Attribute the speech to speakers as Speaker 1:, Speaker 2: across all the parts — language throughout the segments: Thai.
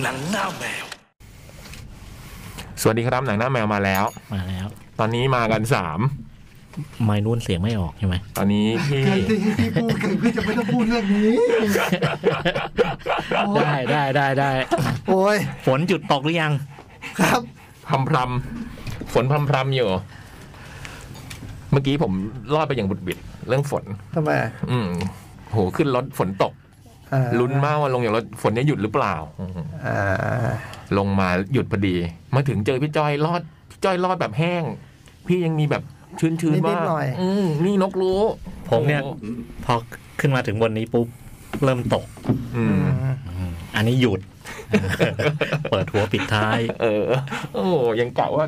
Speaker 1: หนังหน้าแมว
Speaker 2: สวัสดีครับหนังหน้าแมวมาแล้ว
Speaker 3: มาแล้ว
Speaker 2: ตอนนี้มากันสาม
Speaker 3: ไมค์นุ่นเสียงไม่ออกใช่ไหม
Speaker 2: ตอนนี้พี่
Speaker 4: การที่พี่พูดกันพี่จะไม่ต้องพูดเรื่องนี้ โอ้ย
Speaker 3: ได้ได้ได้ได้
Speaker 4: โอ้ย
Speaker 3: ฝนหยุดตกหรือยัง
Speaker 4: ครับ
Speaker 2: พรำพรำๆฝนพรำพรำๆอยู่ เมื่อกี้ผมรอดไปอย่างบุดบิดเรื่องฝน
Speaker 4: ทำไม
Speaker 2: อืมโหขึ้นรถฝนตก
Speaker 4: อ่า
Speaker 2: ลุ้นมากว่าลงอย่างรถฝนจะหยุดหรือเปล่าอืม
Speaker 4: อ่า
Speaker 2: ลงมาหยุดพอดี มาถึงเจอพี่จ้อยรอดพี่จ้อยรอดแบบแห้ง พี่ยังมีแบบชื้นๆ
Speaker 4: นิ
Speaker 2: บ้า
Speaker 4: ด
Speaker 2: ง
Speaker 4: ๆหน่อย
Speaker 2: อืมนี่นกรู้
Speaker 3: ผมเนี่ย
Speaker 2: โอ้โห
Speaker 3: พอขึ้นมาถึงบนนี้ปุ๊บเริ่มตก
Speaker 2: อืม
Speaker 3: อันนี้หยุด เปิดหัวปิดท้าย
Speaker 2: เออ โอ้โหยังกะว่า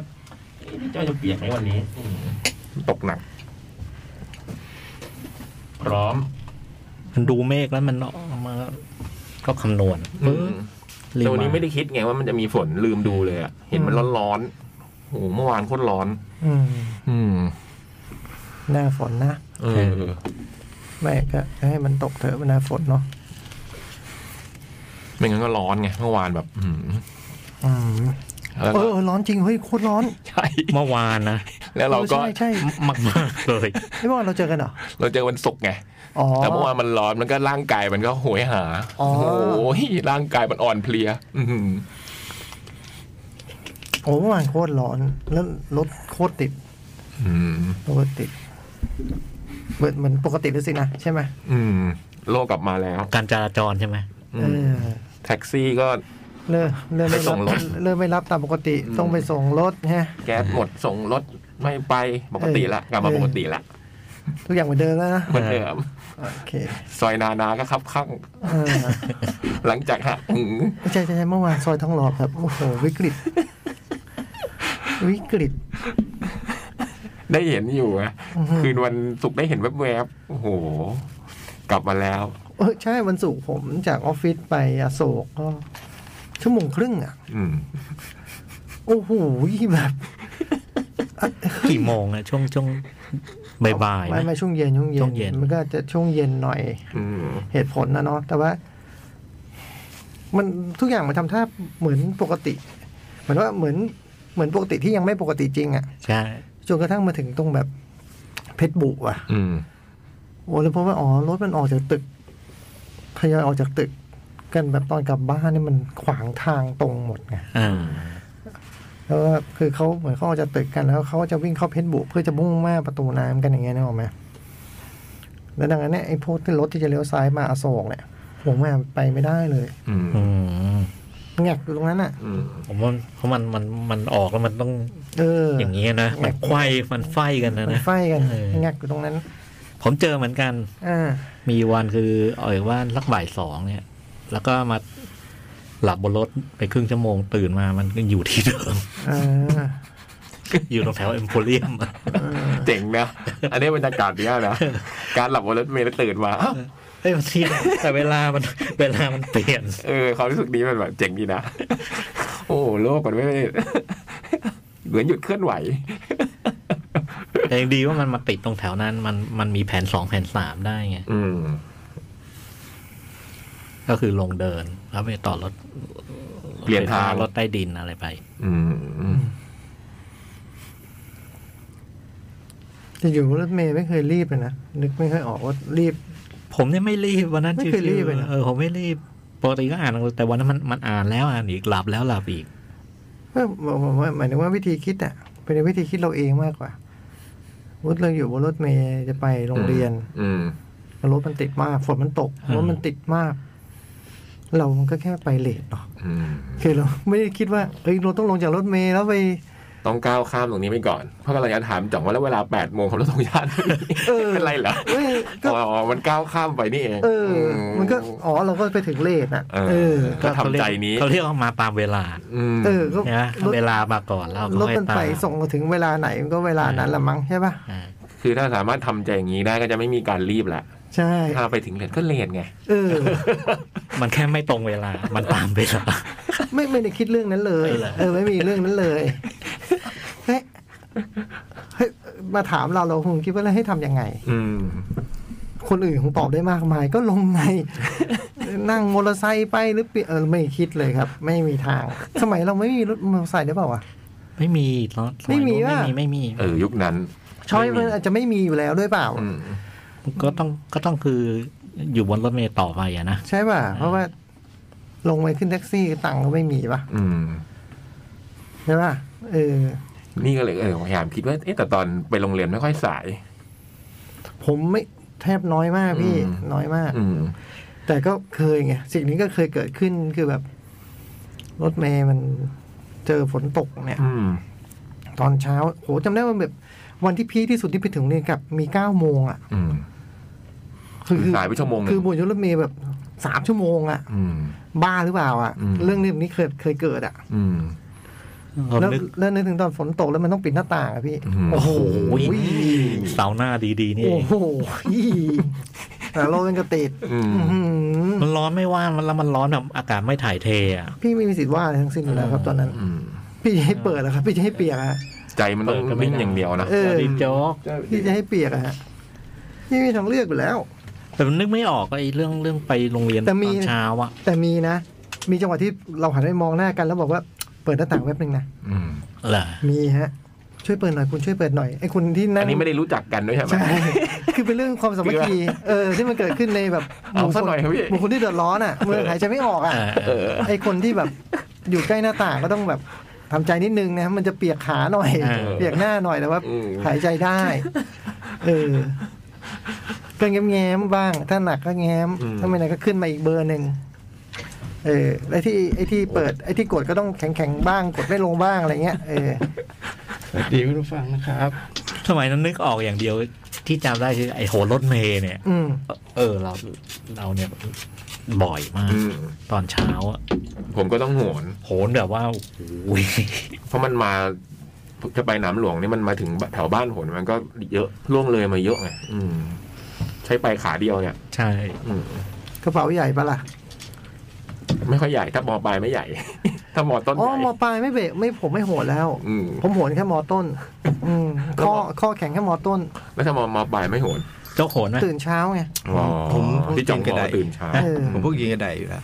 Speaker 2: พี่จ้อยจะเปียกไหมวันนี้อืมตกหนัก พร้อม
Speaker 3: มันดูเมฆแล้วมันมาก็คำนวณ
Speaker 2: อืม
Speaker 3: รี
Speaker 2: แต่วันนี้
Speaker 3: า
Speaker 2: ไม่ได้คิดไงว่ามันจะมีฝนลืมดูเลยอะเห็นมัน
Speaker 4: อื
Speaker 2: ร้อ
Speaker 4: ม
Speaker 2: นร้อนๆโอ้โหเมื่อวานโคตรร้อน
Speaker 4: อืม
Speaker 2: อืม
Speaker 4: หน้าฝนนะ
Speaker 2: เออ
Speaker 4: ไม่ก็ให้มันตกเถอะหน้าฝนเนาะ
Speaker 2: ไม่งั้นก็ร้อนไงเมื่อวานแบบ อืม
Speaker 4: อืม
Speaker 2: แล้ว
Speaker 4: เอ
Speaker 2: ก็
Speaker 4: อเออร้อนจริงเฮ้ยโคตรร้อน
Speaker 2: ใช่
Speaker 3: เมื่อวานนะ
Speaker 2: แล้วเราก็
Speaker 4: ออใช่ใช่
Speaker 3: มากมากๆเลย
Speaker 4: ไม่ว่าเราเจอกันเหรอ
Speaker 2: เราเจอวันศุกร์ไง
Speaker 4: อ๋อ
Speaker 2: แต่เมื่อวานมันร้อนมันก็ร่างกายมันก็โหยหา
Speaker 4: อ๋อ
Speaker 2: โอ้โหร่างกายมันอ่อนเพลีย อืม
Speaker 4: โอ้เมื่อวานโคตรร้อนแล้วรถโคตรติด
Speaker 2: อืม
Speaker 4: รถติดเหมือนเหมือนปกติเลยสินะใช่ไหม
Speaker 2: อืมโลกกลับมาแล้ว
Speaker 3: การจราจรใช่ไหม
Speaker 2: อื
Speaker 4: เอ
Speaker 2: ม
Speaker 4: อ
Speaker 2: แท็กซี่ก็
Speaker 4: เลิกเลิกไม่
Speaker 2: ไปส่
Speaker 4: รับ
Speaker 2: งรถ
Speaker 4: เลิกไม่รับตามปกติ
Speaker 2: อืม
Speaker 4: ต้องไปส่งรถฮะ
Speaker 2: แก๊สหมดส่งรถไม่ไปปกติ ละกลับมา
Speaker 4: เออ
Speaker 2: ปกติละ
Speaker 4: ทุกอย่างเหมือนเดิมแล้วนะ
Speaker 2: เหมือนเดิม
Speaker 4: โอเค
Speaker 2: ซอยนานาก็ครับข้าง
Speaker 4: เออ
Speaker 2: หลังจากหักหือ
Speaker 4: ใช่ใช่ใช่เมื่อวานซอยทองหล่อครับโอ้โหวิกฤต วิกฤต
Speaker 2: ได้เห็นอยู่อะ
Speaker 4: อือฮึ
Speaker 2: คืนวันศุกร์ได้เห็นแวบๆ โอ้โห กลับมาแล้ว
Speaker 4: เออใช่วันศุกร์ผมจากออฟฟิศไปอโศกก็ ชั่วโมงครึ่งอ่ะ
Speaker 2: อืม
Speaker 4: โอ้โหแบบ
Speaker 3: กี่โมงอะช่วงช่วงบ่ายๆ
Speaker 4: ไม่
Speaker 3: ไหม
Speaker 4: ไม่ช่วงเย็นช่วง
Speaker 3: ช่วงเย็
Speaker 4: เย็น
Speaker 3: น
Speaker 4: มันก็จะช่วงเย็นหน่อย
Speaker 2: อืม
Speaker 4: เหตุผลนะเนาะแต่ว่า มันทุกอย่างมันทำท่าเหมือนปกติ เหมือนว่าเหมือนเหมือนปกติที่ยังไม่ปกติจริงอะ่ะ
Speaker 3: ใช่
Speaker 4: จนกระทั่งมาถึงตรงแบบเพชรบุอ่ะ
Speaker 2: อืม
Speaker 4: โอ้แล้วพบว่าอ๋อรถมันออกจากตึกทยอยออกจากตึก กันแบบตอนกลับบ้านนี่มันขวางทางตรงหมดไง
Speaker 3: อ่า
Speaker 4: แล้วก็คือเขาเหมือนเขาออกจากตึกกันแล้วเขาจะวิ่งเข้าเพชรบุเพื่อจะมุ่งมาประตูน้ำกันอย่างเงี้ยนึกออกไหมแล้วดังนั้นเนี่ยไอ้พวกที่รถที่จะเลี้ยวซ้ายมาอโศกเนี่ยผมว่าไปไม่ได้เลย
Speaker 2: อืม
Speaker 3: อืม
Speaker 4: แงกอยู่ตรงนั้นอ่ะ
Speaker 2: อืม
Speaker 3: ผมว่าเพราะมันมันมันออกแล้วมันต้อง
Speaker 4: เอออ
Speaker 3: อย่างนี้นะ มันไขว้มันไฟกันนะ
Speaker 4: มัน
Speaker 3: นะ
Speaker 4: ไฟกัน
Speaker 3: เออ
Speaker 4: แงกอยู่ตรงนั้น
Speaker 3: ผมเจอเหมือนกัน
Speaker 4: อ่า
Speaker 3: มีวันคือออกจากบ้านสักบ่ายสองเนี่ย แล้วก็มาหลับบนรถไปครึ่งชั่วโมงตื่นมามันก็อยู่ที่เดิม
Speaker 4: อ่า
Speaker 3: อยู่ตรงแถวเอ็มโพเรียม
Speaker 2: เจ๋งนะ อันนี้บรรยากาศเนี้ย นะ การหลับบนรถเมล์แล้วตื่นมาอ้าว
Speaker 3: เอ้ยมันที่เดิมแต่เวลามัน เวลามันเปลี่ยน
Speaker 2: เออความรู้สึกนี้มันแบบเจ๋งดีนะ โอ้โห โลกมันไม่ เหมือนหยุดเคลื่อนไหว
Speaker 3: แต่ยังดีว่ามันมาติดตรงแถวนั้น มันมันมีแผนสองแผนสามได้ไง
Speaker 2: อืม
Speaker 3: ก็คือลงเดิน แล้วไปต่อรถ
Speaker 2: เปลี่ยนทาง
Speaker 3: รถใต้ดินอะไรไป
Speaker 2: อืมอืม
Speaker 4: จะอยู่รถเมย์ไม่เคยรีบเลยนะ นึกไม่ค่อยออกว่ารีบ
Speaker 3: ผมเนี่ยไม่รีบวันนั้น
Speaker 4: ไม่เคยรีบเลยนะ
Speaker 3: เออผมไม่รีบปกติก็อ่านแต่วันนั้นมันมันอ่านแล้วอ่านอีกหลับแล้วหลับอีก
Speaker 4: เออผมว่าหมายถึงว่าวิธีคิดอ่ะ เป็นวิธีคิดเราเองมากกว่าวุฒิเราอยู่บนรถเมย์จะไปโรงเรียน
Speaker 2: อืม
Speaker 4: รถมันติดมากฝนมันตก
Speaker 3: อืม
Speaker 4: รถมันติดมาก เรามันก็แค่ไปเลทเนาะ
Speaker 2: อืม
Speaker 4: คือเราไม่ได้คิดว่าเอ้ยเราต้องลงจากรถเมย์แล้วไป
Speaker 2: ต้องก้าวข้ามตรงนี้ไปก่อน เพราะกำลังจะถามจ่องว่าแล้วเวลาแปดโมงเขารถตรงย่าน
Speaker 4: เออ
Speaker 2: เป็นไรเหรอ
Speaker 4: เอ้ยก็
Speaker 2: อ๋อ มันก้าวข้ามไปนี่เอง
Speaker 4: เออ
Speaker 2: อื
Speaker 4: มันก็อ๋อเราก็ไปถึงเลทอ่ะ
Speaker 2: เออ
Speaker 4: เออ
Speaker 2: ก็ทำใจนี้
Speaker 3: เขาเรียกว่ามาตามเวลา
Speaker 2: อืม
Speaker 4: เออก็
Speaker 3: ใช่ไหม
Speaker 4: รถ
Speaker 3: เวลามาก่อนแล้ว
Speaker 4: ร
Speaker 3: ก็
Speaker 4: ถ
Speaker 3: ค่อย
Speaker 4: มัน
Speaker 3: ตาม
Speaker 4: ไปส่งเราถึงเวลาไหนมันก็เวลานั้นละมั้งใช่ปะ
Speaker 3: อ่า
Speaker 2: คือถ้าสามารถทำใจอย่างนี้ได้ก็จะไม่มีการรีบละ
Speaker 4: ใช่
Speaker 2: ถ้าไปถึงเลนก็เลนไง
Speaker 4: เออ
Speaker 3: มันแค่ไม่ตรงเวลา มันตามเวลา
Speaker 4: ไม่ไม่ได้คิดเรื่องนั้นเลย
Speaker 3: เออเหรอ
Speaker 4: เออ ไม่มีเรื่องนั้นเลยเฮ้ยเฮ้ยมาถามเราเราคงคิดว่าแล้วให้ทำยังไง
Speaker 2: อืม
Speaker 4: คนอื่นคงตอบได้มากมายก็ลงไง นั่งมอเตอร์ไซค์ไปหรือเปลี่ยนเออไม่คิดเลยครับ ไม่มีทาง สมัยเราไม่มีรถมอเตอร์ไซค์ได้เปล่าวะ
Speaker 3: ไม่มีตอนสย
Speaker 4: ไม่มี
Speaker 3: นู้น
Speaker 4: ว่ะ
Speaker 3: ไม่มีไม่มี
Speaker 2: เออ ยุคนั้น
Speaker 4: ช้อยมัน
Speaker 2: ไ
Speaker 4: อาจจะไม่มีอยู่แล้วด้วยเปล่า
Speaker 2: อืม
Speaker 3: ก็ต้องก็ต้องคืออยู่บนรถเมล์ต่อไปอะนะ
Speaker 4: ใช่ป่ะ เพราะว่า ลงไปขึ้นแท็กซี่ตังค์ก็ไม่มีป่ะ
Speaker 2: อืม
Speaker 4: ใช่ป่ะเออ
Speaker 2: นี่ก็เลยเออพยายามคิดว่าเอ๊ะแต่ตอนไปโรงเรียนไม่ค่อยสาย
Speaker 4: ผมไม่แทบน้อยมากพี่
Speaker 2: อืม
Speaker 4: น้อยมาก
Speaker 2: อืม
Speaker 4: แต่ก็เคยไงสิ่งนี้ก็เคยเกิดขึ้นคือแบบ รถเมย์มันเจอฝนตกเนี่ย
Speaker 2: อืม
Speaker 4: ตอนเช้าโหจำได้ว่าแบบ วันที่พีคที่สุดที่ไปถึงเนี่ยกลับมีเก้าโมงอ่ะ
Speaker 2: อืม
Speaker 4: คือ
Speaker 2: สายไปชั่วโมงหนึ่ง
Speaker 4: คือบนยนต์รถเมย์แบบสามชั่วโมงอ่ะ
Speaker 2: อืม
Speaker 4: บ้าหรือเปล่าอ่ะ
Speaker 2: อืม
Speaker 4: เรื่องนี้แบบนี้เคยเคยเกิดอ่ะ
Speaker 2: อืม
Speaker 3: ผม
Speaker 4: แล้ว
Speaker 3: นึก
Speaker 4: แล้วนึกถึงตอนฝนตกแล้วมันต้องปิดหน้าต่างอ่ะพี่
Speaker 2: อืม
Speaker 4: โอ้โห
Speaker 3: เสาหน้าดีๆนี่เอ
Speaker 4: โอ้
Speaker 3: ง
Speaker 4: โห แต่โลกมันก็ติด
Speaker 2: อืม
Speaker 4: อื้อหือ
Speaker 3: มันร้อนไม่ว่ามันแล้วมันร้อนแบบอากาศไม่ถ่ายเทอ่ะ
Speaker 4: พี่ไม่มีสิทธิ์ว่าอะไรทั้งสิ้นอยู่แล้วครับ ตอนนั้น
Speaker 2: อืม
Speaker 4: พี่จะให้เปิดเหรอครับ พี่จะให้เปียกอะ
Speaker 2: ใจมันต้อง
Speaker 3: เปิดก็ไม่
Speaker 2: นิ่ง
Speaker 3: ได้
Speaker 2: อย่างเดียวนะ
Speaker 4: เออ
Speaker 3: ดีโจ๊ก
Speaker 4: พี่จะให้เปียกอะฮะพี่มีทางเลือกอยู่แล้ว
Speaker 3: แต่มันนึกไม่ออกไอ้เรื่องเรื่องไปโรงเรียนต
Speaker 4: แต่
Speaker 3: อ
Speaker 4: มี
Speaker 3: นเช้าอ่ะ
Speaker 4: แต่มีนะ มีจังหวะที่เราหันไปมองหน้ากันแล้วบอกว่าเปิดหน้าต่างแป๊บหนึ่งนะ
Speaker 2: อืม
Speaker 3: เหรอ
Speaker 4: มีฮะ ช่วยเปิดหน่อยคุณช่วยเปิดหน่อยไอ้คุณที่นั่
Speaker 2: อั
Speaker 4: ง
Speaker 2: นนี้ไม่ได้รู้จักกันด้วยใช่ไหม
Speaker 4: ใช่ คือเป็นเรื่องความสามัคคีเออที่มันเกิดขึ้นในแบบ
Speaker 2: เอา
Speaker 4: ค
Speaker 2: ซะหน่อยครับพี่
Speaker 4: หมู่คนที่เดือดร้อนอ่ะมือหายใจไม่ออกอ่ะ
Speaker 3: เออ
Speaker 2: เออ
Speaker 4: ไอ้คนที่แบบอยู่ใกล้หน้าต่างก็ต้องแบบทำใจนิดนึงนะมันจะเปียกขาหน่อย
Speaker 3: เออ
Speaker 4: เปียกหน้าหน่อยแต่ว่า
Speaker 2: อืม
Speaker 4: หายใจได้เออก็แง้มๆบ้าง ถ้าหนักก็แง้มถ้าไม่หนักก็ขึ้นมาอีกเบอร์หนึ่งเออไอ้ที่ไอ้ที่เปิดไอ้ที่กดก็ต้องแข็งๆบ้าง กดไม่ลงบ้างอะไรเงี้ยเออ
Speaker 1: สวัสดีคุณผู้ฟังนะครับ
Speaker 3: สมัยนั้นนึกออกอย่างเดียวที่จำได้คือไอ้โหนรถเมย์เนี่ย
Speaker 4: อืม
Speaker 3: เออเราเราเนี่ยบ่อยมาก
Speaker 2: อืม
Speaker 3: ตอนเช้าอะ
Speaker 2: ผมก็ต้องโหน
Speaker 3: โหนแบบว่าโอ้ย
Speaker 2: เพราะมันมาจะไปหนามหลวงนี่มันมาถึงแถวบ้านผมมันก็เยอะล่วงเลยมาเยอะไงอืม ใช้ไปขาเดียวเนี่ย
Speaker 3: ใช่
Speaker 2: อืม
Speaker 4: กระเป๋าใหญ่ปะล่ะ
Speaker 2: ไม่ค่อยใหญ่ ถ้ามอปลายไม่ใหญ่ ถ้ามอต้น
Speaker 4: อ๋
Speaker 2: ให
Speaker 4: อ
Speaker 2: ญ่
Speaker 4: มอปลายไม่เบรกไม่ผมไม่โหดแล้ว
Speaker 2: อืม
Speaker 4: ผมโหดแค่มอต้น อืม
Speaker 2: แล้ว
Speaker 4: ข้อ
Speaker 2: มอ
Speaker 4: ข้อแข็งแค่มอต้น
Speaker 2: แล้วถ้ามอมอปลายไม่โหน
Speaker 3: เจ้าโหนไหม
Speaker 4: ตื่นเช้าไง
Speaker 2: อ๋อ
Speaker 1: ผม
Speaker 2: พี่จอง
Speaker 1: กิ
Speaker 2: บ
Speaker 1: น
Speaker 2: อก
Speaker 1: กระได
Speaker 2: ว่าตื่นเช้า
Speaker 4: เออ
Speaker 1: ผมพวกยิงกระไดอยู่แล้ว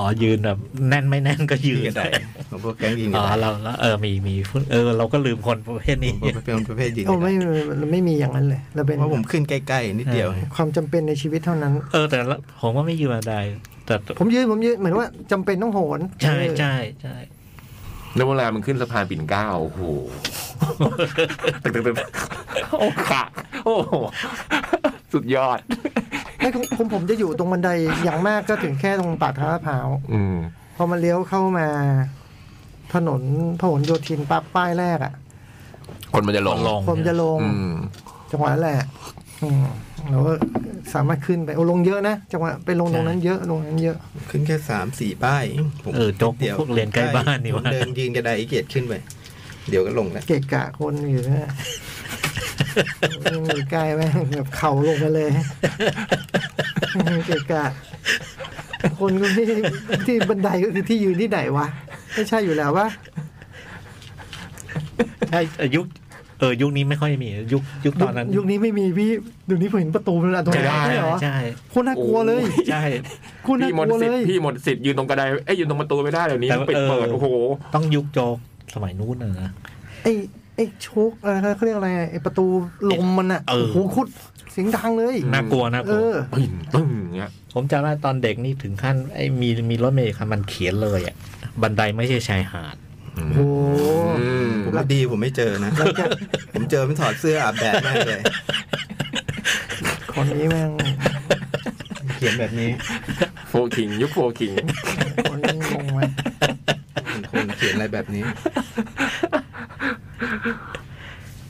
Speaker 3: อ๋อยืนแบบแน่นไม่แน่นก็ยื
Speaker 1: ยิง
Speaker 3: น
Speaker 1: กระไดผมพวกแก๊งยิงก
Speaker 3: อ๋
Speaker 1: ระ
Speaker 3: อ
Speaker 1: ได
Speaker 3: เราเราเออมีมีเออ เราก็ลืมคนประเภท
Speaker 1: ผ
Speaker 3: นี้
Speaker 1: มเป็นประเภทยิงก
Speaker 4: โอ้
Speaker 1: ระได
Speaker 4: ไม่ไม่ไม่ไม่มีอย่างนั้นเลยเราเป็น
Speaker 1: เพราะผมขึ้นใกล้ๆนิดเดียว
Speaker 3: เออ
Speaker 4: ความจำเป็นในชีวิตเท่านั้น
Speaker 3: เออแต่ละผมว่าไม่ยืนมาได้แต่
Speaker 4: ผมยืนผมยืนเหมือนว่าจำเป็นต้องโหน
Speaker 3: ใช่
Speaker 4: เออ
Speaker 3: ใช่ใช่
Speaker 2: แล้วเวลามันขึ้นสะพานปิ่นเกล้าโอ้โหตึกตึกตึกโอ้ขาโอ้โห สุดยอด
Speaker 4: ไม่ของผมผมจะอยู่ตรงบันไดอย่างมากก็ถึงแค่ตรงปากทางลาดพร้าว
Speaker 2: อืม
Speaker 4: พอมันเลี้ยวเข้ามา ถนนพหลโยธินปั๊บป้ายแรกอ่ะ
Speaker 2: คนมันจะลง
Speaker 3: ลอง
Speaker 4: ผมจะลง
Speaker 2: อืม
Speaker 4: จังหวะนั้นแหละอืมเราก็สามารถขึ้นไปโอ้ลงเยอะนะจังหวะไปลงตรงนั้นเยอะลงนั้นเยอะ
Speaker 1: ขึ้นแค่สามสี่ป้ายผม
Speaker 3: เออโจ๊ก
Speaker 1: นิดดียว
Speaker 3: พวกเรียนใกล้บ้านนี่
Speaker 1: ผม
Speaker 3: ว่า
Speaker 1: เดินยิงกระไดเกียดขึ้นไป เดี๋ยวก็ลงแล้ว
Speaker 4: เกะกะคนอยู่นะ อยู่ใกล้แม่งแบบเข่าลงมาเลย เกะกะ คนก็ไม่ได้ที่บันไดก็คือที่ยืนที่ไหนวะ ไม่ใช่อยู่แล้ววะ
Speaker 3: ใช่เออยุคเออยุคนี้ไม่ค่อยมียุคยุคตอนนั้น
Speaker 4: ยุคนี้ไม่มีพี่เดี๋ยวนี้ผมเห็นประตูมันอัตโน
Speaker 3: ใช่
Speaker 4: มัติด้วยเหรอ
Speaker 3: ใช่
Speaker 4: โคุณน่ากลัวเลย
Speaker 3: ใช่
Speaker 4: โคุณน่า
Speaker 2: พี่หมด
Speaker 4: กลัว
Speaker 2: สิ
Speaker 4: เล
Speaker 2: ทธิ์
Speaker 4: ย
Speaker 2: พี่หมดสิทธิ์ยืนตรงกระไดเอ้ยยืนตรงประตูไม่ได้เดี๋ยวนี้
Speaker 3: แต่
Speaker 2: ปิดเปิด
Speaker 3: เออ
Speaker 2: โอ้โห
Speaker 3: ต้องยุคโจกสมัยนู้นน่ะนะ
Speaker 4: ไอ้ไอ้โชกอะไรนะเขาเรียกอะไรไอ้ประตูลมมันอ่ะ
Speaker 3: เออ
Speaker 4: โอ้โหคุดเสียงดังเลย
Speaker 3: น่ากลัวน่าก
Speaker 4: เอ
Speaker 3: ลัว
Speaker 4: อ
Speaker 2: ปิ้นตึ้งอย่างเงี้ย
Speaker 3: ผมจำได้ตอนเด็กนี่ถึงขั้นไอ้มีมีรถเมล์คันมันเขียนเลยอ่ะบันไดไม่ใช่ชายหาด
Speaker 4: โอ้โห
Speaker 2: อืม
Speaker 1: ผมว่าดีผมไม่เจอนะ
Speaker 4: แล้วจะ
Speaker 1: ผมเจอมันถอดเสื้ออาบแดดมากเลย
Speaker 4: คนนี้แม่ง
Speaker 1: เขียนแบบนี้
Speaker 2: โฟคิง ยุคโฟคิง
Speaker 4: คนนี้งงไหม
Speaker 1: คนเขียนอะไรแบบนี้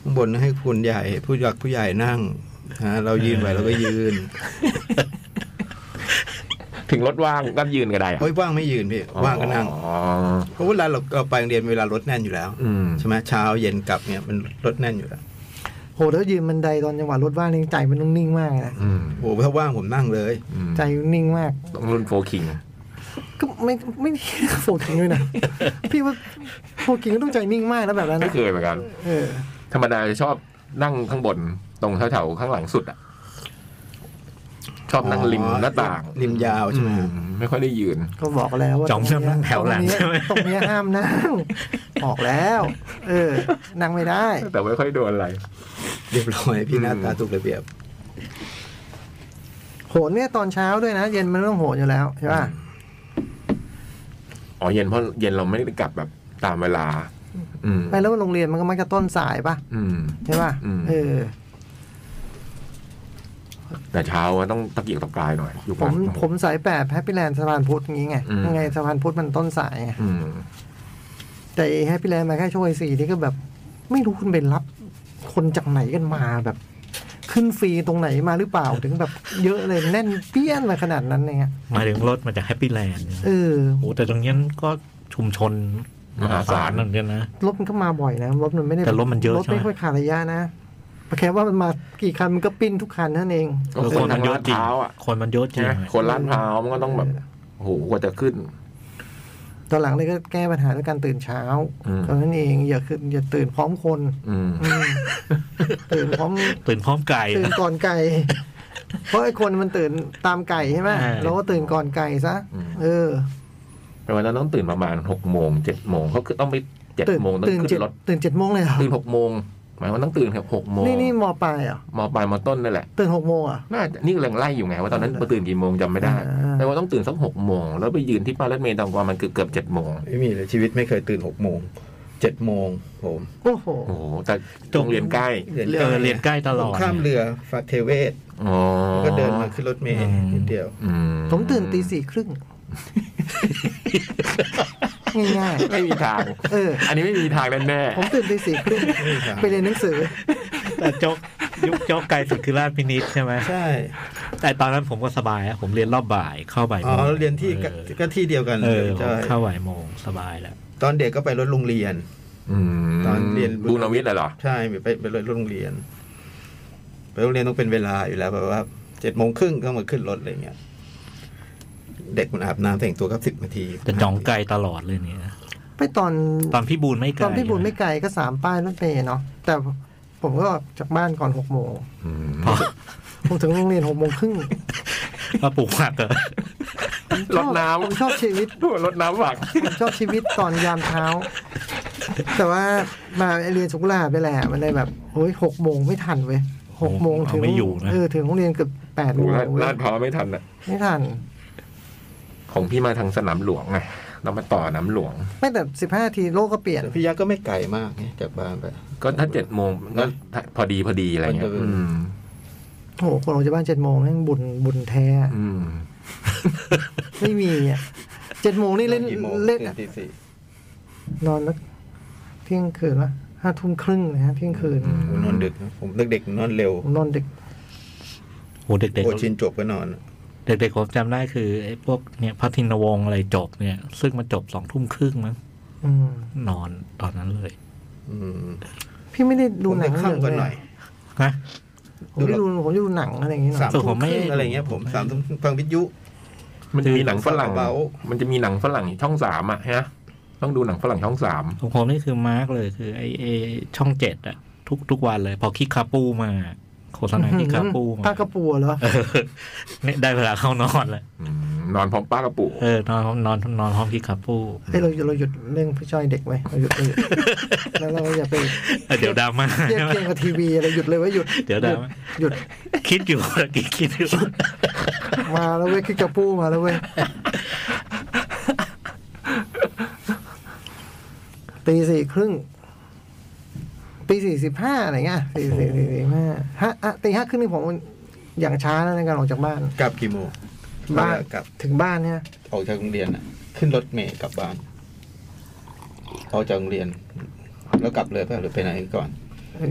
Speaker 1: ข้างบนให้คุณใหญ่ ผู้หลักผู้ใหญ่นั่งฮะเรายืนไหวเราก็ยืน
Speaker 2: ถึงรถว่างก็ยืนก็ได้อะ
Speaker 1: เฮ้ยว่างไม่ยืนพี่ว่างก็นั่ง
Speaker 2: อ๋อ
Speaker 1: เพราะเวลาเราเราไปโรงเรียนเวลารถแน่นอยู่แล้ว
Speaker 2: อืม
Speaker 1: ใช่ไหมเช้าเย็นกลับเนี่ยมันรถแน่นอยู่แล้ว
Speaker 4: โหแล้วยืนบันไดตอนจังหวะรถว่างนี่ใจมันต้องนิ่งมากเลยนะ
Speaker 2: อืม
Speaker 1: โอ้โหถ้าว่างผมนั่งเลย
Speaker 2: อืม
Speaker 4: ใจนิ่งมาก
Speaker 2: ต้องรุ่นโฟคิง
Speaker 4: ก็ไม่ไม่ได้โฟกิงด้วยนะ พี่ว่าโฟกิงก็ต้องใจนิ่งมากนะแบบนั้น
Speaker 2: ไม่
Speaker 4: นะ
Speaker 2: เคยเหมือนกัน
Speaker 4: เออ
Speaker 2: ธรรมดาจะชอบนั่งข้างบน ตรงแถวๆข้างหลังสุดอ่ะ ชอบนั่งริมหน้าต่าง
Speaker 1: ริมยาวใช่ไหมฮะ
Speaker 2: อืมไม่ค่อยได้ยืน
Speaker 4: ก็บอกแล้วว่า
Speaker 3: จอมเชื่อมนั่งแถวหลัง
Speaker 4: ตรเนี้ย
Speaker 3: ใช่ไหม
Speaker 4: ตรงเนี้ยห้ามนั่งบอกแล้ว เออ นั่งไม่ได้
Speaker 2: แต่ไม่ค่อยโดนอะไร
Speaker 1: เรียบร้อยพี่หน้าตาถูกระเบียบ
Speaker 4: โหนเนี่ยตอนเช้าด้วยนะ เย็นมันไม่ต้องโหนอยู่แล้วใช่ป่ะ
Speaker 2: อ๋อเย็นเพราะเย็นเราไม่ได้กลับแบบตามเวลา อืม
Speaker 4: ไปแล้วโรงเรียนมันก็มักจะต้นสายป่ะ
Speaker 2: อืม
Speaker 4: ใช่ป่ะ
Speaker 2: อืม
Speaker 4: เออ
Speaker 2: แต่เช้าอะต้องตะเกียกตะกายหน่อยอยู่
Speaker 4: ผม
Speaker 2: บ้าน
Speaker 4: ผมสายแปดแฮปปี้แลนด์สะพานพุทธงี้ไง
Speaker 2: อืม
Speaker 4: ยังไงสะพานพุทธมันต้นสายไง
Speaker 2: อืม
Speaker 4: แต่แฮปปี้แลนด์มาแค่ช่วยสี่นี่ก็แบบ ไม่รู้คุณไปรับ คนจากไหนกันมาแบบ ขึ้นฟรีตรงไหนมาหรือเปล่าถึงแบบเยอะเลยแน่นเปี้ยนมาขนาดนั้นเลยอะ
Speaker 3: หมายถึงรถมาจากแฮปปี้แลนด์
Speaker 4: เออ
Speaker 3: โอ้แต่ตรงนี้ก็ชุมชน
Speaker 2: มหาศาล
Speaker 3: นั่นเนี่ยนะ
Speaker 4: รถมันก็มาบ่อยนะรถมันไม่ได้
Speaker 3: แต่รถมันเยอะ
Speaker 4: รถไม่
Speaker 3: ใช่ไหม
Speaker 4: ค่อยขาดระยะนะแค่ว่ามันมากี่คันมันก็ปิ้นทุกคันนั่นเอง
Speaker 2: ก็คน
Speaker 3: มั
Speaker 2: ทาง
Speaker 3: เย
Speaker 2: ลา
Speaker 3: อะ
Speaker 2: ด
Speaker 3: จริ
Speaker 2: พ
Speaker 3: ง
Speaker 2: ร้าวอ่ะ
Speaker 3: คนมันเยอะจ
Speaker 2: ใช่
Speaker 3: ริ
Speaker 2: ไห
Speaker 3: ง
Speaker 2: ม
Speaker 3: อะ
Speaker 2: คนลาดพร้าวมันก็ต้องแบบโอ้โหกว่าจะขึ้น
Speaker 4: ตอนหลังเลยก็แก้ปัญหาด้วยการตื่นเช้า
Speaker 2: อืม
Speaker 4: ตอนนั้นเองอย่าคืออย่าตื่นพร้อมคน
Speaker 2: อืม
Speaker 4: อืม ตื่นพร้อม
Speaker 3: ตื่นพร้อมไก่
Speaker 4: ตื่นก่อน ไก่ เพราะไอ้คนมันตื่นตามไก่ใช่ไหม
Speaker 3: อ่า
Speaker 4: เราก็ตื่นก่อนไก่ซะ
Speaker 2: อืม
Speaker 4: เออ
Speaker 2: แต่วันนั้นต้องตื่นประมาณหกโมงเจ็ดโมงเขาคือต้องไปเจ็ด
Speaker 4: ตื่น
Speaker 2: โมงต้อง
Speaker 4: ตื่น
Speaker 2: ขึ้
Speaker 4: เจ็ด
Speaker 2: นรถ
Speaker 4: ตื่นเจ็ดโมงเลยเหรอ
Speaker 2: ตื่นหกโมงหมายว่าต้องตื่นครับหกโมง
Speaker 4: นี่นี่มอปลายเหรอ
Speaker 2: มปลายมต้นนั่นแหละ
Speaker 4: ตื่นหกโมงเหรอ่ะ
Speaker 2: น่าจะนี่กำลังไล่อยู่ไงว่าตอนนั้นมาตื่นกี่โมงจำไม่ได้
Speaker 4: อ่า
Speaker 2: แต่ว่าต้องตื่นสักหกโมงแล้วไปยืนที่ป้ายรถเมล์ตอนประมาณเกือบเกือบเจ็ดโมง
Speaker 1: ไม่มีเลยชีวิตไม่เคยตื่นหกโมงเจ็ดโมงผม
Speaker 4: โอ้โห
Speaker 2: โอ้โหแต่โรงเรียนใกล้
Speaker 3: เออเรียนใกล้ตลอด
Speaker 1: ผมข้ามเรือฟาเทเวศ
Speaker 2: อ๋อ
Speaker 1: ก็เดินมาขึ้นรถเมล์
Speaker 3: อืม
Speaker 1: นิดเดียว
Speaker 2: อื
Speaker 4: ผมตื่นตีสี่ครึ่ง ง่าย
Speaker 2: ไม่มีทาง
Speaker 4: ๆเออ
Speaker 2: อันนี้ไม่มีทางแน่แน่
Speaker 4: ผมตื่นตีสี่ครึ่ง
Speaker 1: ไม่มีทาง
Speaker 4: ไปเรียนหนังสือ
Speaker 3: แต่โจกยุคโจกไกลสุดคือราชพินิจใช่ไหม
Speaker 1: ใช่
Speaker 3: แต่ตอนนั้นผมก็สบายอะผมเรียนรอบบ่ายเข้าบ่าย
Speaker 1: อ๋
Speaker 3: โม
Speaker 1: อง เรียนที่ก็
Speaker 3: ออ
Speaker 1: ก็ที่เดียวกัน
Speaker 3: เออ
Speaker 1: ใช่
Speaker 3: เข้าบ่ายโมงสบายแล้ว
Speaker 1: ตอนเด็กก็ไปรถโรงเรียน ตอนเรียน
Speaker 2: บูนวิทย์น่ะเหรอ
Speaker 1: ใช่ไปไปรถโรงเรียน ไปโรงเรียนต้องเป็นเวลาอยู่แล้วแบบว่าเจ็ดโมงครึ่งต้องมาขึ้นรถอะไรเงี้ยเด็กมันอาบน้ำแต่งตัวก็สิบนาที
Speaker 3: จะจองไกลตลอดเลยเนี่ย
Speaker 4: ไปตอน
Speaker 3: ตอนพี่บูนไม่ไกล
Speaker 4: ตอนพี่บุญไม่ไกลก็สามป้ายรถเมล์เนาะ แต่ผมก็ออกจากบ้านก่อนหกโมง
Speaker 3: พอ
Speaker 4: ผมถึงโรงเรียนหกโมงครึ่ง
Speaker 3: มาปลูกผักเหรอ
Speaker 2: รถน้
Speaker 4: ผมชอบชีวิต
Speaker 2: ำรถน้ำหวัก
Speaker 4: ผมชอบชีวิตตอนยามเช้า แต่ว่ามาเรียนสุกุลาไปแหละมันเลยแบบโอ้ยหกโมงไม่ทันเว้ยหกโมงถึง
Speaker 3: เอาไม่อยู่นะ
Speaker 4: เออถึงโรงเรียนเกือบแปดโมงเว้ย
Speaker 2: ลาดพร้าวไม่ทันอ่ะ
Speaker 4: ไม่ทัน
Speaker 2: ของพี่มาทางสนามหลวงไงเรามาต่อน้ำหลวง
Speaker 4: ไม่แต่สิบห้าทีโลกก็เปลี่ยน
Speaker 1: แต่พี่ยักษ์ก็ไม่ไกลมากไงจากบ้านไป
Speaker 2: ก็ถ้าเจ็ดโมงก็พอดีพอดีอะไรเงี้ย อืม
Speaker 4: โอ้โหคนออกจากบ้านเจ็ดโมงแม่งบุญบุญแท้อะ
Speaker 2: อืม
Speaker 4: ไม่มีอ่ะเจ็ดโมงนี่เล่น
Speaker 1: กี่โมง
Speaker 4: เล่น
Speaker 1: ตื่
Speaker 4: อะ
Speaker 1: ตีสี่
Speaker 4: นอนแล้วเที่ยงคืนวะห้าทุ่มครึ่งนะฮะเที่ยงคืน
Speaker 2: อืม
Speaker 1: โอ้นอนดึกนะผมเด็กๆนอนเร็ว
Speaker 4: ผมนอนดึก
Speaker 3: โหเด็ก
Speaker 1: โอ
Speaker 3: ๆ
Speaker 1: ชินจบก็นอน
Speaker 3: เด็กๆผมจำได้คือไอ้พวกเนี่ยพัทินวงศ์อะไรจบเนี่ย ซึ่งมันจบสองทุ่มครึ่งมั้ง
Speaker 4: อืม
Speaker 3: นอนตอนนั้นเลย
Speaker 1: อืม
Speaker 4: พี่ไม่ได้ดูหนัง
Speaker 1: ผมจะข้ามกันหน่อย
Speaker 3: นะ
Speaker 4: ผมไม่ได้ดูผมจะดูหนังอะไรอย่างเงี้ยหน่
Speaker 1: สา
Speaker 4: อย
Speaker 1: ม
Speaker 3: เออผ
Speaker 1: ทุ่
Speaker 3: ม
Speaker 1: ม
Speaker 3: ไม่
Speaker 1: ครึ่งอะไรเงี้ยผมสามทุ่มฟังวิทยุ
Speaker 2: มันจะมีหนังฝรั่ง
Speaker 1: เบา
Speaker 2: มันจะมีหนังฝรั่งช่องสามอ่ะฮะ ต้องดูหนังฝรั่งช่องสาม
Speaker 3: ของผมนี่คือมาร์กเลยคือไอ้ไอ้ช่องเจ็ดอะทุกทุกวันเลย พอคิกคาปูมา โฆษณาคิกคาปูมา
Speaker 4: ปลากระปูเหรอ
Speaker 3: เออเนี่ยได้เวลาเข้านอนแล้ว
Speaker 2: อืมนอนพร้อมป้ากระปุก
Speaker 3: เออนอนนอนนอนพร้อมคิกคาปู
Speaker 4: เฮ้ยเราเราหยุดเรื่องผู้ช่วยเด็กไว้เราหยุดเราหยุดแล้วเราอย่าไป
Speaker 3: เออเดี๋ยวดราม่า
Speaker 4: เทียบ
Speaker 3: ใช่ไหม
Speaker 4: เคียงกับทีวีอะไรหยุดเลยไว้หยุด
Speaker 3: เดี๋ยวดราม่า
Speaker 4: หยุด
Speaker 3: คิดอยู่เมื่อกี้คิดอยู่
Speaker 4: มาแล้วเว้ยคิกกระปูมาแล้วเว้ยตีสี่ครึ่งตีสี่สิบห้าอะไรเงี้ยตีสี่สี่สิบห้าฮะอ่ะตีห้าครึ่งนี่ผมอย่างช้านะในการออกจากบ้าน
Speaker 1: กลับกี่โมง
Speaker 4: บ้าน
Speaker 1: กลับ
Speaker 4: ถึงบ้านเนี่ย
Speaker 1: ออกจากโรงเรียนอะขึ้นรถเมล์กลับบ้านออกจากโรงเรียน แล้วกลับเลยป่ะหรือไปไหนก่อน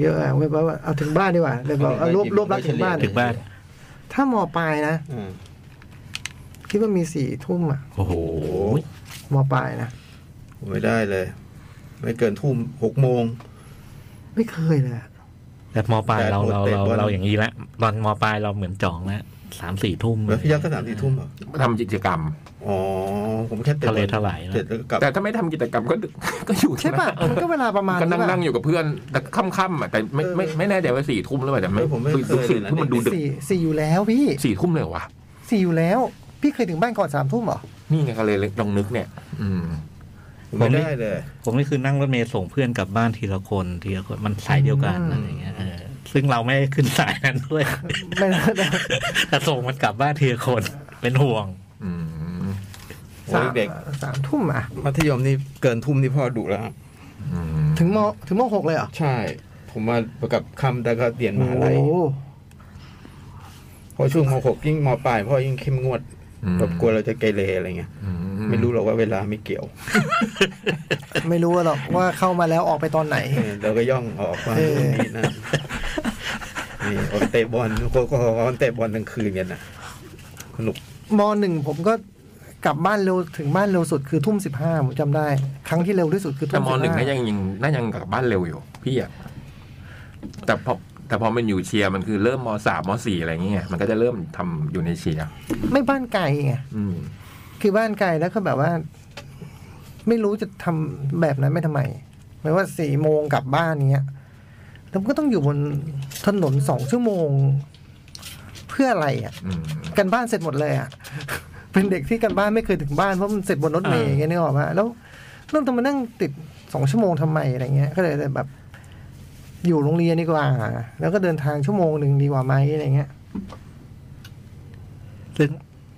Speaker 4: เยอะอะเว้ยบอกว่าเอาถึงบ้านดีกว่าเลยบอกเอารวบรวบรัดถึงบ้าน
Speaker 3: ถึงบ้าน
Speaker 4: ถ้ามอปลายนะ
Speaker 1: อืม
Speaker 4: คิดว่ามีสี่ทุ่มอ่ะ
Speaker 3: โอ้โห
Speaker 4: มปลายนะ
Speaker 1: ผมไม่ได้เลย ไม่เกินทุ่มหกโมง
Speaker 4: ไม่เคยเลยอะ
Speaker 3: แต่มปลายเราเราเรา
Speaker 1: แปดโมงเตะบอล
Speaker 3: เราอย่างนี้ละตอนมปลายเราเหมือนจ่องแล้ว สามสี่ทุ่ม
Speaker 1: แล้วพี่ยักษ์ก็สามสี่ทุ่มเหรอ
Speaker 2: ทำกิจกรรม
Speaker 1: อ๋อผมแค่
Speaker 3: ทะเลถลายนะ
Speaker 1: เสร็จแล้วก็กลับ
Speaker 2: แต่ถ้าไม่ทำกิจกรรมก็ดึกก็อยู่
Speaker 4: ใช่ป่ะมันก็เวลาประมาณ
Speaker 2: ก็นั่ง
Speaker 4: ป่ะ
Speaker 2: นั่งอยู่กับเพื่อนแต่ค่ำๆอ่ะแต่ไม่ไม่ไม่แน่ใจว่าสี่ทุ่มหรือเปล่าแต่ไม่
Speaker 1: เออผมไม่เคย
Speaker 2: รู้สึก
Speaker 1: เลยนะ
Speaker 2: ที่มันดูดึก
Speaker 4: สี่สี่อยู่แล้วพี่
Speaker 2: สี่ทุ่มเลยเหรอวะ
Speaker 4: สี่อยู่แล้ว พี่เคยถึงบ้านก่อนสามทุ่มเหรอ
Speaker 2: นี่ไงก็เลยลองนึกเนี่ย อืม
Speaker 1: ผมไม่ได้เลย
Speaker 3: ผมนี่คือนั่งรถเมล์ส่งเพื่อนกลับบ้านทีละคนทีละคนมันสายเดียวกัน
Speaker 4: อืม
Speaker 3: อะไรอย่างเงี้ยเออซึ่งเราไม่ได้ขึ้นสายนั้น ด้วย
Speaker 4: ไม่ได้
Speaker 3: แต่ส่งมันกลับบ้านทีละคนเป็นห่วง
Speaker 2: อืม
Speaker 1: โอ้ยเด็ก
Speaker 4: สามทุ่มอ่ะ
Speaker 1: มัธยมนี่เกินทุ่มนี่พ่อดุแล้วครับ
Speaker 2: อืม
Speaker 4: ถึงมถึงมหกเลยเหรอ
Speaker 1: ใช่ ผมมาประกับคำแต่ก็เรียนมหาลัย
Speaker 4: โอ้โห
Speaker 1: เพอช่วงมหกยิ่งมปลายพ่อยิ่งเข้มงวด
Speaker 2: อืม
Speaker 1: แบบกลัวเราจะเกเรอะไรเงี้ย
Speaker 2: อื
Speaker 1: ไม่รู้หรอกว่าเวลาไม่เกี่ยว
Speaker 4: ไม่รู้หรอกว่าเข้ามาแล้วออกไปตอนไหน
Speaker 1: เออเราก็ย่องออกมา
Speaker 4: เออ
Speaker 1: นี่นั่นนี่ออกไปเตะบอลโก็ก็เตะบอลกลางคืนกันนะสนุก
Speaker 4: มหนึ่งผมก็กลับบ้านเร็วถึงบ้านเร็วสุดคือทุ่มสิบห้าผมจำได้ ครั้งที่เร็วที่สุดคือ
Speaker 2: แต่ม
Speaker 4: ทุ่มสิบ
Speaker 2: หนึ่ง
Speaker 4: ห้า
Speaker 2: น่ายังยังน่ายังกลับบ้านเร็วอยู่ พี่อ่ะแต่พอแต่พอมันอยู่เชียร์มันคือเริ่มมสามมสี่อะไรอย่างเงี้ยมันก็จะเริ่มทำอยู่ในเชียร์
Speaker 4: ไม่บ้านไกลไง
Speaker 2: อืม
Speaker 4: คือบ้านไกลแล้วก็แบบว่า ไม่รู้จะทำแบบนั้นไม่ทำไมหมายว่าสี่โมงกลับบ้านเนี้ยแล้วมันก็ต้องอยู่บนถนนสองชั่วโมง เพื่ออะไรอ่ะ
Speaker 2: อืม
Speaker 4: กันบ้านเสร็จหมดเลยอ่ะ เป็นเด็กที่กันบ้านไม่เคยถึงบ้านเพราะมันเสร็จบนรถเมย์
Speaker 3: อ่า
Speaker 4: อย่างเงี้ยนึกออกปะแล้วเรื่องต้องมานั่งติดสองชั่วโมงทำไมอะไรเงี้ย ก็เลยแบบ อยู่โรงเรียนดีกว่า แล้วก็เดินทางชั่วโมงหนึ่งดีกว่าไหมอะไรเงี้ย
Speaker 3: ซึ่ง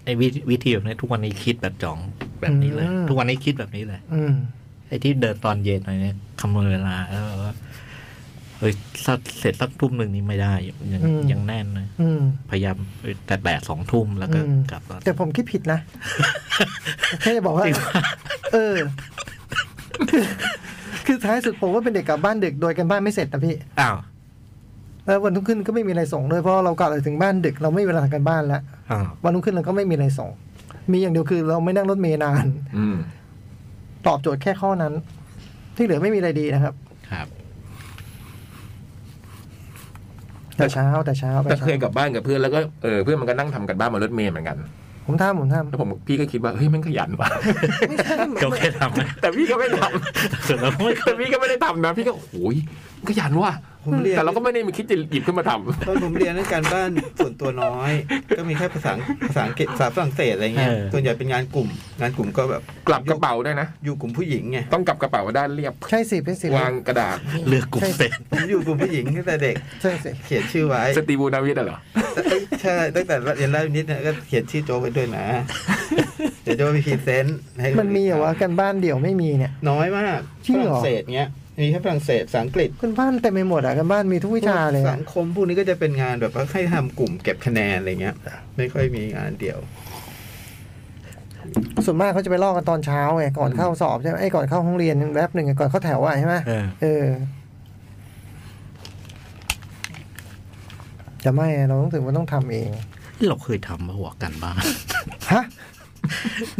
Speaker 3: ไอ้วิธีวิธีแบบนี้ทุกวันนี้คิดแบบจ่องแบบนี้เลย
Speaker 4: อืม
Speaker 3: ทุกวันนี้คิดแบบนี้เลย
Speaker 4: อืม
Speaker 3: ไอ้ที่เดินตอนเย็นอะไรเนี่ยคำนวณเวลาแล้วแบบว่าเฮ้ยสักเสร็จสักทุ่มหนึ่งนี่ไม่ได้ยัง
Speaker 4: อืม
Speaker 3: ยังแน่นนะ
Speaker 4: อืม
Speaker 3: พยายามเอ้ยแต่แปดสองทุ่มแล้วก็
Speaker 4: อืม
Speaker 3: กลับแล้ว
Speaker 4: แต่ผมคิดผิด นะ แค่จะบอกว่า เออ คือท้ายสุดผมว่าเป็นเด็กกลับบ้านดึกโดยกันบ้านไม่เสร็จนะพี่
Speaker 3: อ้าว
Speaker 4: แล้ววันรุ่งขึ้นก็ไม่มีอะไรส่งด้วยเพราะเรากลับถึงบ้านดึกเราไม่มีเวลาทำกันบ้านแล้ว
Speaker 3: อ้าว
Speaker 4: วันรุ่งขึ้นเราก็ไม่มีอะไรส่ง มีอย่างเดียวคือเราไม่นั่งรถเมล์นาน
Speaker 2: อืม
Speaker 4: ตอบโจทย์แค่ข้อนั้น ที่เหลือไม่มีอะไรดีนะครับ
Speaker 3: ครับ
Speaker 4: แต่เช้าแต่เช้า
Speaker 2: แต่
Speaker 4: แต่
Speaker 2: เค
Speaker 4: เช้าย
Speaker 2: กลับบ้านกับเพื่อนแล้วก็เออเพื่อนมันก็นั่งทำกันบ้านบนรถเมล์เหมือนกัน
Speaker 4: ผมทำผมท
Speaker 2: แล้วผมพี่ก็คิดว่าเฮ้ยแมันขยันว่ะ
Speaker 4: ำไม่ใช่
Speaker 3: ก็แค่ ทำนะ
Speaker 2: แต่พี่ก็ไม่ท
Speaker 3: แต่เราไม่
Speaker 2: ำแต่ พี่ก็ไม่ได้ทำนะ พี่ก็โอ้ยขยันว่ะ
Speaker 1: ผมเรียน
Speaker 2: แต่เราก็ไม่ได้มีคิดจะหยิบขึ้นมาท
Speaker 1: ตอนผมเรียนเรื่องการบ้าน ส่วนตัวน้อย ก็มีแค่ภาษาภาษาอังกฤษภาษาฝรั่งเศสอะไรเงี้ยส่วนใหญ่เป็นงานกลุ่ม งานกลุ่มก็แบบ
Speaker 2: ำกลับกระเป๋าด้วยนะ
Speaker 1: อยู่กลุ่มผู้หญิงไง
Speaker 2: ต้องกลับกระเป๋าด้านเรียบ
Speaker 4: ใช่สิเป็นสิ
Speaker 2: วางกระดาษ
Speaker 3: เลือกกลุ่มเป็น
Speaker 1: ผมอยู่กลุ่มผู้หญิงตั้งแต่เด็ก
Speaker 4: ใช่สิ
Speaker 1: เขียนชื่อไว้
Speaker 2: สตีบูนาวิทย์อะเหรอ
Speaker 1: ใช่ตั้งแต่เรียนราชวินิดเนี่ยก็เขียนชื่อโจกไปด้วยนะ เดี๋ยวโจกไปพรีเซนต์ให้
Speaker 4: มันมีเหรอวะกันบ้านเดี่ยวไม่มีเนี่ย
Speaker 1: น้อยมาก
Speaker 4: จริงเหร
Speaker 1: ฝ
Speaker 4: อ
Speaker 1: รั่งเศสเงี้ยมีแค่ฝรั่งเศสภาษาอังกฤษ
Speaker 4: กันบ้านเต็มไปหมดอะกันบ้านมีทุกวิชาเลย
Speaker 1: สั
Speaker 4: อะ
Speaker 1: งคมพวกนี้ก็จะเป็นงานแบบว่าให้ทำกลุ่มเก็บคะแนนอะไรเงี้ย ไม่ค่อยมีงานเดี่ยว
Speaker 4: ส่วนมากเขาจะไปลอกกันตอนเช้าไงก่อนเข้าสอบใช่ไหมไอ้ก่อนเข้าห้องเรียนแวบหนึ่งอะก่อนเข้าแถวอะใช่ไหม
Speaker 3: เออ
Speaker 4: เออ จะไม่อะเราต้องถึงว่าต้องทำเอง
Speaker 3: เราเคยทำมาหัวกันบ้าง
Speaker 4: ฮะ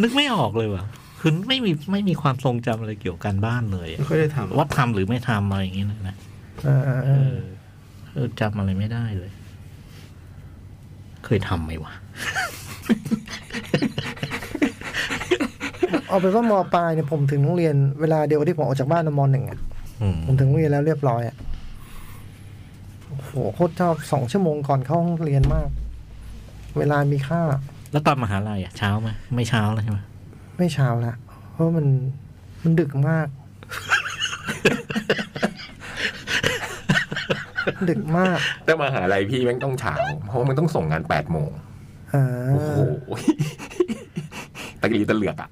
Speaker 3: นึกไม่ออกเลยว่ะคือไม่มีไม่มีความทรงจำอะไรเกี่ยวกับการบ้านเลยอะ
Speaker 1: ไม่ค่อยได้ทำ
Speaker 3: ว่าทำหรือไม่ทำอะไรอย่างเงี้ยนะ
Speaker 4: เออ
Speaker 3: เออเออจำอะไรไม่ได้เลย เคยทำไหมวะ
Speaker 4: เอาเป็นว่ามปลายเนี่ยผมถึงโรงเรียนเวลาเดียวที่ผมออกจากบ้านตอนมหนึ่งอะ
Speaker 3: อืม
Speaker 4: ผมถึงโรงเรียนแล้วเรียบร้อยอ่ะ โอ้โหโคตรชอบสองชั่วโมงก่อนเข้าห้องเรียนมาก เวลามีค่า
Speaker 3: แล้วตอนมหาลัยอ่ะเช้าไหมไม่เช้าแล้วใช่ไหม
Speaker 4: ไม่เช้าละ เพราะมันมันดึกมาก ดึกมาก
Speaker 2: แต่มาหาลัยพี่แม่งต้องเช้าเพราะว่ามันต้องส่งงานแปดโมง
Speaker 4: อ่า
Speaker 2: โอ้โหตะกรีตะเหลือกอ่ะ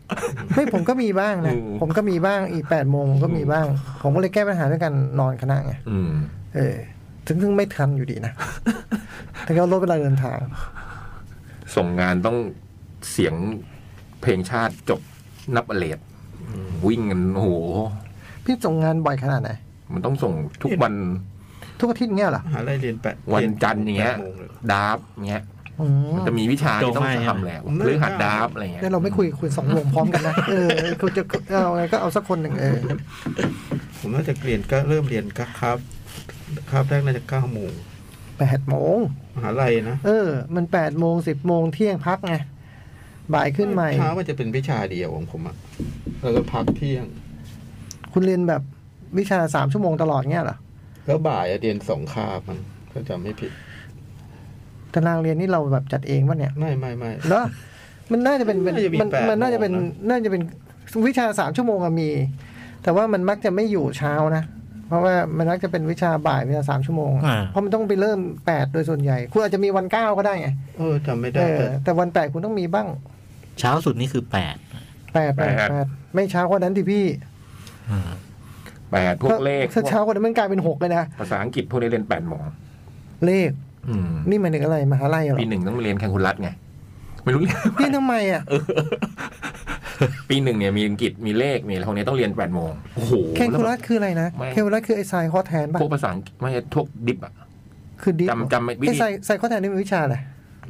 Speaker 4: ไม่ผมก็มีบ้างนะ
Speaker 2: อืม
Speaker 4: ผมก็มีบ้างอีกแปดโมงก็มีบ้าง ผมก็เลยแก้ปัญหาด้วยกันนอนคณะไง
Speaker 2: อืม
Speaker 4: เออ ถึงถึงไม่ทันอยู่ดีนะ แต่ก็ลดเวลาเดินทาง
Speaker 2: ส่งงานต้องเสียงเพลงชาติจบนับอเลดวิ่งกันโอ้โห
Speaker 4: พี่ส่งงานบ่อยขนาดไหน
Speaker 2: มันต้องส่งทุกวัน
Speaker 4: ทุกอาทิตย์เงี้ยเหรอ
Speaker 1: มหาลัยเรียนแปด
Speaker 2: วันจันทร์อย่างเงี้ย
Speaker 1: แปดโมเลย
Speaker 2: ดาร์ฟเงี้ย
Speaker 4: อืม
Speaker 2: มันจะมีวิชาที่ต้องทำแหละ
Speaker 1: โจไม่
Speaker 2: เรื่องหัดดาร์ฟอะไรเงี้ย
Speaker 4: แล้วเราไม่คุยคุณสองวงพร้อมกันนะ เออคุณจะเอาไงก็เอาสักคนหนึ่งเออ
Speaker 1: ผมน่าจะเรียนก็เริ่มเรียนก็ครับ ครับแรกน่าจะเก้าโมง
Speaker 4: ไป แปดโมง
Speaker 1: มหาลัยนะ
Speaker 4: เออ มันแปดโมงสิบโมงเที่ยงพักไง บ่ายขึ้นใหม่
Speaker 1: เช้ามันจะเป็นวิชาเดียวของผมอะแล้วก็พักเที่ยง
Speaker 4: คุณเรียนแบบวิชาสามชั่วโมงตลอดเงี้ยเหรอ
Speaker 1: แล้วบ่ายอะเรียนสองคาบมันถ้าจำไม่ผิด
Speaker 4: ตารางเรียนนี่เราแบบจัดเองป่ะเนี่ย
Speaker 1: ไม่ไม่ไม่
Speaker 4: แล้วมันน่าจะเป็นเป็น
Speaker 1: น่าจะมี
Speaker 4: มัน
Speaker 1: แปด
Speaker 4: มันน่าจะเป็น
Speaker 1: โมง
Speaker 4: น่าจะเป็นวิชาสามชั่วโมงอะมี แต่ว่ามันมักจะไม่อยู่เช้านะ เพราะว่ามันมักจะเป็นวิชาบ่ายวิชาสามชั่วโมงอะ
Speaker 3: อ่า
Speaker 4: เพราะมันต้องไปเริ่มแปดโดยส่วนใหญ่ คุณอาจจะมีวันเก้าก็ได้ไง
Speaker 1: เออจำไม่
Speaker 4: เอ
Speaker 1: ได้
Speaker 4: อ
Speaker 1: แต่
Speaker 4: แต่วันแปดคุณต้องมีบ้าง
Speaker 3: เช้าสุดนี่คือแปด
Speaker 4: แปดแปด
Speaker 2: แปด
Speaker 4: แปดไม่เช้ากว่านั้นที่พี่
Speaker 3: อืม
Speaker 2: แปดพวกเลข
Speaker 4: ถ้าเช้ากว่านั้นมันกลายเป็นหกเลยนะ
Speaker 2: ภาษาอังกฤษพวกนี้เรียนแปดหมอ
Speaker 4: เลข
Speaker 2: อืม
Speaker 4: นี่หมันถึงอะไรมหาลัยเหรอ
Speaker 2: ปีหนึ่งต้องเรียนแคลคูลัสไง ไม่รู้เรียน
Speaker 4: เรียนทำไมอ่ะ
Speaker 2: ปีหนึ่งเนี่ยมีอังกฤษมีเลขมีอะไรพวกนี้ต้องเรียนแปดโมงโอ้โห
Speaker 4: เคล
Speaker 2: แล้วแบ
Speaker 4: คูลั
Speaker 2: บ
Speaker 4: สคืออะไรนะ
Speaker 2: ไม่
Speaker 4: เคลคูลัสคือไอไซคอแทนป่ะ
Speaker 2: พวกภาษาอังกฤษไม่ใช่พวกดิบอะ
Speaker 4: คือดิฟ
Speaker 2: จำจำไม่วิธี
Speaker 4: ไอไซไซคอแทนนี่เป็นวิชาอะไร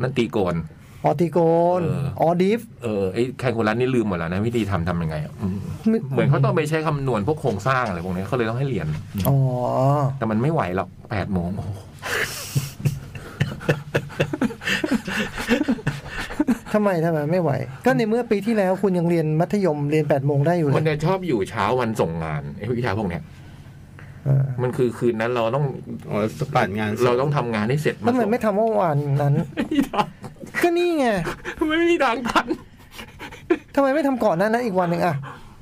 Speaker 2: นั่นตีโกน
Speaker 4: ออติโกน
Speaker 2: เออ
Speaker 4: ออดิฟ
Speaker 2: เออไอ้แคลคูลัสนี่ลืมหมดแล้วนะวิธีทำทำยังไงอะอืมเหมือนเขาต้องไปใช้คำนวณพวกโครงสร้างอะไรพวกนี้เขาเลยต้องให้เรียน
Speaker 4: อ๋อ
Speaker 2: แต่มันไม่ไหวหรอกแปดโมงโอ้โห
Speaker 4: ทำไมทำไมไม่ไหว ก็ในเมื่อปีที่แล้วคุณยังเรียนมัธยมเรียน8ปดโมงได้อยู่เล
Speaker 2: มัน
Speaker 4: ย
Speaker 2: จะชอบอยู่เช้าวันส่งงานไอ้วิชาพวกเนี้ย
Speaker 4: เออ
Speaker 2: มันคือคืนนั้นเราต้อง
Speaker 1: อ๋อสปันงานศพ
Speaker 2: เราต้องทำงานให้เสร็จ
Speaker 4: แล้วทำไมไม่ทำเมื่อวาน นั้น ก็นี่ไง
Speaker 2: ส่งไม่มีทางทัน
Speaker 4: ทำไมไม่ทำก่อนหนั้นนั้นอีกวันหนึ่งอะ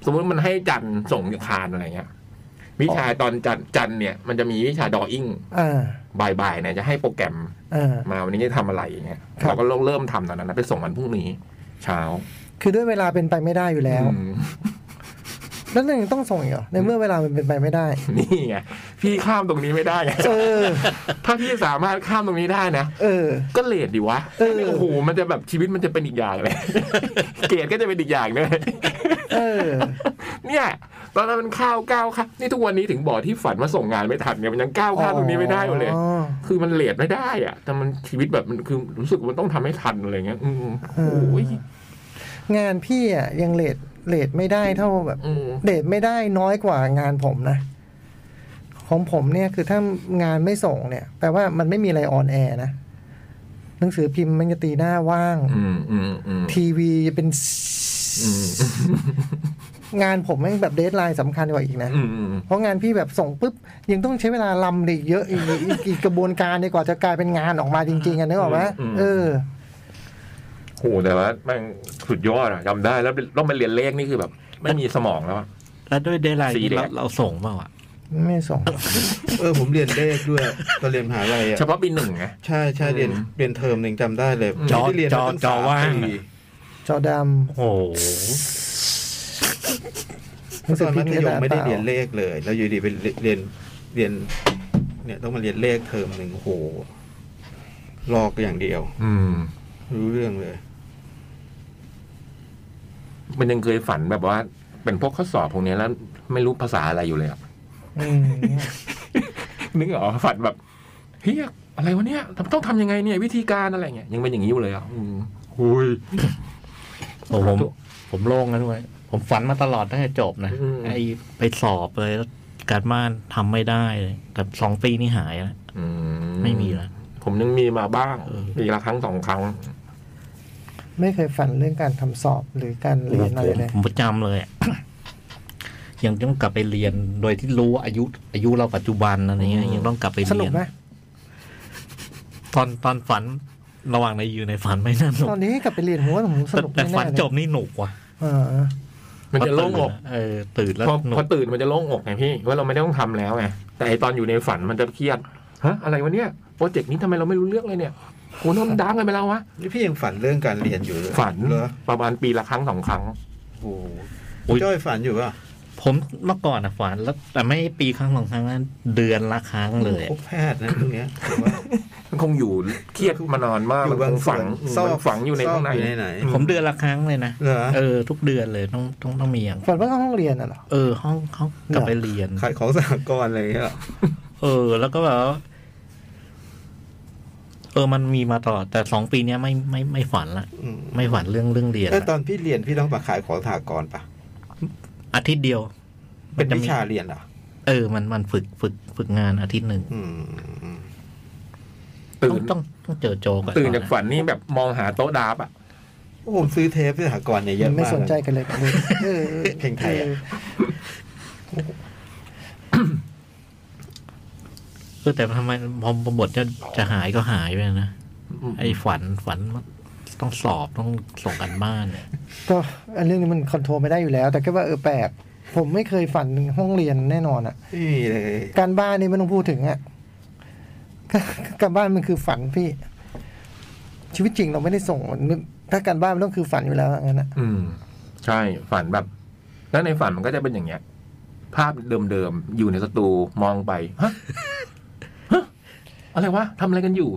Speaker 2: สมมติมันให้จันทร์ส่งคานอะไรเงี้ย วิชาตอนจันทร์จันทร์เนี่ยมันจะมีวิชาดออิ่ง
Speaker 4: อ่า
Speaker 2: บ่ายๆเนี่ยจะให้โปรแกรม
Speaker 4: อ่า
Speaker 2: มาวันนี้จะทำอะไรอย่างเงี้ย
Speaker 4: ครับ
Speaker 2: เราก็เริ่มทำตอนนั้นนะไปส่งวันพรุ่งนี้ เช้า
Speaker 4: คือด้วยเวลาเป็นไปไม่ได้อยู่แล้ว
Speaker 2: อืม
Speaker 4: แล้วนั่นยังต้องส่งอีกเหรอ ในเมื่อเวลามันเป็นไปไม่ได้
Speaker 2: นี่ไงพี่ข้ามตรงนี้ไม่ได้ ไง
Speaker 4: เออ
Speaker 2: ถ้าพี่สามารถข้ามตรงนี้ได้นะ
Speaker 4: เออ
Speaker 2: ก็เลดดีวะ
Speaker 4: เออ
Speaker 2: โอ้โหมันจะแบบชีวิตมันจะเป็นอีกอย่างเลย เกรดก็จะเป็นอีกอย่างเลย
Speaker 4: เออ
Speaker 2: เนี่ย ตอนนั้นมันข้าวก้าวค่ะนี่ทุกวันนี้ถึงบอกที่ฝันว่าส่งงานไม่ทันเนี่ยมันยังก้าวข้ามตรงนี้ไม่ได้อยู่เลย
Speaker 4: อ๋อ
Speaker 2: คือมันเลทไม่ได้อะแต่มันชีวิตแบบมันคือรู้สึกว่ามันต้องทำให้ทันอะไรเงี้ย อืม
Speaker 4: เอ
Speaker 2: โอ้
Speaker 4: อ
Speaker 2: ย
Speaker 4: งานพี่อ่ะยังเลทเลทไม่ได้เท่าแบบ
Speaker 2: อืม
Speaker 4: เลทไม่ได้น้อยกว่างานผมนะ ของผมเนี่ยคือถ้างานไม่ส่งเนี่ยแปลว่ามันไม่มีอะไรออนแอร์นะ หนังสือพิมพ์มันจะตีหน้าว่าง
Speaker 2: อืมอืมอืม
Speaker 4: ทีวีจะเป็น
Speaker 2: อืม
Speaker 4: งานผมแม่งแบบเดทไลน์สำคัญกว่าอีกนะ
Speaker 2: อืมอืม
Speaker 4: เพราะงานพี่แบบส่งปุ๊บ ยังต้องใช้เวลาลำเลยเยอะอีกอีกอีกอีกกระบวนการเนี่ยกว่าจะกลายเป็นงานออกมาจริงๆอันนึกออกไหมเออ
Speaker 2: โหแต่ว่าแม่งสุดยอดอะจำได้แล้วต้องมาเรียนเลขนี่คือแบบ ไม่มีสมองแล้วอะ
Speaker 3: แล้วด้วยเดลไลน์
Speaker 2: สีแดง
Speaker 3: เราเราส่งเปล่าอ่ะ
Speaker 4: ไม่ส่ง
Speaker 1: เออผมเรียนเลขด้วยตอนเรียนมหาลัยอะ
Speaker 2: เฉพาะปีหนึ่งไง
Speaker 1: ใช่ใช่เรียน
Speaker 2: อืม
Speaker 1: เรียนเทอมหนึ่งจำได้เลย
Speaker 3: จอ
Speaker 1: ไม่ได้เรียน
Speaker 3: จอ
Speaker 1: มตั้ง
Speaker 3: จอ
Speaker 1: สม
Speaker 3: ว่าง
Speaker 1: ปี
Speaker 4: จอด
Speaker 3: โอ้โห
Speaker 4: ำห
Speaker 1: ตอนมัธยม
Speaker 4: ษ
Speaker 1: ไม่
Speaker 4: ป
Speaker 1: ได้
Speaker 4: ล่า
Speaker 1: เรียนเลขเลย แล้วอยู่ดีไปเรียนเรียน เนี่ยต้องมาเรียนเลขเทอมหนึ่งโอ้โหลอกอย่างเดียว
Speaker 2: อืม
Speaker 1: รู้เรื่องเลย
Speaker 2: มันยังเคยฝันแบบว่า เป็นพวกข้อสอบพวกเนี้ยแล้วไม่รู้ภาษาอะไรอยู่เลยอะ
Speaker 4: อืม
Speaker 2: นึกออกฝันแบบเฮียอะไรวะเนี่ยต้องทำยังไงเนี่ย วิธีการอะไรเงี้ยยังเป็นอย่างนี้อยู่เลยอ่ะอืมหุย
Speaker 3: โอ้ผมผมโล่งนะด้วยผมฝันมาตลอดตั้งแต่จบนะ
Speaker 2: อืม
Speaker 3: ไอไปสอบเลยแล้วการบ้านทำไม่ได้เลยแต่สองปีนี่หายแล้ว
Speaker 2: อื
Speaker 3: ไม่มีแล้ว
Speaker 2: ผมยังมีมาบ้าง
Speaker 3: เออ
Speaker 2: ปีละครั้งสองครั้ง
Speaker 4: ไม่เคยฝันเรื่องการทำสอบหรือการเรียนอะไรเลย
Speaker 3: ผมประจำเลยอะ ยังต้องกลับไปเรียนโดยที่รู้ว่าอายุ อายุเราปัจจุบันอะไรเงี้ย
Speaker 2: อืม
Speaker 3: ยังต้องกลับไป
Speaker 4: ส
Speaker 3: เรี
Speaker 4: นุ
Speaker 3: ย
Speaker 4: ก
Speaker 3: น
Speaker 4: ไหม
Speaker 3: ตอนตอนฝันระหว่างในอยู่ในฝันไม่น่าหนุก
Speaker 4: ตอนนี้กลับไปเรียนผมว่าผมส
Speaker 3: แต่
Speaker 4: นุก
Speaker 3: แต่
Speaker 4: แน่ๆ
Speaker 3: ฝัน
Speaker 4: เลย
Speaker 3: จบนี่หนุกว่ะ
Speaker 4: เออ
Speaker 2: มันจะโล่งอก
Speaker 3: เออ ตื่นแล้ว
Speaker 2: พอ
Speaker 3: หนุ
Speaker 2: พอก ตื่นมันจะโล่งอกไงพี่ว่าเราไม่ได้ต้องทำแล้วไงแต่ไอตอนอยู่ในฝันมันจะเครียดฮะอะไรวะเนี่ยโปรเจกต์นี้ทำไมเราไม่รู้เรื่องเลยเนี่ยโหนนดังกันไปแล้ววะ
Speaker 1: นี่พี่ยังฝันเรื่องการเรียนอยู่เลย
Speaker 2: ฝัน
Speaker 1: เหรอ
Speaker 2: ประมาณปีละครั้งสองครั้ง
Speaker 1: โอ้โห
Speaker 3: อุ๊ย
Speaker 1: จ้อยฝันอยู่ป่ะ
Speaker 3: ผมเมื่อก่อนอะฝันแล้ว แต่ไม่ปีครั้งสองครั้งนะเดือนละครั้งเลย
Speaker 1: พ
Speaker 3: อะ
Speaker 1: บแพทย์นะเรื่องเนี้ยผมว่า
Speaker 2: มันคงอยู่เครียดมานอนมาก
Speaker 1: อยู่
Speaker 2: มั
Speaker 1: บา
Speaker 2: นค
Speaker 1: ง
Speaker 2: งฝัง
Speaker 1: ส่วน
Speaker 2: มันฝังอยู่ใน
Speaker 1: ซอก
Speaker 2: ข้างใน
Speaker 1: อยู่ในไหน
Speaker 3: ผมเดือนละครั้งเลยนะ
Speaker 1: เหรอ
Speaker 3: เออ ทุกเดือนเลยต้องต้องต้องมีอย่าง
Speaker 4: ฝันว่าเข้าห้องเรียนน่ะเหรอ
Speaker 3: เออ ห้องห้องกลับไปเรียน
Speaker 1: ขายของสหกรณ์อะไรอย่างเงี้ยเหรอ
Speaker 3: เออ แล้วก็แบบว่าเออมันมีมาตลอด แต่สองปีเนี้ยไม่ไม่ไม่ฝันละ
Speaker 1: อืม
Speaker 3: ไม่ฝันเรื่องเรื่องเรียน
Speaker 1: แล้วต
Speaker 3: ละ
Speaker 1: อนพี่เรียนพี่ต้องมาขายของสหกรณ์ป่ะ
Speaker 3: อาทิตย์เดียว
Speaker 1: เป็น
Speaker 3: จะ
Speaker 1: วิ
Speaker 3: มี
Speaker 1: ชาเรียนเหรอ่ะ
Speaker 3: เออมันมันฝึกฝึกฝึกงานอาทิตย์หนึ่ง
Speaker 1: อืม
Speaker 2: ตื่
Speaker 3: ต้อง
Speaker 2: น
Speaker 3: ต้องต้องเจอโจก่อน
Speaker 2: ตื่นจากฝันนี่แบบมองหาโต๊ะดาบอ่ะ
Speaker 1: โอ้ผมซื้อเทปที่สหกรณ์เนี่ยเยอะมาก
Speaker 4: ไม่สนใจ
Speaker 1: เลย
Speaker 4: กันเลยกับเลยเออ
Speaker 1: เพลงไทยอะ
Speaker 3: เออแต่ทำไมพอบทจะจะหายก็หายไปนะไอ้ฝันฝันต้องสอบต้องส่งกันบ้านเนี่ย
Speaker 4: ก็อันเรื่องนี้มันคอนโทรลไม่ได้อยู่แล้ว แต่แค่ว่าเออแปลกผมไม่เคยฝันถึงห้องเรียนแน่นอนอ่ะ
Speaker 1: ไม่มีเลย
Speaker 4: การบ้านนี่ไม่ต้องพูดถึงอะ กการบ้านมันคือฝันพี่ ชีวิตจริงเราไม่ได้ส่งมันถ้าการบ้านมันต้องคือฝันอยู่แล้วงั้นอะ
Speaker 2: อืม ใช่ฝันแบบ แล้วในฝันมันก็จะเป็นอย่างเงี้ย ภาพเดิมๆ อยู่ในสตูมองไปฮะ ฮะอะไรวะทำอะไรกันอยู่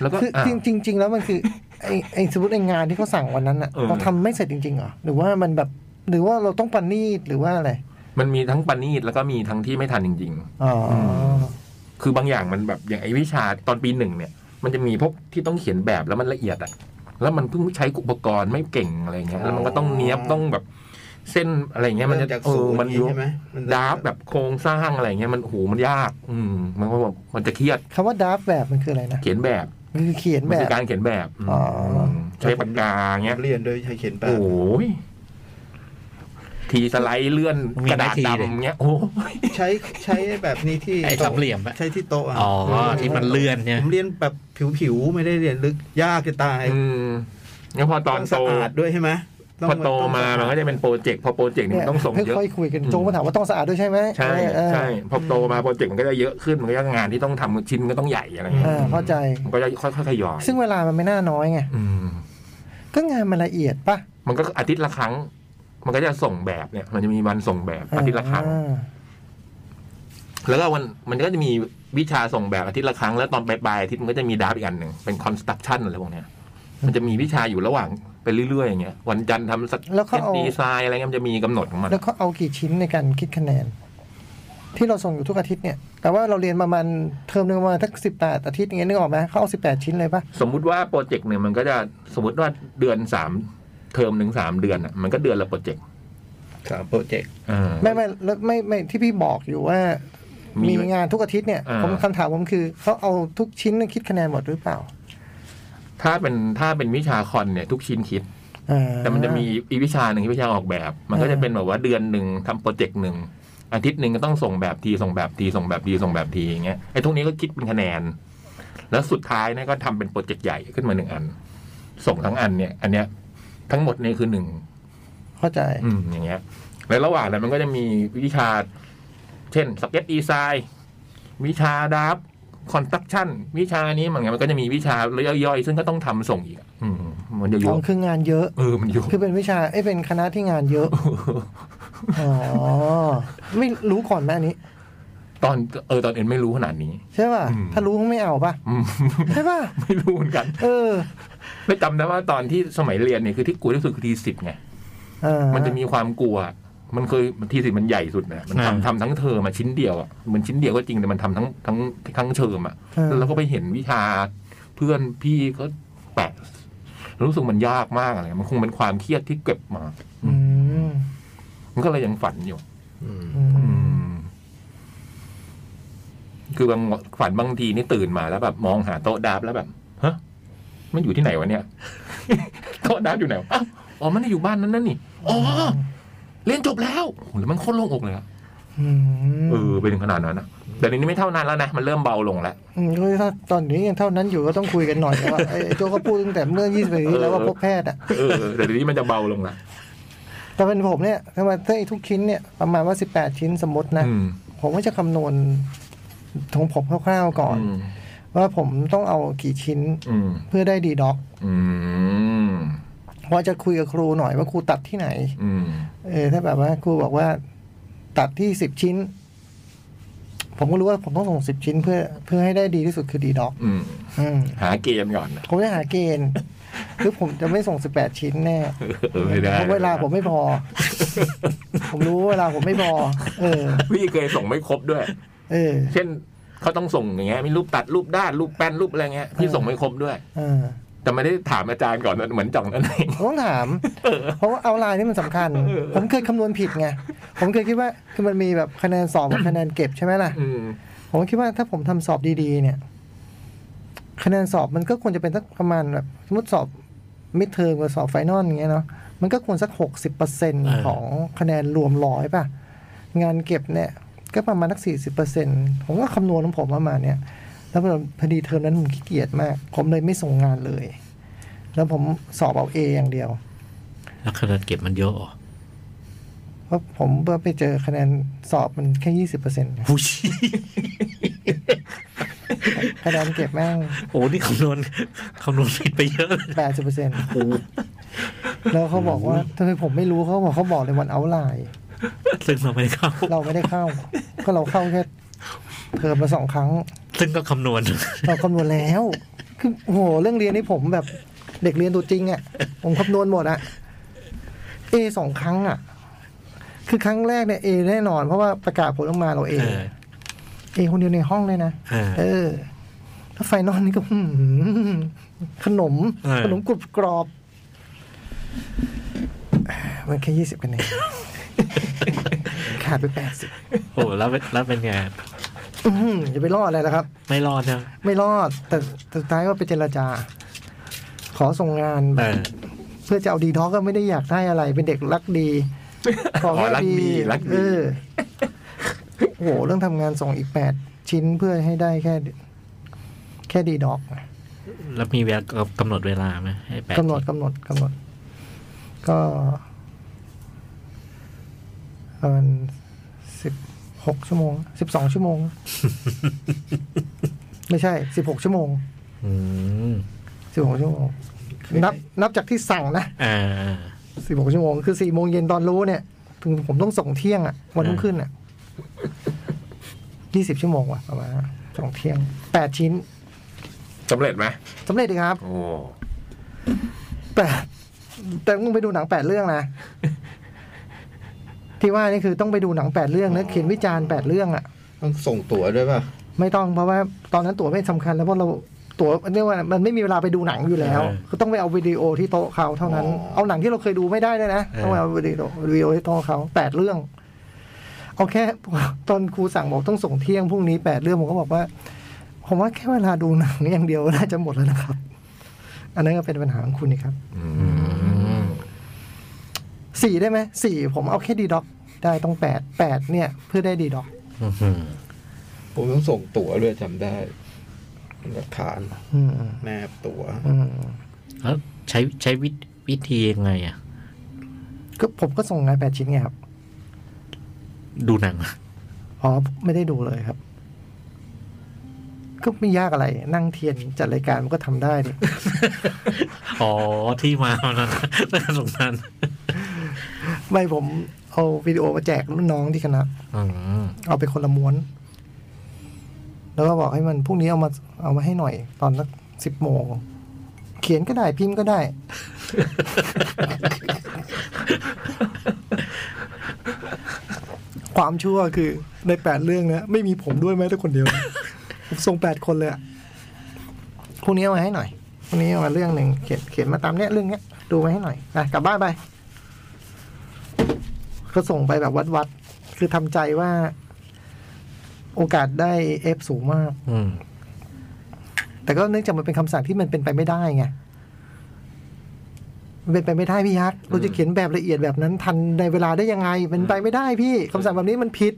Speaker 2: แล้วก็
Speaker 4: คือ
Speaker 2: อ้าว
Speaker 4: จริงจริง ๆ แล้วมันคือไอ้ไอ้สมมติไอ้งานที่เขาสั่งวันนั้นอะ
Speaker 2: เออ
Speaker 4: เราทำไม่เสร็จจริงๆเหรอหรือว่ามันแบบ หรือว่าเราต้องปันนีตหรือว่าอะไร
Speaker 2: มันมีทั้งปานีตแล้วก็มีทั้งที่ไม่ทันจริง
Speaker 4: อ๋อ
Speaker 2: ๆ คือบางอย่างมันแบบอย่างไอ้วิชาตอนปีหนึ่งเนี่ย มันจะมีพวกที่ต้องเขียนแบบแล้วมันละเอียดอะแล้วมันเพิ่งใช้อุปกรณ์ไม่เก่งอะไรเงี้ยแล้วมันก็ต้องเนี้ยบต้องแบบ เส้นอะไรเงี้ยมันจะ
Speaker 1: เริ่มจาก
Speaker 2: เอ
Speaker 1: ศู
Speaker 2: อน
Speaker 1: ย์
Speaker 2: มัน
Speaker 1: อย่างงี้ใช่ไหมมัน
Speaker 2: ดาร์ฟแบบโครงสร้างอะไรเงี้ยมันโหมันยาก อืม มันก็แบบมันจะเครียด
Speaker 4: คำว่าดราฟต์แบบมันคืออะไรนะ
Speaker 2: เขียนแบบ
Speaker 4: มันคือเขียน
Speaker 2: มั
Speaker 4: แบ
Speaker 2: นคื
Speaker 4: บ
Speaker 2: อการเขียนแบบ
Speaker 4: อ๋ออื
Speaker 2: มใช้ปากกาเงี้ย
Speaker 1: เรียนโดยใช้เขียนแปล
Speaker 2: โอ้ยทีสไลด์เลื่อน
Speaker 3: มี
Speaker 2: กระ
Speaker 3: ห
Speaker 2: ดา
Speaker 3: ลาย
Speaker 2: ษ
Speaker 3: ทีเลย
Speaker 2: ดำเงี้ยโอ้ย
Speaker 1: ใช้ใช้แบบนี้ที่
Speaker 3: ไอ้สามเหลี่ยมอะ
Speaker 1: ใช้ที่โต๊ะะ
Speaker 3: อ๋อที่มันเลื่อนเนี่ย
Speaker 1: ผมเรียนแบบผิวๆไม่ได้เรียนลึกยากจะตาย
Speaker 2: อืมแล้วพอตอน
Speaker 1: ง
Speaker 2: โต
Speaker 1: สะอาดด้วยใช่ไหมง
Speaker 2: พอโต
Speaker 1: ง
Speaker 2: มา
Speaker 1: สะอด
Speaker 2: มันก็จะเป็นโปรเจกต์พอโปรเจกต์นี่มันต้องส่งเยอะ
Speaker 4: ค่อยๆคุยกัน
Speaker 2: อืม
Speaker 4: โจงมาถามว่าต้องสะอาดด้วยใช่ไหม
Speaker 2: ใช่
Speaker 4: เออ
Speaker 2: ใช่พอโตมาโปรเจกต์มันก็จะเยอะขึ้นมันก็งานที่ต้องทำชิ้นก็ต้องใหญ่อะไรเงี้ย
Speaker 4: เออเข้าใจ
Speaker 2: มันก็จะค่อยๆทยอย
Speaker 4: ซึ่งเวลามันไม่น่าน้อยไง
Speaker 2: อืม
Speaker 4: ก็งานมันละเอียดปะ
Speaker 2: มันก็อาทิตย์ละครั้ง มันก็จะส่งแบบเนี่ย มันจะมีวันส่งแบบอาทิตย์ละครั้ง
Speaker 4: อ่า
Speaker 2: แล้วก็วันมันก็จะมีวิชาส่งแบบอาทิตย์ละครั้งแล้วตอนปลายๆอาทิตย์มันก็จะมีดราฟต์อีกอันหนึ่งเป็นคอนสตรักชั่นอะไรพวกเนี้ยมันจะมีวิชาอยู่ระหว่างไปเรื่อยๆอย่างเงี้ยวันจันทร์ทำสัก
Speaker 4: แล้วเขาเอา
Speaker 2: ดีไซน์อะไรเงี้ยมันจะมีกำหนดของมัน
Speaker 4: แล้วเขาเอากี่ชิ้นในการคิดคะแนน ที่เราส่งอยู่ทุกอาทิตย์เนี่ย แต่ว่าเราเรียนประมาณเทอมหนึงประมาทักสิบแปดอาทิตย์อย่างเงี้ยนึกออกไหมเขาเอาสิบแปดชิ้นเลยปะ
Speaker 2: สมมุติว่าโปรเจกต์เนี่ยมันก็จะสมมติว่าเดือนสามเทอมหนึ่งสามเดือนอ่ะมันก็เดือนละโปรเจกต์
Speaker 1: สามโปรเจกต์
Speaker 2: อ่า
Speaker 4: ไม่ไม่แล้วไม่ไม่ที่พี่บอกอยู่ว่า
Speaker 2: มี
Speaker 4: มี
Speaker 2: ไหม
Speaker 4: งานทุกอาทิตย์เนี่ย
Speaker 2: อ่า
Speaker 4: ผมคำถามผมคือเขาเอาทุกชิ้นคิดคะแนนหมดหรือเปล่า
Speaker 2: ถ้าเป็นถ้าเป็นวิชาคอนเนี่ยทุกชิ้นคิด
Speaker 4: อ่า
Speaker 2: แต่มันจะมีอีกวิชาหนึ่งที่วิชาออกแบบ มันก็จะเป็นแบบว่าเดือนหนึ่งทำโปรเจกต์หนึ่งอาทิตย์หนึ่งก็ต้องส่งแบบทีส่งแบบทีส่งแบบทีส่งแบบทีอย่างเงี้ยไอ้ทุกนี้ก็คิดเป็นคะแนน แล้วสุดท้ายเนี่ยก็ทำเป็นโปรเจกต์ใหญ่ขึ้นมาหนึ่งอัน ส่งทั้งอันเนี่ย อันเนี้ยทั้งหมดเนี่ยคือหนึ่ง
Speaker 4: เข้าใจ
Speaker 2: อืมอย่างเงี้ยแล้วระหว่างนั้นมันก็จะมีวิชา เช่นสเก็ตดีไซน์วิชาดับคอนสตรักชั่นวิชานี้มันไงมันก็จะมีวิชาย่อยๆ ซึ่งก็ต้องทำส่งอีกอะอืม มันจะเย
Speaker 4: ขอ
Speaker 2: อะ
Speaker 4: งคืองานเยอะ
Speaker 2: เออมันเยอะ
Speaker 4: คือเป็นวิชาเอ้ยเป็นคณะที่งาน เยอะ อ๋อ ไม่รู้ก่อนแม่นี้
Speaker 2: ตอนเออตอนเอ็นไม่รู้ขนาดนี้
Speaker 4: ใช่ป่ะ
Speaker 2: อืม
Speaker 4: ถ้ารู้คงไม่เอาป่ะ
Speaker 2: อืม
Speaker 4: ใช่ป่ะ
Speaker 2: ไม่รู้เหมือนกัน
Speaker 4: เออ
Speaker 2: ไม่จำได้ว่าตอนที่สมัยเรียนเนี่ยคือที่กลัวที่สุดคือทีสิบไง
Speaker 4: อ่า
Speaker 2: มันจะมีความกลัว มันเคยทีสิบมันใหญ่สุดนะมัน
Speaker 3: อ่า
Speaker 2: ทำทำทั้งเทอมมาชิ้นเดียวอ่ะมันชิ้นเดียวก็จริงแต่มันทำทั้งทั้งทั้งเทอมอ่ะ
Speaker 4: เออ
Speaker 2: แล้วก็ไปเห็นวิชาเพื่อนพี่ก็แปะรู้สึกมันยากมากอะไรเงี้ยมันคงเป็นความเครียดที่เก็บมา
Speaker 4: อืม
Speaker 2: มันก็เลยยังฝันอยู่
Speaker 1: อืม
Speaker 4: อื
Speaker 2: อื
Speaker 4: ม
Speaker 2: ม คือบางฝันบางทีนี่ตื่นมาแล้วแบบ มองหาโต๊ะดาบแล้วแบบฮะมันอยู่ที่ไหน วะเนี่ย โต๊ะดาบอยู่ไหนวะอ้าวอ๋อมันได้อยู่บ้านนั้นนั่นนี่อ๋อเรียนจบแล้วโหแล้วมันโคตรโล่งอกเลยอะ
Speaker 4: อืม
Speaker 2: เออเป็นถึงขนาดนั้นนะแต่ทีนี้ไม่เท่านั้นแล้วนะมันเริ่มเบาลงแล้ว
Speaker 4: มก็ถ้าตอนนี้ยังเท่านั้นอยู่ก็ต้องคุยกันหน่อย นะว่าไอ้ไอ้โจก็พูดตั้งแต่เมื่อ 20ปีที่แล้วว่าพบแพทย์อ่ะ
Speaker 2: เออแต่ทีนี้มันจะเบาลงละ
Speaker 4: แต่เป็นผมเนี่ยทำไมถ้าไอ้ทุกชิ้นเนี่ยประมาณว่า 18 ชิ้นสมมตินะ
Speaker 2: อืม
Speaker 4: ผมก็จะคำนวณของผมคร่าวๆก่อน
Speaker 2: อืม
Speaker 4: ว่าผมต้องเอากี่ชิ้น
Speaker 2: อืม
Speaker 4: เพื่อได้ดีด็อก
Speaker 2: อืม
Speaker 4: เพราะจะคุยกับครูหน่อยว่าครูตัดที่ไหน
Speaker 2: อืม
Speaker 4: เออถ้าแบบว่าครูบอกว่า ตัดที่ 10 ชิ้น ผมก็รู้ว่าผมต้องส่ง 10 ชิ้นเพื่อเพื่อให้ได้ดีที่สุดคือดีด็อก
Speaker 2: อืม
Speaker 4: อืม
Speaker 2: หาเกมก่อนนะ
Speaker 4: ผมจะหาเกณฑ์ คือผมจะไม่ส่ง 18 ชิ้นแน่
Speaker 2: เออไม่ได้
Speaker 4: เพราะเวลาผมไม่พอ ผมรู้ว่าเวลาผมไม่พอ เออ
Speaker 2: พี่เคยส่งไม่ครบด้วย
Speaker 4: เออ
Speaker 2: เช่นเขาต้องส่งอย่างเงี้ยมีรูปตัดรูปด้านรูปแป้นรูปอะไรเงี้ยพี่ส่งไม่ครบด้วย
Speaker 4: เออ
Speaker 2: แต่ไม่ได้ถามอาจารย์ก่อนนะเหมือนจ่องนั่นเอง
Speaker 4: ผมต้องถาม เพราะว่าเอาไลน์นี่มันสำคัญ ผมเคยคำนวณผิดไง ผมเคยคิดว่า คือมันมีแบบคะแนนสอบกับคะแนนเก็บใช่ไหมล่ะ
Speaker 2: อืม
Speaker 4: ผมก็คิดว่าถ้าผมทำสอบดีๆ เนี่ย คะแนนสอบมันก็ควรจะเป็นสักประมาณแบบสมมติสอบมิดเทอมกับสอบไฟนอลอย่างเงี้ยเนาะมันก็ควรสักหกสิบเปอร์เซ็น
Speaker 3: อ่า
Speaker 4: ของคะแนนรวมร้อยป่ะ งานเก็บเนี่ย ก็ประมาณนักสี่สิบเปอร์เซ็นผมก็คำนวณของผมประมาณเนี้ยแล้วพอดีเทอมนั้นผมขี้เกียจมาก ผมเลยไม่ส่งงานเลย แล้วผมสอบเอาเออย่างเดียว
Speaker 3: แล้วคะแนนเก็บมันเยอะเหรอ
Speaker 4: เพราะผมเพื่อไปเจอคะแนนสอบมันแค่ยี่สิบเปอร์เซ็น
Speaker 3: หูย
Speaker 4: คะแนนเก็บแม่ง
Speaker 3: โอ้นี่คำนวณคำนวณผิดไปเยอะเลย
Speaker 4: แปดสิบเปอร์เซ็นต์แล้วเขาบอก ว่าทำไมผมไม่รู้เขาบอกเขาบอกเลยวันเอาไลน์
Speaker 3: ซึ่งเราไม่ได้เข้า
Speaker 4: เราไม่ได้เข้า ก็เราเข้าแค่เทอมละสองครั้ง
Speaker 3: ซึ่งก็คำนวณ
Speaker 4: เราคำนวณแล้วคือโอ้โหเรื่องเรียนนี่ผมแบบเด็กเรียนตัวจริงอ่ะ ผมคำนวณหมดอ่ะเอสองครั้งอ่ะ คือครั้งแรกเนี่ยเอแน่นอน เพราะว่าประกาศผลออกมาเราเอ
Speaker 3: เออ
Speaker 4: เอคนเดียวในห้องเลยนะ
Speaker 3: เออ
Speaker 4: เออ ถ้าไฟนอนนี่ก็อื้อหือขนม
Speaker 3: เออ
Speaker 4: ขนมกรุบกรอบ มันแค่ยี่สิบกันเอง ขาดไปแปดสิบ
Speaker 3: โอ้แล้วเป็นแล้วเป็นไง
Speaker 4: อย่าไปรอดเลยนะครับ
Speaker 3: ไม่รอดนะ
Speaker 4: ไม่รอด แต่แต่สุดท้ายก็ไปเจรจา ขอส่งงานแบ
Speaker 3: เอบ อ
Speaker 4: เพื่อจะเอาดีท้องก็ไม่ได้อยากได้อะไร เป็นเด็กรักดี
Speaker 2: อ๋อรักดีรักดี
Speaker 4: เออโอ้โหเรื่องทำงานส่งอีกแปดชิ้นเพื่อให้ได้แค่ แค่ดีด็อก
Speaker 3: แล้วมีเวลากำหนดเวลาไหมให้แปด
Speaker 4: กำหนดกำหนดกำหนด ก็ประมาณสิบหกชั่วโมงสิบสองชั่ วโมง ไม่ใช่สิบหกชั่วโมง
Speaker 3: อืม
Speaker 4: สิบหกชั่วโมง นับนับจากที่สั่งนะ
Speaker 3: อ่าอ่า
Speaker 4: สิบหกชั่วโมง คือสี่โมงเย็นตอนรู้เนี่ย ถึงผมต้องส่งเที่ยงอะวันรุ่งขึ้นอะยี่สิบชั่วโมงว่ะประมาณนั้นส่งเที่ยงแปดชิ้น
Speaker 2: สำเร็จไหม
Speaker 4: สำเร็จดีครับ
Speaker 2: โอ้
Speaker 4: แต่แต่มึงไปดูหนังแปดเรื่องนะ ที่ว่านี่คือต้องไปดูหนังแปดเรื่องแล้วเขียนวิจารณ์แปดเรื่องอ่ะ
Speaker 1: ต้องส่งตั๋วด้วยป่ะ
Speaker 4: ไม่ต้องเพราะว่าตอนนั้นตั๋วไม่สำคัญ แล้วเพราะเราตั๋วเรียกว่ามันไม่มีเวลาไปดูหนังอยู่แล้ว
Speaker 3: เออ
Speaker 4: คือต้องไปเอาวิดีโอที่โต๊ะเขาเท่านั้น
Speaker 1: อ๋อ
Speaker 4: เอาหนังที่เราเคยดูไม่ได้เลยนะ
Speaker 3: เออ
Speaker 4: ต้องไปเอาวิดีโอวิดีโอที่โต๊ะเขาแปดเรื่องเอาแค่ ตอนครูสั่งบอกต้องส่งเที่ยงพรุ่งนี้แปดเรื่องผมก็บอกว่า ผมว่าแค่เวลาดูหนังอย่างเดียวน่าจะหมดแล้วนะครับ อันนั้นก็เป็นปัญหาของคุณนี่ครับ สี่ได้ไหมสี่ผมเอาแค่ดีด็อกได้ต้องแปดแปดเนี่ย เพื่อได้ดีด็อก
Speaker 3: อื้อหือ
Speaker 1: ผมต้องส่งตั๋วด้วยจำได้เป็นหลักฐาน
Speaker 4: อืม
Speaker 1: แนบตั๋ว
Speaker 4: อืม
Speaker 3: แล้วใช้ใช้วิธีวิธียังไงอ่ะ
Speaker 4: ก็ผมก็ส่งงานแปดชิ้นไงครับ
Speaker 3: ดูหนัง
Speaker 4: อ๋อไม่ได้ดูเลยครับ ก็ไม่ยากอะไร นั่งเทียนจัดรายการมันก็ทำได้ดิ
Speaker 3: อ๋อ ที่มามันนั้นน่าสงสาร
Speaker 4: ไม่ผมเอาวิดีโอมาแจกรุ่นน้องที่คณะ
Speaker 3: อืม
Speaker 4: เอาไปคนละม้วน แล้วก็บอกให้มันพรุ่งนี้เอามาเอามาให้หน่อย ตอนสักสิบโมง เขียนก็ได้พิมพ์ก็ได้ ความชั่วคือในแปดเรื่องเนะไม่มีผมด้วยแม้แต่คนเดียว ผมส่งแปดคนเลยอะพรุ่งนี้เอามาให้หน่อยพรุ่งนี้เอามาเรื่องหนึ่งเขียนเขียนมาตามเนี้ยเรื่องเนี้ย ดูมาให้หน่อยนะกลับบ้านไป ก็ส่งไปแบบวัดๆคือทำใจว่า โอกาสได้เอฟสูงมาก
Speaker 3: อืม
Speaker 4: แต่ก็เนื่องจากมันเป็นคำสั่งที่มันเป็นไปไม่ได้ไงมันเป็นไปไม่ได้พี่ยักษ์เราจะเขียนแบบละเอียดแบบนั้นทันในเวลาได้ยังไง มันไปไม่ได้พี่คำสั่งแบบนี้มันผิด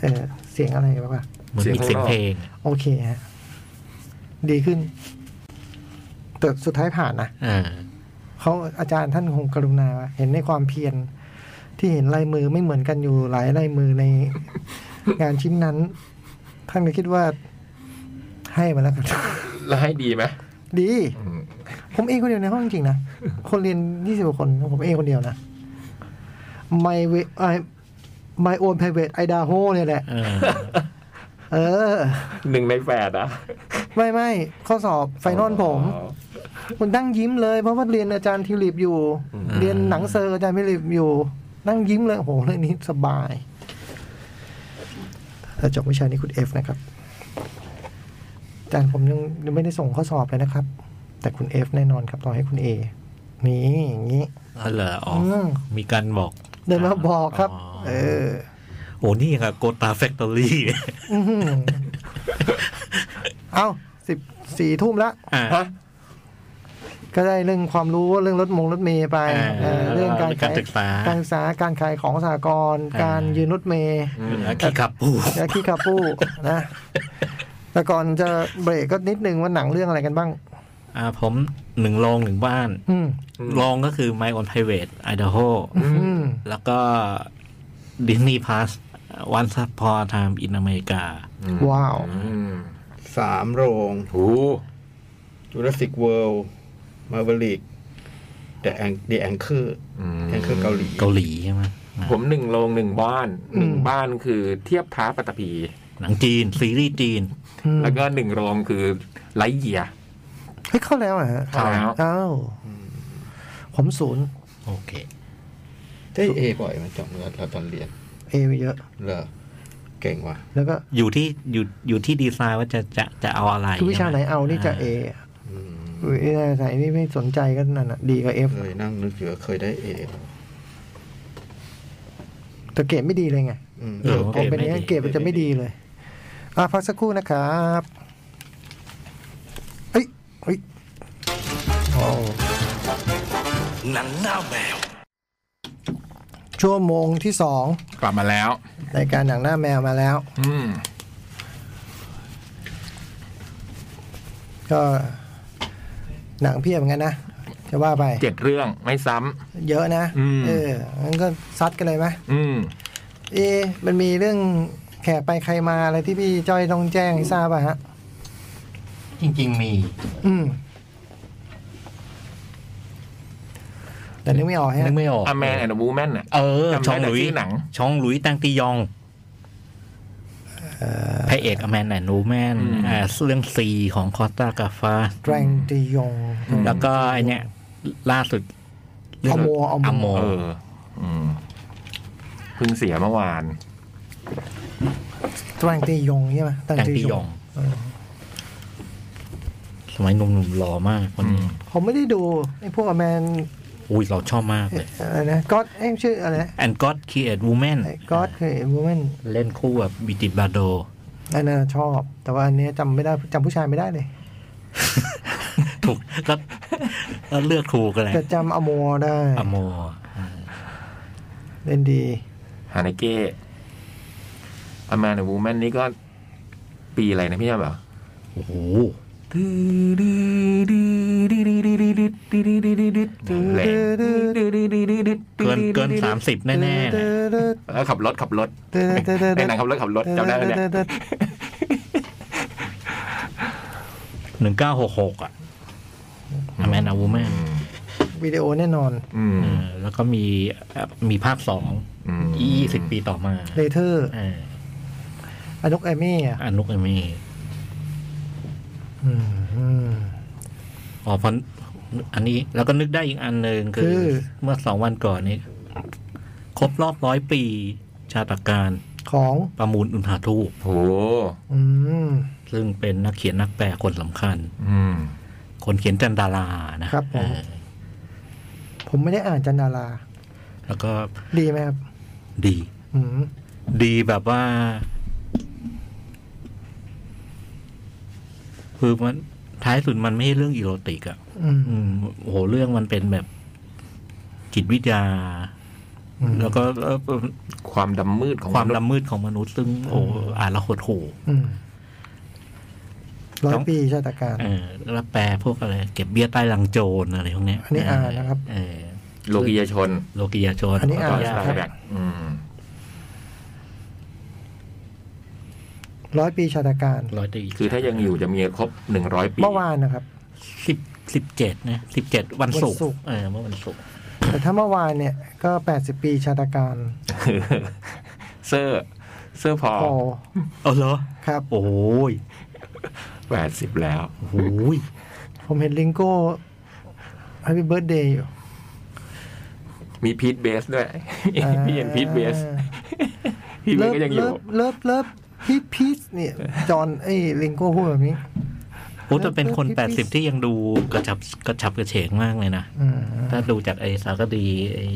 Speaker 4: เออเสียงอะไรบ้างวะ
Speaker 3: เหมือนมี
Speaker 2: เสี
Speaker 3: เสี
Speaker 2: ย
Speaker 3: ย
Speaker 2: ง
Speaker 3: ง
Speaker 2: ข้างนอก
Speaker 3: เพลง
Speaker 4: โอเคฮะดีขึ้น แต่สุดท้ายผ่านนะ
Speaker 3: อ่า
Speaker 4: เขาอาจารย์ท่านคงกรุณาเห็นในความเพียรที่เห็นลายมือไม่เหมือนกันอยู่หลายลายมือใน งานชิ้นนั้น ท่านก็คิดว่า ให้มาแล้วกัน
Speaker 2: แล้วให้ดีไหม
Speaker 4: ดี ผมเองคนเดียวในห้องจริงๆนะ คนเรียนยี่สิบคน ผมเองคนเดียวนะ my way I my own private Idaho เนี่ยแหละ
Speaker 3: เออ
Speaker 4: เออ
Speaker 2: หนึ่งในแปดอ่ะ
Speaker 4: ไม่ไม่ข้อสอบไฟนอลผม
Speaker 2: อ๋อ
Speaker 4: คุณนั่งยิ้มเลยเพราะว่าเรียนอาจารย์ทิวลิปอยู่
Speaker 2: อืม
Speaker 4: เรียนหนังเซอร์อาจารย์ทิวลิปอยู่ นั่งยิ้มเลยโอ้โหเรื่องนี้สบายแต่จบวิชานี้คุณเอฟนะครับอาจารย์ผมยังยังไม่ได้ส่งข้อสอบเลยนะครับ แต่คุณเอฟแน่นอนครับต่อให้คุณเอนี่อย่างนี้
Speaker 3: อ๋อเหรออ๋ออ
Speaker 4: ม
Speaker 3: มีการบอก
Speaker 4: เดินมาบอกครับ
Speaker 3: อ๋อ
Speaker 4: เออ
Speaker 3: โอ้นี่อย่างกับโกตาแฟคทอรี่
Speaker 4: อื้อหือ เอ้าสิบสี่ทุ่มละ
Speaker 3: อ่า
Speaker 2: ฮะ
Speaker 4: ก็ได้เรื่องความรู้เรื่องรถมงรถเมย์ไป
Speaker 3: อ่า
Speaker 4: เออเรื่องการ
Speaker 3: การศึกษา
Speaker 4: การศึกษาการขายของสากล
Speaker 3: อ่า
Speaker 4: การยืนรถเมย์
Speaker 2: อืม
Speaker 3: ขี่ขับปู
Speaker 4: และขี้คาปู้นะ แต่ก่อนจะเบรกก็นิดนึงว่าหนังเรื่องอะไรกันบ้าง
Speaker 3: อ่าผมหนึ่งโรงหนึ่งบ้าน
Speaker 4: อืม
Speaker 2: อืม
Speaker 3: โรงก็คือ My Own Private Idaho
Speaker 4: อืม
Speaker 3: แล้วก็ Disney Plus Once Upon a Time in America
Speaker 4: ว้าว
Speaker 2: อืม
Speaker 1: สามโรง
Speaker 2: โอ้โห
Speaker 1: จูราสสิกเวิลด์มาเวลิกเดอะแองเดอะแองเกอร์
Speaker 2: อืม
Speaker 1: แองเกอร์เกาหลี
Speaker 3: เกาหลีใช่ไหม
Speaker 2: ผมหนึ่งโรงหนึ่งบ้านหนึ่ง
Speaker 4: อืม
Speaker 2: บ้านคือเทียบท้าปัตตภี
Speaker 3: หนังจีน ซีรีส์จีน
Speaker 4: อืม
Speaker 2: แล้วก็หนึ่งโรงคือไลท์เยียร์
Speaker 4: เฮ้ยเข้าแล้วเหรอฮะ
Speaker 2: เข้าแล้ว
Speaker 4: อ้าวผมศูนย์
Speaker 3: โอเค
Speaker 1: ได้เอบ่อยมันจับมือเราตอนเรียน
Speaker 4: เอไปเยอะ
Speaker 1: เหรอเก่งว่ะ
Speaker 4: แล้วก็
Speaker 3: อยู่ที่อยู่อยู่ที่ดีไซน์ว่าจะจะจะเอาอะไร
Speaker 4: คือวิชาไหนเอานี่จะเอ
Speaker 1: อืม
Speaker 4: วิชาไหนนี่ไม่สนใจก็นั่นอ่ะ ดีกับเอฟ
Speaker 1: เลยนั่งนึกอยู่ว่าเคยได้เอ
Speaker 4: แต่เกรดไม่ดีเลยไง
Speaker 1: อืม
Speaker 3: เออเก
Speaker 4: พอ
Speaker 3: รด
Speaker 4: เป็นอ
Speaker 3: ไม่
Speaker 4: ย่าง
Speaker 3: ดี
Speaker 4: นี้เกรดมันจะไม่ดีเลย อ่ะพักสักครู่นะครับเอ้ยเอ้ยโอ้
Speaker 5: หนังหน้าแมว
Speaker 4: ชั่วโมงที่สอง
Speaker 2: กลับมาแล้ว
Speaker 4: รายการหนังหน้าแมวมาแล้ว
Speaker 2: อืม
Speaker 4: ก็หนังเพียบเหมือนกันนะ จะว่าไป
Speaker 2: เจ็ดเรื่องไม่ซ้ำ
Speaker 4: เยอะนะ
Speaker 2: อืม
Speaker 4: เอองั้นก็ซัดกันเลยไหม
Speaker 2: อืม
Speaker 4: เอะมันมีเรื่องแขกไปใครมาอะไรที่พี่จ้อยต้องแจ้งให้ทราบป่ะฮะ
Speaker 3: จริง ๆ มี
Speaker 4: อืม แต่นึกไม่ออกฮะ
Speaker 3: นึกไม่ออก
Speaker 2: A Man and a Woman อ่ะ
Speaker 3: เออ
Speaker 2: จำได้
Speaker 3: ชองหลุย
Speaker 2: แต่ชื่อหนัง
Speaker 3: ชองหลุยตังตียองพระเอกอแมนแอนนูแมน
Speaker 2: อืม
Speaker 3: อ่าเรื่องซีของคอสตากาฟา
Speaker 4: แดรงตียง
Speaker 3: แล้วก็ไอเนี้ยล่าสุด
Speaker 4: อโมอ
Speaker 3: อโม
Speaker 4: โม
Speaker 2: เออ อืมเพิ่งเสียเมื่อวาน
Speaker 4: แดรงตียงใช่ไหมแดร
Speaker 3: แตงตียอง สมัยหนุ่มๆหล่อมากคนนี้
Speaker 4: ผมไม่ได้ดูไอ้พวกแมน
Speaker 3: อุ้ยเราชอบมากเลย
Speaker 4: อะไรนะก็เอ้ยชื่ออะไรนะ
Speaker 3: แอนก็อดคีเอ็ดวูแมน
Speaker 4: ก็คือวูแมน
Speaker 3: เล่นคู่กับบิติบาโด
Speaker 4: อันนั้นชอบ แต่ว่าอันเนี้ยจำไม่ได้จำผู้ชายไม่ได้เลย
Speaker 3: ถูกก็ก็เลือกถูกอะไร
Speaker 4: แต่จำอโมได้
Speaker 3: อโม
Speaker 4: เล่นดี
Speaker 2: ฮานาเก้ A Man and a Woman นี่ก็ปีอะไรนะพี่ยามเหรอ
Speaker 3: โอ้โห
Speaker 2: แรง
Speaker 3: เกินเกินสามสิบแน่ๆเลย
Speaker 2: แล้วขับรถขับรถ ในหนังขับรถขับรถจำได้ไหมเนี่ย
Speaker 3: หนึ่งเก้าหกหกอ่ะแมนอาวูแมน
Speaker 4: วิดีโอแน่นอน
Speaker 2: อืม
Speaker 3: แล้วก็มีเอ่อมีภาคสอง
Speaker 2: อืม
Speaker 3: ยี่สิบปีต่อมา
Speaker 4: เลเทอร์
Speaker 3: เออ
Speaker 4: อนุกเอมี่อ่ะ
Speaker 3: อันนุกเอมี่
Speaker 4: อืม
Speaker 3: อ๋อเพราะอันนี้แล้วก็นึกได้อีกอันหนึ่ง
Speaker 4: คื
Speaker 3: คือ
Speaker 4: อ
Speaker 3: เมื่อสองวันก่อนนี้ ครบรอบร้อยปี ชาตการ
Speaker 4: ของ
Speaker 3: ประมูลอุณหาทูป
Speaker 2: โห
Speaker 4: อืม
Speaker 3: ซึ่งเป็นนักเขียนนักแปลคนสำคัญ
Speaker 2: อืม
Speaker 3: คนเขียนจันดารานะครับ
Speaker 4: ผม
Speaker 3: เออ
Speaker 4: ผมไม่ได้อ่านจันดารา
Speaker 3: แล้วก็
Speaker 4: ดีไหมครับ
Speaker 3: ดี
Speaker 4: อืม
Speaker 3: ดีแบบว่า คือมันท้ายสุดมันไม่ใช่เรื่องอีโรติกอะ่ะ
Speaker 4: อืม
Speaker 3: อืมโอ้โหเรื่องมันเป็นแบบจิตวิทยา
Speaker 4: อืม
Speaker 3: แล้วก็เอ่อเอ่อ
Speaker 2: ความดำมืดของ
Speaker 3: ความ
Speaker 2: นุษย์
Speaker 3: ดำมืดของมนุษย์ซึ่งโอ้โหอ่านแล้วหดหู่
Speaker 4: อืมร้อยปีชาตการ
Speaker 3: เออแล้วแปลพวกอะไร เก็บเบี้ยใต้ลังโจรอะไรพวกเนี้ย
Speaker 4: อันนี้อ่านนะครับ
Speaker 3: เออ
Speaker 2: โลกียชน
Speaker 3: โลกียาโจร
Speaker 4: อันนี้อ่าน
Speaker 2: ต่อ
Speaker 3: แล้ว
Speaker 2: ส
Speaker 3: ก็
Speaker 2: ตาร์แบ็กอืม
Speaker 4: ร้อยปีชาตการ
Speaker 3: ร้อยตรี
Speaker 2: คือถ้ายังอยู่จะมีครบหนึ่งร้อยปี
Speaker 4: เมื่อวานนะครับ
Speaker 3: สิบสิบเจ็ดนะสิบเจ็ดวันศุกร์
Speaker 4: วันศุกร์
Speaker 3: เออเมื่อวันศุกร์
Speaker 4: แต่ถ้าเมื่อวานเนี่ย ก็แปดสิบปีชาตการ
Speaker 2: เซอร์เซอร์พอ
Speaker 4: พอ
Speaker 3: เอาเหรอ
Speaker 4: ครับ
Speaker 3: โอ้ย
Speaker 2: แปดสิบแล้ว
Speaker 3: โอ้โห
Speaker 4: ผมเห็นลิงโก้ให้พี่เบิร์ดเดย์อยู่
Speaker 2: มีพีทเบสด้วย พี่ เห็นพีทเบส
Speaker 4: อ่า
Speaker 2: พี่เบสก็ยังอยู่
Speaker 4: เลิฟเลิฟพีทพีทเนี่ย จอห์นไอ้ลิงโก้พูดแบบนี้
Speaker 3: โอ้แต่เป็นคน
Speaker 4: แล้วก็
Speaker 3: 80 ที่ยังดูกระชับกระชับกระเฉงมากเลยนะ
Speaker 4: อืม
Speaker 3: ถ้าดูจากไอ้สารคดีไอ้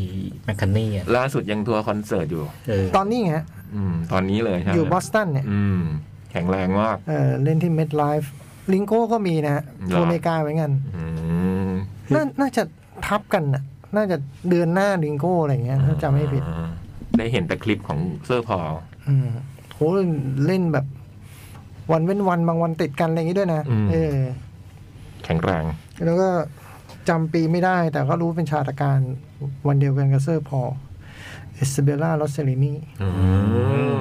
Speaker 3: แมคคันนี่อ่ะ
Speaker 2: ล่าสุดยังทัวร์คอนเสิร์ตอยู่
Speaker 3: เออ
Speaker 4: ตอนนี้ไงฮะ
Speaker 2: อืม ตอนนี้เลยใช่ไหม
Speaker 4: อ
Speaker 2: อยู่
Speaker 4: บอสตันเนี่ย
Speaker 2: อืม แข็งแรงมาก
Speaker 4: เออเล่นที่เมดไลฟ์ลิงโก้ก็มีนะฮะ
Speaker 2: เหรอ
Speaker 4: ทัวร์อเมริกาเหมือนกัน
Speaker 2: อืม
Speaker 4: น่าน่าจะทับกันน่ะ น่าจะเดือนหน้าลิงโก้อะไรอย่างเงี้ยถ้าจำไม่ผิด
Speaker 2: ได้เห็นแต่คลิปของเซอร์พอล
Speaker 4: อืมโหเล่นแบบ วันเว้นวันบางวันติดกันอะไรอย่างงี้ด้วยนะเออ
Speaker 2: แข็งแรง
Speaker 4: แล้วก็จำปีไม่ได้ แต่ก็รู้เป็นชาตการวันเดียวกันกับเซอร์พอลเอสเบล่าลอสเซลินี
Speaker 2: อื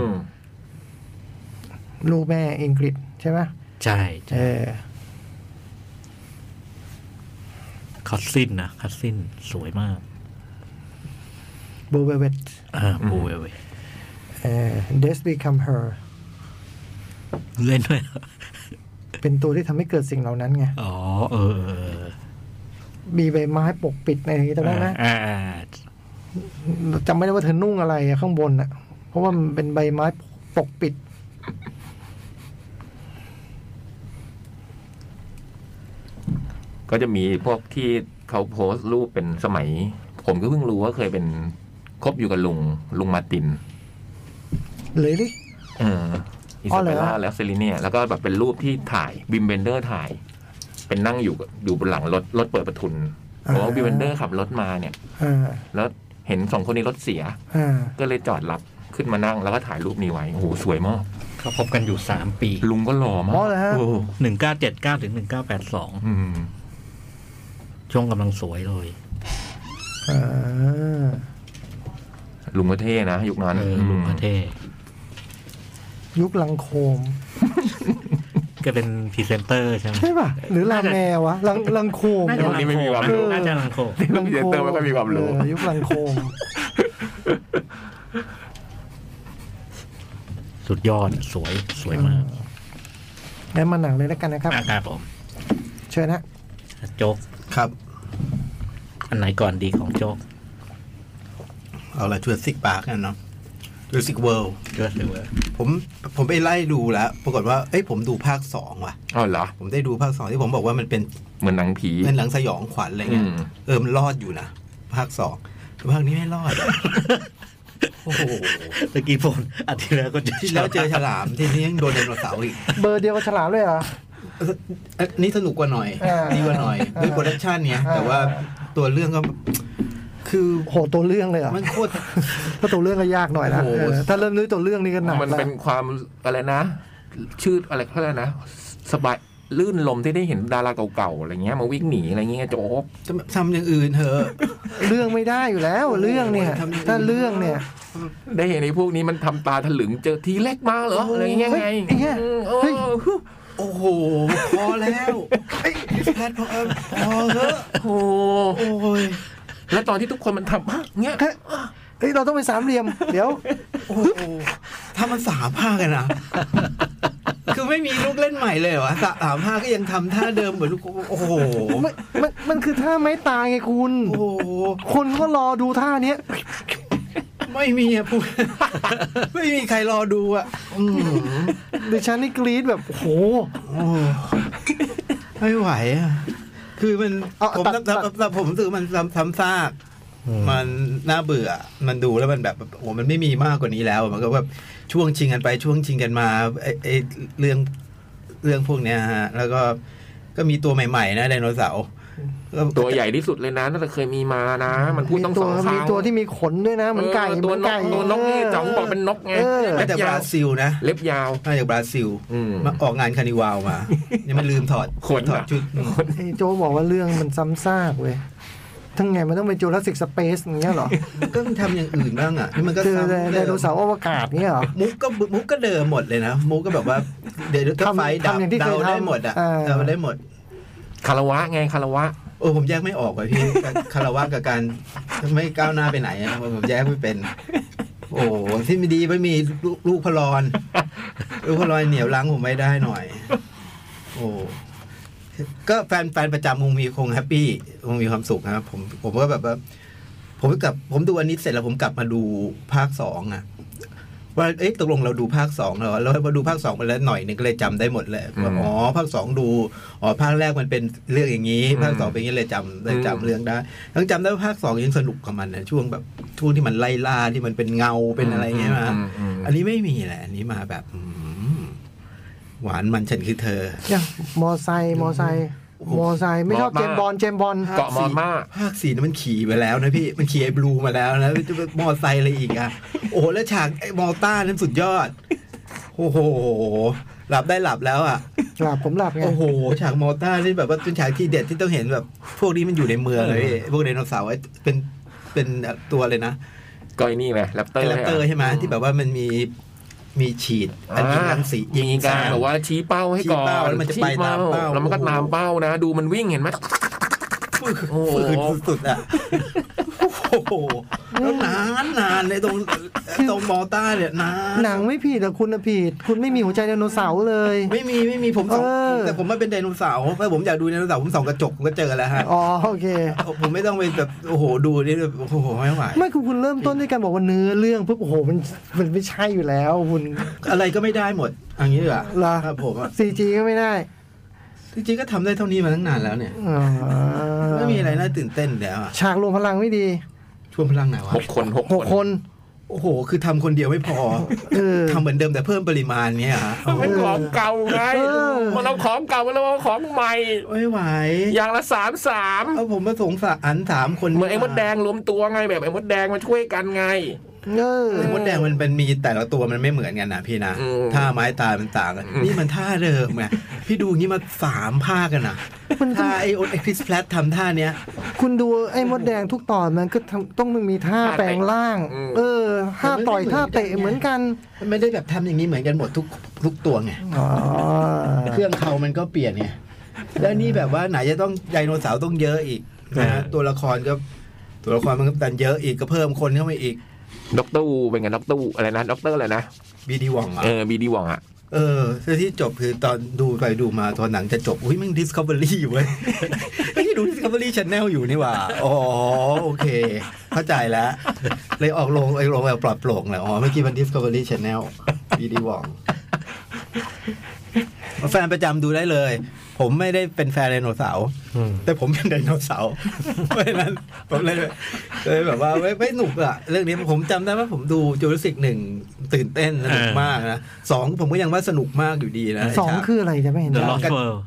Speaker 2: ม
Speaker 4: ลูกแม่อังกฤษใช่ไหม
Speaker 3: ใช่
Speaker 4: เอ
Speaker 3: ใช่
Speaker 4: อ
Speaker 3: คัสซินนะคัสซินสวยมาก
Speaker 4: โบเวเวต
Speaker 3: อ่าบูเวย
Speaker 4: เออเดสบีคัมเฮอร์
Speaker 3: เล่นด้วยเหร อ
Speaker 4: เป็นตัวที่ทำให้เกิดสิ่งเหล่านั้นไง
Speaker 3: อ๋อ เออเออเออ
Speaker 4: มีใบไม้ปกปิดในนี้จำได้ไหม
Speaker 3: อ่าอ่า
Speaker 4: จำไม่ได้ว่าเธอนุ่งอะไรอะข้างบนอะเพราะว่ามันเป็นใบไม้ปกปิด
Speaker 2: ก็จะมีพวกที่เขาโพสต์รูปเป็นสมัย ผมก็เพิ่งรู้ว่าเคยเป็นคบอยู่กับลุง ลุงมาร์ติน
Speaker 4: เลยดิ
Speaker 2: เอออิ
Speaker 4: อ๋
Speaker 2: ส
Speaker 4: อเหร
Speaker 2: เป
Speaker 4: อ
Speaker 2: ล่าแล้วเซลิเนียแล้วก็แบบเป็นรูปที่ถ่ายบิมเบนเดอร์ถ่าย เป็นนั่งอยู่กับอยู่บนหลังรถรถเปิดประทุนเพราะว่าบิมเบนเดอร์ขับรถมาเนี่ย
Speaker 4: อ่า
Speaker 2: แล้วเห็นสองคนนี้รถเสีย
Speaker 4: อ่า
Speaker 2: ก็เลยจอดรับขึ้นมานั่งแล้วก็ถ่ายรูปนี้ไว้โอ้โหสวยมาก
Speaker 3: เขาพบกันอยู่สามปี
Speaker 2: ลุงก็หล่อมา
Speaker 4: เพราะ
Speaker 2: ก
Speaker 4: อะไรฮะ
Speaker 3: โอ้หนึ่งเก้าเจ็ดเก้าถึงหนึ่งเก้าแปดสอง
Speaker 2: อืม
Speaker 3: ช่วงกำลังสวยเลย
Speaker 4: อ่า
Speaker 2: ลุงก็เท่นะยุคนั้น
Speaker 3: เออลุงพระเทพ
Speaker 4: ยุคลังโคม
Speaker 3: ก็เป็นพรีเซนเตอร์ใช่ไหม
Speaker 4: ใช่ป่ะ หรือลาแมวะลังลังโคม
Speaker 3: น่าจะ
Speaker 2: ยุคนี้ไม่มีความรู้
Speaker 3: น่าจะลังโคม
Speaker 2: ลุงเจเตอร์ไม่ค่อยมีความรู้
Speaker 4: เออยุคลังโคม
Speaker 3: สุดยอดสวยสวยมาก
Speaker 4: งั้นมาหนังเลยแล้วกันนะครับ
Speaker 3: อ่ะครับผม
Speaker 4: เชิญฮะ
Speaker 3: โจ๊ก
Speaker 1: ครับ
Speaker 3: อันไหนก่อนดีของโจ๊ก
Speaker 1: เอาละจูราสสิกปาร์กกันเนาะจูราสสิกเวิลด์
Speaker 3: เยอะเลยเว้ย
Speaker 1: ผมผมไปไล่ดูแล้ว ปรากฏว่า เอ้ยผมดูภาคสองว่ะ
Speaker 2: อ้าวเหรอ
Speaker 1: ผมได้ดูภาคสองที่ผมบอกว่ามันเป็น
Speaker 2: เหมือนหนังผี
Speaker 1: เป็นหนังสยองขวัญอะไรเงี้ย
Speaker 2: อืม
Speaker 1: เออมันรอดอยู่นะ ภาคสองแต่ภาคนี้ไม่รอดอะโอ้โห
Speaker 3: ตะกี้ผมอาทิตย์แล้วก็เจอ
Speaker 1: ที่แล้วเจอฉลามที่นี่ยังโดนไดโนเสาร์อีก
Speaker 4: เบอร์เดียวกับฉลามเลยเหรอ
Speaker 1: เอออันนี่สนุกกว่าหน่อย
Speaker 4: อ่า
Speaker 1: ดีกว่าหน่อยด้วยโปรดักชันเนี่ยแต่ว่า
Speaker 4: อ่
Speaker 1: ตัวเรื่องก็คือ
Speaker 4: โหตัวเรื่องเลยเหรอ
Speaker 1: มันโคตร
Speaker 4: ถ้าตัวเรื่องก็ยากหน่อยละ
Speaker 1: โอ้โห
Speaker 4: เออถ้าเริ่มด้วยตัวเรื่องนี่ก็หนัก
Speaker 2: มัน
Speaker 4: ละ
Speaker 2: เป็นความอะไรนะ ชื่ออะไรเขาเรียกนะสบายลื่นลมที่ได้เห็นดาราเก่าๆอะไรเงี้ยมาวิ่งหนีอะไรเงี้ยโจ๊ก
Speaker 1: ทำอย่างอื่นเถอะ
Speaker 4: เรื่องไม่ได้อยู่แล้วเรื่องเนี่ย
Speaker 1: ทำยังไง
Speaker 4: ถ้าเรื่องเนี่ย
Speaker 2: ได้เห็นไอ้พวกนี้มันทำตาถลึงเจอทีเล็กมาเหรออะไรเงี้ยไง
Speaker 4: เฮ้ยไอ้เหี้ย
Speaker 2: อืมเออ
Speaker 1: โอ้โห พอแล้วไอ้ยแพทย์พอเออพอเถอะ
Speaker 2: โอ้โห
Speaker 1: โอ้ย
Speaker 2: แล้วตอนที่ทุกคนมันทำอ่ะเงี้ย
Speaker 4: เฮ้ยเฮ้ยเราต้องเป็นสามเหลี่ยม เดี๋ยว
Speaker 1: โอ้โหถ้ามันสามภาคกันนะ คือไม่มีลูกเล่นใหม่เลยเหรอวะสะสามภาคก็ยังทำท่าเดิมเหมือนลูกโอ้โห
Speaker 4: มันมันมันคือท่าไม้ตายไงคุณ
Speaker 1: โอ้โห
Speaker 4: คนก็รอดูท่าเนี้ย
Speaker 1: ไม่มีอะพูดไม่มีใครรอดูอะอืม
Speaker 4: ดิฉันนี่กรี๊ดแบบโอ้โห
Speaker 1: โอ้ไม่ไหวอะคือมัน
Speaker 4: เอา
Speaker 1: ผม
Speaker 4: ตัดตัด
Speaker 1: แต่ผมรู้สึกมันซ้ำซ้ำซาก มันน่าเบื่อ มันดูแล้วมันแบบโอ้มันไม่มีมากกว่านี้แล้ว มันก็แบบช่วงชิงกันไปช่วงชิงกันมาไอ้ไอ้เรื่องเรื่องพวกเนี้ยฮะ แล้วก็ก็มีตัวใหม่ๆนะไดโนเสาร์ก็
Speaker 2: ตัวใหญ่ที่สุดเลยนะน่าจะเคยมีมานะ มันพูดต้อง
Speaker 4: มี
Speaker 2: ส
Speaker 4: ตั
Speaker 2: อ
Speaker 4: ว
Speaker 2: งครั้
Speaker 4: มี
Speaker 2: ง
Speaker 4: ตัวที่มีขนด้วยนะเหมือนไก่
Speaker 2: เออ
Speaker 4: เห
Speaker 2: ตั
Speaker 4: มื
Speaker 2: ว
Speaker 4: อน
Speaker 2: นก
Speaker 4: ไก่
Speaker 2: ตัวนกนี่จ๋องบอกเป็นนกไง
Speaker 4: เออ
Speaker 2: เล็
Speaker 1: มา
Speaker 2: บ
Speaker 1: จากบ
Speaker 2: ยาว
Speaker 1: ราซิลนะ
Speaker 2: เล็บยาว
Speaker 1: มาจากบราซิล
Speaker 2: อืม
Speaker 1: มาออกงานคาร์นิวาวมา ยังไม่ลืมถอด
Speaker 2: ขน
Speaker 1: ถอด
Speaker 2: อะ
Speaker 1: ชุด
Speaker 4: ไอ้โจบอกว่าเรื่องมันซ้ำซากเว้ย ทั้งไงมันต้องเป็นจูราสสิกสเปซอย่างเงี้ยเหรอ
Speaker 1: มันก็ทำอย่างอื่นบ้างอ่ะนี่มันก็
Speaker 4: คือ
Speaker 1: ซ้ำ
Speaker 4: ได
Speaker 1: ดิม
Speaker 4: โนเสาร์อวกาศเงี้ยเหรอ
Speaker 1: มุกก็มุกก็เดิมหมดเลยนะมุกก็แบบว่าเดี๋ยวถ้า
Speaker 4: ทำ
Speaker 1: ไฟดับ
Speaker 4: ทำอย่างที่เค
Speaker 1: เดายได้
Speaker 4: ทำ
Speaker 1: หมดอ่ะ
Speaker 4: อ่า
Speaker 1: เดาได้หมด
Speaker 2: คารวะไงคารวะ
Speaker 1: โอ้ผมแยกไม่ออกว่ะพี่ กับคารวะกับการไม่ก้าวหน้าไปไหนอะผมแยกไม่เป็น โอ้โหที่ไม่ดีไม่มีลูกลูกพลอนลูกพลอนเหนียวล้างผมไม่ได้หน่อย โอ้ก็แฟนแฟนประจำคงมีคงแฮปปี้คงมีความสุขนะครับผมผมก็แบบว่า ผมกลับ ผมดูอันนี้เสร็จแล้วผมกลับมาดูภาคสองอะว่าเอ๊ะตกลงเราดูภาคสองแล้วแล้วพอดูภาคสองไปแล้วหน่อยหนึงก็เลยจำได้หมดเลยว่า
Speaker 2: อืม
Speaker 1: อ๋อภาคสองดูอ๋อภาคแรกมันเป็นเรื่องอย่างนี้
Speaker 2: อืม
Speaker 1: ภาคสองเป็นอย่างนี้เลยจำเลย
Speaker 2: อืม
Speaker 1: จำเรื่องได้ ทั้งจำได้ว่าภาคสองยังสนุกกับมันนะช่วงแบบช่วงที่มันไล่ล่าที่มันเป็นเงาเป็นอะไรเงี้ยนะ
Speaker 2: อืมอืม
Speaker 1: อันนี้ไม่มีแหละ อันนี้มาแบบ อืม หวานมันฉันคือเธอ
Speaker 4: อย่างมอไซค์มอไซค์มอไซค์ไม่ชอบ
Speaker 2: มอไซ
Speaker 4: เจ
Speaker 2: ค์
Speaker 4: มส์บอลเจมส์บอล
Speaker 2: เกาะมอนมา
Speaker 1: ภาคสี่นั้นมันขี่ไปแล้วนะพี่ มันขี่ไอ้บลูมาแล้วนะจะมอไซค์อะไรอีกอ่ะ โอ้โหแล้วฉากไอ้มอลต้านั้นสุดยอด โอ้โห หลับได้หลับแล้วอ่ะ
Speaker 4: หลับผมหลับไง
Speaker 1: โอ้โห ฉากมอลต้านี่แบบว่าเป็นฉากที่เด็ดที่ต้องเห็นแบบ พวกนี้มันอยู่ในเมืองเลยพี่พวกไดโนเสาร์ไอ้เป็นเป็นตัวเลยนะ
Speaker 2: ก็ไอ้นี่แหละแรปเตอ
Speaker 1: ไอ้
Speaker 2: ร์
Speaker 1: แรปเตอร์ใช่ไหมที่แบบว่ามันมีมีฉีดอันยิงรังสียิง
Speaker 2: มีการแบบว่าชี้เป้าให้
Speaker 1: ชี้
Speaker 2: ก่อ
Speaker 1: เป้าน แล้วมันจะไปตามเป้า
Speaker 2: แล้วมันก็ตามเป้านะ ดูมันวิ่งเห็นไหม โอ้โห
Speaker 1: ฝืนสุดๆอ่ะ โอ้โหแล้วนานนานในตรงตรงมอลต้าเนี่ยนาน
Speaker 4: หนังไม่ผิดแต่คุณน่ะผิด คุณไม่มีหัวใจไดโนเสาร์เลย
Speaker 1: ไม่มีไม่มีผมส่อง
Speaker 4: เออ
Speaker 1: แต่ผมไม่เป็นไดโนเสาร์ถ้าผมอยากดูไดโนเสาร์ผมส่องกระจกผมก็เจอแล้วฮะ
Speaker 4: อ๋อโอเค
Speaker 1: ผมไม่ต้องไปแบบโอ้โหดูนี่แบบโอ้โหไม่ไหว
Speaker 4: ไม่คุณคุณเริ่มต้นด้วยการบอกว่าเนื้อเรื่องปุ๊บโอ้โหมันมันไม่ใช่อยู่แล้วคุณ
Speaker 1: อะไรก็ไม่ได้หมดเอย่างนี้เหรอ
Speaker 4: เหรอ
Speaker 1: ครับผมอะ
Speaker 4: ซีจีก็ไม่ได้
Speaker 1: จริงๆก็ทำได้เท่านี้มาตั้งนานแล้วเนี่ย
Speaker 4: อ๋อ
Speaker 1: ไม่มีอะไรน่าตื่นเต้นแล้วอะ
Speaker 4: ฉากรวมพลังไม่ดี
Speaker 1: ชวนพลังไหนวะ
Speaker 2: หกคนหก
Speaker 4: หก
Speaker 2: ค
Speaker 4: คน น
Speaker 1: โอ้โห คือทำคนเดียวไม่พอ
Speaker 4: เออ
Speaker 1: ทำเหมือนเดิมแต่เพิ่มปริมาณเนี่ยฮะโอ้โห
Speaker 2: เป็นของเก่าไง
Speaker 4: เออ
Speaker 2: มันเอาของเก่ามาแล้วเอาของใหม่
Speaker 1: ไม่ไหว
Speaker 2: อย่างละสามสาม
Speaker 1: เอาผมมาสงสารสามคน
Speaker 2: เหมือนไอ้มดแดงรวมตัวไงแบบไอ้มดแดงมาช่วยกันไง
Speaker 4: เออ
Speaker 1: ไอ้มดแดงมันเป็นมีแต่ละตัวมันไม่เหมือนกันนะพี่นะ
Speaker 2: อืม
Speaker 1: ท่าไม้ตายมันต่างกันนี่มันท่าเดิมไงพี่ดูงี้มาสามภาคกันนะ
Speaker 4: มันต้อ
Speaker 1: ท่าง ไอโอไอคริสแพลตทำท่าเนี้ย
Speaker 4: คุณดูไอ้มดแดงทุกตอนมันก็ทำต้องมีท่าแปลงร่าง
Speaker 2: อืม
Speaker 4: เออท่าต่อย
Speaker 1: แต่มันไม่
Speaker 4: ท่าเตะ
Speaker 1: เห
Speaker 4: เห
Speaker 1: มื
Speaker 4: มื
Speaker 1: อ
Speaker 4: อน น
Speaker 1: กั
Speaker 4: กัน น
Speaker 1: มันไม่ได้แบบทำอย่างนี้เหมือนกันหมดทุกทุกตัวไง
Speaker 4: อ๋อ
Speaker 1: เครื่องเขามันก็เปลี่ยนไง แล้วนี่แบบว่าไหนจะต้องไดโนเสาร์ต้องเยอะอีกนะฮะ
Speaker 3: เออ
Speaker 1: ตัวละครก็ตัวละครมันก็ดันเยอะอีกก็เพิ่มคนเข้ามาอีก
Speaker 2: ด็อกเตอร์วูเป็นไงด็อกเตอร์วูอะไรนะด็อกเตอร์อะไรนะ
Speaker 1: บีดีวองอ่ะ
Speaker 2: เออบีดีวองอ่ะ
Speaker 1: เออแล้วที่จบคือตอนดูไปดูมาตอนหนังจะจบ อุ้ยมันดิสคัฟเวอรี่เว้ย นี่ดูดิสคัฟเวอรี่ช n แนลอยู่นี่หว่า อ๋อ โอเค เข้าใจแล้ว เลยออกโรงไอโรงแบบปลอดโปร่งเลยอ๋อเมื่อกี้มันดิสคัฟเวอรี่ช n แนลบีดีวอง แฟนประจำดูได้เลย ผมไม่ได้เป็นแฟนไดโนเสาร์
Speaker 3: อืม
Speaker 1: แต่ผมเป็นไดโนเสาร์ เพราะฉะนั้นผมเลยเลยแบบว่าไม่ไม่หนุกอะเรื่องนี้ผมจำได้ว่าผมดูจูราสสิกหนึ่งตื่นเต้นสนุกมากนะสองผมก็ยังว่าสนุกมากอยู่ดีนะ
Speaker 4: สอง
Speaker 1: ฉาก
Speaker 4: คืออะไรจะไม่เห็น
Speaker 3: The
Speaker 1: เดี๋ยว
Speaker 3: Lost
Speaker 1: กัน
Speaker 3: World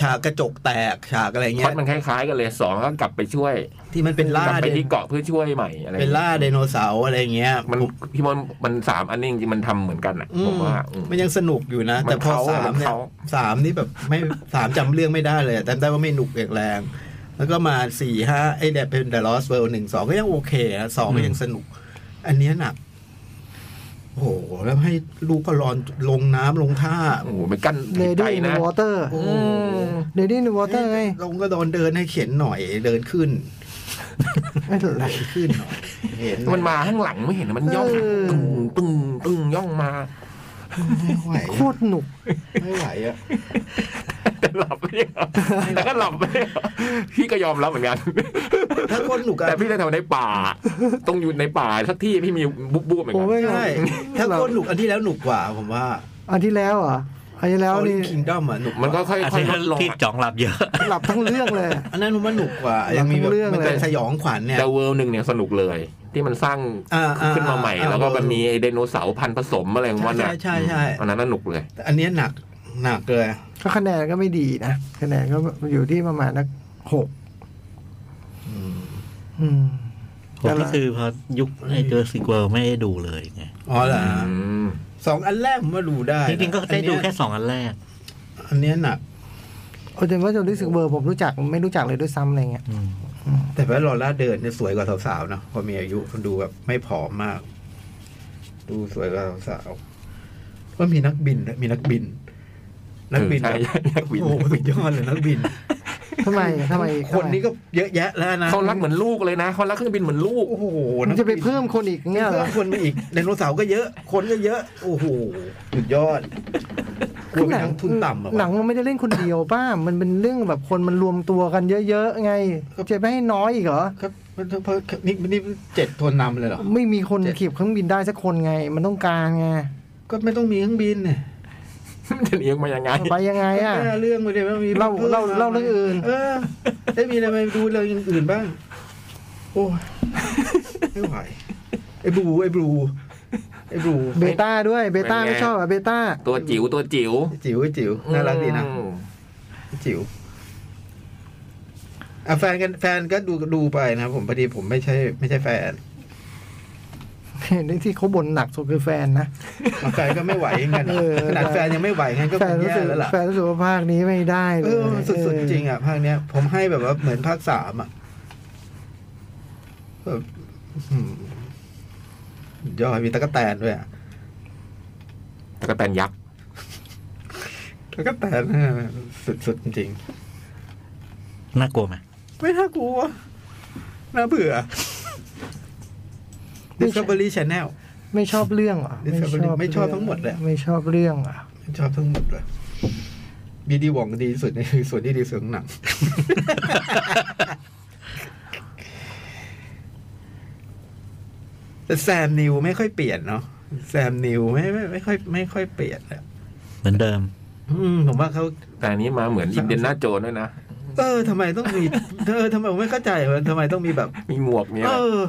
Speaker 1: ฉากกระจกแตกฉากอะไร
Speaker 2: พ
Speaker 1: เงี้
Speaker 2: ล็อย ดมันคล้ายๆกันเลยสองก็กลับไปช่วย
Speaker 1: ที่มันเป็นล่าก
Speaker 2: ลับไป
Speaker 1: เด
Speaker 2: ที่เกาะเพื่อช่วยใหม่อะไร
Speaker 1: เป็นล่าไดโนเสาร์อะไรเงี้ย
Speaker 2: มันพี่มอนมันสามอันนี้จริงๆมันทำเหมือนกันอ่ะ
Speaker 1: อื
Speaker 2: ผมว่าอืม
Speaker 1: มันยังสนุกอยู่นะ
Speaker 2: มัน
Speaker 1: แต่พอ
Speaker 2: เขา
Speaker 1: สาม
Speaker 2: มัน
Speaker 1: เนี่ย
Speaker 2: เขา
Speaker 1: สามนี่แบบ ไม่สามจำเรื่องไม่ได้เลยจำได้ว่าไม่หนุกอย่างแรง แล้วก็มาสี่ห้าไอ้เดบเป็นเดอะลอสเวิลหนึ่งสองก็ยังโอเคนะสองก็ยังสนุก อันเนี้ยหนัก โอ้โห แล้วให้ลูกพลอนลงน้ำลงท่า
Speaker 2: โอ้โหไปกั้น
Speaker 4: เล
Speaker 2: ใจ
Speaker 4: ดี้ใน
Speaker 2: นะ
Speaker 4: วอเตอร์
Speaker 1: โอ้
Speaker 4: เลดี้ในวอเตอร์ไง
Speaker 1: ลงก็โดนเดินให้เข็นหน่อยเดินขึ้น
Speaker 4: ไม่เป็นไร
Speaker 1: เดินขึ้นหน่อยเห็น
Speaker 2: มันมาข้างหลังไม่เห็นมันย่อง
Speaker 4: เออ
Speaker 2: ตึงตึงตึงย่องมา
Speaker 1: ไม่ไหว
Speaker 4: โคตรหนุก
Speaker 1: ไม่ไหวอะ
Speaker 2: แต่หลับไปเนี่ยแต่ก็หลับไปเนี่ยพี่ก็ยอมรับเหมือนกัน
Speaker 1: ถ้าคนหนุกอะ
Speaker 2: แต่พี่จะทำในป่า ต้องอยู่ในป่าสักที่พี่มีบุ๊บบุ๊บเหมือนกัน
Speaker 4: โอ้ย
Speaker 1: ใช่ถ้าคนหนุกอันที่แล้วหนุกกว่าผมว่า
Speaker 4: อันที่แล้วเหรอ่ะอันที่แล้วนี่
Speaker 1: คิงดอมอะหนุก
Speaker 2: มันก็ค่
Speaker 3: อา
Speaker 2: อ
Speaker 3: ทิ
Speaker 2: ย
Speaker 3: ตย์
Speaker 2: ๆลดลง
Speaker 3: ที่
Speaker 2: อะ
Speaker 3: จ่องหลับเยอะ
Speaker 4: หลับทั้งเรื่องเลย
Speaker 1: อันนั้นผมว่าหนุกกว่า ยังมีแบบ
Speaker 4: เรื่องเลย
Speaker 1: มันเป็นสยองขวัญเนี่ย
Speaker 2: แต่เวิร์หนึ่งเนี่ยสนุกเลย ที่มันสร้าง
Speaker 1: อ่าอ่า
Speaker 2: ขึ้นมาใหม่
Speaker 1: อ่า
Speaker 2: แล้วก็มัน
Speaker 1: เวิลด์
Speaker 2: มีไอไดโนเสาร์พันธุ์ผสมอะไรของมันอะ
Speaker 1: ใช่ใช่ใช่
Speaker 2: อืมอันนั้นน่ะหนุกเลย
Speaker 1: แต่อันเนี้ยหนักหนักเลย
Speaker 4: ก็คะแนนก็ไม่ดีนะคะแนนก็อยู่ที่ประมาณนักหกอืม
Speaker 3: ผม
Speaker 4: อะไร
Speaker 3: ก็คือพอยุคในเจอสิกเวิร์ไม่ได้ดูเลยไง
Speaker 1: อ๋อเหรอฮะ
Speaker 2: อืม
Speaker 1: สองอันแรกผมว่าดูได้
Speaker 3: จริงๆก็ได้ดู
Speaker 1: อัน
Speaker 3: แค่
Speaker 1: เนี้ย
Speaker 3: สองอันแรก
Speaker 1: อันเนี้ยหนัก
Speaker 4: เอาจนว่าจนรู้สึกเบอร์ผมรู้จักไม่รู้จักเลยด้วยซ้ำอะไรเงี้ย
Speaker 3: อืม
Speaker 1: แต่ว่าลอร่าเดินเนี่ยสวยกว่าสาวๆเนอะพอมีอายุคนดูแบบไม่ผอมมาก ดูสวยกว่าสาวๆว่ามีนักบินด้วยมีนักบิน นักบิน
Speaker 2: ใช่ใช่นักบิน
Speaker 1: โอ้โหสุดยอดเลยนักบิน
Speaker 4: ทำไม ทำไม
Speaker 1: คนนี้ก็เยอะแยะแล้วนะ
Speaker 2: เขารักเหมือนลูกเลยนะเขารักเครื่องบินเหมือนลูก
Speaker 1: โอ้โห
Speaker 4: มั
Speaker 1: นั
Speaker 4: น
Speaker 1: ก
Speaker 4: จะไป
Speaker 1: บิน
Speaker 4: เพิ่มคนอีก
Speaker 1: เนี่
Speaker 4: เนี่ย ยเหรอ
Speaker 1: คนมาอีกไดโนเสาร์ก็เยอะ คนก็เยอะ โอ้โหสุดยอดกลัวเป็นหนังทุนต่ำเหรอ
Speaker 4: หนั
Speaker 1: วะ
Speaker 4: งมันไม่ได้เล่นคนเดียวป้ามันเป็นเรื่องแบบคนมันรวมตัวกันเยอะๆไงจะไม่ให้น้อยอีกเหรอ
Speaker 1: ครับมันเพราะนี่นี่เจ็ดทวนนำเลยเหรอ
Speaker 4: ไม่มีคน
Speaker 1: เจ็ด
Speaker 4: ขีบเครื่องบินได้สักคนไง มันต้องการไง
Speaker 1: ก็ไม่ต้องมีเครื่องบินเนี่ย
Speaker 2: มันจะเลี้ยงมายังไง
Speaker 4: ไปยังไง อ่ะ
Speaker 1: ไม่น่าเรื่องไม่ได้ไม่มี
Speaker 4: เล่าเล่าเล่าเรื่องอื่น
Speaker 1: เออได้มีอะไรมาดูเรื่องอื่นบ้าง โอ้ยไม่ไหวไอ้บลูไอ้บลู ไอ้บลู
Speaker 4: เบต้าด้วยเบต้าไม่ชอบอะเบต้า
Speaker 2: ตัวจิ๋วตัวจิ๋ว
Speaker 1: จิ๋วจิ๋วน่ารักดีนะ
Speaker 2: อืม
Speaker 1: จิ๋วอ่ะแฟนกันแฟนก็ดูดูไปนะครับผมพอดีผมไม่ใช่ ไม่ใช่แฟน
Speaker 4: เห็นที่เขาบ่นหนักสุดคือแฟนนะ
Speaker 1: อ่ะแฟนก็ไม่ไหวเหมือนกัน
Speaker 4: เออ
Speaker 1: ขนาดแฟนยังไม่ไหวงั้นก็
Speaker 4: แฟ
Speaker 1: คน ง
Speaker 4: รู้
Speaker 1: แย่
Speaker 4: สึก
Speaker 1: แล้วล่ะ
Speaker 4: แฟนรู้สึกว่าภาคนี้ไม่ได้เล
Speaker 1: เอย อสุดๆจริงอ่ะภาคเนี้ย ผมให้แบบว่าเหมือนภาคสามอ่ะแบบอืมยอดมีตะกแตนด้วยอ่ะ
Speaker 2: ตะกแตนยักษ์
Speaker 1: ตะกแตนสุดๆจริง
Speaker 3: น่ากลัวไหม
Speaker 1: ๆไม่น่ากลัวน่าเบื่อ Discovery Channel
Speaker 4: ไม่ชอบเรื่องเหรอ่ะ
Speaker 1: Discovery ไม่ชอบทั้งหมดเลย
Speaker 4: ไม่ชอบเรื่องเหรอ่ะ
Speaker 1: ชอบทั้งหมดเลยบีดีวองดีที่สุดในคือส่วนที่ดีสุดของหนัง แต่แซมนิวไม่ค่อยเปลี่ยนเนาะแซมนิวไม่ไม่ไม่ค่อยไม่ค่อยเปลี่ยนเลย
Speaker 3: เหมือนเดิม
Speaker 1: อืมผมว่าเขา
Speaker 2: แต่อันนี้มาเหมือนอินเดียนาโจนด้วยนะ
Speaker 1: เออทำไมต้องมี เออทำไมผมไม่เข้าใจว่าทำไมต้องมีแบบ
Speaker 2: มีหมวกมีอะ
Speaker 1: เอ
Speaker 2: ไร
Speaker 1: อ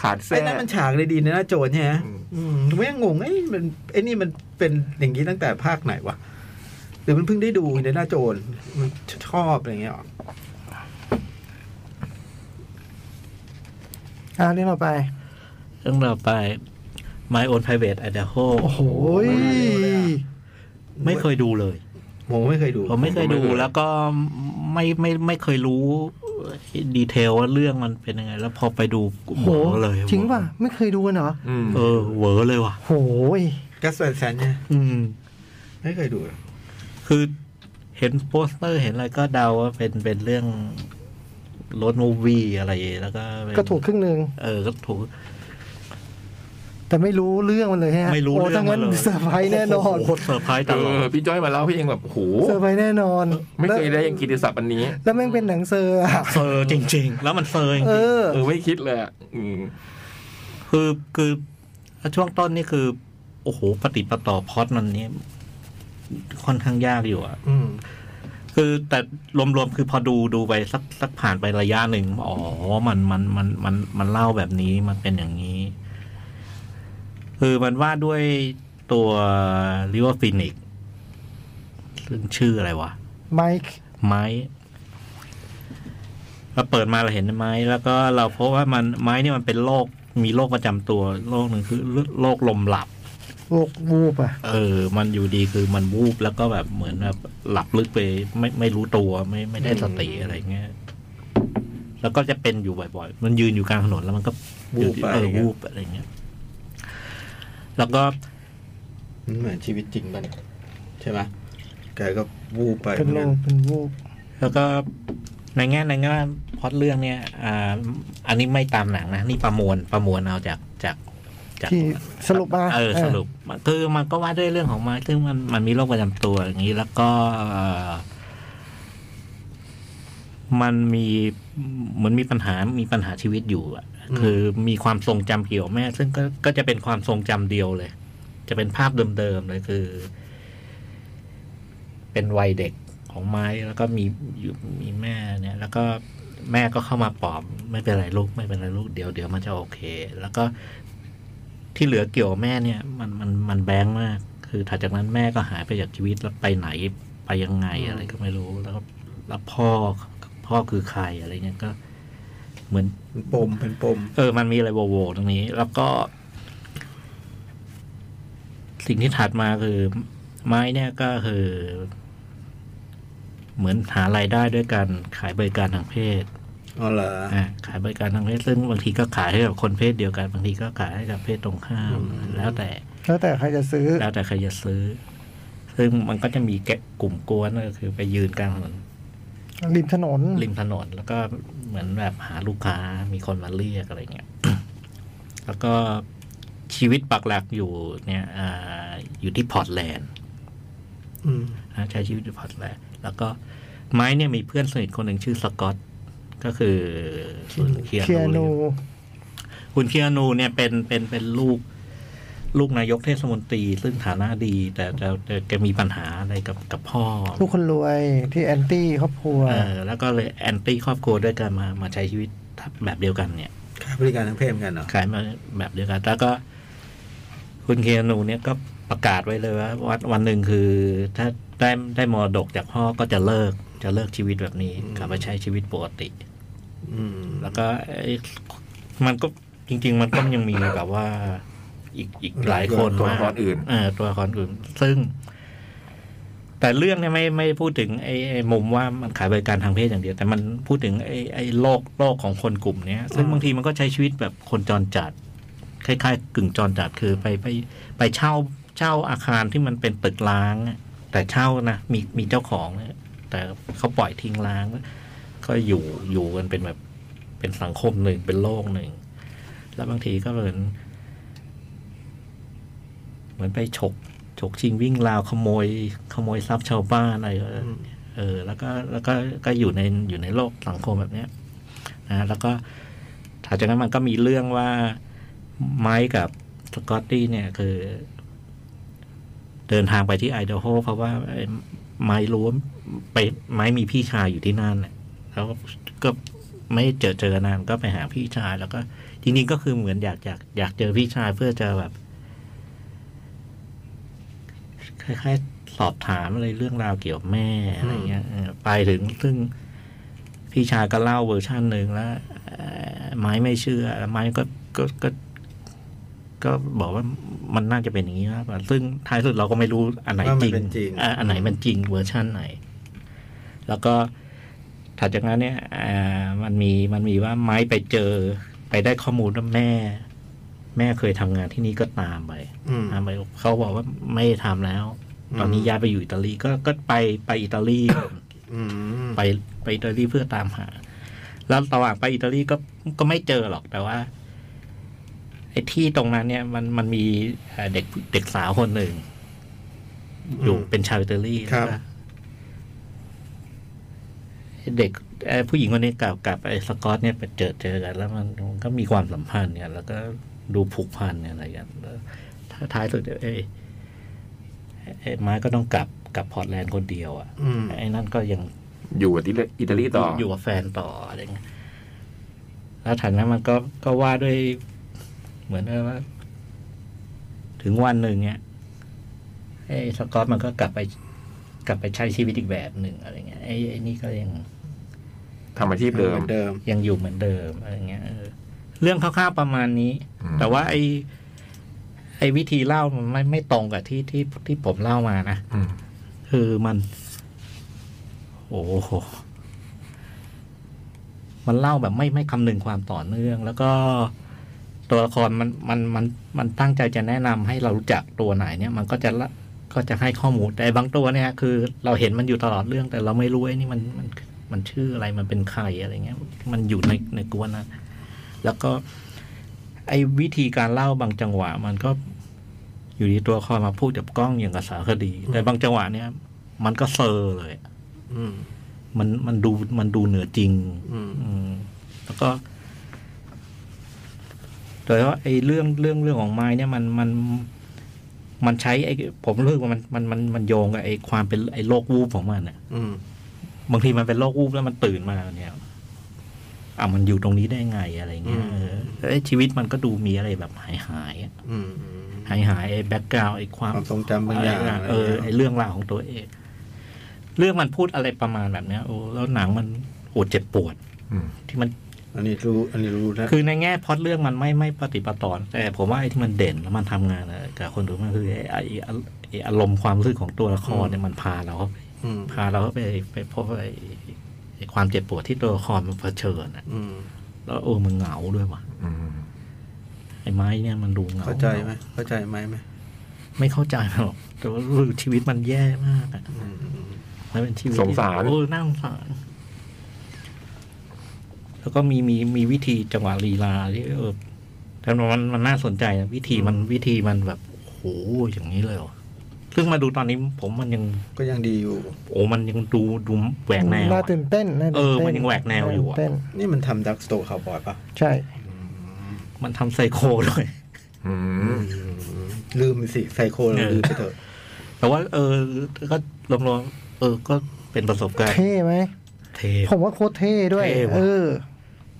Speaker 2: ขาด
Speaker 1: ไอ้
Speaker 2: แส้
Speaker 1: นั่นมันฉากเลยดีนะนะโจรใช่ไหม
Speaker 2: อืม
Speaker 1: อืมผมยังงงไอ้ยมันไอ้นี่มันเป็นอย่างนี้ตั้งแต่ภาคไหนวะหรือมันเพิ่งได้ดูในหน้าโจรมันชอบอะไรอย่างเงี้ยหรอ
Speaker 4: อ่ะเรื่องต่อไป
Speaker 3: เรื่องเราไป My Own Private Idaho
Speaker 4: โอ้โหย
Speaker 1: ไม่น่าเร็วเลยอะ
Speaker 3: ไม่เคยดูเลย
Speaker 1: ผมไม่เคยดู
Speaker 3: ผมไม่เคยดู
Speaker 2: ผมก็ไม่เคย
Speaker 3: แล้วก็ไม่ไม่ไม่เคยรู้ดีเทลว่าเรื่องมันเป็นยังไง แล้วพอไปดู
Speaker 4: โอ้โห
Speaker 3: เวอเลย
Speaker 4: จริงป่ะ ไม่เคยดูกันเหรอ
Speaker 2: อืม
Speaker 3: เออเวอเลยว่ะ
Speaker 4: โหย
Speaker 1: กัสแวนแซนเนี่ย
Speaker 3: อืม
Speaker 1: ไม่เคยดูเลย
Speaker 3: คือเห็นโปสเตอร์เห็นอะไรก็เดาว่าเป็นเป็นเรื่องรถมูวีอะไรแล้วก็เป็น
Speaker 4: ก็ถูกครึ่งหนึ่ง
Speaker 3: เออ ก็ถูก
Speaker 4: แต่ไม่รู้เรื่องมันเลยฮะ
Speaker 3: ไม่รู้
Speaker 4: โอ้
Speaker 3: เรื่อ
Speaker 4: ทั้
Speaker 3: ง
Speaker 4: ง
Speaker 3: มั
Speaker 4: นั้น น
Speaker 3: เลย
Speaker 4: เซอร์ไพรส์แน่นอน
Speaker 3: โโหโคตรเซอร์ไพรส์ต
Speaker 2: เอ
Speaker 3: ลอด
Speaker 2: อพี่จ้อยมาเล่าพี่ยังแบบโห
Speaker 4: เซอร์ไพรส์แน่นอน
Speaker 2: ไม่เคยได้
Speaker 4: แล้ว
Speaker 2: ยังกิติศัพท์อันนี้
Speaker 4: แล้วแม่งเป็นหนังเซอร์อะ
Speaker 3: เซอร์จริง ๆ แล้วมันเซอร์จริง
Speaker 4: เอ
Speaker 3: ๆ
Speaker 4: อ
Speaker 2: เออไม่คิดเลยอะอืม
Speaker 3: คือคือช่วงต้นนี่คือ โอ้โหปฏิดประต่อพล็อดมันนี้ค่อนข้างยากอยู่อะ
Speaker 1: อืม
Speaker 3: คือแต่รวมๆคือพอดูดูไปสักสักผ่านไประยะหนึ่งอ๋อมันมันมันมันมันเล่าแบบนี้มันเป็นอย่างนี้ คือมันว่าด้วยตัวลิเวอร์ฟินิกซึ่งชื่ออะไรวะ
Speaker 4: ไมค์
Speaker 3: ไม้เราเปิดมาเราเห็นไม้ แล้วก็เราพบว่ามันไม้เนี่ยมันเป็นโรคมีโรคประจำตัวโรคหนึ่งคือโรคลมหลับ
Speaker 4: โลกวูบอ่ะ
Speaker 3: เออ มันอยู่ดีคือมันวูบแล้วก็แบบเหมือนแบบหลับลึกไปไม่ไม่รู้ตัวไม่ไม่ได้สติอะไรเงี้ย แล้วก็จะเป็นอยู่บ่อย ๆ มันยืนอยู่กลางถนนแล้วมันก็
Speaker 1: วูบไป
Speaker 3: เออวูบอะไรเงี้ย แล้วก็
Speaker 1: มันเหมือนชีวิตจริงมันยใช่ไหมแกก็วูบไป
Speaker 4: เป็นโลกเป็นวูบ
Speaker 3: แล้วก็ในแง่ในแง่พล็อดเรื่องเนี่ย อ่า อันนี้ไม่ตามหนังนะ นี่ประมวลประมวลเอาจากจากจาก
Speaker 4: ที่สรุปมา
Speaker 3: เออสรุปมันคือมันก็ว่าด้วยเรื่องของไม้ซึ่งมันมันมีโรคประจำตัวอย่างนี้แล้วก็เอ่อมันมีเหมือนมีปัญหามีปัญหาชีวิตอยู่อะคือมีความทรงจำเกี่ยวกับแม่ ซึ่งก็ก็จะเป็นความทรงจำเดียวเลย จะเป็นภาพเดิมๆเลยคือ เป็นวัยเด็กของไม้แล้วก็มีอยู่มีแม่เนี่ย แล้วก็แม่ก็เข้ามาปลอบ ไม่เป็นไรลูกไม่เป็นไรลูกเดี๋ยวเดี๋ยวมันจะโอเค แล้วก็ ที่เหลือเกี่ยวกับแม่เนี่ยมันมันมันแบงค์มาก คือถัดจากนั้นแม่ก็หายไปจากชีวิตแล้วไปไหนไปยังไงอะไรก็ไม่รู้แล้วก็แล้วพ่อพ่อคือใครอะไรเงี้ยก็ เหมือน
Speaker 1: เป็นปมเป็นปม
Speaker 3: เออ มันมีอะไรโวโวตรงนี้ แล้วก็ สิ่งที่ถัดมาคือ ไม้เนี่ยก็คือ เหมือนหารายได้ด้วยการขายบริการทางเพศ
Speaker 1: อ๋อเหรอ
Speaker 3: อ่าขายบริการทางเพศซึ่งบางทีก็ขายให้กับคนเพศเดียวกัน บางทีก็ขายให้กับเพศตรงข้าม แล้วแต่
Speaker 4: แล้วแต่ใครจะซื้อ
Speaker 3: แล้วแต่ใครจะซื้อ ซึ่งมันก็จะมีแกะกลุ่มกวนก็คือไปยืนกลางถนน
Speaker 4: ริมถนน
Speaker 3: ริมถนน แล้วก็เหมือนแบบหาลูกค้ามีคนมาเรียกอะไรเงี้ย แล้วก็ชีวิตปักหลักอยู่เนี่ยอาอยู่ที่พอร์ตแลนด์
Speaker 1: อืม
Speaker 3: นะใช้ชีวิตอยู่พอร์ตแลนด์ แล้วก็ไม้เนี่ยมีเพื่อนสนิทคนหนึ่งชื่อสกอต ก็คือคุณเคีย
Speaker 4: เคีย
Speaker 3: นู
Speaker 4: นู
Speaker 3: รีฟคุณเคียนูเนี่ยเป็นเป็นเป็นลูก ลูกนายกเทศมนตรี ซึ่งฐานะดี แต่แต่แต่แกมีปัญหาอะไรกับกับพ่อ
Speaker 4: ลูกคนรวยที่แอนตี้ครอบครัว
Speaker 3: เออแล้วก็เลยแอนตี้ครอบครัวด้วยกันมามาใช้ชีวิตแบบเดียวกันเนี่ย
Speaker 1: ขายบริการทางเพศเหมือนกันเหรอ
Speaker 3: ขายมาแบบเดียวกัน แล้วก็ คุณเคียนูเนี่ยก็ประกาศไว้เลยว่าวันวันหนึ่งคือถ้าได้ได้มรดกจากพ่อก็จะเลิกจะเลิกชีวิตแบบนี้
Speaker 1: อืม
Speaker 3: กลับมาใช้ชีวิตปกติ
Speaker 1: อืม
Speaker 3: แล้วก็ไอ้มันก็จริง ๆ มันก็ยังมีแบบว่า อีกอีกหลายคน
Speaker 2: ตัว
Speaker 3: มา
Speaker 2: ละ
Speaker 3: ก
Speaker 2: ครอื่น
Speaker 3: เออตัวละครอื่นซึ่ง แต่เรื่องเนี่ยไม่ไม่พูดถึงไอ้ไอ้มุมว่ามันขายบริการทางเพศอย่างเดียว แต่มันพูดถึงไอ้ไอ้โลกโลกของคนกลุ่มเนี้ย ซึ่งบางทีมันก็ใช้ชีวิตแบบคนจรจัด คล้ายๆ กึ่งจรจัดคือไปไปไปเช่าเช่าอาคารที่มันเป็นตึกร้างอะแต่เช่านะมีมีเจ้าของนะแต่เขาปล่อยทิ้งร้าง ก็อยู่อยู่กันเป็นแบบเป็นสังคมหนึ่งเป็นโลกหนึ่ง แล้วบางทีก็เหมือน เหมือนไปฉกฉกชิงวิ่งราวขโมย ขโมยทรัพย์ชาวบ้านอะไรเออเออ แล้วก็แล้วก็ก็อยู่ในอยู่ในโลกสังคมแบบเนี้ยนะแล้วก็ถัดจากนั้นมันก็มีเรื่องว่าไม้กับสกอตตี้เนี่ยคือ เดินทางไปที่ไอเดโฮเพราะว่าไอ้ไม้รู้ว่าไปไม้มีพี่ชายอยู่ที่นั่นเนี่ยแล้วก็ไม่เจอเจอกันนานก็ไปหาพี่ชาย แล้วก็จริงๆก็คือเหมือนอยากอยากอยากเจอพี่ชายเพื่อจะแบบ คล้ายๆ สอบถามอะไรเรื่องราวเกี่ยวกับแม่อะไรเงี้ยเออไปถึงซึ่งพี่ชายก็เล่าเวอร์ชั่นหนึ่งแล้วเอ่อไม้ไม่เชื่อแล้วไม้ก็ก็ก็ ก็บอกว่ามันน่าจะเป็นอย่างนี้มากกว่าซึ่งท้ายสุดเราก็ไม่รู้อันไหน
Speaker 1: ว่า
Speaker 3: จ
Speaker 1: มั
Speaker 3: ริ
Speaker 1: นเป็นจริง
Speaker 3: อ่ะอันไหนมันจริงเวอร์ชั่นไหน แล้วก็ถัดจากนั้นเนี่ยเอ่อมันมีมันมีว่าไม้ไปเจอ ไปได้ข้อมูลว่าแม่ แม่เคยทำงานที่นี่ก็ตามไป
Speaker 1: อืม
Speaker 3: ทำไปเขาบอกว่าไม่ทำแล้ว
Speaker 1: อืม
Speaker 3: ตอนนี้ย้ายไปอยู่อิตาลีก็ก็ไปไปอิตาลี
Speaker 1: อืม
Speaker 3: ไปไปอิตาลีเพื่อตามหา แล้วระหว่างไปอิตาลีก็ก็ไม่เจอหรอกแต่ว่าไอ้ที่ตรงนั้นเนี่ย มันมันมีเอ่อเด็กเด็กสาวคนหนึ่ง อยู่
Speaker 1: ม
Speaker 3: เป็นชาวอิตาลี
Speaker 1: ครับ
Speaker 3: แล้วก็เด็กเอ่อผู้หญิงคนนี้กับกับไอ้สกอตเนี่ยไปเจอเจอกัน แล้วมันมันก็มีความสัมพันธ์กันแล้วก็ดูผูกพันกันอะไรกันแล้วท้าท้ายสุดเอ้ยไอ้ไม้ก็ต้องกลับกลับพอร์ตแลนด์คนเดียวอ่ะ
Speaker 1: อืม
Speaker 3: ไอ้นั่นก็ยัง
Speaker 2: อยู่กับที่อิตาลีต่ออ
Speaker 3: ยู่กับแฟนต่ออะไรเงี้ย แล้วถัดนั้นมันก็ก็ว่าด้วยเหมือนว่า ถึงวันหนึ่งเนี่ยไอ้สกอตมันก็กลับไป กลับไปใช้ชีวิตอีกแบบหนึ่งอะไรเงี้ยไอ้ไอ้นี่ก็ยัง
Speaker 2: ทำอาชีพเดิม
Speaker 1: หอนเดิม
Speaker 3: ยังอยู่เหมือนเดิมอะไรเงี้ยเออเรื่องคร่าวๆประมาณนี้
Speaker 2: อืม
Speaker 3: แต่ว่าไอ้ไอ้วิธีเล่ามันไม่ไม่ตรงกับที่ที่ที่ผมเล่ามานะ
Speaker 2: อืม
Speaker 3: คือมัน โอ้โห มันเล่าแบบไม่ไม่คำนึงความต่อเนื่อง แล้วก็ตัวละครมันมันมันมันตั้งใจจะแนะนำให้เรารู้จักตัวไหนเนี่ย มันก็จะละก็จะให้ข้อมูลแต่บางตัวเนี่ย คือ เราเห็นมันอยู่ตลอดเรื่อง แต่เราไม่รู้ไอ้นี่มันมันมันชื่ออะไรมันเป็นใครอะไรเงี้ย มันอยู่ในในกวนนะแล้วก็ ไอ้วิธีการเล่าบางจังหวะ มันก็อยู่ดีตัวละคอยมาพูดกับกล้องอย่างกับสารคดี แต่บางจังหวะเนี่ย มันก็เซอร์เลย
Speaker 1: อืม
Speaker 3: มันมันดูมันดูเหนือจริง
Speaker 1: อืม
Speaker 3: อืมแล้วก็โดยเฉพาะไอ้เรื่องเรื่องเรื่องของไม้เนี่ยมันมันมันใช้ไอ้ผมรู้สึกว่ามันมันมันมันโยงกับไอ้ความเป็นไอ้โรควูบของมันอะ
Speaker 1: อืม
Speaker 3: บางทีมันเป็นโรควูบแล้วมันตื่นมาเนี่ยอ่ะมันอยู่ตรงนี้ได้ไงอะไรเงี้ย
Speaker 1: อืม
Speaker 3: เออแล้วไอ้ชีวิตมันก็ดูมีอะไรแบบหายหายๆอะ
Speaker 1: อืม
Speaker 3: หายหายๆไอ้แบ็กกราวไอ้ควา
Speaker 1: ค
Speaker 3: ม
Speaker 1: วามทรงจำบางอย่างะไร
Speaker 3: เออไอ
Speaker 1: เงี้ย
Speaker 3: เรื่องราวของตัวเอง เรื่องมันพูดอะไรประมาณแบบเนี้ยโอ้แล้วหนังมันโหดเจ็บปวด
Speaker 2: อืม
Speaker 3: ที่มัน
Speaker 1: อันนี้รู้ อันนี้รู้นะ
Speaker 3: คือในแง่พล็อดเรื่องมันไม่ไม่ปฏิปต่อแต่ผมว่าไอ้ที่มันเด่นแล้วมันทำงานอะกับคนดูมันคือไอ้ไอ้ไอ้ไอ้อารมณ์ความรู้สึกของตัวละครเนี่ยมันพาเราเข้าไป
Speaker 1: อืม
Speaker 3: พาเราเข้าไปไปพบไอ้ไอ้ความเจ็บปวดที่ตัวละครมันเผชิญอะ
Speaker 1: อืม
Speaker 3: แล้วโอ้มันเหงาด้วยว่ะ
Speaker 2: อืม
Speaker 3: ไอ้ไม้เนี่ยมันดูเหงา
Speaker 1: เข้าใจไหมเข้าใจไหมไหม
Speaker 3: ไม่เข้าใจหรอกแต่ว่ารู้สึกชีวิตมันแย่มากอะ
Speaker 1: อืมอืม
Speaker 3: มันเป็นชีวิต
Speaker 2: ส
Speaker 3: ที่
Speaker 2: งสาร
Speaker 3: โอ้น่าสงสาร แล้วก็มีมีมีวิธีจังหวะลีลาที่เออแต่มันมันน่าสนใจนะวิธีมันวิธีมันแบบโอ้โหอย่างนี้เลยเหรอซึ่งมาดูตอนนี้ผมมันยัง
Speaker 1: ก็ยังดีอยู่
Speaker 3: โอ้มันยังดูดูแหวกแนว
Speaker 4: น่า
Speaker 3: อะ
Speaker 4: ตื่นเต้นน่าตื่
Speaker 3: เออ
Speaker 4: เต้
Speaker 3: มันยังแหวกแนวอยู่อะ
Speaker 4: าตื่เต้น
Speaker 1: นี่มันทำดักสโตร์คาวบอยปะ
Speaker 4: ใช่
Speaker 3: มันทำไซโคด้วย
Speaker 2: อืม
Speaker 1: ลืมสิไซโคเราลืมไปเถอะ
Speaker 3: แต่ว่า เออ ก็รวมๆเออ ก็เป็นประสบการณ์
Speaker 4: เท่ไหม
Speaker 3: เท
Speaker 4: ผมว่าโคตรเท่ด้วย
Speaker 3: เท่ว่ะ
Speaker 4: เออ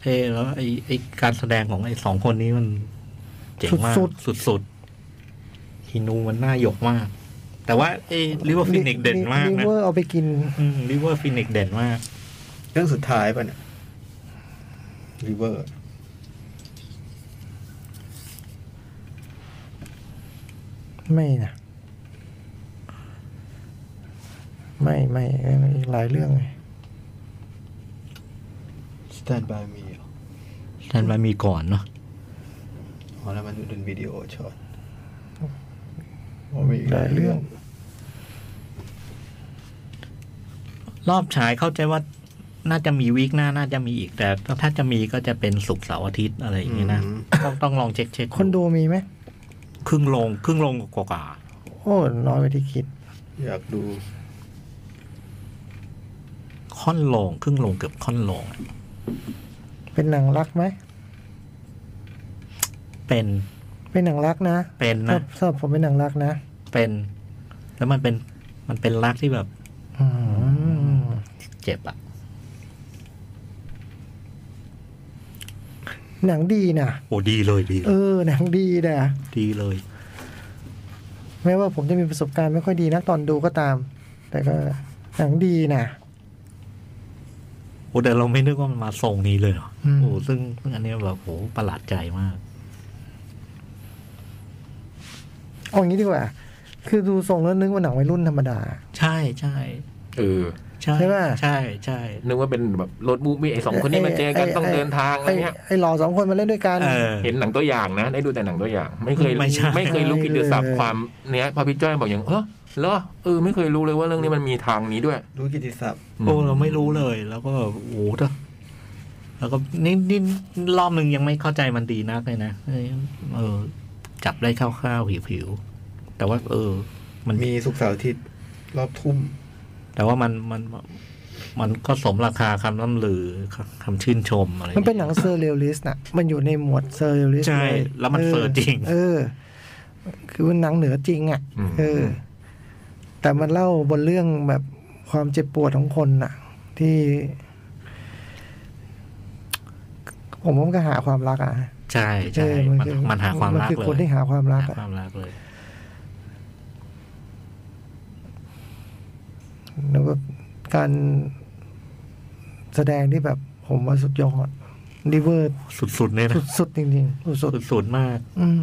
Speaker 3: เทแล้วไอไอการแสดงของไอสองคนนี้มันเจ๋งมาก
Speaker 4: สุ
Speaker 3: สุ
Speaker 4: ด
Speaker 3: ดสุด ฮินูมันน่าหยกมาก แต่ว่าไอ้ลิเวอร์ฟินิกเด่นมาก
Speaker 4: ลิ
Speaker 3: นะ
Speaker 4: เวอร์เอาไปกิน
Speaker 3: ลิเวอร์ฟินิกเด่นมาก
Speaker 1: เรื่องสุดท้ายป่ะเนี่ยริเวอร์
Speaker 4: ไม่นะ ไม่ไม่เอ่ออีกหลายเรื่องเลย
Speaker 1: Stand by me เหรอ
Speaker 3: ทันมามีก่อนเนาะ
Speaker 1: อ๋อแล้วมันเป็นวิดีโอช็อตอ๋อมีอีก
Speaker 4: ห
Speaker 1: ห
Speaker 4: ลา
Speaker 1: ลาย ย
Speaker 4: เรื่
Speaker 1: เรื่
Speaker 4: อ
Speaker 1: อง ง
Speaker 3: รอบฉายเข้าใจว่าน่าจะมีวีคหน้าน่าจะมีอีกแต่ถ้าจะมีก็จะเป็นศุกร์เสาร์อาทิตย์อะไรอย่างนี้นะ
Speaker 1: อืม
Speaker 3: ต้องต้องลองเช็คเช็ค
Speaker 4: คนดูมีไหม
Speaker 3: ครึ่งลงครึ่งลงกว่าๆ
Speaker 4: โอ้น้อยไปที่คิด
Speaker 1: อยากดู
Speaker 3: ค่อนลงครึ่งลงเกือบค่อนลงอะ
Speaker 4: เป็นหนังรักไหม
Speaker 3: เป็น
Speaker 4: เป็นหนังรักนะ
Speaker 3: เป็น
Speaker 4: ถ้า
Speaker 3: นะ
Speaker 4: สำหรับผมเป็นหนังรักนะ
Speaker 3: เป็น แล้วมันเป็นมันเป็นรักที่แบบ
Speaker 4: อืม
Speaker 3: เจ็บอะ
Speaker 4: หนังดีนะ
Speaker 3: โอ้ดีเลยดี
Speaker 4: เออ หนังดีนะ
Speaker 3: ดีเลย
Speaker 4: แม้ว่าผมจะมีประสบการณ์ไม่ค่อยดีนะตอนดูก็ตาม แต่ก็หนังดีนะ
Speaker 3: โอ้แต่เราไม่นึกว่ามันมาทรงนี้เลยเหรอ
Speaker 4: อืม
Speaker 3: โอ้ซึ่งซึ่งอันเนี้ยแบบโหประหลาดใจมาก
Speaker 4: เอาอย่างนี้ดีกว่า คือดูทรงแล้วนึกว่าหนังวัยรุ่นธรรมดา
Speaker 3: ใช่ใช่
Speaker 2: เออ
Speaker 3: ใช่
Speaker 4: ใช่ป่ะ
Speaker 3: ใช่ใช่
Speaker 2: นึกว่าเป็นแบบรถมูฟ วี่ไอ้สองคนนี้มาเจอกันต้องเดินทางอะไรเงี้ย
Speaker 4: ไไอ้หล่อสองคนมาเล่นด้วยกัน
Speaker 3: เออ
Speaker 2: เห็นหนังตัวอย่างนะ ได้ดูแต่หนังตัวอย่าง ไม่เคย
Speaker 3: ไม่ใช่
Speaker 2: ไม่เคยรู้
Speaker 4: ไม่
Speaker 2: พิเดอ
Speaker 4: เลย
Speaker 2: ร์สับความเนี้ยพอพี่จ้อยบอกอย่างเออเหรอเออไม่เคยรู้เลยว่าเรื่องนี้มันมีทางนี้ด้วย
Speaker 1: รู้กิตติศัพท์
Speaker 3: โอ้เราไม่รู้เลย แล้วก็แบบโอ้ถ้าแล้วก็นี่นี่รอบหนึ่งยังไม่เข้าใจมันดีนักเลยนะเออเออ จับได้คร่าวๆผิวๆแต่ว่า เออ มัน
Speaker 1: มีสุกร์เสาร์อาทิตย์รอบทุ่ม
Speaker 3: แต่ว่ามันมันมันก็สมราคาคำล่ำลือคคำชื่นชมอะไร
Speaker 4: มันเป็นหนังเซอร์เรียลลิสต์น่ะ มันอยู่ในหมวดเซอร์เรียลลิสต์
Speaker 3: ใช่
Speaker 4: เลย
Speaker 3: แล้วมันเฟอร์จริง
Speaker 4: เออ คือมันหนังเหนือจริงอ่ะ
Speaker 2: อืม
Speaker 4: เออ แต่มันเล่าบนเรื่องแบบความเจ็บปวดของคนน่ะ ที่ ผมว่ามันก็หาความรักอ่ะ
Speaker 3: ใช่
Speaker 4: เอ
Speaker 3: ใช่
Speaker 4: อ
Speaker 3: มัน
Speaker 4: คือ
Speaker 3: มันหาความรัก
Speaker 4: คือ
Speaker 3: เล
Speaker 4: คน
Speaker 3: ย
Speaker 4: ที่หาความรัก
Speaker 3: หา
Speaker 4: อ่ะ
Speaker 3: ความรักเลย
Speaker 4: แล้วก็การแสดงที่แบบ ผมว่าสุดยอดดิเวอร์
Speaker 3: สุดๆเนี่ยนะ
Speaker 4: สุดๆจริงๆสุดๆ
Speaker 3: สุดๆมาก
Speaker 4: อืม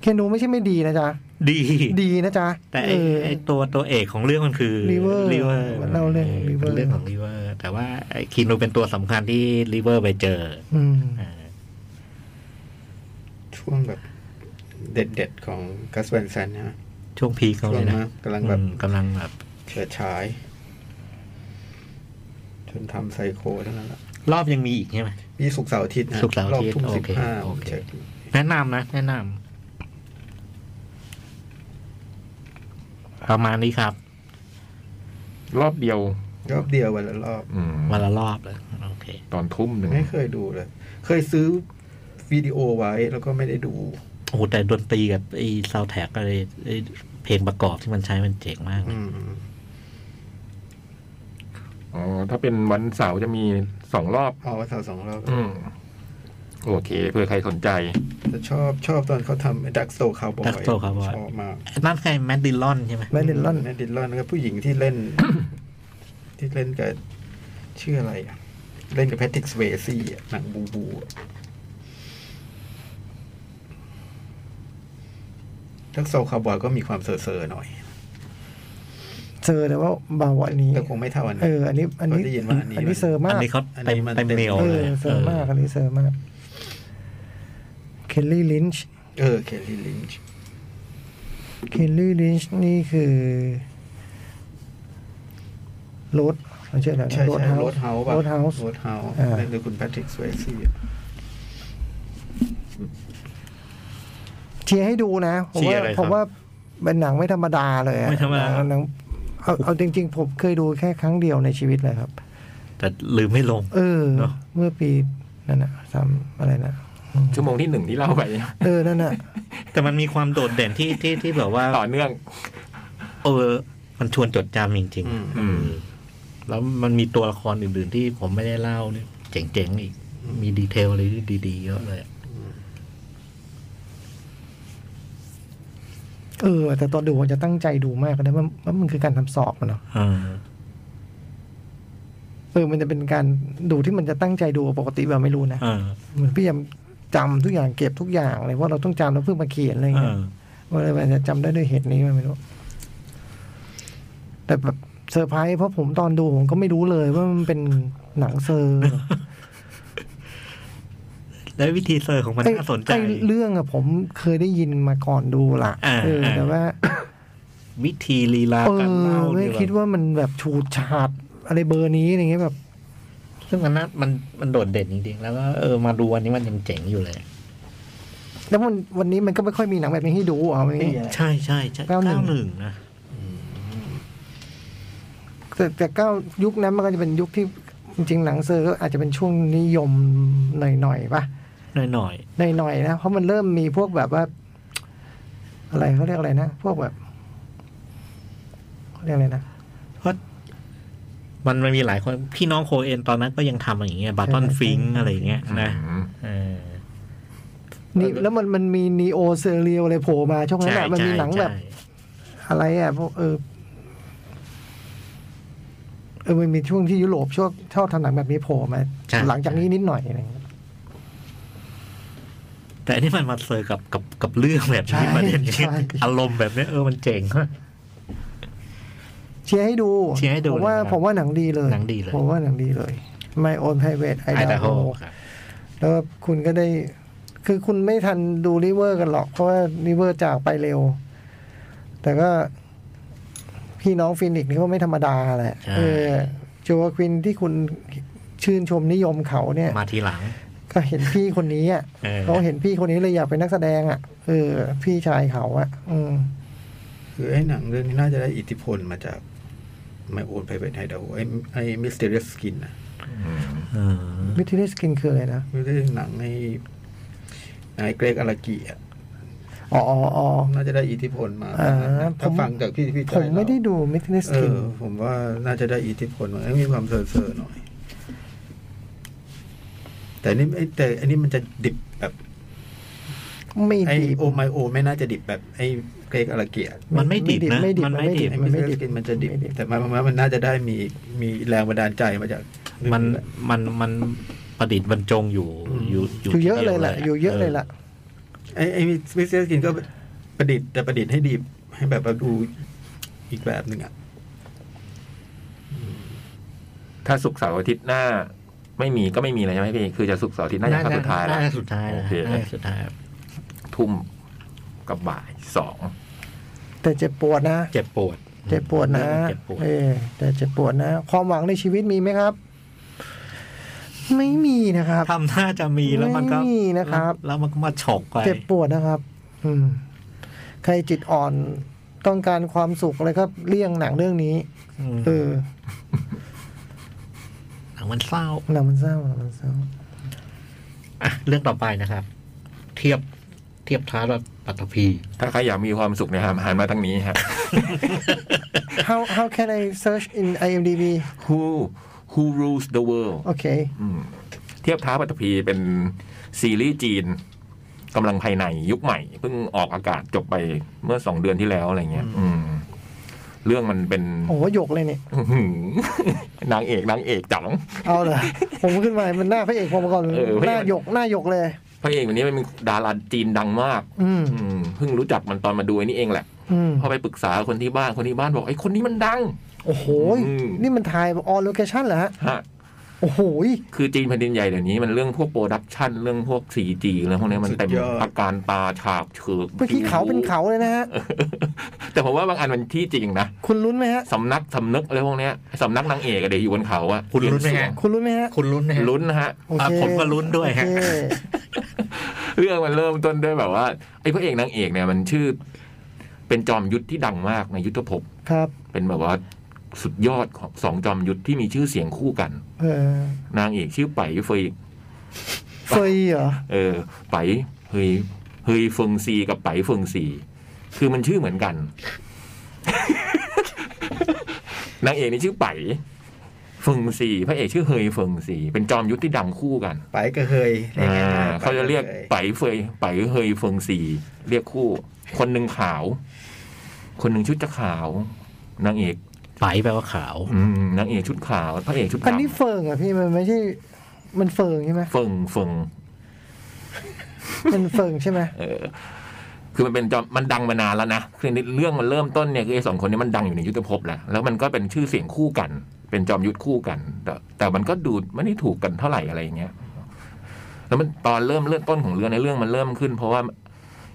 Speaker 4: เคนูไม่ใช่ไม่ดีนะจ๊ะ
Speaker 3: ดี
Speaker 4: ดีนะจ๊ะ
Speaker 3: แต่
Speaker 4: เอ
Speaker 3: ไอ้
Speaker 4: อ
Speaker 3: ไอ้ตัวตัวเอกของเรื่องมันคือ
Speaker 4: River
Speaker 3: ลิเวอร์
Speaker 4: มันเล่าเรื่อง River
Speaker 3: เรื่องของลิเวอร์ แต่ว่าไอ้คีนูเป็นตัวสำคัญที่ลิเวอร์ไปเจอ
Speaker 4: อืม
Speaker 3: อ่า
Speaker 1: ช่วงแบบเด็ดๆของกัสแวนซันนะ
Speaker 3: ช่วงพีคเขา
Speaker 1: ช่ว
Speaker 3: เล
Speaker 1: ง
Speaker 3: ยนะ
Speaker 1: นะกำลังแบบ
Speaker 3: อืมกำลังแบบ
Speaker 1: เฉิดฉาย จนทำไซโคทั้งนั้นแหละ
Speaker 3: รอบยังมีอีกใช่ไหม
Speaker 1: มีสุกร์เสาร์อาทิตย์นะ
Speaker 3: ศุกร์เสาร์อาทิต
Speaker 1: รอบ
Speaker 3: ย์
Speaker 1: ทุ่ม
Speaker 3: โอ
Speaker 1: สิบ
Speaker 3: เค
Speaker 1: ห้า
Speaker 3: โอเค
Speaker 1: เช็ค
Speaker 3: แนะนำนะ แนะนำประมาณนี้ครับ
Speaker 2: รอบเดียว
Speaker 1: รอบเดียววันละรอบ
Speaker 2: อืม
Speaker 3: วันละรอบเลยโอเค
Speaker 2: ตอนทุ่มหนึ่ง
Speaker 1: ไม่เคยดูเลย เคยซื้อวิดีโอไว้แล้วก็ไม่ได้ดู
Speaker 3: โอ้โหแต่ดนตรีกับไอ้ซาวแท็กอะไรไอ้เพลงประกอบที่มันใช้มันเจ๋งมากนะ
Speaker 1: อืม
Speaker 2: อ๋อถ้าเป็นวันเสาร์จะมีสองรอบ
Speaker 1: เอาวันเสาร์สองรอบ
Speaker 2: อืมโอเคเผื่อใครสนใจ
Speaker 1: จะชอบชอบตอนเขาทำดักโซคาวบอย
Speaker 3: ดักโตครับว่า
Speaker 1: ชอบมาก
Speaker 3: นั่นใครแมดดิลลอนใช่ไหม
Speaker 4: แมดเดนลอน
Speaker 1: แมดดิลลอนก็ผู้หญิงที่เล่น ที่เล่นกับชื่ออะไรอะเล่นกับแพทริกสเวซี่อะหนังบูบูอะดักโซคาวบอยก็มีความเซอร์เซอร์ๆหน่อย
Speaker 4: เซอร์แต่ว่าเบากว่าอันนี้
Speaker 1: แต่คงไม่เท่าอัน
Speaker 4: เอ
Speaker 1: นี้น
Speaker 4: อ อัน
Speaker 1: เค
Speaker 4: นี้ อันนี้
Speaker 1: ยได้ยินว่าอันนี้
Speaker 4: อันนี้เซอร์
Speaker 3: อั
Speaker 4: มาน ก
Speaker 3: นี้เขา
Speaker 1: อัน
Speaker 3: เต็ม
Speaker 1: นี้มัน
Speaker 3: เต็ม
Speaker 1: เต็ม
Speaker 3: เมล
Speaker 4: เอ
Speaker 3: เล
Speaker 4: อย เซอร์มากอันนี้เซอร์มากเคลลี่ลินช์
Speaker 1: เออเคลลี่ลินช์
Speaker 4: เคลลี่ลินช์นี่คือรถมันชื่ออะไรนะ
Speaker 1: ใช่ใช่
Speaker 4: โร
Speaker 1: โร
Speaker 4: ด
Speaker 1: ด
Speaker 4: เฮา
Speaker 1: เฮาส์
Speaker 4: ส์
Speaker 1: ป่ะ
Speaker 4: โรดเฮาส์
Speaker 1: โรดเฮาส์
Speaker 4: อ่า
Speaker 1: เล่นโดยคุณแพทริกสเวซี่
Speaker 4: เชียร์ให้ดูนะผม
Speaker 3: เชีย
Speaker 4: ว่า
Speaker 3: ร์เลยครับ
Speaker 4: ผมว่าเป็นหนังไม่ธรรมดาเลยอะ
Speaker 3: ไม่ธรรมดา
Speaker 4: หนังหนังเอาเอาจริง ๆ ผมเคยดูแค่ครั้งเดียวในชีวิตเลยครับ
Speaker 3: แต่ลืมไม่ลง
Speaker 4: เออ
Speaker 3: เนอะ
Speaker 4: เมื่อปีนั่นน่ะสามอะไรนะ
Speaker 2: ชั่วโมงที่หนึ่งที่เล่าไป
Speaker 4: เออ นั่นน่ะ
Speaker 3: แต่มันมีความโดดเด่นที่ที่ที่แบบว่า
Speaker 2: ต่อเนื่อง
Speaker 3: เออ มันชวนจดจำจริง
Speaker 1: อืม
Speaker 3: ๆเออแล้วมันมีตัวละครอื่น ๆ ที่ผมไม่ได้เล่านี่เจ๋งๆอีก มีดีเทลอะไรที่ดีๆเยอะเลย
Speaker 4: เออ แต่ตอนดูอาจจะตั้งใจดูมากก็ได้ว่าว่ามันคือการทำสอบอะเนาะ
Speaker 3: อ่า
Speaker 4: เออมันจะเป็นการดูที่มันจะตั้งใจดูปกติแบบไม่รู้นะ
Speaker 3: อ่า
Speaker 4: เหมือนพยายามจำทุกอย่างเก็บทุกอย่างเลยว่าเราต้องจำแล้วเพิ่งมาเขียนอะไรอย่าง
Speaker 3: อ่า
Speaker 4: เงี้ย ว่าอะไรมันจะจำได้ด้วยเหตุนี้มันไม่รู้ แต่แบบเซอร์ไพรส์เพราะผมตอนดูผมก็ไม่รู้เลยว่ามันเป็นหนังเซอร์
Speaker 3: แล้ววิธีเซอร์ของมัน
Speaker 4: ไอ้
Speaker 3: น่าสนใจ
Speaker 4: ไอ้เรื่องอะผมเคยได้ยินมาก่อนดูละ
Speaker 3: อ่า
Speaker 4: เออ
Speaker 3: อ่า
Speaker 4: แต่ว่า
Speaker 3: วิธีลีลา
Speaker 4: เอ
Speaker 3: การ
Speaker 4: อ
Speaker 3: เล่า
Speaker 4: ไม่
Speaker 3: เนี่ย
Speaker 4: คิด
Speaker 3: แบบ
Speaker 4: ว่ามันแบบฉูดฉาดอะไรเบอร์นี้อะไรเงี้ยแบบ
Speaker 3: ซึ่งมันน่ามันมันโดดเด่นจริงๆ แล้วก็เออมาดูวันนี้มันยังเจ๋งอยู่เลย
Speaker 4: แล้วมันวันนี้มันก็ไม่ค่อยมีหนังแบบนี้ให้ดูเอาอย่างงี้
Speaker 3: ใช่ใช่ใช่
Speaker 4: 91
Speaker 3: เก้าหนึ่งนะ
Speaker 4: แต่แต่ก็ยุคนั้นมันก็จะเป็นยุคที่จริงๆหนังเซอร์ก็อาจจะเป็นช่วงนิยมหน่อยๆป่ะ
Speaker 3: หน่อยหน่อย
Speaker 4: หน่อยๆนะ เพราะมันเริ่มมีพวกแบบว่า อะไรเขาเรียกอะไรนะ พวกแบบเขาเรียกอะไรนะ
Speaker 3: ๆเพราะมันมันมีหลายคน พี่น้องโคเอนตอนนั้นก็ยังทำอย่างเงี้ยบาตอน
Speaker 4: ใช่
Speaker 3: ฟิงอะไรอย่างเงี้ยนะ
Speaker 2: อืม
Speaker 3: เออ
Speaker 4: นี่แล้วมันมันมีนีโอเซเรียลอะไรโผล่มาช่วงนั้น
Speaker 3: ใช่
Speaker 4: แหละมัน
Speaker 3: ใช่
Speaker 4: มีหนัง
Speaker 3: ใช่
Speaker 4: แบบอะไรอ่ะพวกเออเออมันมีช่วงที่ยุโรปช่วงชอบทำหนังแบบนี้โผล่มา
Speaker 3: ใช่
Speaker 4: หลังจากนี้นิดหน่อยอะไรอย่างเงี้ย
Speaker 3: แต่อันนี้มันมาเซอร์กับกับกับเรื่องแบบ
Speaker 4: ใช่
Speaker 3: นี้ประเด็นนี้
Speaker 4: ใช่
Speaker 3: อารมณ์แบบเนี้ยเออมันเจ๋ง
Speaker 4: เชียร์ให้ดู
Speaker 3: เชียร์ให้ดู
Speaker 4: ผมว่า
Speaker 3: เลยครับ
Speaker 4: ผมว่าหนังดีเลย
Speaker 3: หนังดีเลย
Speaker 4: ผมว่าหนังดีเลย My Own Private
Speaker 3: ไอ
Speaker 4: Idaho
Speaker 3: ดาโฮครับ
Speaker 4: แล้วคุณก็ได้ คือคุณไม่ทันดูริเวอร์กันหรอก เพราะว่าริเวอร์จากไปเร็ว แต่ก็พี่น้องฟินิกซ์นี่ก็ไม่ธรรมดาแหละ เออโจควินที่คุณชื่นชมนิยมเขาเนี่ย
Speaker 3: มาทีหลัง
Speaker 4: ก็เห็นพี่คนนี้อ่ะ
Speaker 3: เออ
Speaker 4: เขาเห็นพี่คนนี้เลยอยากเป็นนักแสดงอ่ะ เออ พี่ชายเขาอ่ะ อืม
Speaker 1: คือไอ้หนังเรื่องนี้น่าจะได้อิทธิพลมาจาก My Own Private Idaho ไอ้ไอ้ Mysterious Skin นะ
Speaker 3: เออ
Speaker 4: วิธีเล่สกินคืออะไรนะ
Speaker 1: ไม่ได้หนังในนายเกรกอารากิอ่ะ
Speaker 4: อ๋ออ๋ออ๋อ
Speaker 1: น่าจะได้อิทธิพลมา
Speaker 4: อ่า
Speaker 1: ถ้า
Speaker 4: ผม
Speaker 1: ฟังจากพี่พี่
Speaker 4: ผมไม่ได้
Speaker 1: ใจ
Speaker 4: ดูมิทเนส
Speaker 1: เราเอ
Speaker 4: กิน
Speaker 1: อ ผมว่าน่าจะได้อิทธิพลมาเอ้ยมีความเซอร์เซอร์หน่อย แต่นี่ไอ้แต่ อันนี้มันจะดิบแบบ
Speaker 4: ไม่
Speaker 1: ไอ
Speaker 4: ดี
Speaker 1: โอไมโอ ไม่น่าจะดิบแบบไอ้เกรกอารากิอ่ะ
Speaker 3: มันไม่ดิบนะ
Speaker 4: ไม่ดิบ
Speaker 3: มัน
Speaker 4: ไม่
Speaker 3: ไม่
Speaker 4: ดิ
Speaker 3: ดิ
Speaker 4: บบ
Speaker 1: ไอ้มิสเตอร์สกินมันจะดิบ
Speaker 4: ไ
Speaker 1: แต่หมายความว่ามันน่าจะได้มีมีแรงบันดาลใจมาจากเรื่อง
Speaker 3: มัน
Speaker 1: แหละ
Speaker 3: มันมันประดิษฐ์บรรจงอยู่อยู่
Speaker 4: อยู่เยอะ
Speaker 3: ที่
Speaker 4: เล
Speaker 3: ดี
Speaker 4: ยว แหละอยู่เยอะเลยล่ะ
Speaker 1: ไอ้ไอ้มิสเตอร์สกินก็ประดิษฐ์แต่ประดิษฐ์ให้ดิบให้แบบว่าดูอีกแบบหนึ่งอ่ะ
Speaker 2: ถ้าศุกร์เสาร์อาทิตย์หน้า ไม่มีก็ไม่มีเลยใช่ไหมพี่คือจะศุกร์เสาร์อาทิตย์หน้าจะครั้งสุดท้ายแล้ว
Speaker 3: น่จะสุดท้าย
Speaker 2: โอ
Speaker 3: แล้ว
Speaker 2: เค
Speaker 3: น่าจะสุดท้ายแล้ว
Speaker 2: ทุ่มกับบ่ายสอง
Speaker 4: แต่เจ็บปวดนะ
Speaker 3: เจ็บปวด
Speaker 4: เจ็บปวดนะ
Speaker 3: เจ็บปวด
Speaker 4: เออแต่เจ็บปวดนะ ความหวังในชีวิตมีไหมครับ ไม่มีนะครับ
Speaker 3: ทำท่าจะมีแล้วมันก็
Speaker 4: ไม่มีนะครับ
Speaker 3: แล้วมันก็มาฉกไป
Speaker 4: เจ็บปวดนะครับ อืม ใครจิตอ่อนต้องการความสุขเลยครับ เลี่ยงหนังเรื่องนี้
Speaker 3: อืม
Speaker 4: เออ
Speaker 3: หนังมันเศร้า
Speaker 4: หนังมันเศร้าหนังมันเศร้า
Speaker 3: อ่ะเรื่องต่อไปนะครับ เทียบเทียบท้ารัปัตภี
Speaker 2: ถ้าใครอยากมีความสุขเนะครับหันมาทางนี้ฮะ
Speaker 4: how how can I search in IMDb
Speaker 2: Who Who rules the world
Speaker 4: โอเค
Speaker 2: อืมเทียบท้าปัตภีเป็นซีรีส์จีนกำลังภายในยุคใหม่เพิ่งออกอากาศจบไปเมื่อสองเดือนที่แล้วอะไรเงี้ย อืม เรื่องมันเป็น
Speaker 4: โอ้โหหยกเลยเนี่ย
Speaker 2: อื้อหือนางเอกนางเอกจ๋อง
Speaker 4: เอาเลยผมขึ้นมามันหน้าพระเอกผมมาก่อน
Speaker 2: เออพระเอก
Speaker 4: หน้าหยกหน้าหยกเลย
Speaker 2: พระเอกคนนี้มันเป็นดาราจีนดังมาก
Speaker 4: อืม
Speaker 2: อืมเพิ่งรู้จักมันตอนมาดูไอ้นี่เองแหละ
Speaker 4: อืม
Speaker 2: พอไปปรึกษาคนที่บ้านคนที่บ้านบอกไอ้คนนี้มันดัง
Speaker 4: โอ้โห
Speaker 2: อืม
Speaker 4: นี่มันถ่ายออนโลเคชั่นเหรอฮะ
Speaker 2: ฮะ
Speaker 4: โอ้โห
Speaker 2: คือจีนแผ่นดินใหญ่เดี๋ยวนี้มันเรื่องพวกโปรดักชันเรื่องพวก 4G เรื่องพวกเนี้ยมันเต็ม
Speaker 1: สุดยอด
Speaker 2: อาการตาฉากเฉือก
Speaker 4: เมื่อกี้เขาเป็นเขาเลยนะฮะ
Speaker 2: แต่ผมว่าบางอันมันที่จริงนะ
Speaker 4: คุณลุ้นไหมฮะ
Speaker 2: สำนักสำนึกอะไรพวกเนี้ยสำนักนางเอกอะเดี๋ยวอยู่บนเขาอะ
Speaker 3: คุณลุ้นไหม
Speaker 2: เรีย
Speaker 3: ฮะ
Speaker 2: สว
Speaker 4: คุณลุ้นไหมฮะ
Speaker 3: คุณลุ้นไหม
Speaker 2: ง
Speaker 3: ฮะ
Speaker 2: ลุ้นนะฮะ
Speaker 4: โอ
Speaker 3: อ่ะ
Speaker 4: เค
Speaker 3: ผมก็ลุ้นด้วยฮะ
Speaker 4: โอเค
Speaker 2: เรื่องมันเริ่มต้นด้วยแบบว่าไอ้พระเอกนางเอกเนี่ยมันชื่อ เป็นจอมยุทธที่ดังมากในยุทธภพ
Speaker 4: ครับ
Speaker 2: เป็นแบบว่าสุดยอดของสองจอมยุทธที่มีชื่อเสียงคู่กัน
Speaker 4: เออน
Speaker 2: างเอกชื่อไปเฟย
Speaker 4: เฟยเหรอ
Speaker 2: เออไปเฮยเฮยเฟิงซีกับไปเฟิงซีคือมันชื่อเหมือนกัน นางเอกนี่ชื่อไป เฟิงสีพระเอกชื่อเฮยเฟิงสีเป็นจอมยุทธที่ดังคู่กัน
Speaker 1: ไปก็เคยรียก
Speaker 2: อ่า
Speaker 1: ง่ยๆ
Speaker 2: เขาจะเรียกไปเฟยไปเฮยเฟิงสีเรียกคู่ คนหนึ่งขาว คนหนึ่งชุดจะขาว นางเอก
Speaker 3: ไปแปลว่าขาว
Speaker 2: อืมนางเอกชุดขาวพระเอกชุด
Speaker 4: อันนี้
Speaker 2: ดำ
Speaker 4: เฟิงอ่ะพี่มันไม่ใช่ มันเฟิงใช่ไหม
Speaker 2: เฟิงเฟิง
Speaker 4: มันเฟิงใช่ไหม
Speaker 2: เออคือมันเป็นจอมมันดังมานานแล้วนะคือเรื่องมันเริ่มต้นเนี่ยคือไอ้สองคนนี้มันดังอยู่ในยุทธภพแล้วแล้วมันก็เป็นชื่อเสียงคู่กัน เป็นจอมยุทธคู่กัน แต่แต่มันก็ดูไม่ได้ถูกกันเท่าไหร่อะไรอย่างเงี้ย แล้วมันตอนเริ่มเริ่มต้นของเรื่องในเรื่องมันเริ่มขึ้น เพราะว่า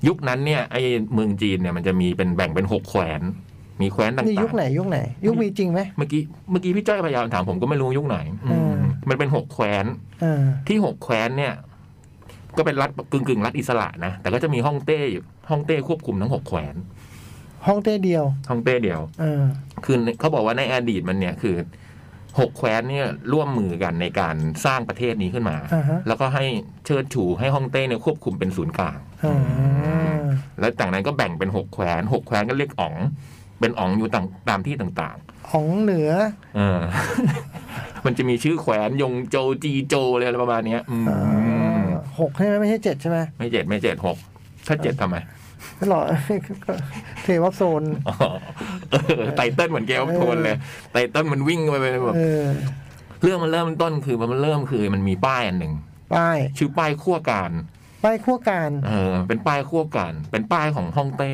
Speaker 2: ยุคนั้นเนี่ยไอ้เมืองจีนเนี่ยมันจะมีเป็นแบ่งเป็นหกแขวน มีแขวนต่างๆ
Speaker 4: นี่ยุคไหนยุคไหน ยุคมีจริงไหม
Speaker 2: เมื่อกี้เมื่อกี้พี่จ้อยพยายามถามผมก็ไม่รู้ยุคไหน อืม
Speaker 4: อืม
Speaker 2: มันเป็นหกแขวน
Speaker 4: อ่า
Speaker 2: ที่หกแคว้นเนี่ย ก็เป็นรัฐกึ่งกึ่งๆรัฐอิสระนะ แต่ก็จะมีฮ่องเต้อยู่ฮ่องเต้ควบคุมทั้งหกแคว้น
Speaker 4: ห้องเต้เดียว
Speaker 2: ฮ่องเต้เดียว
Speaker 4: อ่า
Speaker 2: คือเขาบอกว่าในอดีตมันเนี่ยคือหกแคว้นเนี่ยร่วมมือกันในการสร้างประเทศนี้ขึ้นมา
Speaker 4: อ่าฮะ
Speaker 2: แล้วก็ให้เชิดชูให้ฮ่องเต้เนี่ยควบคุมเป็นศูนย์กลาง
Speaker 4: อ่า
Speaker 2: แล้วจากนั้นก็แบ่งเป็นหกแคว้นหกแคว้นก็เรียกอ๋อง เป็นอ๋องอยู่ต่างตามที่ต่าง
Speaker 4: ของเหนือ
Speaker 2: ๆเออ มันจะมีชื่อแคว้นยงโจจีโจอะไรประมาณเนี้ยอืม
Speaker 4: อ่าหกใช่ไหมไม่ใช่เจ็ดใช่ไหม
Speaker 2: ไม่เจ็ดไม่เจ็ดหกถ้าเจ็ดทำไม
Speaker 4: หล่อ เทวโซน
Speaker 2: อ๋อเออ ไตเติ้ลเหมือนแกวโทนเลยไตเติ้ลมันวิ่งไปไปแบบ
Speaker 4: เออ
Speaker 2: เรื่องมันเริ่มต้นคือมันเริ่มคือมันมีป้ายอันหนึ่ง
Speaker 4: ป้าย
Speaker 2: ชื่อป้ายขั้วการ
Speaker 4: ป้ายขั้วการ
Speaker 2: เออเป็นป้ายขั้วการเป็นป้ายของฮ่องเต้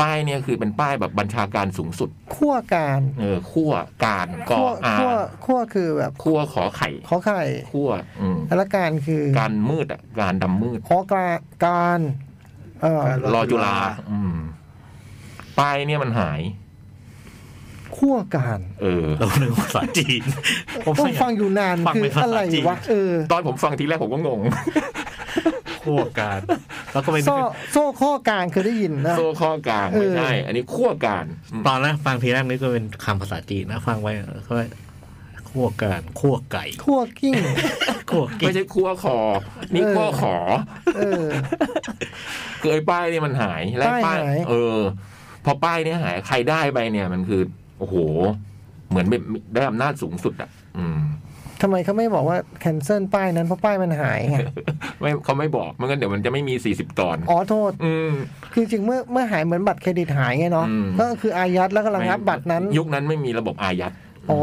Speaker 2: ป้ายเนี่ยคือเป็นป้ายแบบบัญชาการสูงสุด
Speaker 4: ขั้วการ
Speaker 2: เออขั้วการกอ
Speaker 4: ขั้ว
Speaker 2: อา
Speaker 4: ขั้วขั้วคือแบบ
Speaker 2: ขั้วขอไข่
Speaker 4: ขอไข่
Speaker 2: ขั้วอืม
Speaker 4: แล้วการคือ
Speaker 2: การมืดอ่ะการดำมืด
Speaker 4: ขอกลาการเออ
Speaker 1: การ
Speaker 2: รอจุฬาอืมป้ายเนี่ยมันหาย
Speaker 4: ขั้วการ
Speaker 2: เออ
Speaker 3: เราหนึ่งภาษาจีน ผม
Speaker 4: ต้อง
Speaker 3: ไม่
Speaker 4: ฟังอยู่นาน
Speaker 3: ฟัง
Speaker 4: คือ
Speaker 3: เป็นภาษา
Speaker 4: อะไร
Speaker 3: จีน
Speaker 4: วะเออ
Speaker 2: ตอนผมฟังทีแรกผมก็ งง
Speaker 3: ขั้วการ แล้วก็ไม่
Speaker 4: โซ่โซ่ข้อการเคยได้ยินนะ
Speaker 2: โซ่ข้อกลางไม่ใช่
Speaker 4: เอออั
Speaker 2: อันนี้ขั้วกลางอืม
Speaker 3: ตอนแรกฟังทีแรกนึกว่าเป็นคำภาษาจีนนะ ฟังไว้ก็ขั้วการขั้วไก่
Speaker 4: ขั้วกิ้ง
Speaker 3: ขั้วกิ
Speaker 2: ไม่ใช่ขั้วคอ นี่
Speaker 4: เออ
Speaker 2: ขั้วขอ
Speaker 4: เออ
Speaker 2: คือไอ้ป้ายเนี่ยมันหาย และ
Speaker 4: ป้ายหาย
Speaker 2: เออ พอป้ายเนี่ยหาย ใครได้ไปเนี่ยมันคือ โอ้โห เหมือนแบบได้อำนาจสูงสุดอ่ะ อืม
Speaker 4: ทำไมเขาไม่บอกว่าแคนเซิลป้ายนั้นเพราะป้ายมันหายไง
Speaker 2: ไม่เขาไม่บอกไม่งั้นเดี๋ยวมันจะไม่มีสี่สิบตอน
Speaker 4: อ๋อโทษ
Speaker 2: อืม
Speaker 4: คือจริงเมื่อเมื่อหายเหมือนบัตรเครดิตหายไงเนาะ
Speaker 2: อืม
Speaker 4: ก็คืออายัดแล้วก็ระงับ
Speaker 2: ไม่
Speaker 4: บัตรนั้น
Speaker 2: ยุคนั้นไม่มีระบบอายัด
Speaker 4: อ๋อ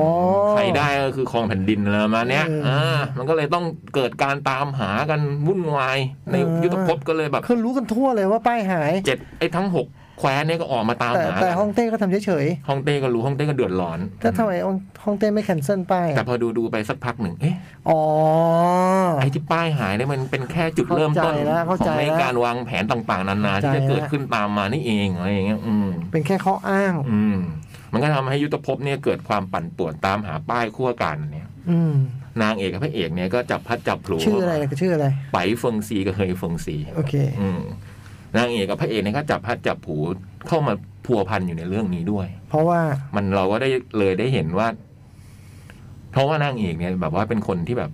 Speaker 2: ใครได้ก็คือครองแผ่นดินเลยมาเนี้ย
Speaker 4: เอออ่
Speaker 2: ามันก็เลยต้องเกิดการตามหากันวุ่นวาย ใน
Speaker 4: เออ
Speaker 2: ยุทธภพก็เลยแบบ
Speaker 4: คือรู้กันทั่วเลยว่าป้ายหาย
Speaker 2: เจ็ดไอ้ทั้งหกแคว้นเนี่ยก็ออกมาตาม
Speaker 4: แต่
Speaker 2: หา
Speaker 4: แต่ฮ่องเต้ก็ทำเฉย
Speaker 2: ฮ่องเต้ก็รู้ฮ่องเต้ก็เดือดร้อน
Speaker 4: ๆแล้วทำไมฮ่องเต้ไม่แคนเซิลป้าย
Speaker 2: แต่
Speaker 4: อ่ะ
Speaker 2: พอดูดูไปสักพักหนึ่งเอ๊ะ
Speaker 4: อ๋อ
Speaker 2: ไอ้ที่ป้ายหายเนี่ยมันเป็นแค่จุดเริ่มต้น
Speaker 4: เข้าใจแล้ว
Speaker 2: ข
Speaker 4: เข้า
Speaker 2: อง
Speaker 4: ใจ
Speaker 2: ใน
Speaker 4: แล้ว
Speaker 2: การวางแผนต่างๆนานาที่
Speaker 4: เข้าใจ
Speaker 2: จะเกิดขึ้นตามมานี่เองอะไรอย่างเงี้ยอืม
Speaker 4: เป็นแค่ข้ออ้าง
Speaker 2: อืมมันก็ทำให้ยุทธภพเนี่ยเกิดความปั่นป่วนตามหาป้ายคู่กันเนี่ย
Speaker 4: อืม
Speaker 2: นางเอกกับพระเอกเนี่ยก็จับพัดจับผลู
Speaker 4: ชื่ออะไรก็ชื่ออะไร
Speaker 2: ไปเฟิงซีกับเฮยเฟิงซี
Speaker 4: โอเค
Speaker 2: อืมนางเอกกับพระเอกเนี่ยก็จับพัดจับผลูเข้ามาพัวพันอยู่ในเรื่องนี้ด้วย
Speaker 4: เพราะว่า
Speaker 2: มันเราก็ได้เลยได้เห็นว่า เพราะว่านางเอกเนี่ยแบบว่าเป็นคนที่แบบ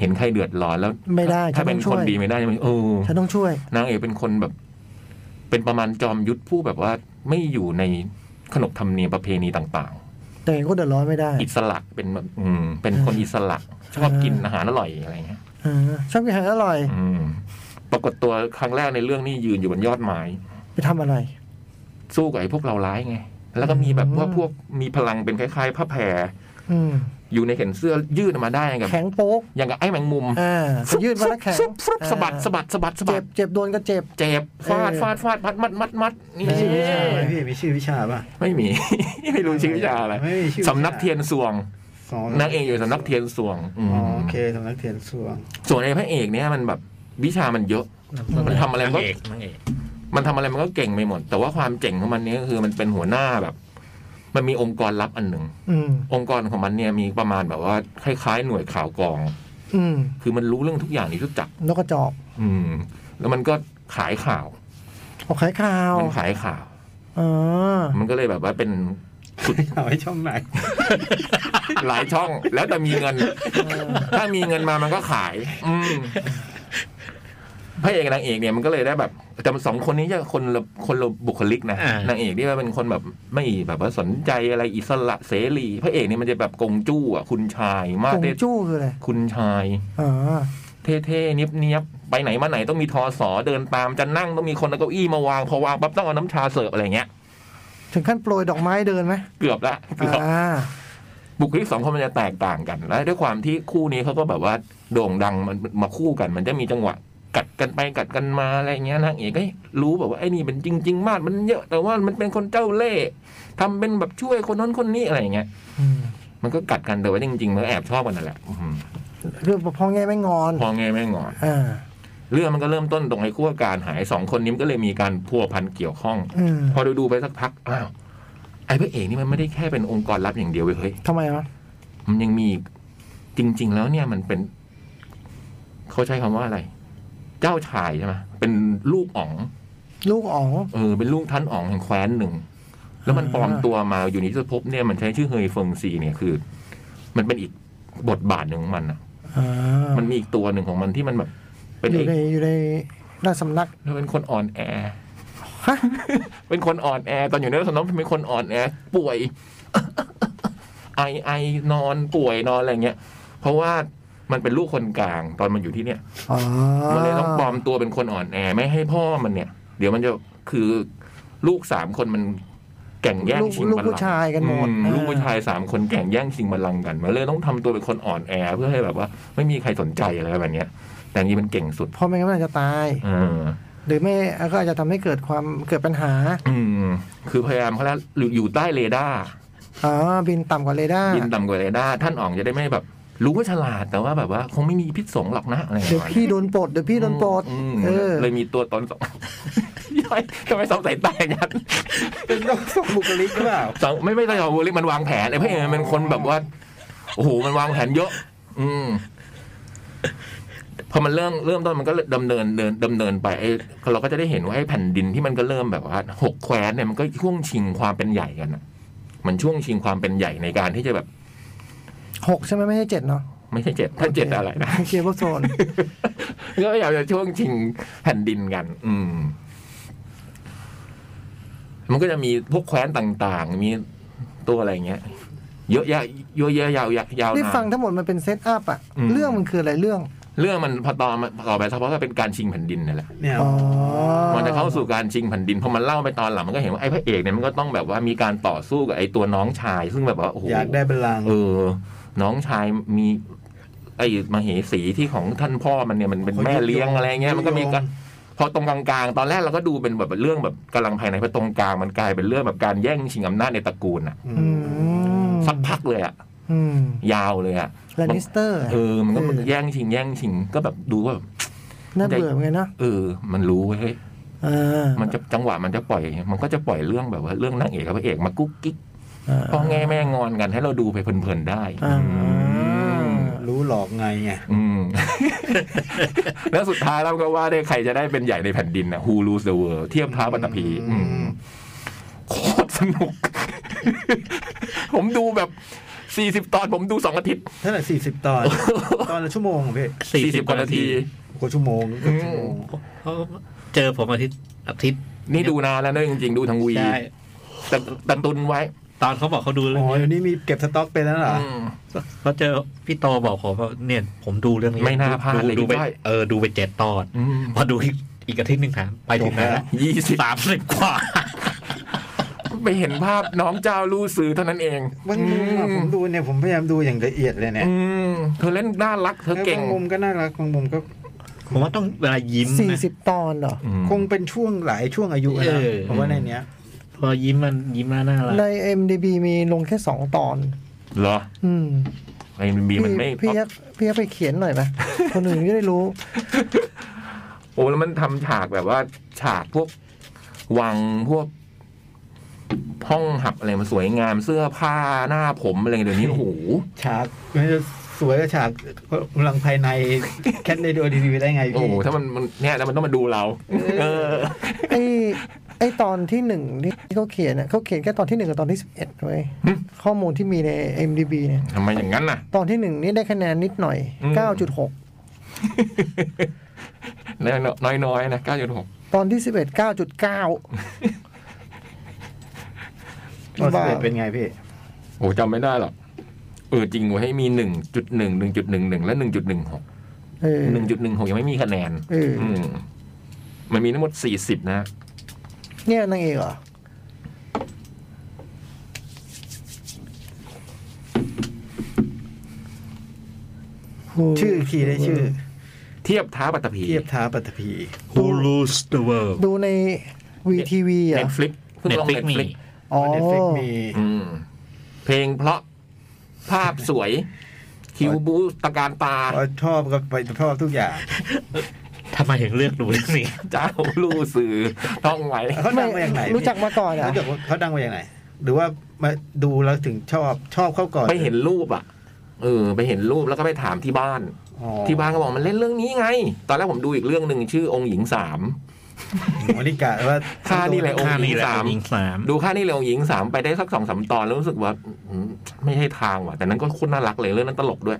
Speaker 2: เห็นใครเดือดร้อนแล้ว
Speaker 4: ไม่ได้
Speaker 2: ถ้าเป็น
Speaker 4: ฉันต้องช่
Speaker 2: ค
Speaker 4: วย
Speaker 2: นดีไม่ได้มันเออ
Speaker 4: ฉันต้องช่วย
Speaker 2: นางเอกเป็นคนแบบ เป็นประมาณจอมยุทธผู้แบบว่า ไม่อยู่ในขนบธรรมเนียมประเพณีต่าง
Speaker 4: แต่ก็เดือดร้อนไม่ได้
Speaker 2: ๆ อิสระเป็นแบบอืม เป็นคนอิสระ ชอบกินอาหารอร่อยอะไรเงี้ย
Speaker 4: อ่าชอบกินอาหารอร่อย
Speaker 2: อืม ปรากฏตัวครั้งแรกในเรื่องนี่ยืนอยู่บนยอดไม้
Speaker 4: ไปทำอะไร
Speaker 2: สู้กับไอ้พวกเราร้ายไง แล้วก็มีแบบว่าพวกมีพลังเป็นคล้ายๆผ้าแพร
Speaker 4: อืม
Speaker 2: อยู่ในเข็นเสื้อยืดออกมาได้กับ
Speaker 4: แข็งโป๊ก
Speaker 2: อย่างกับไอ้แมงมุม
Speaker 4: อ่าไปยืดมาแล้วแข็ง
Speaker 2: ฟึบฟึบ
Speaker 4: อ่า
Speaker 2: สะบัดสะบัดสะบัดสะบั
Speaker 4: เจ็
Speaker 2: ด
Speaker 4: บ เจ็บโดนก็เจ็บ
Speaker 2: เจ็บฟาด
Speaker 4: เออ
Speaker 2: ฟาดฟาดมัดมัดมัดมัดนี่
Speaker 4: ไม่
Speaker 1: มี
Speaker 4: ใช่
Speaker 1: ชื่อวิชาไหมพี่มีชื่อวิชาป่ะ
Speaker 2: ไม่มี ไม่รู้ชื่อวิชาอะไร
Speaker 1: ไม่มีชื่อวิชา
Speaker 2: สำนักเทียนสวง
Speaker 1: สอง
Speaker 2: นางเอกอยู่สำนักเทียนสวงอืม
Speaker 1: อ๋อโอเคสำนักเทียนสวง
Speaker 2: ส่วนไอ้พระเอกเนี่ยมันแบบวิชามันเยอะ มันทำอะไรมันก็
Speaker 3: นางเอกนางเอก
Speaker 2: มันทำอะไรมันก็เก่งไปหมด แต่ว่าความเจ๋งของมันเนี่ยก็คือมันเป็นหัวหน้าแบบ มันมีองค์กรลับอันหนึ่ง
Speaker 4: อืม
Speaker 2: องค์กรของมันเนี่ยมีประมาณแบบว่าคล้ายๆ หน่วยข่าวกรอง
Speaker 4: อืม
Speaker 2: คือมันรู้เรื่องทุกอย่างในทุกจักร
Speaker 4: นกกระจอก
Speaker 2: อืม แล้วมันก็ขายข่าว
Speaker 4: เอาไข่ขาว
Speaker 2: มันขายข่าว
Speaker 4: อ๋อ
Speaker 2: มันก็เลยแบบว่า เป็น
Speaker 1: เอาไว้ช่องไหน
Speaker 2: หลายช่อง แล้ว แต่มีเงิน ถ้ามีเงินมามันก็ขาย อืม พระเอกกับนางเอกเนี่ยมันก็เลยได้แบบแต่สองคนนี้จะคนละคนละบุคลิกนะ
Speaker 3: อ่าน
Speaker 2: นางเอกนี่ว่าเป็นคนแบบไม่แบบว่าสนใจอะไรอิสระเสรีพระเอกนี่มันจะแบบกงจู้อ่ะคุณชายมาก
Speaker 4: กง
Speaker 2: เท่
Speaker 4: จู้คืออะไร
Speaker 2: คุณชาย
Speaker 4: อ๋อ
Speaker 2: เท่ๆเนียบๆไปไหนมาไหนต้องมีทอสอเดินตามจะนั่งต้องมีคนเอาเก้าอี้มาวางพอวางปั๊บต้องเอาน้ำชาเสิร์ฟอะไรเงี้ย
Speaker 4: ถึงขั้นโปรยดอกไม้เดินไหม
Speaker 2: เกือบละเกือบ
Speaker 4: อ่า
Speaker 2: บุคลิกสองคนมันจะแตกต่างกัน และด้วยความที่คู่นี้เขาก็แบบว่าโด่งดังมันมาคู่กัน มันจะมีจังหวะกัดกันไปกัดกันมาอะไรเงี้ยนางเอกก็รู้แบบว่าไอ้นี่มันจริง ๆ มากมันเยอะแต่ว่ามันเป็นคนเจ้าเล่ห์ทำเป็นแบบช่วยคนนั้นคนนี้อะไรเงี้ย
Speaker 4: อืม
Speaker 2: มันก็กัดกันแต่ว่าจริงๆมันก็แอบชอบกันนั่นแหละอื้อหือ
Speaker 4: คือพ่อแง่ไม่งอน
Speaker 2: พอไงแม่งอน
Speaker 4: อ่า
Speaker 2: เรื่องมันก็เริ่มต้นตรงไอ้คู่การหายสองคนนี้มันก็เลยมีการพัวพันเกี่ยวข้อง
Speaker 4: อืม
Speaker 2: พอดูดูๆไปสักพักอ้าวไอ้พระเอกนี่มันไม่ได้แค่เป็นองค์กรลับอย่างเดียวเว้ยเฮ้ย
Speaker 4: ทำไมวะ
Speaker 2: มันยังมีอีกจริง ๆ แล้วเนี่ยมันเป็น เขาใช้คำว่าอะไร เจ้าชายใช่ไหมเป็นลูกอ๋อง
Speaker 4: ลูกอ๋อง
Speaker 2: เออเป็นลูกท่านอ๋องแห่งแคว้นหนึ่ง แล้วมัน
Speaker 4: อ่า
Speaker 2: ปลอมตัวมาอยู่ในยุทธภพเนี่ยมันใช้ชื่อเฮยเฟิงซีเนี่ยคือ มันเป็นอีกบทบาทหนึ่งของมันอะ
Speaker 4: อ่า
Speaker 2: มันมีอีกตัวหนึ่งของมันที่มันแบบ เป็น
Speaker 4: อ
Speaker 2: เอยู่ ก
Speaker 4: ในอยู่ในราชสำนัก
Speaker 2: แล้วเป็นคนอ่อนแอ
Speaker 4: ฮะ
Speaker 2: เป็นคนอ่อนแอ ตอนอยู่ในสนมเป็นคนอ่อนแอ ป่วย ไอไอนอนป่วยนอนอะไรเงี้ย เพราะว่ามันเป็นลูกคนกลาง ตอนมันอยู่ที่เนี่ย
Speaker 4: อ๋อ
Speaker 2: มันเลยต้องปลอมตัวเป็นคนอ่อนแอไม่ให้พ่อมันเนี่ย เดี๋ยวมันจะคือลูกสามคนมันแก่งแย่ง
Speaker 4: ลูก
Speaker 2: ชิง
Speaker 4: ลูก
Speaker 2: บัลลั
Speaker 4: ผู้
Speaker 2: ง
Speaker 4: ชาย
Speaker 2: ก์
Speaker 4: กันหมด
Speaker 2: อืม
Speaker 4: อ่
Speaker 2: ลูกผู้ชายสามคนแก่งแย่งชิงบัลลังก์กันมันเลยต้องทำตัวเป็นคนอ่อนแอ เพื่อให้แบบว่า ไม่มีใครสนใจอะไรแบบเนี้ย แต่นี่มันเก่งสุด
Speaker 4: พ่อแม่ก็อาจจะตาย
Speaker 2: เออ
Speaker 4: หรือไม่ก็อาจจะทำให้เกิดความเกิดปัญหา
Speaker 2: อืม คือพยายามเขาแล้วอยู่อยู่ใต้เรดาร์
Speaker 4: อ๋อ บินต่ำกว่าเรดาร์
Speaker 2: บินต่ำกว่าเรดาร์ท่านอ๋องจะได้ไม่แบบ รู้ว่าฉลาดแต่ว่าแบบว่า คงไม่มีพิษสงหรอกนะอะไรอย่าง
Speaker 4: เดี๋ยว
Speaker 2: เงี้ย
Speaker 4: พี่โดนปลดเดี๋ยวพี่โดนปลด
Speaker 2: อืม
Speaker 4: เออ
Speaker 2: เลยมีตัวตนสอง ย้อยทำไมสองสายตาอย่างนั้น
Speaker 1: เป็นต้องส่งบุคลิกหรือเปล่า
Speaker 2: สองไม่ไม่ใช่ของบุริมันวางแผนไอ้พระเอกมันเป็นคนแบบว่า โอ้โหมันวางแผนเยอะ อืมพอมันเริ่มเริ่มต้นมันก็ดำเนินเดินดำเนินไปไอ้เราก็จะได้เห็นว่าไอ้แผ่นดินที่มันก็เริ่มแบบว่าหกแคว้นเนี่ยมันก็ช่วงชิงความเป็นใหญ่กันอ่ะ มันช่วงชิงความเป็นใหญ่ในการที่จะแบบ
Speaker 4: หกใช่ไหมไม่ใช่เจ็ดเนาะ
Speaker 2: ไม่ใช่เจ็ดถ้าเจ็ดอะไรนะ
Speaker 4: เกียร์บอโซน
Speaker 2: ก็พยายามจะช่วงชิงแผ่นดินกัน อืม มันก็จะมีพวกแคว้นต่างๆ มีตัวอะไรเงี้ย เยอะแยะเยอะแยะยาวยาวยาว
Speaker 4: นี่
Speaker 2: นา
Speaker 4: ฟัง
Speaker 2: น
Speaker 4: ทั้งหมดมันเป็นเซตอัพอะ
Speaker 2: อืม
Speaker 4: เรื่องมันคืออะไรเรื่อง
Speaker 2: เรื่องมันพอตอนมันต่อไปสักพักก็เป็นการชิงแผ่นดินนี่แหละ
Speaker 1: เนี่ย
Speaker 4: อ๋อ
Speaker 2: มันจะเข้าสู่การชิงแผ่นดินพอมันเล่าไปตอนหลังมันก็เห็นว่าไอ้พระเอกเนี่ยมันก็ต้องแบบว่ามีการต่อสู้กับไอ้ตัวน้องชาย ซึ่งแบบว่าโอ้โห
Speaker 1: อยากได้บัลลังก์
Speaker 2: เออ น้องชายมี ไอ้มเหสีที่ของท่านพ่อมันเนี่ยมันเป็นแม่เลี้ยงอะไรเงี้ยมันก็มีกัน พอตรงกลางๆ ตอนแรกเราก็ดูเป็นแบบเรื่องแบบกำลังภายในพอตรงกลางมันกลายเป็นเรื่องแบบการแย่งชิงอำนาจในตระกูลอ่ะ
Speaker 1: อื
Speaker 4: อื
Speaker 1: ม
Speaker 4: ม
Speaker 2: สักพักเลยอ่ะ
Speaker 4: อืม
Speaker 2: ยาวเลยอ่ะ
Speaker 4: แลนนิสเตอร์
Speaker 2: เออมันก็แย่งชิงแย่งชิงก็แบบดูว่าแบบ
Speaker 4: น่าเบื่อเหมือนกันเนาะ
Speaker 2: เออ มันรู้เว้ยเฮ้ย
Speaker 4: เออ
Speaker 2: มันจะจังหวะมันจะปล่อย มันก็จะปล่อยเรื่องแบบว่าเรื่องนางเอกกับพระเอกมากุ๊กกิ๊กพ่อแง่แม่งอนกันให้เราดูไปเพลินๆได้
Speaker 4: อ่า
Speaker 2: อืม
Speaker 1: รู้หลอกไงไง
Speaker 2: อืม แล้วสุดท้ายเราก็ว่าได้ใครจะได้เป็นใหญ่ในแผ่นดินอ่ะ Who rules the world เทียบพระปัตตภีอืม โคตรสนุก ผมดูแบบ 40 ตอนผมดู 2 อาทิตย์
Speaker 1: เท่าไหร่สี่สิบตอน ตอนละชั่วโมงเหรอพี่
Speaker 2: 40 กว่านาที
Speaker 1: กว่าชั่วโมงเกือบชั่วโมง
Speaker 3: เขาเจอผมอาทิตย์อาทิตย์
Speaker 2: นี่ดูนานแล้วนะจริงๆ ดูทางวี
Speaker 3: ใช่
Speaker 2: แต่แต่ตุนไว้
Speaker 3: ตอนเขาบอกเขาดูเรื่
Speaker 1: อ๋
Speaker 3: อง
Speaker 1: อ
Speaker 3: นี้
Speaker 1: เดี๋ยวนี้มีเก็บสต็อกไปแล้วเหรอ
Speaker 2: อืม
Speaker 3: เขาเจอพี่โตบอกผมว่าเนี่ยผมดูเรื่องนี้
Speaker 2: ไม่น่าพลาดเลย
Speaker 3: ดูไป
Speaker 2: พี่ต้อย
Speaker 3: เออดูไปเจ็ดตอน
Speaker 2: อืม
Speaker 3: พอดูอีกอีกอาทิตย์หนึ่งถามไปถึงไหน
Speaker 1: จบแล้ว
Speaker 3: ละ
Speaker 2: ยี่สิบ
Speaker 3: สามสิบกว่า
Speaker 2: ไปเห็นภาพน้องเจ้าลู่สื่อเท่านั้นเอง
Speaker 1: บางมุมอะผมดูเนี่ยผมพยายามดูอย่างละเอียดเลยเนี่ย
Speaker 2: อืมเธอเล่นน่ารัก เธอเก่ง
Speaker 1: บางมุมก็น่ารักบางมุมก็
Speaker 3: ผมว่าต้องเวลายิ้ม
Speaker 4: สี่
Speaker 3: นะ
Speaker 4: สิบตอนเหรอ
Speaker 2: อืม
Speaker 1: คงเป็นช่วงหลายช่วงอายุนะ
Speaker 3: เออ
Speaker 1: ผมว่าในเนี้ย
Speaker 3: พอยิ้มมันยิ้มแล้วน่ารัก
Speaker 4: ใน MDB มีลงแค่สองตอน
Speaker 2: เหรอ
Speaker 4: อืม
Speaker 2: ไอ้บีมันไม่
Speaker 4: พี่พี่ยักษ์พี่ยักษ์ไปเขียนหน่อยไหม คนอื่นจะได้ รู้
Speaker 2: โอ้แล้วมันทำฉากแบบว่าฉากพวกวังพวกห้องหับอะไรมันสวยงามเสื้อผ้าหน้าผมอะไรเดี๋ยวนี้ โอ้โห
Speaker 1: ฉากมันจะสวยกับฉากกำลังภายใน แคทในดูดีวีได้ไง
Speaker 2: โอ้
Speaker 1: พี่
Speaker 2: โหถ้ามันมันเนี่ยแล้วมันต้องมาดูเรา เออ
Speaker 4: ไอ้ไอ้ตอนที่หนึ่งที่เขาเขียนน่ะเขาเขียนแค่ตอนที่หนึ่งกับตอนที่สิบเอ็ดเว้ย
Speaker 2: หึ
Speaker 4: ข้อมูลที่มีใน MDB เนี่ย
Speaker 2: ทำไมอย่างนั้นน่ะ
Speaker 4: ตอนที่หนึ่งนี่ได้คะแนนนิดหน่อย
Speaker 2: อืม
Speaker 4: 9.6
Speaker 2: น้อยๆน้อยๆนะเก้าจุดหก
Speaker 4: ตอนที่สิบเอ็ดเก้าจุดเก้า
Speaker 1: ตอนสิบเอ็ดเป็นไงพี่
Speaker 2: โอ้จำไม่ได้หรอกเออจริงเว้ยให้มีหนึ่งจุดหนึ่งหนึ่งจุดหนึ่งหนึ่งและหนึ่งจุดหนึ่งหก
Speaker 4: เออ
Speaker 2: หนึ่งจุดหนึ่งหกยังไม่มีคะแนน
Speaker 4: เอออื
Speaker 2: มมันมีทั้งหมดสี่สิบนะ
Speaker 4: เนี่ยนางเอกเหรอ
Speaker 1: ชื่ออีกทีได้ชื่อ
Speaker 2: เทียบท้าปัตตภี
Speaker 1: เทียบท้าปัตตภี
Speaker 3: Who rules the world
Speaker 4: ดูใน VTV อ่ะ
Speaker 2: Netflix เพิ่งลง
Speaker 3: Netflix มี
Speaker 2: Netflix
Speaker 4: อ๋อ
Speaker 1: เน็ตฟลิกมี
Speaker 2: อืมเพลงเพราะภาพสวย คิวบูตะการตา
Speaker 1: พอชอบก็ไปชอบทุกอย่าง
Speaker 3: ทำไมถึงเลือกดูเรื่องนี้
Speaker 2: เจ้าลู่สื่อท่องไว้
Speaker 1: เขาดังมาอย่างไหน
Speaker 4: ไม่รู้จักมาก่อนเหรอ
Speaker 1: รู้จักว่าเขาดังมาอย่างไหน หรือว่ามาดูแล้วถึงชอบชอบเขาก่อน
Speaker 2: ไปเห็นรูปอ่ะ เออ ไปเห็นรูปแล้วก็ไปถามที่บ้าน
Speaker 1: อ๋อ
Speaker 2: ที่บ้านก็บอกมันเล่นเรื่องนี้ไง ตอนแรกผมดูอีกเรื่องหนึ่งชื่อองค์หญิงสาม
Speaker 1: หมอนิกะว่า
Speaker 2: ค่านี่แหละอง
Speaker 3: ค่า
Speaker 2: ค์หญิ
Speaker 3: นี้
Speaker 2: ง
Speaker 3: แหละ
Speaker 2: สาม
Speaker 3: ยิงสาม
Speaker 2: ดูค่านี่แหละองค์หญิงสามไปได้สักสองสามตอนแล้วรู้สึกว่าอืมไม่ใช่ทางว่ะ แต่นั้นก็โคตรน่ารักเลยเรื่องนั้นตลกด้วย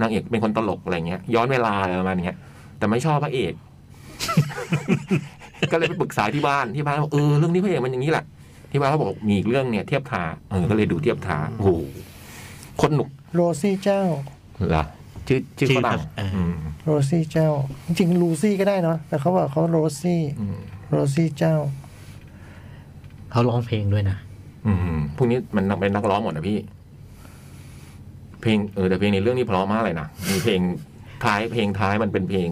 Speaker 2: นางเอกเป็นคนตลกอะไรเงี้ย ย้อนเวลาอะไรประมาณเนี้ย แต่ไม่ชอบพระเอก ก็เลยไปปรึกษาที่บ้านที่บ้านบอกเออเรื่องนี้พระเอกมันอย่างนี้แหละที่บ้านเขาบอกมีอีกเรื่องเนี่ยเทียบทาเออก็เลยดูเทียบทาโอ้โหคนหนุก
Speaker 4: โรซี่เจ้า
Speaker 2: เหรอชื่อชื่อฝรั่ง
Speaker 3: เอออ
Speaker 2: อืม
Speaker 4: โรซี่เจ้า จริงๆลูซี่ก็ได้เนาะแต่เขาบอกเขาโรซี่
Speaker 2: อืม
Speaker 4: โรซี่เจ้า
Speaker 3: เขาร้องเพลงด้วยนะ
Speaker 2: อืมพวกนี้มันเป็นนักร้องหมดนะพี่ เพลงเออแต่เพลงในเรื่องนี้เพราะมากเลยนะมีเพลงท้ายเพลงท้ายมันเป็นเพลง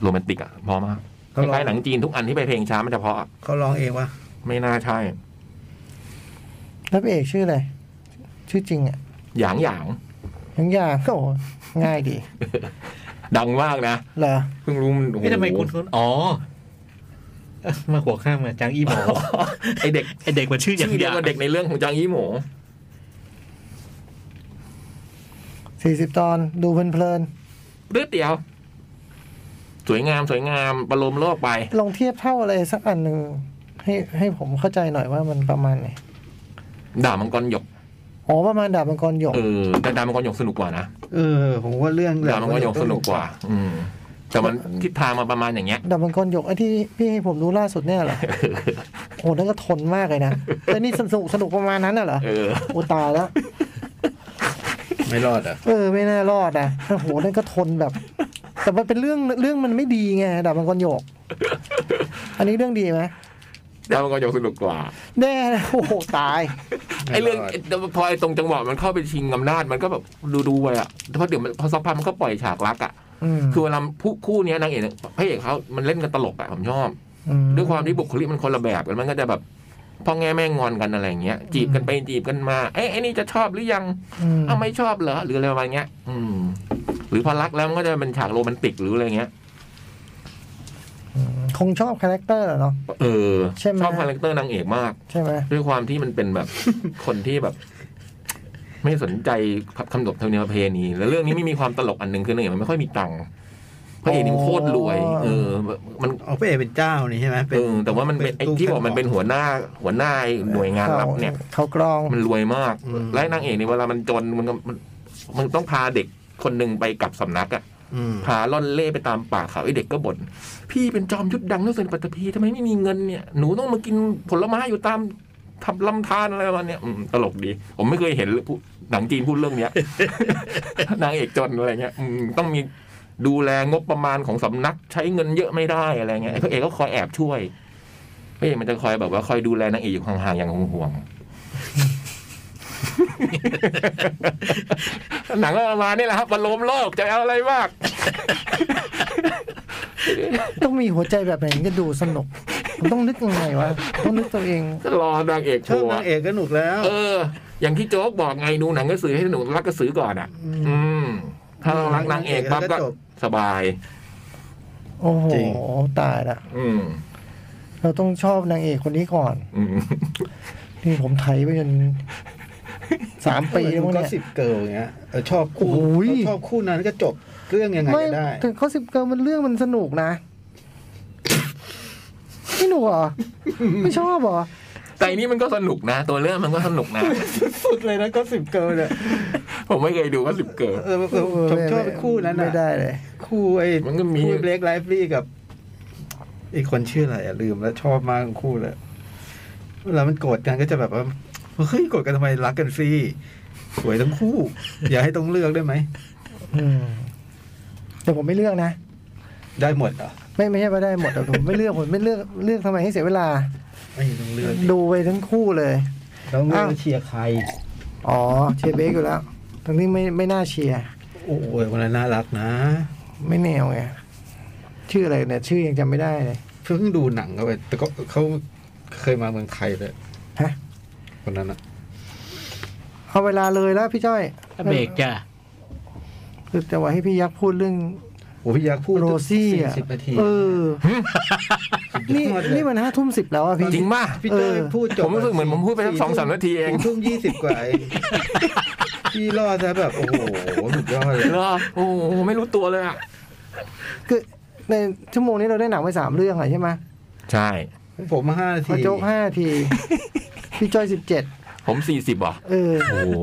Speaker 2: โรแมนติกอะเพราะมากค
Speaker 1: เขาร้อ
Speaker 2: ล้าย
Speaker 1: ง
Speaker 2: ๆหนังจีนทุกอันที่ไปนเพลงช้ามันจะเพราะอะ
Speaker 1: เขาร้องเองวะ
Speaker 2: ไม่น่าใช่
Speaker 4: แล้วพระเอกชื่ออะไร ชื่อจริงอ่ะ
Speaker 2: หยางหยาง
Speaker 4: ยังยากก็ง่ายดี
Speaker 2: ดังมากนะ
Speaker 4: เหรอ
Speaker 2: เพิ่งรู้นโอ้โห
Speaker 3: เอ๊ะทำไมคุณคุณอ๋อเอ๊ะมาหัวข้ามมาจังอีหมอ
Speaker 2: ไอเด็ก
Speaker 3: ไอเด็กมันชื่ออย่าง
Speaker 2: ชื่อเดี
Speaker 3: เดี
Speaker 2: ย
Speaker 3: ยว ว
Speaker 2: กับเด็กในเรื่องของจางยี่หมู
Speaker 4: สี่สิบตอนดูเพลิน
Speaker 2: เลือดเดียว สวยงามสวยงามประโลมโลกไป
Speaker 4: ๆลองเทียบเท่าอะไรสักอันหนึ่งให้ให้ผมเข้าใจหน่อยว่ามันประมาณไหน
Speaker 2: ด่ามังกรหยก
Speaker 4: อ๋อประมาณดาบมังกรหยก
Speaker 2: เออแต่ด่ามังกรหยกสนุกกว่านะ
Speaker 1: เออ ผมว่าเรื่อง
Speaker 2: ด่ามังกรหยกสนุกกว่า อืม แต่มันทิศทางมาประมาณอย่างเงี้ย
Speaker 4: ดาบมังกรหยกไอ้ที่พี่ให้ผมดูล่าสุดเนี่ยเหรอ โอ้นั่นก็ทนมากเลยนะแต่นี่สนุกสนุกประมาณนั้นน่ะเหรอ
Speaker 2: เออ
Speaker 4: โอ้ตายแล้ว
Speaker 1: ไม่รอดเหรอ่ะ
Speaker 4: เออไม่น่ารอดนะโอ้โหนั่นก็ทนแบบ แต่มันเป็นเรื่องเรื่องมันไม่ดีไงดาบมังกรหยก อันนี้เรื่องดีไหม
Speaker 2: ดาวมังกรหยกสนุกกว่า
Speaker 4: แน่นะโอ้โหตาย
Speaker 2: ไอ้เรื่องพอไอ้ตรงจังหวะมันเข้าไปชิงอำนาจมันก็แบบดูดูๆไปอ่ะเพราะเดี๋ยวมันพอสักพักมันก็ปล่อยฉากรักอ่ะ
Speaker 4: อืม
Speaker 2: คือเวลาผู้คู่เนี้ยนางเอกเนี่ยพระเอกเขามันเล่นกันตลกอ่ะผมชอบ
Speaker 4: อื
Speaker 2: ด้วยความที่บุคลิกมันคนละแบบกันมันก็จะแบบพ่อแง่แม่งอนกันอะไรอย่างเงี้ย จีบกันไปจีบกันมาเอ้ไอ้นี่จะชอบหรือยัง
Speaker 4: อืม
Speaker 2: อ้าวไม่ชอบเหรอหรืออะไรประมาณเงี้ย อืม หรือพอรักแล้วมันก็จะเป็นฉากโรแมนติกหรืออะไรเงี้ย
Speaker 4: คงชอบคาแรคเตอร์เหรอเนาะ
Speaker 2: เออ
Speaker 4: ใช่ไหม
Speaker 2: ชอบคาแรคเตอร์นางเอกมาก
Speaker 4: ใช่ไหม
Speaker 2: ด้วยความที่มันเป็นแบบ คนที่แบบ ไม่สนใจคำนบธรรมเนียมประเพณีแล้วเรื่องนี้ไม่มีความตลกอันหนึ่งคือนางเอกมันไม่ค่อยมีตังค์พระเอกนี่มันโคตรรวย เออ มัน
Speaker 1: เอาพระเอกเป็นเจ้านี่ใช่ไหมป็
Speaker 2: เออแต่ว่ามันเป็นไอ้ที่บอกมันเป็น
Speaker 1: ตู้
Speaker 2: หัวหน้า หัวหน้าไอ้หน่วยงานรับเนี่ย
Speaker 4: เขากรอง
Speaker 2: มันรวยมาก และนางเอกนี่เวลามันจนมันก็มันมันต้องพาเด็กคนหนึ่งไปกลับสำนักอ่ะ
Speaker 1: อืม
Speaker 2: พาล่อนเล่ไปตามป่าเขาไอ้เด็กก็บ่นพี่เป็นจอมยุทธดังนักเสนปัตตภีทำไมไม่มีเงินเนี่ยหนูต้องมากินผลไม้อยู่ตามทำลำธารอะไรประมาณเนี้ยอืมตลกดี ผมไม่เคยเห็นผู้หนังจีนพูดเรื่องเนี้ย นางเอกจนอะไรเงี้ยอืมต้องมีดูแลงบประมาณของสำนัก ใช้เงินเยอะไม่ได้อะไรเงี้ยไอ้พระเอกก็คอยแอบช่วยพระเอกมันจะคอยแบบว่าคอยดูแลนางเอกอยู่ห่างๆอย่างห่วงๆ หนังก็ประมาณนี้แหละครับบอลลมโลกจะเอาอะไรมาก
Speaker 4: ต้องมีหัวใจแบบไหนถึงจะดูสนุกมันต้องนึกยังไงวะต้องนึกตัวเอง
Speaker 2: ก็รอนางเอก
Speaker 1: ชอบ
Speaker 2: โผล่
Speaker 1: นางเอกก็หนุกแล้ว
Speaker 2: เออ อย่างที่โจ๊กบอกไงดูหนังกระสือให้หนูรักกระสือก่อนอ่ะ อืม ถ้าเรารักนางเอกปั๊บก็
Speaker 1: แล้วก็จบ
Speaker 2: สบาย
Speaker 4: โอ้โห
Speaker 1: จริง
Speaker 4: ตายละ
Speaker 2: อืม
Speaker 4: เราต้องชอบนางเอกคนนี้ก่อน
Speaker 2: อืม
Speaker 4: นี่ผมไถไปจน สามปีแล้วมั้ง
Speaker 1: ก็
Speaker 4: เนี่ย
Speaker 1: สิบเกิลอย่างเงี้ยเออชอบคู่
Speaker 4: โอ้ย
Speaker 1: ชอบคู่นั้นก็จบเรื่องยังไง
Speaker 4: ไม่
Speaker 1: ก็ได้
Speaker 4: ถึงข้อสิบเกินมันเรื่องมันสนุกนะไม่หนูเหรอไม่ชอบเหรอ
Speaker 2: แต่อันนี้มันก็สนุกนะ ตัวเรื่องมันก็สนุกนะ
Speaker 1: สุดเลยนะก็สิบเกิลเนี่ย
Speaker 2: ผมไม่เคยดูว่าสิบเกิด
Speaker 1: เออเออเออผมชอบไอ้คู่นั้น
Speaker 4: ไม่
Speaker 1: น่ะ
Speaker 4: ได้เลย
Speaker 1: คู่ไอ้
Speaker 2: มันก็มี
Speaker 1: คู่เบลกไลฟ์ลี่กับอีกคนชื่ออะไรอะลืมแล้วชอบมากทั้งคู่เลยเวลามันโกรธกันก็จะแบบว่าเฮ้ยโกรธกันทำไมรักกันสิสวยทั้งคู่ อย่าให้ต้องเลือกได้ไหม
Speaker 4: อืมแต่ผมไม่เลือกนะ
Speaker 1: ได้หมดเหรอ
Speaker 4: ไม่ไม่ใช่ว่าได้หมดแต่ผมไม่เลือกผมไม่เลือกเลือกทำไมให้เสียเวลา
Speaker 1: ไม่ต้องเลือกดิ
Speaker 4: ดูไปทั้งคู่เลย
Speaker 1: ต้องเลือก
Speaker 4: อ้าว
Speaker 1: ว่าเชียร์ใคร
Speaker 4: อ๋อเชียร์เบคอยู่แล้วทั้งที่ไม่ไม่น่าเชียร์
Speaker 1: โอ้ยวันนั้นน่ารักนะ
Speaker 4: ไม่แนวไงชื่ออะไรเนี่ย ชื่อยังจำไม่ได้เลย
Speaker 1: เพิ่งดูหนังเขาไปแต่ก็เขาเคยมาเมืองไทยเลย
Speaker 4: ฮะ
Speaker 1: คนนั้นอะ
Speaker 4: เอาเวลาเลยแล้วพี่จ้อย
Speaker 3: เบรกจ้ะ
Speaker 4: คือจะว่าให้พี่ยักษ์พูดเรื่อง
Speaker 1: โอ้พี่ยักษ์พูด
Speaker 4: โรซี่
Speaker 1: สี่
Speaker 4: อ่ะ
Speaker 1: สิบนาที
Speaker 4: เออ
Speaker 1: สุด
Speaker 4: นี่
Speaker 1: ยอดเลย
Speaker 4: นี่มันห้าทุ่มสิบแล้วอ่ะพี่
Speaker 2: จริงป่ะ
Speaker 1: พี่เต้ย
Speaker 4: เออ
Speaker 1: พูดจบ
Speaker 2: ผมรู้สึกเหมือนผมพูดไปสัก
Speaker 1: ทุ่
Speaker 2: สองสามนาทีเอง
Speaker 1: สี่ทุ่มยี่สิบกว่าเอง พี่รอดซะแบบ โอ้โหสุดยอดเลย
Speaker 2: เหรอโอ้โหไม่รู้ตัวเลยอ่ะ
Speaker 4: คือในชั่วโมงนี้เราได้หนังไปสามเรื่องอะใช่ไหม
Speaker 2: ใช่
Speaker 1: ผมห้านาที
Speaker 4: พอโจ๊กห้าที พี่จ้อยสิบเจ็ด
Speaker 2: ผมสี่สิบอ่ะ
Speaker 4: เออ
Speaker 2: โอ้โห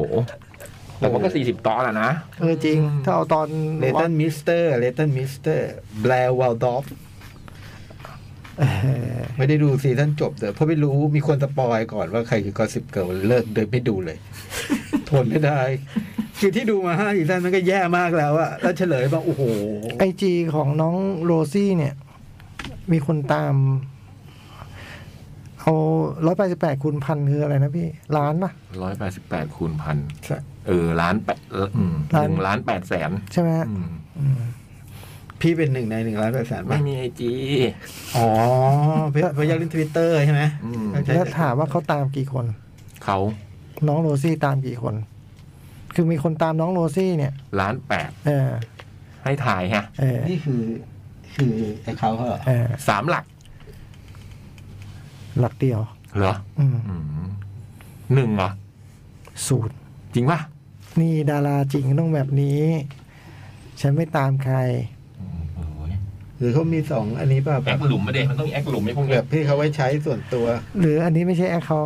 Speaker 2: แต่ผมก็สี่สิบตอนแหละนะ
Speaker 4: เออจริง ถ้าเอาตอน
Speaker 1: เลตันมิสเตอร์เลตันมิสเตอร์แบลวลดอฟ
Speaker 4: เออ
Speaker 1: ไม่ได้ดูซีซั่นจบเลยเพราะไม่รู้มีคนสปอยก่อนว่าใครคือกอสิบเกิลเลิกโดยไม่ดูเลย ทนไม่ได้ คือที่ดูมาห้าซีซั่นมันก็แย่มากแล้วอะแล้วเฉลยว่าโอ้โห
Speaker 4: ไอจีของน้องโรซี่เนี่ย มีคนตาม เอาร้อยแปดสิบแปดคูณพันคืออะไรนะพี่ ล้านปะ
Speaker 2: ร้อยแปดสิบแปดคูณพัน
Speaker 4: ใช่
Speaker 2: เออล้านแปดอืม
Speaker 4: ล้า
Speaker 2: ห
Speaker 4: น
Speaker 2: นึ่งล้านแปดแสน
Speaker 4: ใช่ไหมฮะ
Speaker 2: อืม
Speaker 1: พี่เป็นหนึ่งในหนึ่งล้านแปดแสน
Speaker 2: ไม่
Speaker 1: ป่ะ
Speaker 2: มีไอจี
Speaker 1: อ๋อพพยักเล่นทวิตเตอร์ใช่ไหม
Speaker 2: อืม
Speaker 1: เข้ใจ
Speaker 4: แล้วถามว่าเขาตามกี่คน
Speaker 2: เขา
Speaker 4: น้องโรซี่ตามกี่คน คือมีคนตามน้องโรซี่เนี่ย
Speaker 2: ล้านแปด
Speaker 4: เออ
Speaker 2: ให้ถ่ายฮะ
Speaker 4: เออ
Speaker 1: นี่คือคือไอ้เขาเหรอ
Speaker 4: เออ
Speaker 2: สามหลัก
Speaker 4: หลักเดียว
Speaker 2: เหรอ
Speaker 4: อืม
Speaker 2: อืมหนึ่งเหรอ
Speaker 4: สูตร
Speaker 2: จริงป่ะ
Speaker 4: นี่ดาราจริงต้องแบบนี้ ฉันไม่ตามใคร
Speaker 1: หรือเขามีสองอันนี้ป่ะแบ
Speaker 2: แอบ คหลุมมาเด็มันต้องมีแอคหลุมไอ้พวก
Speaker 1: แบ
Speaker 2: เนี้ย
Speaker 1: บที่เขาไว้ใช้ส่วนตัว
Speaker 4: หรืออันนี้ไม่ใช่แอคเขา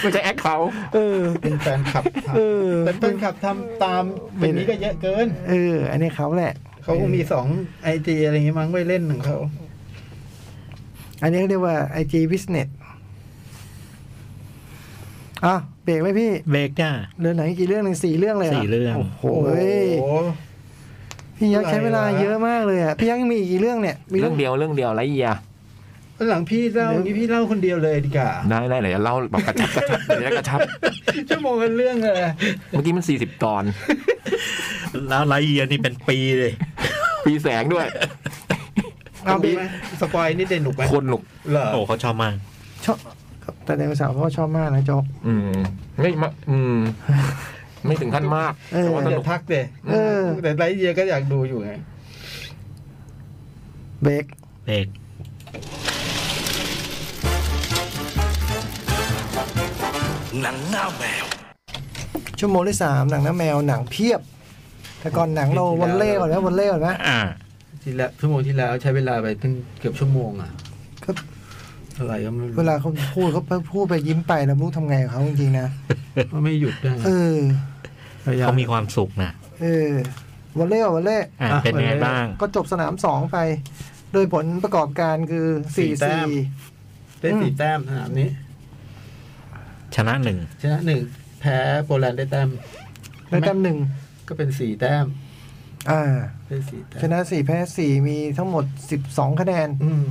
Speaker 2: ไม่ใช่แอคเขา
Speaker 4: เออ
Speaker 1: เป็นแฟนคลับ
Speaker 4: เออ
Speaker 1: แต่แฟนคลับทำตามแบบนี้ก็เยอะเกิน
Speaker 4: เออ อันนี้เขาแหละ
Speaker 1: เขาคงมีสองไอจีอะไรอย่างงี้มั้งไว้เล่นของเขา
Speaker 4: อันนี้เรียกว่า IG Business อ่ะเบรกไหมพี่
Speaker 3: เบรกจ้ะ
Speaker 4: เหลือหนังอีกกี่เรื่องหนึ่งสี่เรื่องเลยะ
Speaker 3: สี่เรื่อง
Speaker 4: โอ้โห
Speaker 1: โอ้
Speaker 4: พี่ยักษ์ใช้เวลา
Speaker 1: อะไรวะ
Speaker 4: เยอะมากเลยอ่ะ พี่ยักษ์ยังมีอีกกี่เรื่องเนี่ย มี
Speaker 2: เรื่องเดียวเรื่องเดียวไรเอีย
Speaker 1: หลังพี่เล่าอย่างงี้พี่เล่าคนเดียวเลยดีกว่า
Speaker 2: ได้ได้ไหนจะเล่าแบบกระชับกระชับเดี๋ยวจะกระชับ
Speaker 1: ชั่วโมงกันเรื่องเลย
Speaker 2: เมื่อกี้มันสี่สิบตอน
Speaker 3: แล้วไลเอียนี่เป็นปีเลย
Speaker 2: ปีแสงด้วย
Speaker 1: เอาดีไหมสปอยนิดเด่นหนุกไหม
Speaker 2: คนหนุก
Speaker 1: เหรอ
Speaker 3: โอ้เขาชอบมาก
Speaker 4: ชอบแต่ในสาวเขาก็ชอบมากนะโจ๊ก
Speaker 2: อืม ไม่มาอืม ไม่ถึงขั้นมาก
Speaker 4: เออ
Speaker 2: แต่ว่าส
Speaker 1: อ
Speaker 2: นุ
Speaker 1: ย่าก ทักเลย
Speaker 4: เออ
Speaker 1: แต่ไรเยียก็อยากดูอยู่ไง
Speaker 4: เบรก
Speaker 3: เบรก
Speaker 5: หนังหน้าแมว
Speaker 4: ชั่วโมงที่สามหนังน้าแมวหนังเพียบ แต่ก่อนหนังเราวันเล่ก่อนไหมวันเล่ก่อนไหม
Speaker 3: อ่า
Speaker 1: ที่แล้วชั่วโมงที่แล้วใช้เวลาไปถึงเกือบชั่วโมงอะ
Speaker 4: ก็
Speaker 1: อะไรก็ไม่รู้
Speaker 4: เวลาเขาพูดเขาพูดไปยิ้มไปแล้วไมรู้ทำไงกับเขาจริงๆนะ
Speaker 1: ก็ไม่หยุดด้วยไง
Speaker 4: เออ
Speaker 3: เขามีความสุขนะ
Speaker 4: เออวันเล่วันเล่
Speaker 3: อ่า
Speaker 1: อ่ะ
Speaker 3: เป็นยังไงบ้าง
Speaker 4: ก็จบสนามสองไป โดยผลประกอบการคือ
Speaker 1: สี่
Speaker 4: สี่
Speaker 1: แต้ม ได้
Speaker 4: สี่
Speaker 1: สี่แต้มสนามนี้
Speaker 3: ชนะหนึ่ง
Speaker 1: ชนะหนึ่งแพ้โปแลนด์ได้แต้ม
Speaker 4: ได้แต้มหนึ่ง
Speaker 1: ก็เป็นสี่แต้ม
Speaker 4: อ่า
Speaker 1: ได้สี่แต้ม
Speaker 4: ชนะสี่แพ้สี่มีทั้งหมดสิบสองคะแนน
Speaker 1: อืม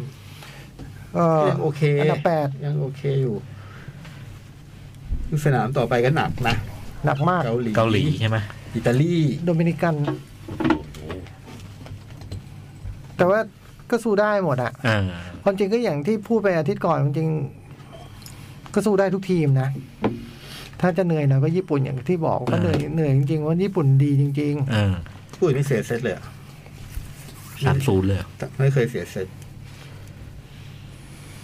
Speaker 4: ก็
Speaker 1: ยังโอเค
Speaker 4: อันดับแปด
Speaker 1: ยังโอเคอยู่สนามต่อไปก็หนักนะ
Speaker 4: หนักมาก
Speaker 1: เกาหลี
Speaker 3: เกาหลีใช่ไหม
Speaker 1: อิตาลี
Speaker 4: โดมินิกัน แต่ว่าก็สู้ได้หมดอะ
Speaker 3: อ่า
Speaker 4: ความจริงก็อย่างที่พูดไปอาทิตย์ก่อนความจริง ก็สู้ได้ทุกทีมนะ ถ้าจะเหนื่อยหน่อยก็ญี่ปุ่นอย่างที่บอกก็เหนื่อยเหนื่อยจริงๆว่าะญี่ปุ่นดีจริง
Speaker 3: อ่า
Speaker 1: พูดไม่เสียเซตเลยอะ
Speaker 3: สามศูนย์เลยเหรอ
Speaker 1: ไม่เคยเสียเซต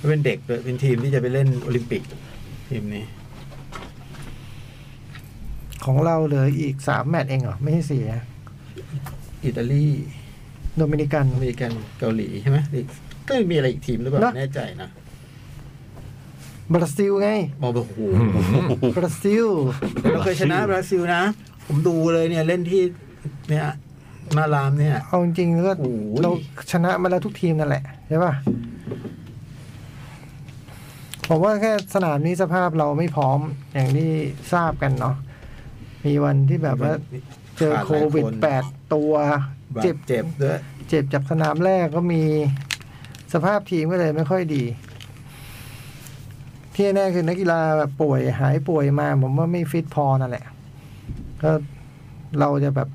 Speaker 1: เป็นเด็กด้วยเป็นทีมที่จะไปเล่นโอลิมปิก ทีมนี้
Speaker 4: ๆ ของเราเหลืออีกสามแมตช์เองเหรอ ไม่ใช่สี่นะ
Speaker 1: อิตาลี
Speaker 4: โดมินิกัน
Speaker 1: อเมริกันเกาหลีใช่ไหมหรือก็มีอะไรอีกทีมหรือเปล่า
Speaker 4: นะ
Speaker 1: ไม่แน่ใจนะ
Speaker 4: บราซิลไง
Speaker 1: มองไปโอ้โห
Speaker 4: บราซิล
Speaker 1: เราเคยชนะบราซิลนะ ผมดูเลยเนี่ยเล่นที่เนี่ยมารามเนี่ย
Speaker 4: เอาจริงๆแล้วก็
Speaker 1: โอ้ย
Speaker 4: เราชนะมาแล้วทุกทีมนั่นแหละใช่ป่ะผมว่าแค่สนามนี้สภาพเราไม่พร้อมอย่างที่ทราบกันเนาะมีวันที่แบบว่าเจอโควิดแปดตัว
Speaker 1: เจ็
Speaker 4: เจ็
Speaker 1: บบ เจ็บด้วย
Speaker 4: เจ็บจากสนามแรกก็มีสภาพทีมก็เลยไม่ค่อยดี ที่แน่คือนักกีฬาแบบป่วยหายป่วยมา ผมว่าไม่ฟิตพอนั่นแหละ ก็เราจะแบบ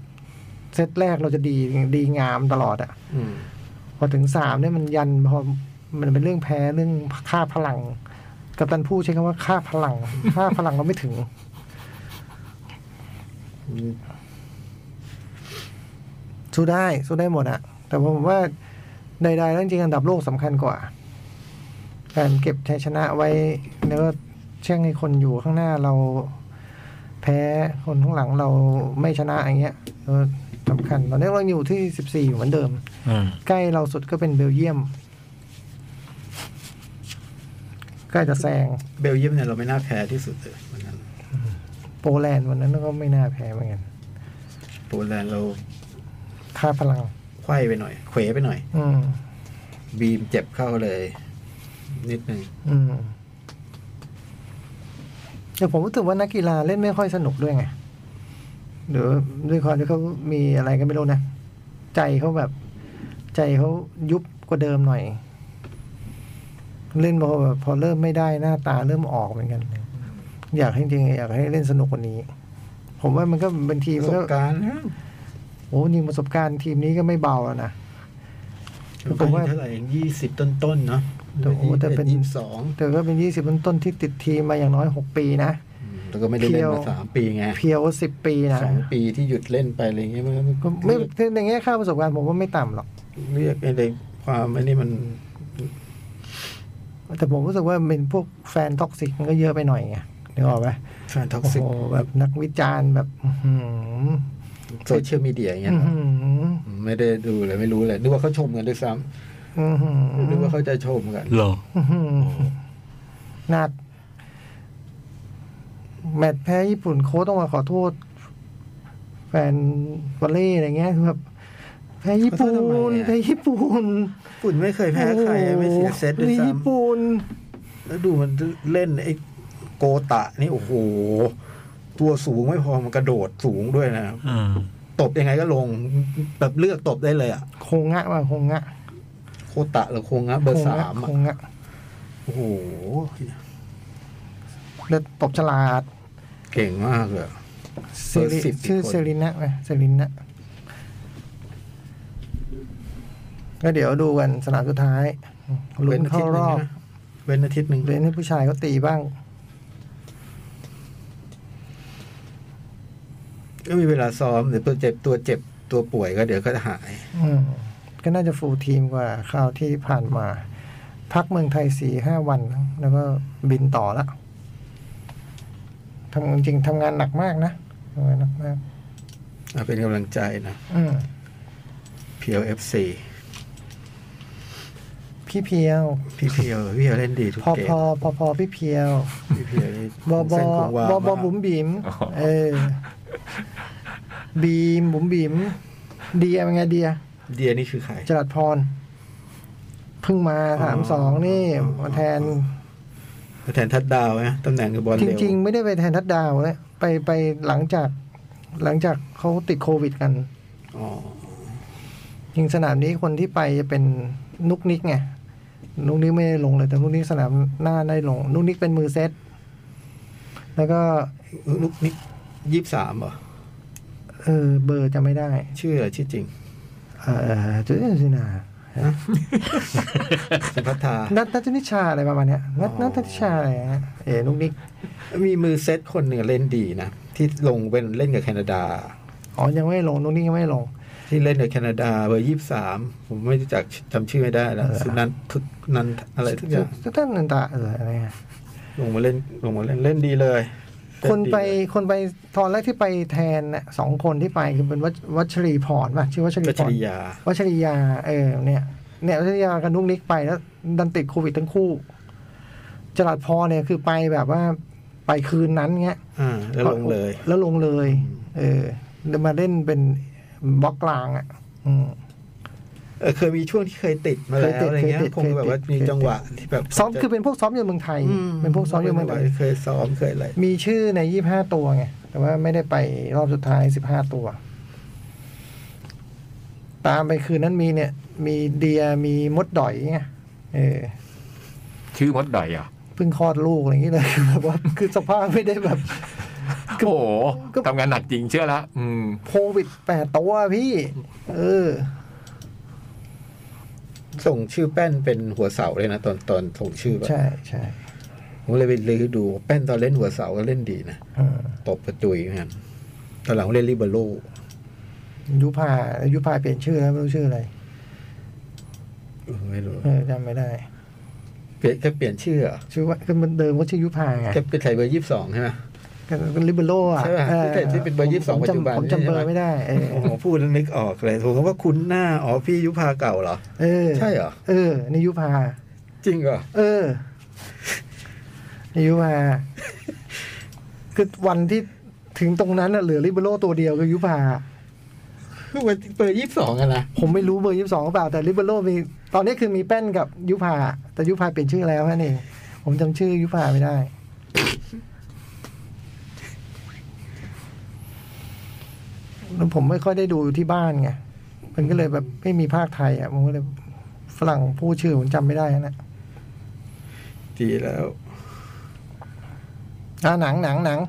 Speaker 4: เซตแรกเราจะดีดีงามตลอดอะ
Speaker 1: อืม
Speaker 4: พอถึงสามเนี่ยมันยันพอมันเป็นเรื่องแพ้เรื่องค่าพลัง กัปตันผู้ใช้คำว่าค่าพลัง ค่าพลังเราไม่ถึง สู้ได้ สู้ได้หมดอะแต่ผมว่าใดๆแล้วจริงๆอันดับโลกสำคัญกว่า การเก็บชัยชนะไว้ แล้วก็เชื่อให้คนอยู่ข้างหน้าเราแพ้คนข้างหลังเราไม่ชนะอย่างเงี้ยเออสำคัญตอนนี้เราอยู่ที่สิบสี่เหมือนเดิม
Speaker 3: อืม
Speaker 4: ใกล้เราสุดก็เป็นเบลเยียมใกล้จะแซง
Speaker 1: เบลเยียมเนี่ยเราไม่น่าแพ้ที่สุดเลยวันนั้น
Speaker 4: โปแลนด์วันนั้นก็ไม่น่าแพ้เหมือนกัน
Speaker 1: โปแลนด์เรา
Speaker 4: ค่าพลัง
Speaker 1: ไขว้ไปหน่อยเขวไปหน่อย
Speaker 4: อืม
Speaker 1: บีมเจ็บเข้าเลย นิดหนึ่ง
Speaker 4: อืมแต่ผมรู้สึกว่านักกีฬาเล่นไม่ค่อยสนุกด้วยไงหรือด้วยความที่เขามีอะไรกันไม่รู้นะ ใจเขาแบบ ใจเขายุบกว่าเดิมหน่อย เล่นพอแบบพอเริ่มไม่ได้หน้าตาเริ่มออกเหมือนกัน อยากให้จริงๆอยากให้เล่นสนุกกว่านี้ ผมว่ามันก็บางที
Speaker 1: ป
Speaker 4: มั
Speaker 1: ระ
Speaker 4: น
Speaker 1: ส
Speaker 4: ก็
Speaker 1: บการณ์นะ
Speaker 4: โอ้ยิงประสบการณ์ทีมนี้ก็ไม่เบาแล้วนะ
Speaker 1: ประสบการณ์เท่าไหร่ยี่สิบต้นๆเนาะ
Speaker 4: แต่โอ้แต่เป็น
Speaker 1: ยี่สิบสอง
Speaker 4: แต่ก็เป็นยี่สิบต้นๆที่ติดทีมมาอย่างน้อยหกปีนะ
Speaker 1: แล้วก็ไม่ได้เล่น
Speaker 4: เพี
Speaker 1: มา
Speaker 4: ยว
Speaker 1: สามปีไง
Speaker 4: เพียวสิบปีนะ
Speaker 1: สองปีที่หยุดเล่นไปอะไรเงี้ยมันก็
Speaker 4: ก็ไม่ในแง่ค่าประสบการณ์ผมว่าไม่ต่ำหรอก
Speaker 1: เรียกอะไรความอันนี้มัน
Speaker 4: แต่ผมรู้สึกว่าเป็นพวกแฟนท็อกซิกมันก็เยอะไปหน่อยไงนึกออกไหม
Speaker 1: แฟนท็อก
Speaker 4: โอ้
Speaker 1: ซิก
Speaker 4: โหแบบนักวิจารณ์แบบอื้อหือ
Speaker 1: โซเชียลมีเดียอย่างเงี้ย
Speaker 4: อื้อ
Speaker 1: ครับ
Speaker 4: หือ
Speaker 1: ไม่ได้ดูเลยไม่รู้เลยนึกว่าเขาชมกันด้วยซ้
Speaker 4: อื้อหือ
Speaker 1: ำนึกว่าเขาจะชมกัน
Speaker 3: เหรอ
Speaker 4: อื้อหือนัดแมตช์แพ้ญี่ปุ่นโค้ชต้องมาขอโทษ แฟนวอลเล่อะไรเงี้ยคือแบบแพ้ญี่
Speaker 1: ข
Speaker 4: ปุ่
Speaker 1: อโทษทำไม
Speaker 4: น
Speaker 1: อะ
Speaker 4: แพ้ญี่ปุ่น
Speaker 1: ญี่ปุ่นไม่เคยแพ้ใครไม่เสียเซตด้วย
Speaker 4: โอ้โห
Speaker 1: ซ้ำ
Speaker 4: ญี่ปุ่น
Speaker 1: แล้วดูมันเล่นไอ้โกตะนี่โอ้โห ตัวสูงไม่พอมันกระโดดสูงด้วยนะ
Speaker 3: อืม
Speaker 1: ตบยังไงก็ลงแบบเลือกตบได้เลยอะ
Speaker 4: โคงะว่ะโคงะ
Speaker 1: โคตะหรือโคงะเบอร์สาม
Speaker 4: โค
Speaker 1: อะ
Speaker 4: งะ
Speaker 1: โอ้โห
Speaker 4: เลือดตบฉลาด
Speaker 1: เก่งมากเลยอะ
Speaker 4: เซ
Speaker 1: เบอร์
Speaker 4: ริ
Speaker 1: 10
Speaker 4: ชื่อ
Speaker 1: อีกคน
Speaker 4: เซรินะไหมเซรินะก็เดี๋ยวดูกันสนามสุดท้ายลุ้นเข้ารอบ
Speaker 1: เว้นอาทิตย์หนึ่ง
Speaker 4: เล่นให้ผู้ชายเขาตีบ้าง
Speaker 1: ก็มีเวลาซ้อมเดี๋ยวตัวเจ็บตัวเจ็บตัวป่วยก็เดี๋ยวก็หาย
Speaker 4: อืมก็น่าจะฟูลทีมกว่าคราวที่ผ่านมา พักเมืองไทยสี่ห้าวัน แล้วก็บินต่อละทำจริงๆทำงานหนักมากนะทำงานหนักมาก
Speaker 1: อ่ะเป็นกำลังใจนะ
Speaker 4: อืม
Speaker 1: เพียวเอฟซี
Speaker 4: พี่เพียว
Speaker 1: พี่เพียวพี่เพียวเล่นดีทุก
Speaker 4: พอ
Speaker 1: เกม
Speaker 4: พอพอพอพี่เพียว
Speaker 1: พี่เพียวนี่
Speaker 4: บอบอ
Speaker 1: เส้นคงวา
Speaker 4: บอ
Speaker 1: มาก
Speaker 4: บบุ๋มบิ๋ม
Speaker 2: อ๋อ
Speaker 4: เออ บีมบุ๋มบิ๋มเดียเป็นไงเดีย
Speaker 1: เดียนี่คือใคร
Speaker 4: จรัดพรเพิ่งมา
Speaker 1: อ๋อ
Speaker 4: สามสองนี่
Speaker 1: อ๋อ
Speaker 4: มาแทน
Speaker 1: แทนทัดดาวนะตำแหน่งคือบอล
Speaker 4: จ
Speaker 1: เร็ว
Speaker 4: ริง ๆ ไม่ได้ไปแทนทัดดาวนะไปไปหลังจาก หลังจากเขาติดโควิดกัน
Speaker 1: อ๋อ
Speaker 4: ยิงสนามนี้คนที่ไปจะเป็นนุกนิกไงนุกนิกไม่ได้ลงเลย แต่นุกนิกสนามหน้าได้ลง นุกนิกเป็นมือเซตแล้วก็
Speaker 1: ลูกนิกยี่สามเหรอ
Speaker 4: เออเบอร์จะไม่ได้
Speaker 1: ชื่ออะไรชื่อจริง
Speaker 4: เอ่อจุดนิชนา
Speaker 1: สัมพัทธา
Speaker 4: นัทนัทนิชาอะไรประมาณเนี้ยนัท
Speaker 1: อ๋อ
Speaker 4: นัทนิชาอะไรนะเอ๋นุกนิก
Speaker 1: มีมือเซตคนหนึ่งเล่นดีนะ ที่ลงเป็นเล่นกับแคนาดา
Speaker 4: อ๋อ ยังไม่ลงนุกนิกยังไม่ลง
Speaker 1: ที่เล่นกับแคนาดาเบอร์ยี่สามผมไม่รู้จักจำชื่อไม่ได้แล้ว
Speaker 4: เออ
Speaker 1: สุนันทุกนันอะไรทุกอย่าง
Speaker 4: สุดท้ายนันตาเอออะไรเงี้ย
Speaker 1: ลงมาเล่นลงมาเล่นเล่นดีเลย
Speaker 4: คนไป
Speaker 1: เล่ดี
Speaker 4: คนไปตอนแรกที่ไปแทนน่ะสองคนที่ไปคือเป็นวัชวัชรีพรป่ะชื่อวัช
Speaker 1: เลยกั
Speaker 4: รี
Speaker 1: จ
Speaker 4: พร
Speaker 1: ริยา
Speaker 4: วัชรียา เออเนี่ยเนี่ยวัชรียากับนุกนิกไปแล้ว ดันติดโควิดทั้งคู่จรัดพรเนี่ยคือไปแบบว่า ไปคืนนั้นเงี้ย
Speaker 1: อ่าแล้วลงเลย
Speaker 4: แล้วลงเลย เออเดี๋ยวมาเล่นเป็นบล็อกกลางอ่ะ อืม
Speaker 1: เออเคยมีช่วงที่เคยติดมาแล้ว
Speaker 4: เคยติด
Speaker 1: อะไรเงี้ย
Speaker 4: เคยติด
Speaker 1: คงแบบว่า
Speaker 4: เคยติด
Speaker 1: มีจังหวะที่แบบ
Speaker 4: ซ้อมคือเป็นพวกซ้อมอยู่เมืองไทย
Speaker 1: ม
Speaker 4: เป็นพวกซ้อมอยู่เมืองไทย
Speaker 1: เคยซ้อมเคยอะไร
Speaker 4: มีชื่อในยี่ห้าตัวไง แต่ว่าไม่ได้ไปรอบสุดท้ายสิบห้าตัว ตามไปคืนนั้นมีเนี่ย มีเดียมีมดดอยไงเออ
Speaker 2: ชื่อมดดอยเหรอ่ะ
Speaker 4: เพิ่งคลอดลูกอะไรอย่างเงี้เลย คือแบบว่าคือสภาพไม่ได้แบบ ก็
Speaker 2: โอ้โห
Speaker 4: ก็
Speaker 2: ทำงานหนักจริงเชื่อละอืม
Speaker 4: โควิดแปดตัวพี่ เออ
Speaker 1: ส่งชื่อแป้นเป็นหัวเสาเลยนะตอนตอนส่งชื่อแบบ
Speaker 4: ใช่ใช่
Speaker 1: ผมเลยไปเลยดูแป้นตอนเล่นหัวเสาก็เล่นดีนะ
Speaker 4: อ่า
Speaker 1: ตบประตุยเหมือนกันตอนหลังเล่นริเบโร่
Speaker 4: ยุพายุพาเปลี่ยนชื่อแล้วไม่รู้ชื่ออะไร
Speaker 1: เออไม่รู้
Speaker 4: เออจำไม่ได้
Speaker 1: เปลี่ยนแค่เปลี่ยนชื่อเหรอ
Speaker 4: ชื่อว่าคือมันเดิมว่าชื่อยุพาไง
Speaker 1: แค่ไปใส่เบอร์ยี่สิบสองใช่ไหม
Speaker 4: ก็ลิเบโรอ่ะ
Speaker 1: ใช่ป่ะ
Speaker 4: ออ
Speaker 1: ที่แต่ที่เป็นเบอร์22
Speaker 4: ผม
Speaker 1: ปัจจุ
Speaker 4: จำ
Speaker 1: บัน
Speaker 4: ผม
Speaker 1: ใช่
Speaker 4: จำเบอ
Speaker 1: ไหม
Speaker 4: ร์ไม่ได้เออ
Speaker 1: โอ้โหพูดแล้วนึกออกเลยผมก็ว่าคุ้นหน้าอ๋อพี่ยุพาเก่าเหรอ
Speaker 4: เออ
Speaker 1: ใช่เหรอ
Speaker 4: เออในยุพา
Speaker 1: จริงเหรอ
Speaker 4: เออในยุพาคือวันที่ถึงตรงนั้นน่ะเหลือลิเบโรตัวเดียวคือยุพา
Speaker 1: คือมันเบอร์ยี่สิบสองอะนะ
Speaker 4: ผมไม่รู้เบอร์ยี่สิบสองหรือเปล่าแต่ลิเบโรมีตอนนี้คือมีแป้นกับยุพาแต่ยุพาเปลี่ยนชื่อแล้วนั่นเองผมจำชื่อยุพาไม่ได้ แล้วผมไม่ค่อยได้ดูที่บ้านไง มันก็เลยแบบไม่มีภาคไทยอ่ะ มันก็เลยฝรั่งพูดชื่อผมจำไม่ได้นะ
Speaker 1: ดีแล้ว
Speaker 4: อ่าหนังหนังหนัง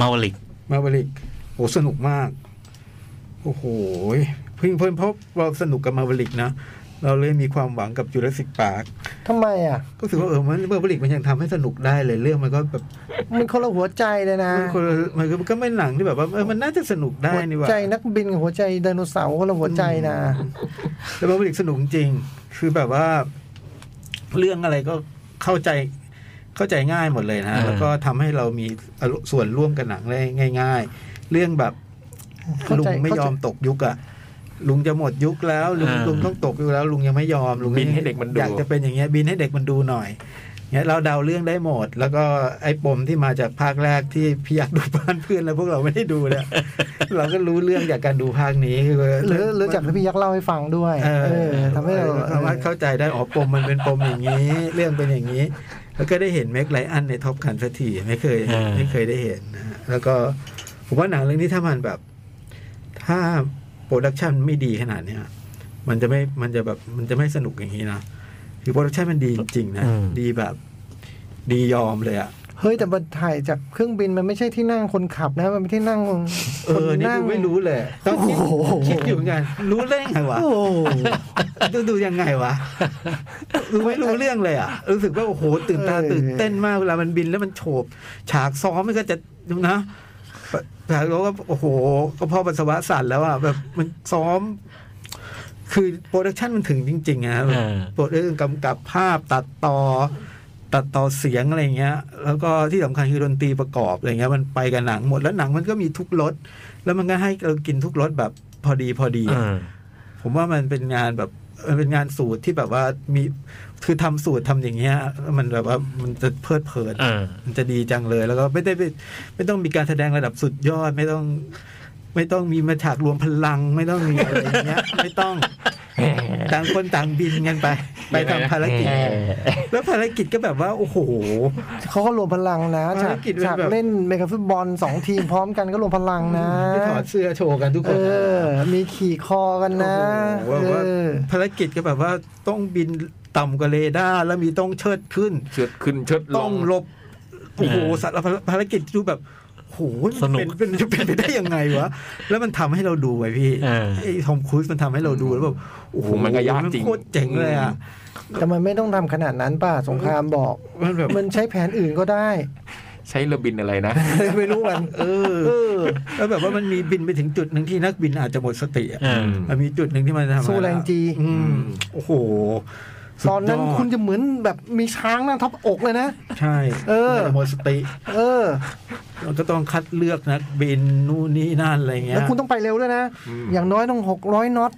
Speaker 3: มาวลิก
Speaker 1: มาบริกโอ้สนุกมาก โอ้โหเพิ่งเพิ่งเพราะเราสนุกกับมาบริกนะ เราเลยมีความหวังกับจูเลสิกปาร์ก
Speaker 4: ทำไมอ่ะ
Speaker 1: ก็รู้สึกว่าเออมันมาบริกมันยังทำให้สนุกได้เลยเรื่องมันก็แบบ
Speaker 4: มันคนละหัวใจเลยนะ
Speaker 1: มันคนละมันก็มันก็ไม่หนังที่แบบว่าเออมันน่าจะสนุกได้
Speaker 4: หั
Speaker 1: นี่ห
Speaker 4: ว
Speaker 1: ว่า
Speaker 4: ใจนักบินกับหัวใจไดโนเสาร์คนละหัวใจนะ
Speaker 1: แล้วมาบริกสนุกจริง คือแบบว่า เรื่องอะไรก็เข้าใจเข้าใจง่ายหมดเลยนะ แล้วก็ทำให้เรามีอารมณ์ส่วนร่วมกับหนังได้ง่าย ๆ เรื่องแบบ
Speaker 4: เข้า
Speaker 1: ลุ
Speaker 4: ใจ
Speaker 1: งไม่ยอม
Speaker 4: เข้าใจ
Speaker 1: ตกยุคอะลุงจะหมดยุคแล้ว ลุงลุงต้องตกยุคแล้ว ลุงยังไม่ยอมลุง
Speaker 2: บินให้เด็กมันดู
Speaker 1: อยากจะเป็นอย่างเงี้ยบินให้เด็กมันดูหน่อยเงี้ยเราเดาเรื่องได้หมด แล้วก็ไอ้ปมที่มาจากภาคแรกที่พี่อยากดูบ้านเพื่อนแล้วพวกเราไม่ได้ดูเนี่ย เราก็รู้เรื่องจากการดูภาคนี้คือ
Speaker 4: หรือหรือจากที่พี่ยักษ์เล่าให้ฟังด้วย
Speaker 1: เอ
Speaker 4: เอ
Speaker 1: อ
Speaker 4: อทำให้เรา
Speaker 1: สามารถเข้าใจได้อ๋อปมมันเป็นปมอย่างนี้ เรื่องเป็นอย่างนี้ แล้วก็ได้เห็นแม็กไลอันในท็อปคันสักทีไม่เคย ไม่เคยได้เห็นนะฮะแล้วก็ผมว่าหนังเรื่องนี้ถ้ามันแบบ ถ้าโปรดักชันไม่ดีขนาดเนี้ยมันจะไม่มันจะแบบมันจะไม่สนุกอย่างนี้นะคือโปรดักชันมันดีจริงๆนะ ดีแบบ ดียอมเลยอ่ะ
Speaker 4: เฮ้ยแต่บันถ่ายจากเครื่องบินมันไม่ใช่ที่นั่งคนขับนะ มันเป็นที่นั่ง
Speaker 1: เอ
Speaker 4: คน
Speaker 1: อ นี่
Speaker 4: นั่ง
Speaker 1: ดูไม่รู้เลยต้องคิด
Speaker 4: โอ้โห
Speaker 1: คิดอยู่เหมือนกัน รู้ได้ไงวะ
Speaker 4: โอ้
Speaker 1: ดูดูยังไงวะรู้ไม่รู้เรื่องเลยอ่ะ รู้สึกว่าโอ้โหตื่นตาตื่นเต้นมากเวลามันบินแล้วมันโฉบ ฉากซ้อมมันก็จะนะฉากแล้วก็โอ้โห ก็พ่อปัสสาวะสั่นแล้วอ่ะแบบมันซ้อม คือโปรดักชันมันถึงจริงๆนะแบบ
Speaker 3: อ่า
Speaker 1: โปรดเรื่องกำกับภาพตัดต่อ ตัดต่อเสียงอะไรอย่างเงี้ย แล้วก็ที่สำคัญคือดนตรีประกอบอะไรเงี้ยมันไปกับหนังหมดแล้วหนังมันก็มีทุกรสแล้วมันก็ให้เรากินทุกรสแบบพอดีพอดีอะ
Speaker 3: อ่า
Speaker 1: ผมว่ามันเป็นงานแบบมันเป็นงานสูตรที่แบบว่ามีคือทำสูตรทำอย่างเงี้ยมันแบบว่ามันจะเพลิดเพลิน
Speaker 3: อ่า
Speaker 1: มันจะดีจังเลย แล้วก็ไม่ได้ไปไม่ต้องมีการแสดงระดับสุดยอด ไม่ต้อง ไม่ต้องมีมาฉากรวมพลัง ไม่ต้องมีอะไรอย่างเงี้ย ไม่ ต้องต่างคนต่างบินกันไป ไปทำภารกิจ แล้วภารกิจก็แบบว่า โอ้โห
Speaker 4: เขาก็รวมพลังนะฉา
Speaker 1: ภา
Speaker 4: ก
Speaker 1: รกิจเป็น
Speaker 4: ฉาก
Speaker 1: แบบ
Speaker 4: เล่นเมกาฟุตบอลสองทีมพร้อมกันก็รวมพลังนะ
Speaker 1: ไม่ถอดเสื้อโชว์กันทุกค
Speaker 4: เอน อ มีขี่คอกันนะ
Speaker 1: โอ้โหแบบว่า
Speaker 4: เออ
Speaker 1: ภารกิจก็แบบว่าต้องบินต่ำกว่าเรดาร์แล้วมีต้องเชิดขึ้น
Speaker 2: เชิดขึ้นเชิดล
Speaker 1: ต้อง งลบโอ้โห
Speaker 3: เออ
Speaker 1: สารพัดภารกิจดูแบบโอ้โห
Speaker 3: ส
Speaker 1: มัน
Speaker 3: นุก
Speaker 1: เป็นเป็นจะเป็นไปได้ยังไงวะ แล้วมันทำให้เราดูไปพี่
Speaker 3: เออ
Speaker 1: ไอ้ทอมครูซมันทำให้เราดูแล้วแบบโอ้โห
Speaker 2: มันก็ยากจริง
Speaker 1: โคตรเจ๋งเลยอ่ะ
Speaker 4: แต่มันไม่ต้องทำขนาดนั้นป่ะ สงครามบอก
Speaker 1: มันแบบ
Speaker 4: มันใช้แผนอื่นก็ได้
Speaker 2: ใช้เรือบินอะไรนะ
Speaker 4: ไม่รู้มัน
Speaker 1: เออ
Speaker 4: เออ
Speaker 1: แล้วแบบว่ามันมีบินไปถึงจุดหนึ่งที่นักบินอาจจะหมดสติอ่ะ
Speaker 3: อ่า
Speaker 1: มันมีจุดหนึ่งที่มันทำให้
Speaker 4: สู้แรงจี
Speaker 1: อืมโอ้โหสุด
Speaker 4: ตอนนั้น
Speaker 1: ยด
Speaker 4: คุณจะเหมือนแบบมีช้างนั่งทับอกเลยนะ
Speaker 1: ใช่
Speaker 4: เออ
Speaker 1: หมดสติ
Speaker 4: เออ
Speaker 1: เราก็ต้องคัดเลือกนักบินนู่นนี่นั่นอะไรเงี้ย
Speaker 4: แล้วคุณต้องไปเร็วด้วยนะ อย่างน้อยต้องหกร้อยน็อต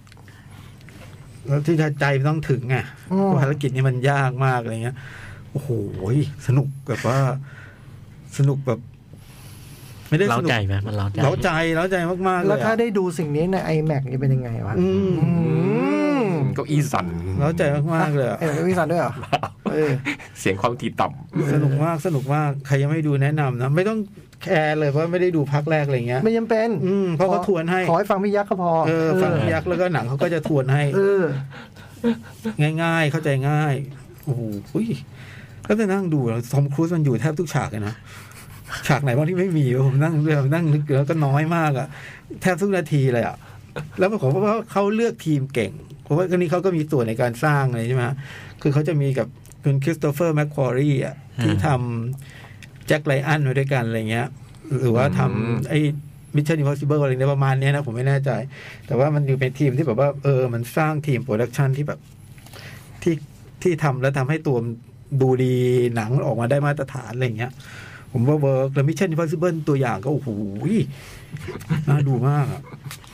Speaker 1: แล้วที่ใจมันต้องถึงไง
Speaker 4: อืม
Speaker 1: ภารกิจนี้มันยากมากอะไรเงี้ยโห อ้โหสนุกแบบว่า สนุกแบบ ไม่ได้
Speaker 3: เล้า
Speaker 1: สนุก
Speaker 3: ใจไหมมันเล้าใจ
Speaker 1: เล้าใจเล้าใจมากๆเลยอะ
Speaker 4: แล้วถ้าได้ดูสิ่งนี้ใน iMac จะเป็นยังไงวะ
Speaker 1: อืม
Speaker 4: อืม
Speaker 2: เก็อีสัน
Speaker 1: เล้าใจมากๆเลยอะ
Speaker 4: เออวิสันด้วยเหรอเออ
Speaker 2: เสียงความถี่ต่ำ
Speaker 1: สนุกมากสนุกมากใครยังไม่ดูแนะนำนะไม่ต้องแคร์เลยว่าไม่ได้ดูพักแรกอะไรเงี้ย
Speaker 4: ไม่ยังเป็น
Speaker 1: อืมเพราะเขาทวนให้
Speaker 4: ขอให้ฟังพี่ยักษ์ก็พอ
Speaker 1: เออฟัง
Speaker 4: เออ
Speaker 1: ยักษ์แล้วก็หนังเขาก็จะทวนให้
Speaker 4: เออ
Speaker 1: ง่าย ๆ เข้าใจง่ายโอ้โหอุ๊ยแล้วจะนั่งดูแล้วทอมครูซมันอยู่แทบทุกฉากเลยนะ ฉากไหนบ้างที่ไม่มีผมนั่งเรื่องนั่งนึกแล้วก็น้อยมากอะแทบทุกนาทีเลยอะแล้วผมว่าเขาเลือกทีมเก่ง เพราะว่าคนนี้เขาก็มีส่วนในการสร้างเลยใช่ไหมฮะคือเขาจะมีกับคุณคริสโตเฟอร์แมคควอรีอะที่
Speaker 3: อ่า
Speaker 1: ทำแจ็คไลอันไว้ด้วยกันอะไรเงี้ย หรือว่าท
Speaker 2: อืม
Speaker 1: ำไอ้ มิชชั่นอิ p พอสิเบิลอะไรเนี่ยประมาณเนี้ยนะ ผมไม่แน่ใจ แต่ว่ามันอยู่เป็นทีมที่แบบว่า เออ มันสร้างทีมโปรดักชันที่แบบที่ที่ทำแล้วทำให้ตัวมันดูดีหนังมันออกมาได้มาตรฐานอะไรอย่างเงี้ย ผมว่าเวิร์กแล้วมิชชั่นอิ p พอสิเบิลตัวอย่างก็โอ้โหน่าดูมากอ่ะ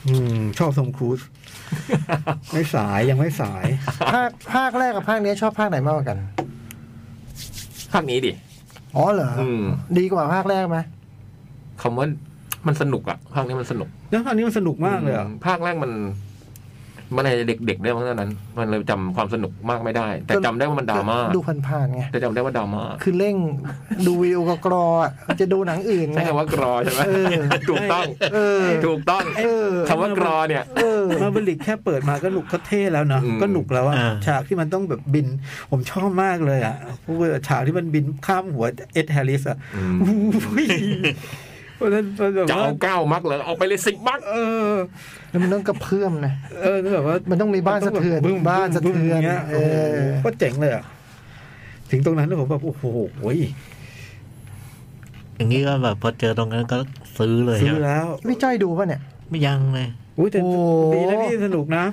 Speaker 1: อืม ชอบทอมครูซไม่สายยังไม่สาย
Speaker 4: ภาคภาคแรกกับภาคนี้ชอบภาคไหนมากกว่ากัน
Speaker 2: ภาคนี้ดิ
Speaker 4: อ๋อเหรอ
Speaker 2: อืม
Speaker 4: ดีกว่าภาคแรกไหม
Speaker 2: คำว่ามันสนุกอะภาคนี้มันสนุก
Speaker 1: แล้วภาคนี้มันสนุกมากเลยอ่ะ
Speaker 2: อืภาคแรกมัน มันอะไรเด็กๆได้วยเพราะฉะนั้น มันเลยจำความสนุกมากไม่ได้ แต่จำได้ว่ามันดราม่า
Speaker 4: ดูผ่านๆไง
Speaker 2: แต่จำได้ว่าดราม่า
Speaker 4: คือเร่งดูวิวกับกรออะจะดูหนังอื่นไง
Speaker 2: ใช่คำว่ากรอใช่ไหม
Speaker 4: เออ
Speaker 2: ถูกต้อง
Speaker 4: เออ
Speaker 2: ถูกต้อง
Speaker 4: เออ
Speaker 2: คำว่ากรอเนี่ย
Speaker 4: เออ
Speaker 1: มาบริกแค่เปิดมาก็หนุกก็เท่แล้วเนอะ
Speaker 2: อืม
Speaker 1: ก็หนุกแล้วอะ
Speaker 3: อ่า
Speaker 1: ฉากที่มันต้องแบบบิน ผมชอบมากเลยอะพูดว่าฉากที่มันบินข้ามหัวเอ็ดแฮร์ริสอะ
Speaker 2: อืม
Speaker 1: อุ้ยเพราะฉะนั้นมันแบบ
Speaker 2: จะ
Speaker 1: ว่า
Speaker 2: เอาเก้ามักเลยเอาไปเลยสิบมัก
Speaker 1: เออ
Speaker 4: แล้วมันต้องกระเพื่อมนะ
Speaker 1: เออแบบว่า
Speaker 4: มั
Speaker 1: มัน
Speaker 4: ต้องมีบ้านสะเทือนบ้านสะเทือน
Speaker 1: เงี้ย
Speaker 4: เออ
Speaker 1: ก็เจ๋งเลยอะถึงตรงนั้นแล้วผมแบบโอ้โหโอ้ย
Speaker 3: อย่างนี้ก็แบบพอเจอตรงนั้นก็ซื้อเลย
Speaker 1: ซื้อ
Speaker 3: ใช่ไหม
Speaker 1: แล้ว
Speaker 4: พี่จ้อยดูป่ะเนี่ย
Speaker 3: ไม่ยังเลย
Speaker 1: อุ้ยแต่
Speaker 4: โอ้โห
Speaker 1: ดีนะพี่สนุกนะ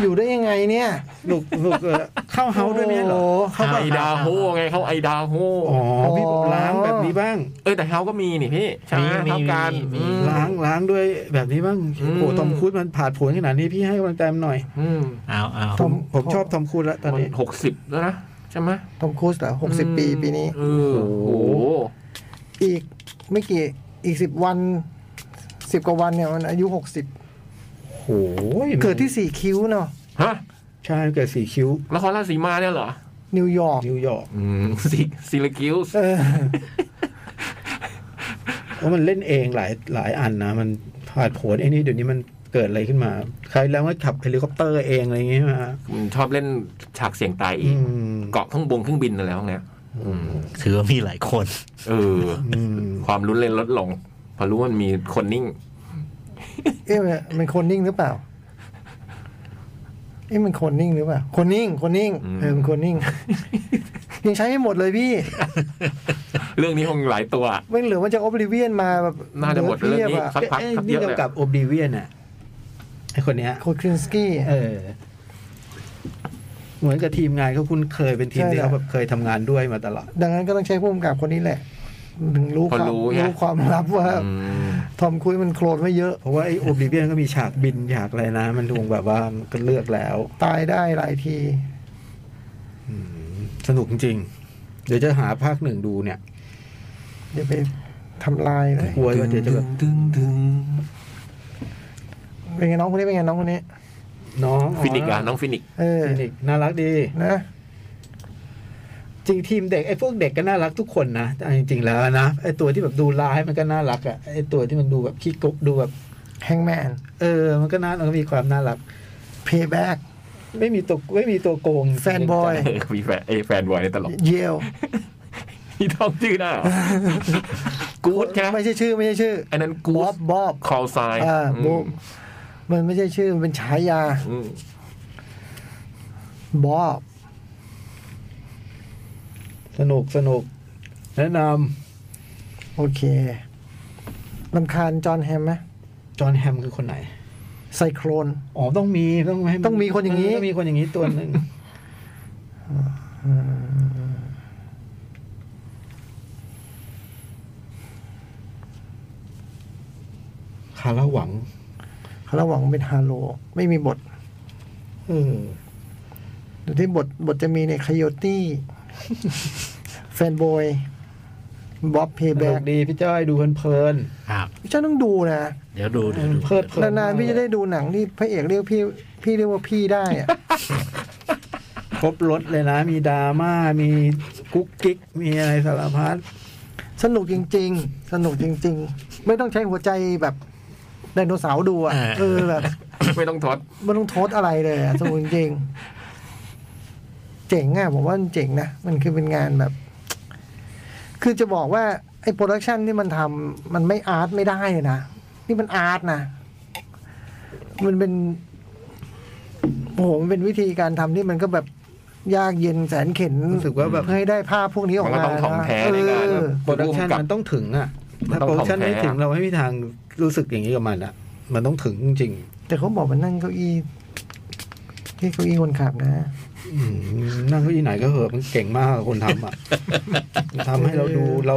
Speaker 4: อยู่ได้ยังไงเนี่ย
Speaker 1: หนุกหนุกเออเข้าเฮาด้วยไหมเหรอ
Speaker 4: โอ้โห
Speaker 1: เข้า
Speaker 2: ไอ
Speaker 1: ป่ะ
Speaker 2: ดาโฮไงเขาไอดาโฮ
Speaker 1: อ๋อพี่บอกล้างแบบนี้บ้าง
Speaker 2: เออแต่เฮาก็มีนี่พี่ใช่ไหมเฮาการอืม
Speaker 1: ล้างล้างด้วยแบบนี้บ้าง
Speaker 2: อื
Speaker 1: โอ้
Speaker 2: ม
Speaker 1: โหทอมครูซมันผ่าดผลขนาดนี้พี่ให้กำลังใจมันหน่อย
Speaker 2: อืม
Speaker 3: เอาเอา
Speaker 1: ผม
Speaker 4: ม
Speaker 1: ผมชอบทอมครูซแล้วตอน
Speaker 2: มัน
Speaker 1: นี้
Speaker 2: หกสิบแล้วนะใช่ไหม
Speaker 4: ทอมครูซเหรอหกสิบปีปีนี้
Speaker 2: เออโอ้โห
Speaker 4: อีกไม่กี่ อีกสิบวันสิบกว่าวันเนี่ยมันอายุหกสิบ
Speaker 1: โอ้โห
Speaker 4: เกิดที่สี่คิ้วเนาะ
Speaker 2: ฮะ
Speaker 1: ใช่เกิดสี่คิ้วน
Speaker 2: ครราชสีมาเนี่ยเหรอ
Speaker 4: นิวยอร์ก
Speaker 1: นิวยอร์ก
Speaker 2: อืมซีซีลกิวส์
Speaker 4: เออ
Speaker 1: เพราะมันเล่นเองหลายหลายอันนะ มันผ่าดผลไอ้นี่เดี๋ยวนี้มันเกิดอะไรขึ้นมา ใครแล้วก็ขับเฮลิคอปเตอร์เองอะไรอย่างเงี้ยมา
Speaker 2: ชอบเล่นฉากเสียงตายอี
Speaker 1: อื
Speaker 2: ก
Speaker 1: ม
Speaker 2: เกาะข้างบงเครื่องบินอะไรพวกเนี้ยอืม
Speaker 3: ถือว่ามีหลายคน
Speaker 2: เออ
Speaker 1: อืม
Speaker 2: ความรุนแรงลดลง พอรู้ว่ามันมีคนนิ่ง
Speaker 4: เอ๊ะมันมันคนนิ่งหรือเปล่า เอ๊ะมันคนนิ่งหรือเปล่า คนนิ่ง คนนิ่ง
Speaker 2: อืม
Speaker 4: เออมันคนนิ่ง ยังใช้ไม่หมดเลยพี่
Speaker 2: เรื่องนี้คงหลายตัว
Speaker 4: ไม่เหลือว่าจะออ l ลิเวียนมาแบบ
Speaker 2: น่าจะหมดเรื่องนี้
Speaker 4: พียบอะ
Speaker 2: สักพัก
Speaker 1: ไอ้
Speaker 2: สักเย
Speaker 1: นี่
Speaker 2: อะเลย
Speaker 1: กำกับโอบลิเวียนอ่ะไอ้คนเนี้ย
Speaker 4: โคครินสกี้
Speaker 1: เออ เหมือนกับทีมงานเขาคุ้นเคยเป็นทีม
Speaker 4: ใช่
Speaker 1: ที่เขาแบบเคยทำงานด้วยมาตลอด
Speaker 4: ดังนั้นก็ต้องใช้ผู้กำกับคนนี้แหละ ถึงรู้
Speaker 2: พอ
Speaker 4: ความ
Speaker 2: รู้ไง
Speaker 4: รู้ความลับว่า
Speaker 2: อืม
Speaker 4: ทอมครุยมันโคลนไว้เยอะ
Speaker 1: เพราะว่าไอ้โอบลิเวียนก็มีฉากบินฉากอะไรนะ มันดูแบบว่ามันก็เลือกแล้ว
Speaker 4: ตายได้หลายที
Speaker 1: สนุกจริง เดี๋ยวจะหาภาคหนึ่งดูเนี่ย
Speaker 4: เดี๋ยวไปทำลายเลย
Speaker 1: กลัวว่าเดี๋ยวจะแบบ
Speaker 2: ตึงตึง
Speaker 4: เป็นไงน้องคนนี้เป็นไงน้องคนนี้
Speaker 1: น้อง
Speaker 2: ฟินิกส์อะน้องฟินิกส์
Speaker 4: เออ
Speaker 1: ฟินิกส์น่ารักดี
Speaker 4: นะ
Speaker 1: จริงทีมเด็กไอ้พวกเด็กก็น่ารักทุกคนนะแต่จริง ๆ แล้วนะไอ้ตัวที่แบบดูร้ายมันก็น่ารักอะไอ้ตัวที่มันดูแบบขี้กุกดูแบบ
Speaker 4: แฮงแมน
Speaker 1: เออ มันก็น่ามันก็มีความน่ารัก
Speaker 4: เพย์แบ็ก
Speaker 1: ไม่มีตัวไม่มีตัวโกง
Speaker 4: แฟนบอย
Speaker 2: เออมีแฟนไอ้แฟนบอยในตลก
Speaker 4: เยล
Speaker 2: ที่ท้องชื่อหน้ากู๊ดใช่ไหม
Speaker 4: ไม่ใช่ชื่อไม่ใช่ชื่อ
Speaker 2: อันนั้น
Speaker 4: บ
Speaker 2: กู๊
Speaker 4: อ
Speaker 2: ด
Speaker 4: บบ๊อบ
Speaker 2: คอลไซน์
Speaker 4: อ่าบู๊ด มันไม่ใช่ชื่อ มันเป็นฉายา
Speaker 2: อืม
Speaker 4: บ๊อบ
Speaker 1: สนุกสนุก แนะน
Speaker 4: โอเคลำคาญจอห์นแฮมไหม
Speaker 1: ำจอห์นแฮมคือคนไหน
Speaker 4: ไซโครน
Speaker 1: อ๋อต้องมีต้องให้
Speaker 4: ต้องมีคนอย่างนี้
Speaker 1: นี้ต้องมีคนอย่างนี้ตัวหนึ่งคาระหวัง
Speaker 4: เขาระหวังเป็นฮาโล ไม่มีบท
Speaker 1: เออ
Speaker 4: แต่ที่บทบทจะมีในคโยตี้ แฟนบอยบ๊อบเพย์
Speaker 1: ส
Speaker 4: แบ็
Speaker 1: นุ
Speaker 4: ก
Speaker 1: กดีพี่จ้อยดูเพลิน
Speaker 3: ครับ
Speaker 4: พี่จ้อยต้องดูนะ
Speaker 3: เดี๋ยวดูเดี๋ยวดู
Speaker 1: ๆเพลิดเพลิน
Speaker 4: นานๆพี่จะได้ดูหนังที่พระเอกเรียกพี่พี่เรียกว่าพี่ได้อะ
Speaker 1: ครบรถเลยนะ มีดราม่ามีกุ๊กกิ๊กมีอะไรสารพัด
Speaker 4: สนุกจริง ๆ สนุกจริง ๆ ไม่ต้องใช้หัวใจแบบไดโนเสาร์ดูอ่ะ
Speaker 3: เออ
Speaker 4: เออแบบ
Speaker 2: ไม่ต้องทด
Speaker 4: ไม่ต้องโทษอะไรเลยอะสนุกจริงๆเจ๋งอ่ะผมว่ามันเจ๋งนะมันคือเป็นงานแบบ คือจะบอกว่าไอ้โปรดักชันที่มันทำมันไม่อาร์ตไม่ได้เลยนะนี่มันอาร์ตนะมันเป็นโอ้โหมันเป็นวิธีการทำที่มันก็แบบยากเย็นแสนเข็น
Speaker 1: รู้สึกว่าแบบ
Speaker 4: เพื่อให้ได้ภาพพวกนี้ออก
Speaker 2: มันก็
Speaker 4: มา
Speaker 2: ต้องถ่องแท้ในการ
Speaker 4: เออ
Speaker 1: โปรดักชัน
Speaker 2: กับ
Speaker 1: มันต้องถึงอ่ะ
Speaker 2: มัน
Speaker 1: ถ้า
Speaker 2: ต้อง
Speaker 1: โปรดักชัน
Speaker 2: ถ่อง
Speaker 1: ไม่
Speaker 2: แท้
Speaker 1: ถึงเราไม่มีทางรู้สึกอย่างนี้กับมันอ่ะ มันต้องถึงจริง
Speaker 4: แต่เขาบอกมันนั่งเก้าอี้ที่เก้าอี้คนขับนะ
Speaker 1: ๆอืมนั่งเก็ที่ไหนก็เหอะมันเก่งมากคนทำ อ่ะ ทำให้เราดูเรา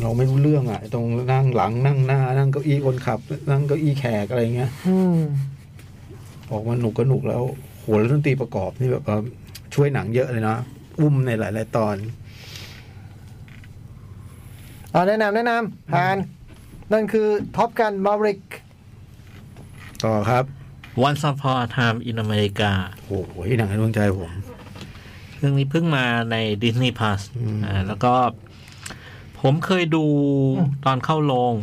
Speaker 1: เราไม่รู้เรื่องอ่ะไอ้ตรงนั่งหลังนั่งหน้า นั่งเก้าอี้คนขับ นั่งเก้าอี้แขกอะไรเงี้ย
Speaker 4: อืม
Speaker 1: ออกมาหนุกก็หนุกแล้วโหแล้วดนตรีประกอบนี่แบบว่าช่วยหนังเยอะเลยนะอุ้มในหลาย ๆ ตอน
Speaker 4: เอาแนะนำแนะนำผ่าน นั่นคือท็อปกันมาริก
Speaker 1: ต่อครับ
Speaker 3: Once Upon a Time in America
Speaker 1: โอ้โหหนังในดวงใจผม
Speaker 3: เรื่องนี้เพิ่งมาใน Disney Plus
Speaker 1: อืม
Speaker 3: อ่าแล้วก็ ผมเคยดูตอนเข้าโรง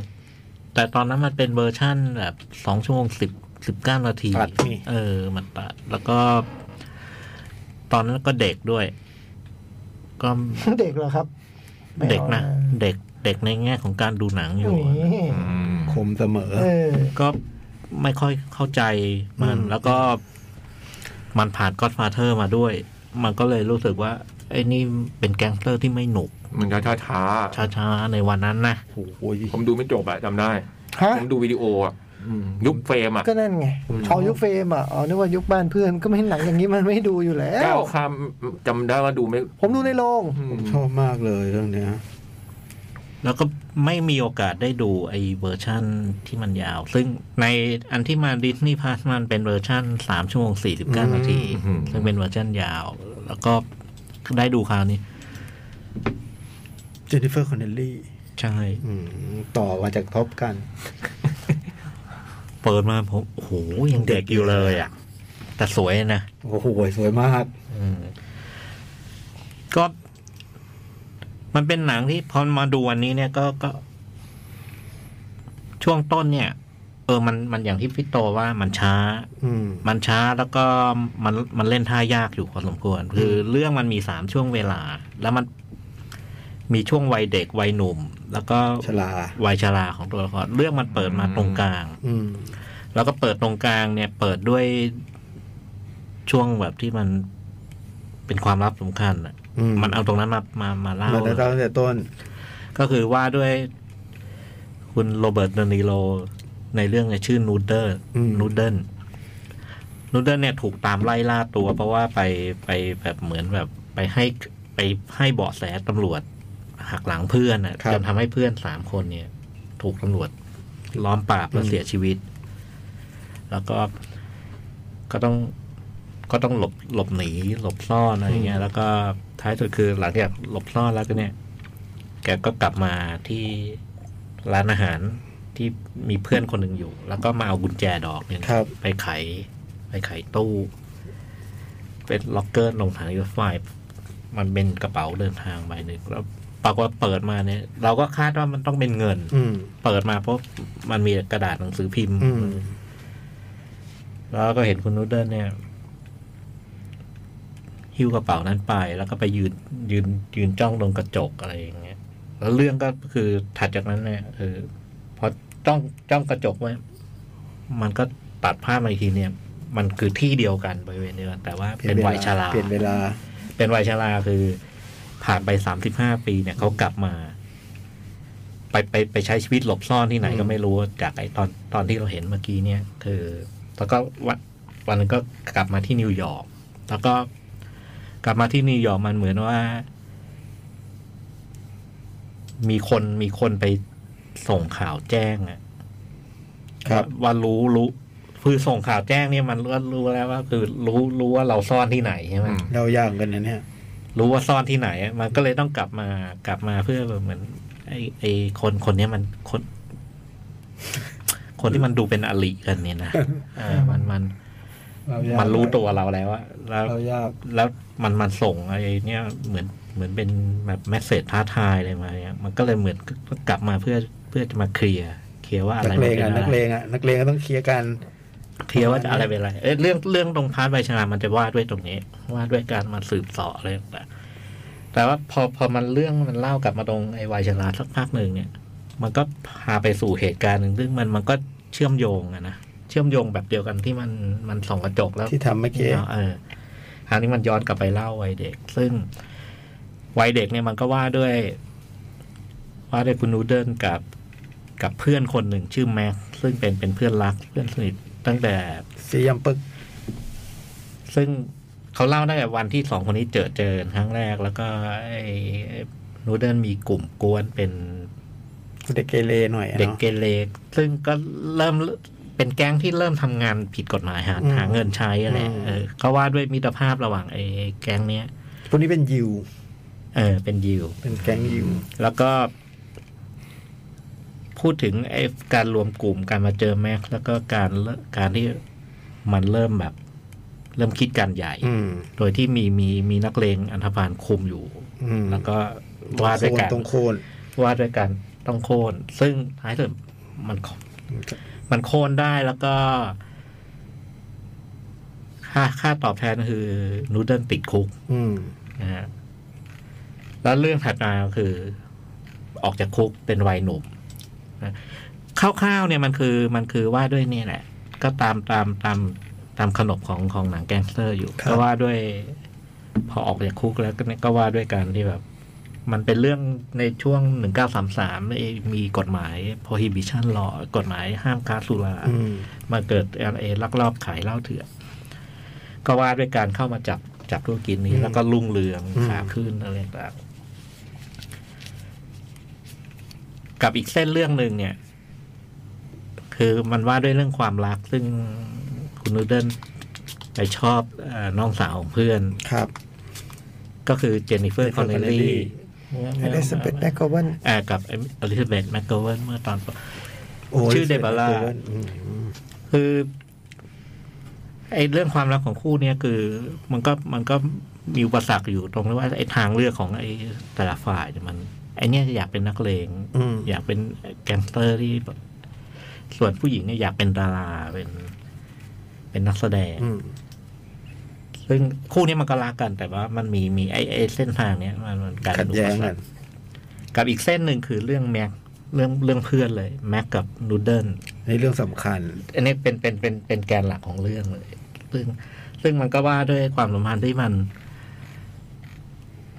Speaker 3: แต่ตอนนั้นมันเป็นเวอร์ชั่นแบบสองชั่วโมงสิบสิบเก้านาที
Speaker 1: ตัดนี่
Speaker 3: เออ มันตัด แล้วก็ ตอนนั้นก็เด็กด้วย ก็
Speaker 4: เด็กเหรอครับไม่อา
Speaker 3: เด็กนะ เด็กเด็กในแง่ของการดูหนังอยู่
Speaker 4: นี่
Speaker 2: อืม
Speaker 1: คมเสมอ
Speaker 4: เออ
Speaker 3: ก็ไม่ค่อยเข้าใจมัน
Speaker 1: อืม
Speaker 3: แล้วก็มันผ่านก็ d f ฟาเธอร์มาด้วย มันก็เลยรู้สึกว่า ไอ้นี่เป็นแก๊งสเตอร์ที่ไม่หนุก
Speaker 2: มันก็ช้าช้า
Speaker 3: ช้าๆ ในวันนั้นนะ
Speaker 1: โอ้โห
Speaker 2: ๆผมดูไม่จบอะจำได้
Speaker 4: ฮะ
Speaker 2: ผมดูวิดีโออะอืมยุคเฟรมอะ
Speaker 4: ก็นั่นไงอ๋อยุคเฟรมอ่ะอ๋อนึกว่ายุคบ้านเพื่อนก็ไม่เห็นหนังอย่างนี้มันไม่ดูอยู่แล้ว
Speaker 2: ก้าวข้ามจำได้ว่าดูไม่
Speaker 4: ผมดูในโรง
Speaker 2: อืม
Speaker 1: ชอบมากเลยเรื่องเนี้ย
Speaker 3: แล้วก็ไม่มีโอกาสได้ดูไอ้เวอร์ชั่นที่มันยาว ซึ่งในอันที่มาดิสนีย์พาสมันเป็นเวอร์ชั่น3ชั่วโมง49 นาที ซึ่งเป็นเวอร์ชั่นยาว แล้วก็ได้ดูคราวนี้
Speaker 1: เจนนิเฟอร์คอนเนลลี่
Speaker 3: ใช่
Speaker 1: ต่อมาจากท็อปกัน
Speaker 3: เปิดมาผมโอ้โหยังเด็กอยู่เลยอ่ะ แต่สวยนะ
Speaker 1: โอ้โห สวยมาก
Speaker 3: ก็ มันเป็นหนังที่พอมาดูวันนี้เนี่ยก็ก็ ช่วงต้นเนี่ย เออมันมันอย่างที่พี่โตว่ามันช้า
Speaker 1: อืม
Speaker 3: มันช้าแล้วก็มันมันเล่นท่ายากอยู่พอสมควร คือเรื่องมันมีสามช่วงเวลา แล้วมันมีช่วงวัยเด็กวัยหนุ่ม แล้วก็
Speaker 1: ชลา
Speaker 3: วัยชราของตัวละครเรื่องมันเปิดมาตรงกลาง
Speaker 1: อืม
Speaker 3: แล้วก็เปิดตรงกลางเนี่ย เปิดด้วยช่วงแบบที่มันเป็นความลับสำคัญอะ
Speaker 1: อืม
Speaker 3: มันเอาตรงนั้นมามามาเล่า
Speaker 1: มาตั้ง
Speaker 3: เลย
Speaker 1: แต่ต้น
Speaker 3: ก็คือว่าด้วยคุณโรเบิร์ตเดนิโล ในเรื่องเนี่ยชื่อนูเดอร์
Speaker 1: อืม
Speaker 3: นูเดิลนูเดิลเนี่ยถูกตามไล่ล่าตัว เพราะว่าไปไปแบบเหมือนแบบไปให้ไปให้เบาะแสตำรวจหักหลังเพื่อนอ่ะ
Speaker 1: ครับ
Speaker 3: จนทำให้เพื่อนสามคนเนี่ย ถูกตำรวจ ล้อมปราบแล้วเสียชีวิต แล้วก็ก็ต้องก็ต้องหลบหลบหนีหลบซ่อนอะไรอย่างเงี้ย แล้วก็ท้ายสุดคือหลังจากหลบซ่อนแล้วก็เนี่ย แกก็กลับมาที่ร้านอาหารที่มีเพื่อนคนหนึ่งอยู่ แล้วก็มาเอากุญแจดอกเนี่ย
Speaker 1: ครับ
Speaker 3: ไปไข ไปไขตู้ เป็นล็อกเกอร์ลงทางรถไฟมันเป็นกระเป๋าเดินทางใบหนึ่งแล้วปรากฏว่าเปิดมาเนี่ย เราก็คาดว่ามันต้องเป็นเงิน
Speaker 1: อืม
Speaker 3: เปิดมาเพราะมันมีกระดาษหนังสือพิมพ์
Speaker 1: อืม
Speaker 3: แล้วก็เห็นคุณนูดเดิลเนี่ย หิ้วกระเป๋านั้นไป แล้วก็ไปยืนยืนยืนจ้องตรงกระจกอะไรอย่างเงี้ย แล้วเรื่องก็คือถัดจากนั้นเนี่ยคือพอจ้องจ้องกระจกไว้ มันก็ตัดภาพมาอีกทีเนี่ย มันคือที่เดียวกันบริเวณเดียวกันแต่ว่าเป็นวัยชรา
Speaker 1: เปลี่ยนเวลา
Speaker 3: เป็นวัยชราคือผ่านไปสามสิบห้าปีเนี่ยเขากลับมา ไปไปไปใช้ชีวิตหลบซ่อนที่ไหน
Speaker 1: อืม
Speaker 3: ก็ไม่รู้จากไอตอนตอนที่เราเห็นเมื่อกี้เนี่ย คือ แล้วก็วันวันหนึงก็กลับมาที่นิวยอร์กแล้วก็กลับมาที่นิวยอร์กมันเหมือนว่า มีคนมีคนไปส่งข่าวแจ้งอะ
Speaker 1: ครับ
Speaker 3: ว่ารู้รู้ คือส่งข่าวแจ้งเนี่ยมันรู้รู้แล้วว่า คือรู้รู้ว่าเราซ่อนที่ไหนใช่ไหม
Speaker 2: อืม
Speaker 6: เรายากกันนะเนี่ย
Speaker 3: รู้ว่าซ่อนที่ไหนอะมันก็เลยต้องกลับมากลับมาเพื่อแบบเหมือน ไอ้ไอ้คนคนเนี้ยมันคน คนที่มันดูเป็นอลิกันเนี่ยนะเออมันมัน
Speaker 6: เรายาก
Speaker 3: มันรู้ตัวเราแล้วอะแล้ว
Speaker 6: เรายาก
Speaker 3: แล้วมันมันส่งไอ้เนี่ยเหมือนเหมือนเป็นแบบแมสเซจท้าทายอะไรมาเนี่ยมันก็เลยเหมือนกลับมาเพื่อเพื่อจะมาเคลียร์เคลียร์ว่าอะ
Speaker 6: นั
Speaker 3: ไร
Speaker 6: กเลง
Speaker 3: มั
Speaker 6: อ่ะ
Speaker 3: นป็
Speaker 6: นั
Speaker 3: น
Speaker 6: ก
Speaker 3: อะไร
Speaker 6: เลงอ่ะนักเลงก็ต้องเคลียร์กัน
Speaker 3: เคลียร์ว่าจะอะไรเป็นอะไรเอ้ยเรื่องเรื่องตรงพาร์ทใบชนามันจะว่าด้วยตรงนี้ว่าด้วยการมาสืบเสอบอะไรต่างๆแต่ว่าพอพอมันเรื่องมันเล่ากลับมาตรงไอ้ไวชนาสักพักหนึ่งเนี่ย มันก็พาไปสู่เหตุการณ์หนึ่งซึ่งมันมันก็เชื่อมโยงอะนะเชื่อมโยงแบบเดียวกันที่มันมันส่องกระจกแล้ว
Speaker 6: ที่ทำเมื่อกี้
Speaker 3: เออคราวนี้มันย้อนกลับไปเล่าวัยเด็ก ซึ่งวัยเด็กเนี่ยมันก็ว่าด้วย ว่าด้วยคุณนูเดิลกับกับเพื่อนคนหนึ่งชื่อแม็กซ์ซึ่งเป็นเป็นเพื่อนรักเพื่อนสนิทตั้งแต่
Speaker 6: สียำปึก
Speaker 3: ซึ่งเขาเล่าตั้งแต่วันที่สองคนนี้เจอเจอกันครั้งแรก แล้วก็ไอ้ไอ้นูเดิลมีกลุ่มกวนเป็น
Speaker 6: เด็กเกเรหน่อยอะ
Speaker 3: เด็ก
Speaker 6: เนาะ
Speaker 3: เกเรซึ่งก็เริ่มเป็นแก๊งที่เริ่มทำงานผิดกฎหมายหา
Speaker 6: อืม
Speaker 3: หาเงินใช้อะไร
Speaker 6: อืม
Speaker 3: เออเขาว่าด้วยมิตรภาพระหว่างไอ้แก๊งเนี้ย
Speaker 6: พวกนี้เป็นยิว
Speaker 3: เออเป็นยิว
Speaker 6: เป็นแก๊งยิว
Speaker 3: แล้วก็ พูดถึงไอ้การรวมกลุ่มการมาเจอแม็กซ์แล้วก็การเลิกการที่มันเริ่มแบบ เริ่มคิดการใหญ่
Speaker 6: อืม
Speaker 3: โดยที่มีมีมีนักเลงอันธพาลคุมอยู่
Speaker 6: อืม
Speaker 3: แล้วก็ว่าด้วยการ
Speaker 6: ตรงโคน
Speaker 3: ว่าด้วยการต้องโค่นซึ่งท้ายสุดมันโคมันโค่นได้แล้วก็ ค่าค่าตอบแทนคือนูเดิลติดคุก
Speaker 6: อืม
Speaker 3: นะฮะแล้วเรื่องถัดมาคือ ออกจากคุกเป็นวัยหนุ่มนะคร่าวๆเนี่ยมันคือมันคือว่าด้วยเนี่ยแหละ ก็ตามตามตามตามขนบของของหนังแก๊งสเตอร์อยู่
Speaker 6: ครับ
Speaker 3: ก็ว่าด้วย พอออกจากคุกแล้วก็เนี่ยก็ว่าด้วยการที่แบบ มันเป็นเรื่องในช่วง 1933 มีกฎหมาย prohibition law กฎหมายห้ามค้าสุรา
Speaker 6: อืม
Speaker 3: มาเกิดเอลักลอบขายเหล้าเถื่อนก็ว่าด้วยการเข้ามาจับจับธุรกิจนี้
Speaker 6: อืม
Speaker 3: แล้วก็รุ่งเรือง
Speaker 6: อืม
Speaker 3: ขาขึ้นอะไรต่างๆกับอีกเส้นเรื่องหนึ่งเนี่ย คือมันว่าด้วยเรื่องความรัก ซึ่งคุณนูเดิลไปชอบเออน้องสาวของเพื่อน
Speaker 6: ครับ
Speaker 3: ก็คือเจนนิเฟอ
Speaker 6: Jennifer
Speaker 3: ร์คอนเนล
Speaker 6: Connelly
Speaker 3: ลี่
Speaker 4: อลิซาเบธแม็กโกเบิล
Speaker 3: อกับอลิซาเบธแมคโกเวนเมื่อตอน
Speaker 6: โอ้ย
Speaker 3: ชื่อ Deborah
Speaker 6: เกินอืม
Speaker 3: คือไอ้เรื่องความรักของคู่เนี้ยคือ มันก็มันก็มีอุปสรรคอยู่ตรงที่ว่าไอ้ทางเลือกของไอ้แต่ละฝ่ายเนี่ยมันไอ้เนี่ยอยากเป็นนักเลง
Speaker 6: อืม
Speaker 3: อยากเป็นแก๊งสเตอร์ที่แบบส่วนผู้หญิงเนี่ยอยากเป็นดาราเป็น เป็นนักแสดง
Speaker 6: อืม
Speaker 3: ซึ่งคู่เนี้ยมันก็รักกัน แต่ว่ามันมีมีไอ้ไอ้เส้นทางเนี้ยมันมันการ
Speaker 6: ขัดแย้งกัน
Speaker 3: กับอีกเส้นหนึ่งคือเรื่องแม็กเรื่องเรื่องเพื่อนเลยแม็กกับนูเดิล
Speaker 6: ในเรื่องสำคัญ
Speaker 3: อันนี้เป็นเป็นเป็นเป็นแกนหลักของเรื่องเลย ซึ่งซึ่งมันก็ว่าด้วยความสัมพันธ์ที่มัน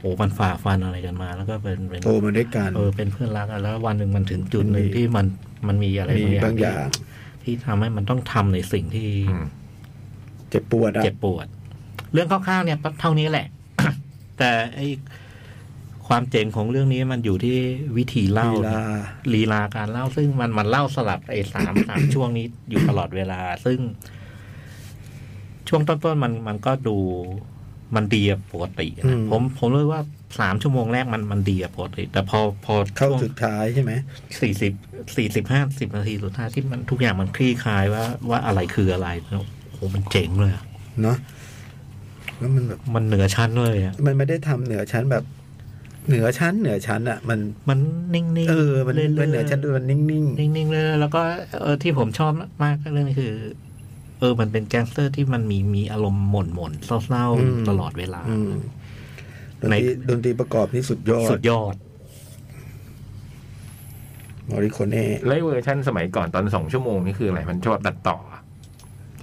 Speaker 3: โอ้มันฝ่าฟันอะไรกันมา แล้วก็เป็นเป็น
Speaker 6: โตมาด้วยกัน
Speaker 3: เออเป็นเพื่อนรักกันแล้ววันหนึ่งมันถึงจุด
Speaker 6: มันมี
Speaker 3: หนึ่งที่มันมันมีอะไร
Speaker 6: มีบางอย่าง
Speaker 3: ที่ที่ทำให้มันต้องทำในสิ่งที่
Speaker 2: อืม
Speaker 6: เจ็บปวดอ่ะ
Speaker 3: เจ็บปวด เรื่องคร่าวๆเนี่ยเท่านี้แหละ แต่ไอความเจ๋งของเรื่องนี้มันอยู่ที่วิธีเล่า
Speaker 6: เวลา
Speaker 3: ลีลาการเล่าซึ่งมันมันเล่าสลับไอ้สาม สามช่วงนี้อยู่ตลอดเวลา ซึ่ง ช่วงต้นๆมันมันก็ดูมันดีอะปกติ
Speaker 6: อื
Speaker 3: นะ
Speaker 6: ม
Speaker 3: ผมผมรู้ว่าสามชั่วโมงแรกมันมันดีอะปกติ แต่พอพอ
Speaker 6: เข้า
Speaker 3: ช่วง
Speaker 6: สุดท้ายใช่ไหม
Speaker 3: สี่สิบสี่สิบห้าสิบนาทีสุดท้ายที่มันทุกอย่างมันคลี่คลายว่าว่าอะไรคืออะไรโอ้โหมันเจ๋งเลยอะ
Speaker 6: เนาะแล้วมันแบบ
Speaker 3: มันเหนือชั้นเลยอะ
Speaker 6: มันไม่ได้ทำเหนือชั้นแบบ เหนือชั้น เหนือชั้นอ่ะ มัน
Speaker 3: มันนิ่งๆ
Speaker 6: เออ มัน
Speaker 3: รื่ยๆ
Speaker 6: มันเหนือชั้นด้วยมันนิ่ง
Speaker 3: นิ่งๆเลยนะแล้วก็เออที่ผมชอบมากเรื่องนี้คือ เออมันเป็นแก๊งสเตอร์ที่มันมีมีอารมณ์หม่นหม่นๆเศร้า
Speaker 6: อืม
Speaker 3: ๆตลอดเวลา
Speaker 6: ๆอืมดน
Speaker 3: ใน
Speaker 6: ตรีดนตรีประกอบนี่สุดยอด
Speaker 3: สุดยอด
Speaker 6: มอริโคเน่
Speaker 2: แล้วไอ้เวอร์ชันสมัยก่อนตอนสองชั่วโมงนี่คืออะไร มันชอบตัดต่ออะ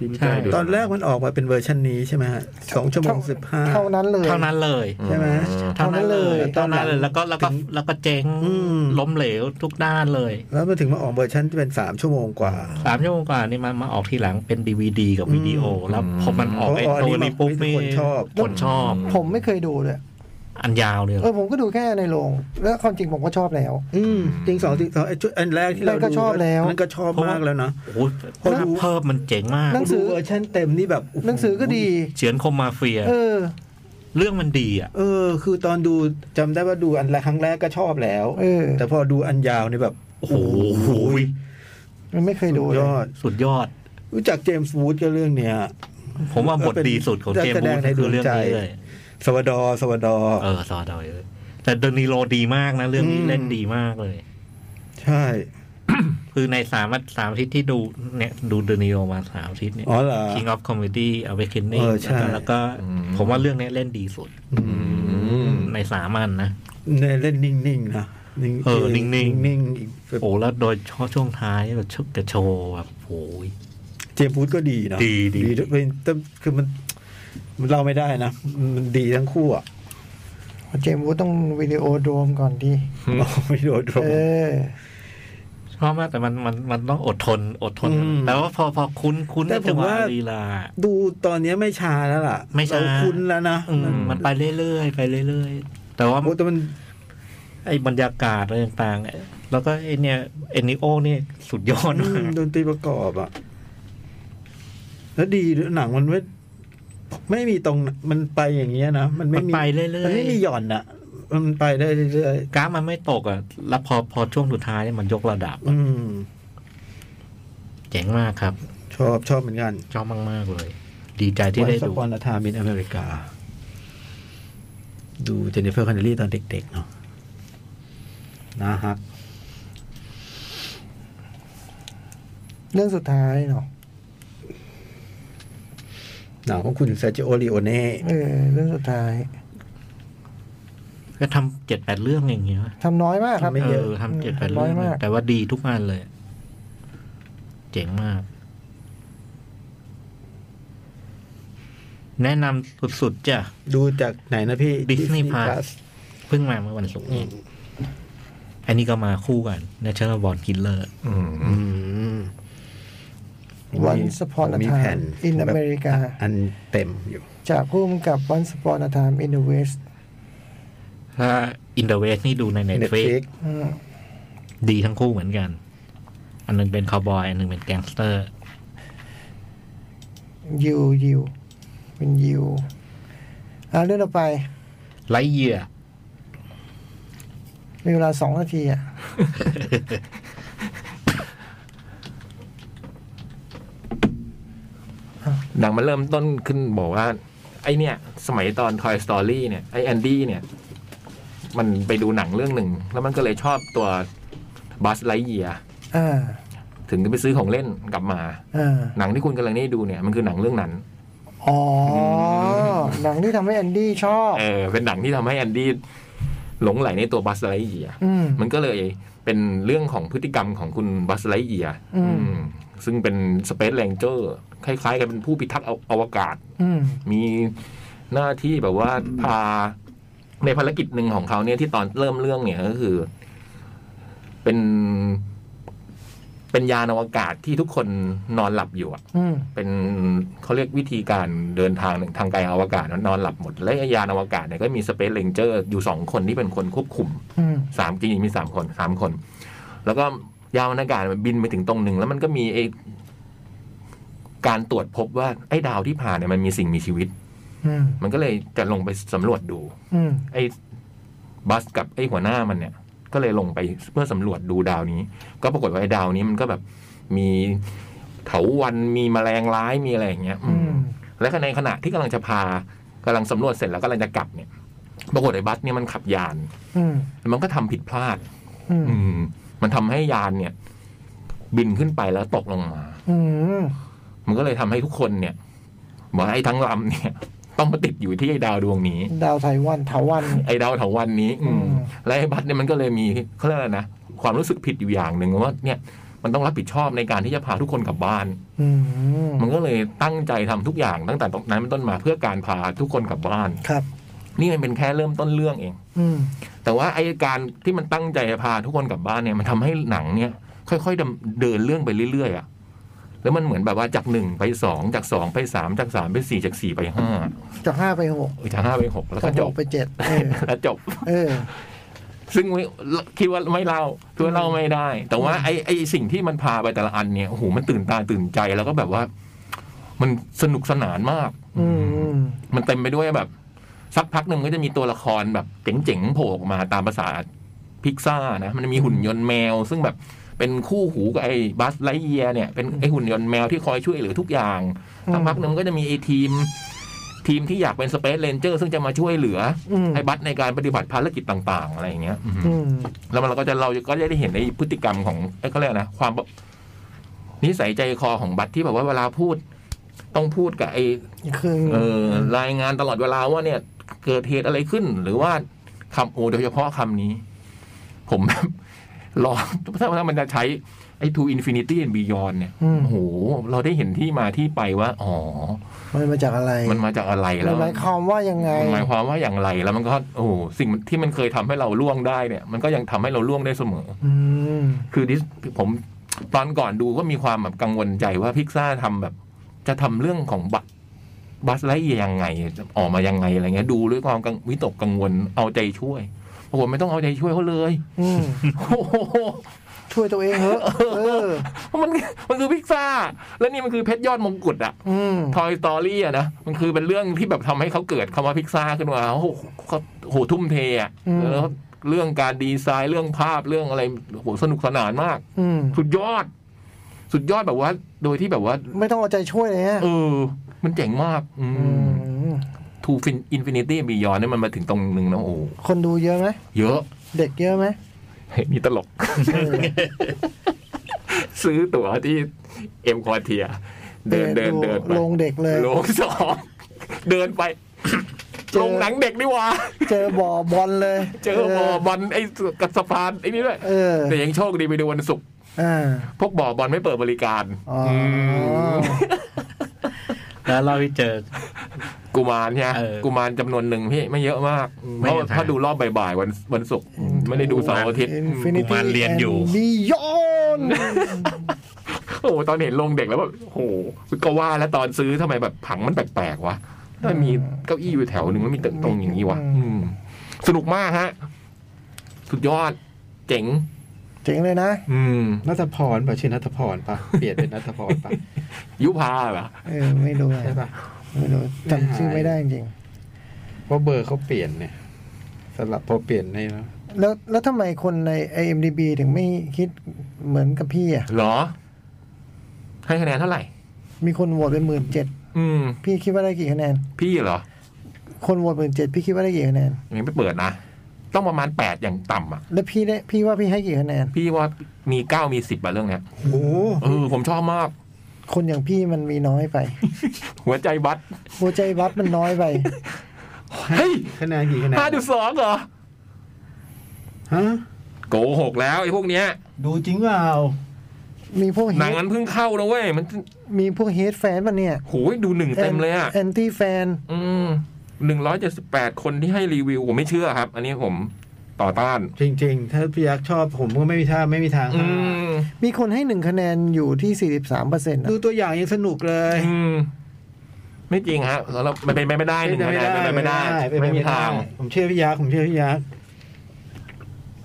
Speaker 2: ที่พี่จ้อย
Speaker 3: ใช่
Speaker 2: ดู
Speaker 6: ตอนแรกมันออกมาเป็นเวอร์ชันนี้ใช่ไหมฮะสองชั่วโมงสิบห้า
Speaker 4: เท่านั้นเลย
Speaker 3: เท่านั้นเลย
Speaker 6: ใช่ไหม
Speaker 2: อื
Speaker 4: เท่านั้นเลย
Speaker 3: เท่านั้นเลยแล้วก็แล้วก็แล้วก็เจ๊ง
Speaker 6: อืม
Speaker 3: ล้มเหลวทุกด้านเลย
Speaker 6: แล้วมาถึงมาออกเวอร์ชันที่เป็นสามชั่วโมงกว่า
Speaker 3: สามชั่วโมงกว่านี่มันมาออกทีหลังเป็นดีวดีกับวิดีโอ แล้ว
Speaker 2: อืม
Speaker 3: พอมันออกไอ้
Speaker 6: อ๋ออัน
Speaker 3: ตั
Speaker 6: นี้
Speaker 3: วนี้ปุ๊บ
Speaker 6: มัน
Speaker 3: นี่
Speaker 6: คนชอบ
Speaker 3: คนชอบ
Speaker 4: ผมไม่เคยดูเลย
Speaker 3: อันยาวเลยเหร
Speaker 4: เอ
Speaker 3: อ
Speaker 4: อผมก็ดูแค่ในโรงแล้วความจริงผมก็ชอบแล้ว
Speaker 1: อืมจริงสองจริงสองไอ้ชุดอันแรกที่เรา
Speaker 4: นั่นก็ชอบแล้ว
Speaker 1: นั่นก็ชอบมากแล้วเนาะ
Speaker 3: โอ้โห
Speaker 1: เพราะดู
Speaker 3: เพิ่มมันเจ๋งมาก
Speaker 4: หนังสือ
Speaker 1: ดูเวอร์ชันเต็มนี่แบบโโ
Speaker 4: หนังสือก็ดี
Speaker 3: เฉือนคมมาเฟีย
Speaker 4: เออ
Speaker 3: เรื่องมันดีอ่ะ
Speaker 1: เออ คือตอนดูจำได้ว่าดูอันแรกครั้งแรกก็ชอบแล้ว
Speaker 4: เออ
Speaker 1: แต่พอดูอันยาวนี่แบบ
Speaker 3: โอ้โห
Speaker 4: มันไม่เคย
Speaker 1: สุ
Speaker 4: ดู
Speaker 1: ด
Speaker 4: เลย ย
Speaker 1: อด
Speaker 3: สุดยอด
Speaker 1: รู้จักเจมส์วูดก็เรื่องเนี้ย
Speaker 3: ผมว่าบท
Speaker 1: เป็น
Speaker 3: ดีสุดของ
Speaker 1: นัก
Speaker 3: เจมส์
Speaker 1: แสดง
Speaker 3: บูน
Speaker 1: ในด
Speaker 3: คื
Speaker 1: ว
Speaker 3: อง เรื่อง
Speaker 1: ใจ
Speaker 3: นี้เลย
Speaker 1: สวดอสวดอ
Speaker 3: เออซอดอยเลยแต่เดนิโลดีมากนะ เรื่องนี้
Speaker 1: อืม
Speaker 3: เล่นดีมากเลย
Speaker 1: ใช่
Speaker 3: คือในสามอาทิตย์สามอาทิตย์ที่ดูเนี่ยดูเดนิโลมาสามอาทิตย์เนี่ย
Speaker 1: อ๋อเหรอ
Speaker 3: King of Comedy Awakening
Speaker 1: เออใช่
Speaker 3: แล้วก็
Speaker 2: อืม
Speaker 3: ผมว่าเรื่องนี้เล่นดีสุด
Speaker 1: อืม
Speaker 3: ในสามอันนะ
Speaker 1: เนยเล่นนิ่งๆนะนิ่ง
Speaker 3: เออนิ่งๆ
Speaker 1: นิ่งๆอีกแบบ
Speaker 3: โอ้แล้วโดยช่อช่วงท้ายแบบชุกกระโชว์แบบโอ้ย
Speaker 1: เจมส์วูดก็ดีเนาะ
Speaker 3: ดีดี
Speaker 1: เป็นแต่คือมันมันเล่าไม่ได้นะ มันดีทั้งคู่อ่ะ
Speaker 4: เจมส์วูดต้องวิดีโอโดมก่อนดี
Speaker 1: ไม่โดดโดน
Speaker 4: เออ
Speaker 3: ชอบมากแต่มันมันมันต้องอดทนอดทน
Speaker 1: อืม
Speaker 3: แต่ว่าพอพอคุ้นคุ้น
Speaker 1: แต่
Speaker 3: จัง
Speaker 1: ผม
Speaker 3: หวะ
Speaker 1: ว่า
Speaker 3: ลีลา
Speaker 1: ดูตอนเนี้ยไม่ชาแล้วล่ะ
Speaker 3: ไม่ช้า
Speaker 1: เรคุ้นแล้วนะ
Speaker 3: อืมมันไปเรื่อยๆไปเรื่อยๆ แต่ว่า
Speaker 1: โอ้แต่มัน
Speaker 3: ไอ้บรรยากาศอะไรต่างๆ แล้วก็ไอ้เนี่ยเอนิโอเนี่ยสุดยอด
Speaker 1: อื
Speaker 3: มาม ก
Speaker 1: ดนตรีประกอบอะแล้วดีด้วยหนังมันไม่ไม่มีตรงมันไปอย่างเงี้ยนะมัน
Speaker 3: มั
Speaker 1: ไม่
Speaker 3: น
Speaker 1: มี
Speaker 3: ไปเรื่อย
Speaker 1: มันไม่มีหย่อนอะมันไปได้เรื่อย
Speaker 3: ๆกราฟมันไม่ตกอ่ะแล้วพอพอช่วงสุดท้ายเนี่ยมันยกระดับ
Speaker 1: ๆอืม
Speaker 3: เจ๋งมากครับ
Speaker 1: ชอบชอบเหมือนกัน
Speaker 3: ชอบมากๆเลย ดีใจที่ได้
Speaker 1: ส
Speaker 3: ดู
Speaker 1: ปอนทามินอเมริกา ดูเจนนิเฟอร์คอนเนลลี่ตอนเด็ก ๆ เนาะนะฮะ
Speaker 4: เรื่องสุดท้ายเนาะ
Speaker 1: หนังของคุณเซจิโอริโอเน่
Speaker 4: เออ เรื่องสุดท้าย
Speaker 3: ก็ทำเจ็ดแปดเรื่องอย่างเงี้ย
Speaker 4: ทำน้อยมากครับ
Speaker 3: เออทำเจ็ดแปดเรื่อง
Speaker 4: น้อยมาก
Speaker 3: แต่ว่าดีทุกอันเลย เจ๋งมาก แนะนำสุดๆจ้ะ
Speaker 1: ดูจากไหนนะพี่
Speaker 3: Disney Plus
Speaker 1: Plus
Speaker 3: เพิ่งมาเมื่อวันศุกร์นี้ อันนี้ก็มาคู่กัน National Born Killer
Speaker 2: อืม
Speaker 1: อืม
Speaker 4: Once upon a
Speaker 1: ผมมีแผ่น
Speaker 4: time in
Speaker 1: แบบ
Speaker 4: America
Speaker 1: อันเต็มอยู่
Speaker 4: จากผู้กำกับ Once Upon a Time in the West
Speaker 3: ถ้า In the West นี่ดูใน Netflix
Speaker 1: Netflix
Speaker 4: อืม
Speaker 3: ดีทั้งคู่เหมือนกัน อันหนึงเป็นคาวบอย อันหนึงเป็นแก๊งสเตอร์
Speaker 4: ยิวยิวเป็นยิวอ่าเรื่องต่อไป
Speaker 3: ไลเยีย
Speaker 4: มีเวลาสองนาทีอ่ะ
Speaker 2: หนังมันเริ่มต้นขึ้นบอกว่า ไอเนี่ย สมัยตอน Toy Story เนี่ยไอแอนดี้เนี่ย มันไปดูหนังเรื่องหนึ่ง แล้วมันก็เลยชอบตัวบัสไลเยีย
Speaker 4: อ่า
Speaker 2: ถึงจะไปซื้อของเล่นกลับมา
Speaker 4: อ่า
Speaker 2: หนังที่คุณกำลังนี่ดูเนี่ยมันคือหนังเรื่องนั้น
Speaker 4: อ๋อหนังที่ทำให้แอนดี้ชอบ
Speaker 2: เออเป็นหนังที่ทำให้แอนดี้หลงไหลในตัวบัสไลเยีย
Speaker 4: อืม
Speaker 2: มันก็เลยเป็นเรื่องของพฤติกรรมของคุณบัสไลเอียร์
Speaker 4: อืม
Speaker 2: อืมซึ่งเป็นสเปซแ a งเจอร์คล้ายๆ กันเป็นผู้พิทักษ์อวอวกาศ
Speaker 4: อืม
Speaker 2: มีหน้าที่แบบว่าพาในภารกิจหนึ่งของเขาเนี่ยที่ตอนเริ่มเรื่องเนี่ยก็คือ เป็นเป็นยานอวกาศที่ทุกคนนอนหลับอยู่อะ
Speaker 4: อืม
Speaker 2: เป็นเขาเรียกวิธีการเดินทางทางไกลอวกาศมันนอนหลับหมด และไอ้ยานอวกาศเนี่ยก็มีสเปซเลนเจอร์อยู่สองคนที่เป็นคนควบคุม
Speaker 4: อืม
Speaker 2: สามจริงๆมีสามคนสามคน แล้วก็ยานอวกาศมันบินไปถึงตรงหนึ่ง แล้วมันก็มีไอ้การตรวจพบว่า ไอ้ดาวที่ผ่านเนี่ยมันมีสิ่งมีชีวิต
Speaker 4: อืม
Speaker 2: มันก็เลยจะลงไปสำรวจดู
Speaker 4: อืม
Speaker 2: ไอ้บัสกับไอ้หัวหน้ามันเนี่ย ก็เลยลงไปเพื่อสำรวจดูดาวนี้ ก็ปรากฏว่าไอ้ดาวนี้มันก็แบบมีเถาวันมีแมลงร้ายมีอะไรอย่างเงี้ยอื
Speaker 4: อื
Speaker 2: ม
Speaker 4: ม
Speaker 2: และในขณะที่กำลังจะพากำลังสำรวจเสร็จแล้วกำลังจะกลับเนี่ย ปรากฏไอ้บัสเนี่ยมันขับยาน
Speaker 4: อืม
Speaker 2: แล้วมันก็ทำผิดพลาด
Speaker 4: อืม
Speaker 2: อืม มันทำให้ยานเนี่ย บินขึ้นไปแล้วตกลงมา
Speaker 4: อืม
Speaker 2: มันก็เลยทำให้ทุกคนเนี่ยเหมือนไอ้ทั้งลำเนี่ย ต้องมาติดอยู่ที่ไอ้ดาวดวงนี้
Speaker 4: ดาวไทวันถาวัน
Speaker 2: ไอ้ดาวเถาวันนี้ อืม
Speaker 4: อืม
Speaker 2: และไอ้บัตเนี่ยมันก็เลยมีเขาเรียกอะไรนะความรู้สึกผิดอยู่อย่างหนึ่งว่าเนี่ยมันต้องรับผิดชอบในการที่จะพาทุกคนกลับบ้าน
Speaker 4: อืม
Speaker 2: มันก็เลยตั้งใจทำทุกอย่างตั้งแต่ตรงนั้นเป็นต้นมาเพื่อการพาทุกคนกลับบ้าน
Speaker 4: ครับ
Speaker 2: นี่มันเป็นแค่เริ่มต้นเรื่องเอง
Speaker 4: อืม
Speaker 2: แต่ว่าไอ้การที่มันตั้งใจจะพาทุกคนกลับบ้านเนี่ยมันทำให้หนังเนี่ย ค่อยๆดำเดินเรื่องไปเรื่อยๆอะ แล้วมันเหมือนแบบว่าจากหนึ่งไปสองจากสองไปสามจากสามไปสี่จากสี่ไปห้า
Speaker 4: จากห้าไปหก
Speaker 2: เออจากห้าไปหกแล้ว
Speaker 4: จา
Speaker 2: ก็
Speaker 4: ก
Speaker 2: จ
Speaker 4: ห
Speaker 2: บ
Speaker 4: กไปเจ็ดเออ
Speaker 2: แล้วจบ
Speaker 4: เออ
Speaker 2: ซึ่งไม่คิดว่าไม่เล่าคือว่าเล่าไม่ได้ แต่ว่าไอ้ไอ้สิ่งที่มันพาไปแต่ละอันเนี่ยโอ้โหมันตื่นตาตื่นใจแล้วก็แบบว่า มันสนุกสนานมาก
Speaker 4: อืมอืม
Speaker 2: มันเต็มไปด้วยแบบ สักพักหนึ่งก็จะมีตัวละครแบบเจ๋งๆโผล่ออกมาตามภาษาพิกซ่านะมันมีหุ่นยนต์แมว ซึ่งแบบเป็นคู่หูกับไอ้บัสไลเยียเนี่ยเป็นไอ้หุ่นยนต์แมวที่คอยช่วยเหลือทุกอย่างสักพักหนึ่งมันก็จะมีไอ้ทีม ทีมที่อยากเป็นสเปซเ a นเจอร์ซึ่งจะมาช่วยเหลือ
Speaker 4: อืม
Speaker 2: ไอ้บัสในการปฏิบัติภารกิจต่างๆ อะไรอย่างเงี้ยอืม
Speaker 4: อืม
Speaker 2: แล้วมันเราก็จะเราก็จะได้เห็นในพฤติกรรมของเอ้ยเขาเรียกอะไรนะความแบบนิสัยใจคอของบัตรที่แบบว่าเวลาพูด ต้องพูดกับไอ
Speaker 4: คือ
Speaker 2: เออรายงานตลอดเวลาว่าเนี่ย เกิดเหตุอะไรขึ้น หรือว่าคำโอโดยเฉพาะคำนี้ ผมแบบ รอถ้าถ้ามันจะใช้ไอ้ to infinity and beyond เนี่ย
Speaker 4: ม
Speaker 2: โอ้โหเราได้เห็นที่มาที่ไปว่า อ๋อ
Speaker 4: มันมาจากอะไร
Speaker 2: มันมาจากอะไร
Speaker 4: มั
Speaker 2: แล้
Speaker 4: น
Speaker 2: ว
Speaker 4: หมายความว่ายังไง
Speaker 2: หมายความว่าอย่างไรแล้วมันก็โอ้โหสิ่งที่มันเคยทำให้เราล่วงได้เนี่ย มันก็ยังทำให้เราล่วงได้เสมอ
Speaker 4: อืม
Speaker 2: คือดิสผมตอนก่อนดูก็มีความแบบกังวลใจว่าพิกซ่าทำแบบ จะทำเรื่องของบัสบัสไลท์ยังไงจะออกมายังไงอะไรเงี้ยดูด้วยความกังวิตกกังวลเอาใจช่วยปรากฏไม่ต้องเอาใจช่วยเขาเลย
Speaker 4: อืม
Speaker 2: โอ้โห
Speaker 4: ช่วยตัวเองเถอะเออ
Speaker 2: มันมันคือพิกซ่าแล้วนี่มันคือเพชรยอดมงกุฎอะ
Speaker 4: อืม
Speaker 2: ทอยสตอรี่อะนะมันคือเป็นเรื่องที่แบบทำให้เขาเกิดคำว่าพิกซ่าขึ้นมาโอ้โหเขาโหทุ่มเทอะ
Speaker 4: อืม
Speaker 2: แล้วเรื่องการดีไซน์เรื่องภาพเรื่องอะไรโหสนุกสนานมาก
Speaker 4: อืม
Speaker 2: สุดยอด สุดยอดแบบว่า โดยที่แบบว่า
Speaker 4: ไม่ต้องเอาใจช่วยเลยฮะ
Speaker 2: เออ มันเจ๋งมากอื
Speaker 4: อื
Speaker 2: ม
Speaker 4: ม
Speaker 2: ทูฟินอินฟินิตี้บียอนเนี่ยมันมาถึงตรงนึงนะโอ้โห
Speaker 4: คนดูเยอะไหม
Speaker 2: เยอะ
Speaker 4: เด็กเยอะไหม
Speaker 2: เฮ้ยมีตลก
Speaker 4: เออ
Speaker 2: ซื้อตั๋วที่เอ็มคอเทีย เดินเดินเดินไป
Speaker 4: โรงเด็กเลย
Speaker 2: โรงสองเดิน ไป
Speaker 4: เจอ
Speaker 2: โรงหนังเด็กนี่หว่า
Speaker 4: เจอบ่อบอลเลย
Speaker 2: เจอบ่อบอลไอ้กับสะพานไอ้นี่ด้วย
Speaker 4: เออ
Speaker 2: แต่ยังโชคดีไปดูวันศุกร์
Speaker 4: อ่า
Speaker 2: พวกบ่อบอลไม่เปิดบริการ
Speaker 4: อ๋อ
Speaker 2: ม
Speaker 3: แล้วเราไปเจอ
Speaker 2: กุมารใช่ไหม
Speaker 3: เออ
Speaker 2: กุมารจำนวนหนึ่งพี่ไม่เยอะมาก
Speaker 3: ไม่
Speaker 2: เพราะ
Speaker 3: เยอะ
Speaker 2: ถ้าดูรอบบ่ายๆวันวันศุกร์ไม่ได้ดูเสาร์อาทิตย์
Speaker 4: อินฟินิ
Speaker 3: กู
Speaker 4: ตี้
Speaker 3: มาเรียนอยู่
Speaker 4: บียอน
Speaker 2: โอ้โหตอนเห็นลงเด็กแล้วแบบโอ้โหก็ว่าแล้วตอนซื้อทำไมแบบผังมันแปลกๆวะถ้ามีเก้าอี้อยู่แถวหนึ่งแล้วมีตึกตรงอย่างนี้วะอืมสนุกมากฮะ สุดยอด เจ๋ง
Speaker 4: เจ๋งเลยนะ
Speaker 2: อืม
Speaker 1: นัทพรป่ะชื่อนัทพรป่ะเปลี่ยนเป็นนัทพร ป่ะ
Speaker 2: ยุพาเหรอ
Speaker 4: เออ ไม่รู้อะ
Speaker 1: ใช่ป่ะ
Speaker 4: ไม่รู้จำชื่อไม่ได้จริง
Speaker 1: เพราะเบอร์เขาเปลี่ยนเนี่ยสลับพอเปลี่ยนในแล้ว
Speaker 4: แล้วแล้วทำไมคนใน IMDB ถึงไม่คิดเหมือนกับพี่อ่ะ
Speaker 2: เหรอ ให้คะแนนเท่าไหร่
Speaker 4: มีคนโหวตเป็นหมื่นเจ็ด
Speaker 2: อืม
Speaker 4: พี่คิดว่าได้กี่คะแนน
Speaker 2: พี่เหรอ
Speaker 4: คนโหวตหมื่นเจ็ดพี่คิดว่าได้กี่คะแนน
Speaker 2: ยังไม่เปิดนะ ต้องประมาณแปดอย่างต่ำอ่ะ
Speaker 4: แล้วพี่ได้พี่ว่าพี่ให้กี่คะแนน
Speaker 2: พี่ว่ามีเก้ามีสิบอะเรื่องเนี้ย
Speaker 1: โอ้
Speaker 2: เออ ผมชอบมาก
Speaker 4: คนอย่างพี่มันมีน้อย ไป
Speaker 2: หัวใจบัต
Speaker 4: หัวใจวับมันน้อยไป
Speaker 2: เฮ้ย
Speaker 1: คะแนนกี่คะแนน
Speaker 2: ห้าจุดสองเหรอ
Speaker 1: ฮะ
Speaker 2: โกหกแล้วไอ้พวกเนี้ย
Speaker 1: ดูจริงเปล่า
Speaker 4: มีพวก
Speaker 2: ห
Speaker 4: เฮ
Speaker 2: นัง
Speaker 4: ด
Speaker 2: นั้นเพิ่งเข้านะเว้ย มัน
Speaker 4: มีพวกเฮดแฟนป่ะเนี่ย
Speaker 2: โหยดูหนึ่งเต็มเลยอ่ะ
Speaker 4: แอนตี้แฟน
Speaker 2: อืมหนึ่งร้อยเจ็ดสิบแปดคนที่ให้รีวิว ผมไม่เชื่อครับ อันนี้ผมต่อต้าน
Speaker 1: จริง ๆ ถ้าพี่ยักษ์ชอบผมก็ไม่มีท่าไม่มีทาง
Speaker 2: อื
Speaker 1: ห้าม
Speaker 4: มีคนให้หนึ่งคะแนนอยู่ที่สี่สิบสามเปอร์เซ็นต์
Speaker 1: ดูตัวอย่างยังสนุกเลย
Speaker 2: อืม ไม่จริงฮะเรามันเป็นไปไม่ได้หนึ่งคะแนนเป็นไปไม่ได้
Speaker 1: เป็นป
Speaker 2: ไม่มีทาง
Speaker 1: ผมเชื่อพี่ยักษ์ผมเชื่อพี่ยักษ์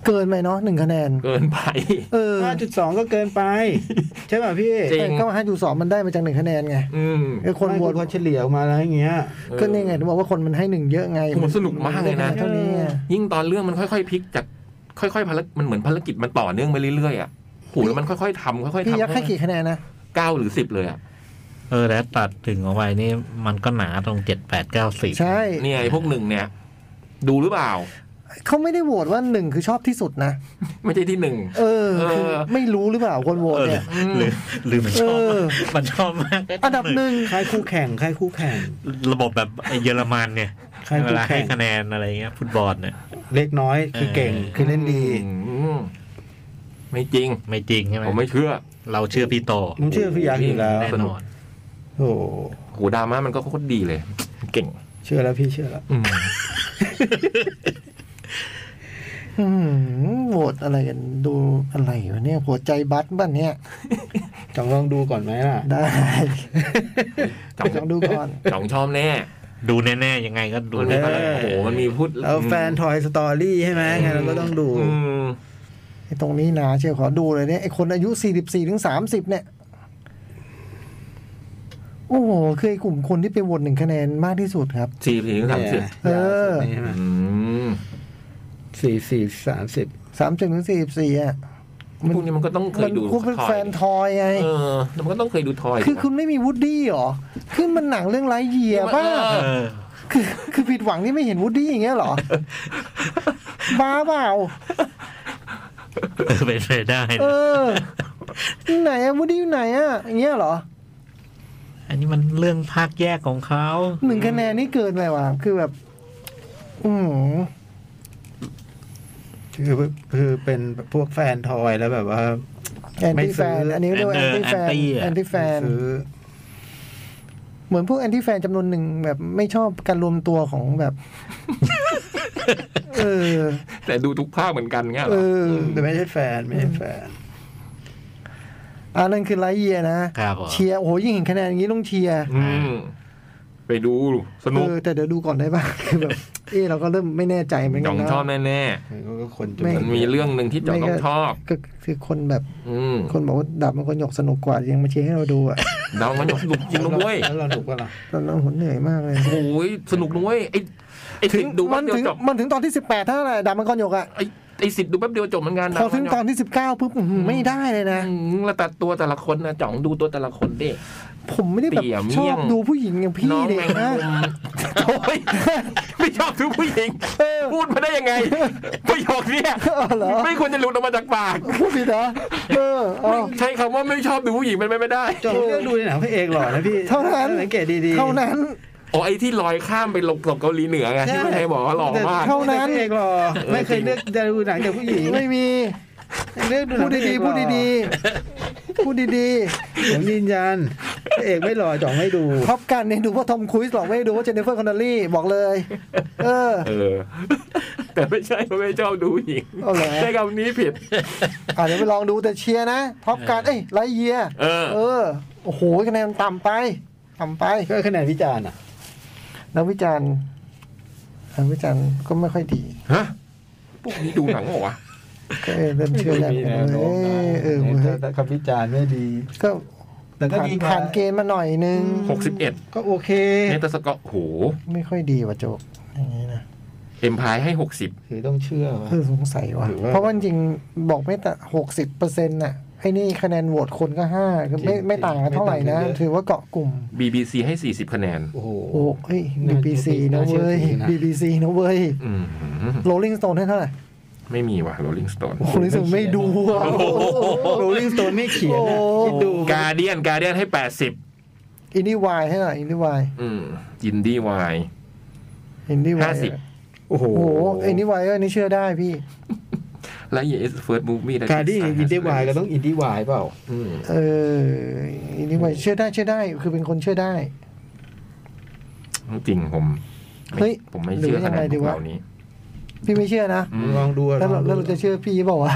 Speaker 4: เกินไปเนาะหนึ่งคะแนน
Speaker 2: เกินไป
Speaker 4: เออ
Speaker 1: ห้าจุดสองก็เกิ นไป ใช่ป่ะพี่
Speaker 2: จริง
Speaker 4: แต่ก็ห้าจุดสองมันได้มาจากหนึ่งคะแนนไง
Speaker 2: อืม
Speaker 4: ไอ้คนโหวต
Speaker 1: เขาเฉลี่ยออกมาแล้วอย่างเงี้ย
Speaker 4: ก็นี่ไงถึงบอกว่าคนมันให้หนึ่งเยอะไง
Speaker 2: โอ้โหสนุกมากเลยนะ
Speaker 4: มัได้ขดเท่านี้ไง
Speaker 2: ยิ่งตอนเรื่องมันค่อยๆพลิกจากค่อยๆภารกิจมันเหมือนภารกิจมันต่อเนื่องไปเรื่อยๆอ่ะโหแล้วมันค่อยๆทำค่อยๆ
Speaker 4: พี่
Speaker 2: ทำ
Speaker 4: ยักษ์ให้กี่คะแนนนะ
Speaker 2: เก้าหรือสิบเลยอ่ะ
Speaker 3: เออแล้วตัดถึงเอาไว้นี่มันก็หนาตรงเจ็ดแปดเก้าสี่
Speaker 4: ใช่
Speaker 2: เนี่ยไอ้พวกหนึ่งเนี่ย ดูหรือเปล่า
Speaker 4: เขาไม่ได้โหวตว่าหนึ่งคือชอบที่สุดนะ
Speaker 2: ไม่ใช่ที่หนึ่ง
Speaker 4: เออคือ
Speaker 2: เออ
Speaker 4: ไม่รู้หรือเปล่าคนโหวต
Speaker 3: เออ
Speaker 4: เนี่ย
Speaker 3: หรือหรือมันชอบ
Speaker 4: เออ
Speaker 3: มันชอบมาก
Speaker 4: อันดับหนึ่ง
Speaker 1: ค่ายคู่แข่งค่ายคู่แข่ง
Speaker 3: ระบบแบบไอ้เยอรมันเนี่ย
Speaker 1: ใครเป็น
Speaker 3: เวลา
Speaker 1: แข่
Speaker 3: ให้
Speaker 1: ง
Speaker 3: คะแนนอะไรเงี้ยฟุตบอลเนี่ย
Speaker 1: เล็กน้อยคือเก่ง
Speaker 3: เออ
Speaker 1: คือเล่นดี
Speaker 2: อืมไม่จริง
Speaker 3: ไม่จริงใช่ไหม
Speaker 2: ผมไม่เชื่อ
Speaker 3: เราเชื่อพี่โต
Speaker 1: ผมเชื่อพี่ยักษ์อยู่แล้ว
Speaker 3: แน่นอน
Speaker 1: โอ้โห
Speaker 2: โหดราม่ามันก็โคตรดีเลย เก่ง
Speaker 1: เชื่อแล้วพี่เชื่อแล้ว
Speaker 2: อืม
Speaker 4: อื้อหือโหวตอะไรกันดูอะไรวะเนี่ยหัวใจบัตบ้านเนี่ย
Speaker 1: จองลองดูก่อนไหมล่ะ
Speaker 4: ได้
Speaker 2: จอง
Speaker 4: จองดูก่อน
Speaker 2: จ่องชอบแน่
Speaker 3: ดูแน่ๆยังไงก็ดู
Speaker 2: มันมี
Speaker 1: เ
Speaker 2: พ
Speaker 3: แน่
Speaker 2: ลังโอ้โหมันมีพูด
Speaker 1: แล้วแฟนทอยสตอรี่ใช่ไหมงั้นเราก็ต้องดู
Speaker 2: อืม
Speaker 4: ไอ้ตรงนี้นะเชียวขอดูเลยเนี่ยไอ้คนอายุสี่สิบสี่ถึงสามสิบเนี่ย โอ้โหคือไอ้กลุ่มคนที่ไปโหวตหนึ่งคะแนนมากที่สุดครับ
Speaker 2: สี่ถึงสามสิบ
Speaker 4: เออ
Speaker 2: อืม
Speaker 1: สี่สี่สามสิบ
Speaker 4: สามสิบถึงสี่สิบสี่อ่ะ
Speaker 2: พวกนี้มันก็ต้องเคยดู
Speaker 4: คุณเป็นแฟนทอยไง
Speaker 2: เออมันก็ต้องเคยดูทอย
Speaker 4: คือคุณไม่มีวูดดี้เหรอ คือมันหนังเรื่องไรเยียบ้า
Speaker 2: เออ
Speaker 3: เออ
Speaker 4: คือคือผิดหวังที่ไม่เห็นวูดดี้อย่างเงี้ยเหรอ บ้าเปล่า
Speaker 3: เป็นไปได้
Speaker 4: เอ
Speaker 3: นะ
Speaker 4: อ ไหนอะวูดดี้อยู่ไหนอะอย่างเงี้ยเหรอ
Speaker 3: อันนี้มันเรื่องภาคแยกของเขา
Speaker 4: หนึ่งคะแนนนี่เกินไปว่ะ คือแบบ อืม
Speaker 1: คือคือเป็นพวกแฟนทอยแล้วแบบว่า
Speaker 4: แอน
Speaker 1: ไม่
Speaker 4: ตี้
Speaker 1: ซื้
Speaker 4: แฟ
Speaker 1: อ
Speaker 4: น อันนี้เรียกว่าแอนตี้แฟน แอนตี้แฟน
Speaker 1: ซื้อ
Speaker 4: เหมือนพวกแอนตี้แฟนจำนวนหนึ่งแบบไม่ชอบการรวมตัวของแบบ เออ
Speaker 2: แต่ดูทุกภาคเหมือนกันเงี้ยเหร
Speaker 4: เอ
Speaker 2: อ
Speaker 4: อ
Speaker 1: แต่ไม่ใช่แฟนไม่ใช่แฟน
Speaker 4: อันนั้นคือไรเยียนะ
Speaker 3: ครับผม
Speaker 4: เชียร์ โอ้โหยิ่งเห็นคะแนนอย่างนี้ต้องเชียร์
Speaker 2: อืมไปดูส
Speaker 4: เอ
Speaker 2: นุก
Speaker 4: อแต่เดี๋ยวดูก่อนได้ป่ะ คือแบบ เออเราก็เริ่มไม่แน่ใจเหมือน
Speaker 2: จ่
Speaker 4: กั
Speaker 2: อน ง
Speaker 4: นะ
Speaker 2: ชอบแน่
Speaker 1: ก็คนจน
Speaker 4: ไม่
Speaker 2: ๆมันมีเรื่องหนึ่งที่จ่องต้องชอบ
Speaker 4: ก็คือคนแบบ
Speaker 2: อืม
Speaker 4: คนบอกว่าดับมันคนหยกสนุกกว่ายังมาเชียร์ให้เราดูอ่ะ
Speaker 2: ดาวมันหยกสนุกจริงนะเว้ย
Speaker 1: แล้วเราหนุกก็ล่ะ
Speaker 4: ตอนนั้นผมเหนื่อยมากเลย
Speaker 2: โอ้ยสนุกนุ้ยไอ้ไอ้
Speaker 4: ถึ
Speaker 2: สิ
Speaker 4: ง
Speaker 2: ทธิ์ดู
Speaker 4: มั
Speaker 2: แป๊บ
Speaker 4: น
Speaker 2: เดียว
Speaker 4: ถึง
Speaker 2: จบ
Speaker 4: มันถึงตอนที่สิบแปดเท่าไหร่ดับมันคนหยกอ่ะ
Speaker 2: ไอ้ไอ้สิทธิ์ดูแป๊บเดียวจบเหมือนกันนะ
Speaker 4: พอถึงตอนที่สิบเก้าปุ๊บอื้อหือไม่ได้เลยนะ
Speaker 2: อืมแล้วแต่ตัวแต่ละคนนะจ่องดูตัวแต่ละคนดิ
Speaker 4: ผมไม่ได้แบบ
Speaker 2: เตี่ยเมี่
Speaker 4: ชอย บ
Speaker 2: ง
Speaker 4: ดูผู้หญิงอย่างพี่
Speaker 2: น้อง
Speaker 4: เด็
Speaker 2: แมง
Speaker 4: ก
Speaker 2: มุ
Speaker 4: นะ
Speaker 2: มโอ้ยไม่ชอบดูผู้หญิง
Speaker 4: เออ
Speaker 2: พูดมาได้ยังไงประโยคเนี้ย
Speaker 4: เออเหรอ
Speaker 2: ไม่ควรจะหลุดออกมาจากปาก
Speaker 4: พูดผิดเหรอเออเอา
Speaker 2: ใช้คำว่าไม่ชอบดูผู้หญิงมันไม่ได้
Speaker 1: จนเลือกดูในหนังพระเอกหล่อนะพี่
Speaker 4: เท่านั้น
Speaker 1: สังเกตดีๆ
Speaker 4: เท่านั้น
Speaker 2: อ๋อไอ้ที่ลอยข้ามไปลงกลบเกาหลีเหนือไงที่พี่ไทยบอกว่าหล่อมาก
Speaker 4: เท่านั้น
Speaker 1: พระเอกหล่อไม่เคยเลือกดูหนังจากผู้หญิง
Speaker 4: ไม่มี
Speaker 1: เลือกดูห
Speaker 4: พู
Speaker 1: นั
Speaker 4: ด
Speaker 1: งพระเอ
Speaker 4: ดี
Speaker 1: ก
Speaker 4: ๆ
Speaker 1: ห
Speaker 4: พู
Speaker 1: ล่
Speaker 4: ด
Speaker 1: อ
Speaker 4: ดีๆพูดดี
Speaker 1: ผมยืนยันพระเอกไม่หล่อจ่องไม่ดู
Speaker 4: ๆท็อปกันเนี่ยดูว่าทอมครูซหรอกไม่ได้ดูว่าเจนนิเฟอร์คอนเนลลี่บอกเลย เออ
Speaker 2: เออ แต่ไม่ใช่ว่าไม่ชอบดูผู้หญิง
Speaker 4: เอาเหรอ
Speaker 2: ใช้คำนี้ผิด
Speaker 4: อ่ะเดี๋ยวไปลองดูแต่เชียร์นะท็อปการเอ้ยไรเยีย
Speaker 2: เออ
Speaker 4: เออ โอ้โหคะแนนต่ำไปต่ำไป
Speaker 1: ก็คะแนนวิจารณ์อ่ะ
Speaker 4: นักวิจารณ์นักวิจารณ์ก็ไม่ค่อยดี
Speaker 2: ฮะพวกนี้ดูหนังเหรอวะ
Speaker 4: ก็เออเริ่มเชื่อแล้ว
Speaker 1: มี
Speaker 4: เอ
Speaker 1: แนวโน้ม
Speaker 4: อ
Speaker 1: นะ
Speaker 4: เออเว้ย
Speaker 1: แต่คำวิจารณ์ไม่ดี
Speaker 4: ก็
Speaker 1: แต่ก็
Speaker 4: ผ่าน
Speaker 1: ดี
Speaker 4: ผ่านเกณฑ์มาหน่อยนึง
Speaker 2: หกสิบเอ็ด
Speaker 1: ก็โอเค
Speaker 2: เมตาสกอร์โห
Speaker 4: ไม่ค่อยดีว่ะโจกอย่างนี้นะ
Speaker 2: เอ็มพายให้หกสิบ
Speaker 1: ถือต้องเชื่อวะ
Speaker 4: เออสงสัยว่ะ
Speaker 1: หรือว่า
Speaker 4: เพราะว่าจริงๆบอกไม่แต่หกสิบเปอร์เซ็นต์น่ะไอ้นี่คะแนนโหวตคนก็ห้าก็ไม่
Speaker 1: จริง
Speaker 4: ไม่ต่างกันเท่าไหร่
Speaker 1: ไม่ต่า
Speaker 4: นะ
Speaker 1: งกันเยอะ
Speaker 4: ถือว่าเกาะกลุ่ม
Speaker 2: บีบีซีให้สี่สิบคะแนน
Speaker 1: โอ้โห
Speaker 4: โอ้เอ้ย BBC นะเว้ย
Speaker 1: น่าเชื่อถือนะ
Speaker 4: BBC นะเว้ย
Speaker 2: อืม
Speaker 4: Rolling Stone ให้เท่าไหร่
Speaker 2: ไม่มีว่ะโรลลิงสโตน
Speaker 4: Rolling Stone ไม่ดูอ่ะ
Speaker 1: โรลลิงสโตนไม่เขียนอ่ะ
Speaker 4: โอ้
Speaker 1: คิดดู
Speaker 2: กาเดียนกาเดียนให้แปดสิบ
Speaker 4: อินดี้วายให้หน่อยอินดี้วาย
Speaker 2: อืมยินดี้วาย
Speaker 4: อินดี้วาย
Speaker 2: 50
Speaker 1: โอ้โห
Speaker 4: โอ้โหอินดี้วายอันนี้เชื่อได้พี่
Speaker 2: และเยสเฟิร์สมูฟวี่
Speaker 1: การที่อินดี้วายก็ต้องอินดี้วายเปล่า
Speaker 4: เอออินดี้วายเชื่อได้เชื่อได้ คือเป็นคนเชื่อได้
Speaker 2: จริงผม
Speaker 4: เฮ้ย
Speaker 2: ผมไม่เชื่อ
Speaker 4: หรือ
Speaker 2: ข
Speaker 4: ยัง
Speaker 2: นาด
Speaker 4: ไง
Speaker 2: พ
Speaker 4: ดี
Speaker 2: วก
Speaker 4: วะ
Speaker 2: เรานี้
Speaker 4: พี่ไม่เชื่อนะ
Speaker 2: อืม
Speaker 1: ลองดูอะ
Speaker 4: แล้วเรา
Speaker 1: ลองดู
Speaker 4: แล้วเราจะเชื่อพี่บอกว่าวะ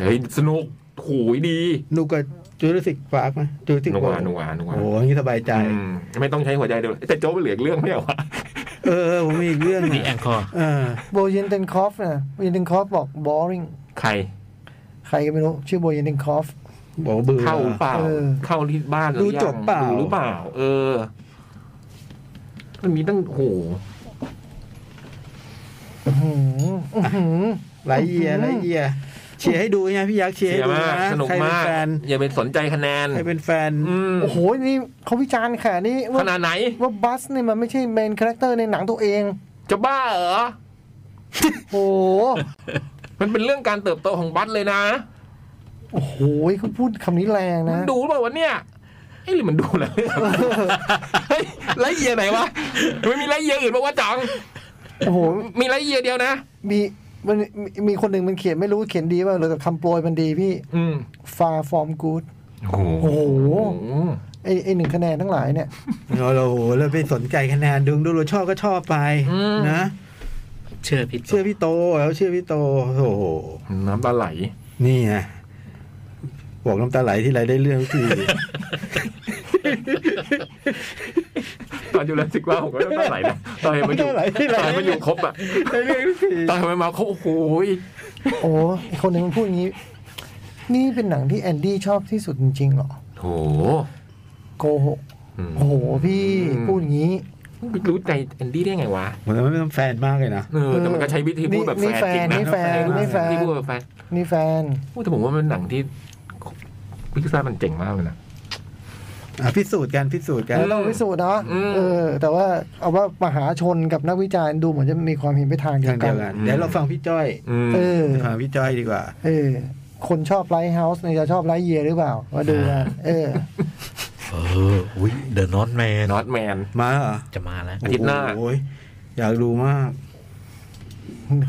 Speaker 2: เฮ้ย สนุกโหูยดี
Speaker 1: หนูกับจูราสสิกปาร์กไหมจูราสสิก
Speaker 2: นัว
Speaker 1: วา
Speaker 2: นัวนัว
Speaker 1: โอ้โหอย่างนี้สบายใจ
Speaker 2: อืมไม่ต้องใช้หัวใจเดียวแต่โจ๊กเหลืออีกเรื่องไม่เอาวะ
Speaker 1: เออ ผมมีอีกเรื่อง
Speaker 3: นี่แอ
Speaker 1: อ่ะ
Speaker 3: งคอร์
Speaker 1: เออ
Speaker 4: โบเยนเทนคอฟนะโบเยนเทนคอฟบอก boring
Speaker 2: ใคร
Speaker 4: ใครก็ไม่รู้ ชื่อโบเยนเทนคอฟ
Speaker 1: บอกว่าเบื่อ
Speaker 2: เข้าหรือเปล่า
Speaker 4: เออ
Speaker 2: เข้าที่บ้านหรือยัง
Speaker 1: ดูจบเปล่า
Speaker 2: ดูหรือเปล่า เออ มันมีตั้งโอ้โห
Speaker 1: ไรเยียไรเยียเชียร์ให้ดูไงพี่ยักษ์เชียร์
Speaker 2: เสี
Speaker 1: ให้
Speaker 2: ย
Speaker 1: ดู
Speaker 2: มาก
Speaker 1: นะ
Speaker 2: สนุก
Speaker 1: ใครเป็น
Speaker 2: มาก
Speaker 1: แฟน
Speaker 2: อย่าไปสนใจคะแนน
Speaker 1: ใครเป็นแฟน
Speaker 2: อืม
Speaker 4: โอ้โห นี่เขาวิจารณ์ค่ะนี่
Speaker 2: ข
Speaker 4: ว่า
Speaker 2: นาดไหน
Speaker 4: ว่าบัสเนี่ยมันไม่ใช่เมนคาแรคเตอร์ในหนังตัวเอง
Speaker 2: จะบ้าเหรอ
Speaker 4: โอ้โห
Speaker 2: มันเป็นเรื่องการเติบโตของบัตเลยนะ
Speaker 4: โอ้โหเขาพูดคำนี้แรง
Speaker 2: มั
Speaker 4: นะ
Speaker 2: นดูหรือเปล่าวะเนี่ยเอ้หรือมันดูแล้ว เฮ้ยไรเยียไหนวะมันมีไรเยียอื่นปะวะจัง
Speaker 4: โอ้โห
Speaker 2: มีไรเยียเดียวนะ
Speaker 4: มีมันมีมีคนหนึ่งมันเขียนไม่รู้เขียนดีป่ะหรือแต่คำโปรยมันดีพี่
Speaker 2: อืม
Speaker 4: far from good
Speaker 2: โอ้
Speaker 4: โอ้
Speaker 2: โห
Speaker 4: โห ไอไอหนึ่งคะแนนทั้งหลายเนี่ย
Speaker 1: เราโหเราไปสนใจคะแนนดึงดูเราชอบก็ชอบไป
Speaker 2: อืม
Speaker 1: นะ
Speaker 3: เชื่อพี่
Speaker 1: เชื่อพี่โตแล้วเชื่อพี่โตโอ้โห
Speaker 2: น้ำตาไหล
Speaker 1: นี่ไงบอกน้ำตาไหลที่ไรได้เรื่องทุกที
Speaker 2: ตอนอยู่แล้วสิกว่าผมก็น้ำตาไหลนะตอนเห็นมันอยู่
Speaker 1: น้ำตาไหลที่ไหน
Speaker 2: ตอนเห็นมันอยู่ครบอ่ะ
Speaker 1: ได้เรื่องทุกที
Speaker 2: ตอนเห็นมันมาเขาโอ้โหย
Speaker 4: โอ้อีกคนหนึ่งมันพูดอย่างนี้ นี่เป็นหนังที่แอนดี้ชอบที่สุดจริงๆเหรอ
Speaker 2: โห
Speaker 4: โกหก
Speaker 2: อืม
Speaker 4: โอ้โหพี่
Speaker 2: อืม
Speaker 4: พูดอย่างนี้
Speaker 2: รู้ใจแอนดี้ได้ไงวะ
Speaker 1: มันไม่ต้องแฟนมากเลยนะ
Speaker 2: เออแต่มันก็ใช้วิธีพูดแบบแฟนจริงนะ
Speaker 4: นี่แฟนนี่แฟน
Speaker 2: ที่พูดแบบแฟน
Speaker 4: นี่แฟน
Speaker 2: พูดแต่ผมว่ามันเป็นหนังที่พิกซ่ามันเจ๋งมากเลยนะ
Speaker 1: อ่ะพิสูจน์กันพิสูจน์กัน
Speaker 4: แล้วเราพิสูจน์เนาะ
Speaker 2: อืม
Speaker 4: เออ แต่ว่าเอาว่ามหาชนกับนักวิจารณ์ดูเหมือนจะมีความเห็นไปทางเดีย
Speaker 1: ทาว ง
Speaker 4: กั
Speaker 1: เดีย
Speaker 4: น
Speaker 1: วกัน
Speaker 2: อืม
Speaker 1: เดี๋ยวเราฟังพี่จ้อย
Speaker 2: อืม
Speaker 4: เออ
Speaker 1: ฟังพี่จ้อยดีกว่า
Speaker 4: เออ คนชอบไลท์เฮาส์เนี่ยจะชอบไลท์เยียร์หรือเปล่ามาดูกันเออ
Speaker 3: เอออุ้ยเดอะนอตแมน
Speaker 2: นอตแมน
Speaker 1: มาแล้วเหรอ
Speaker 3: จะมาแล้ว
Speaker 2: อาทิตย์หน้า
Speaker 1: โอ้ยอยากดูมาก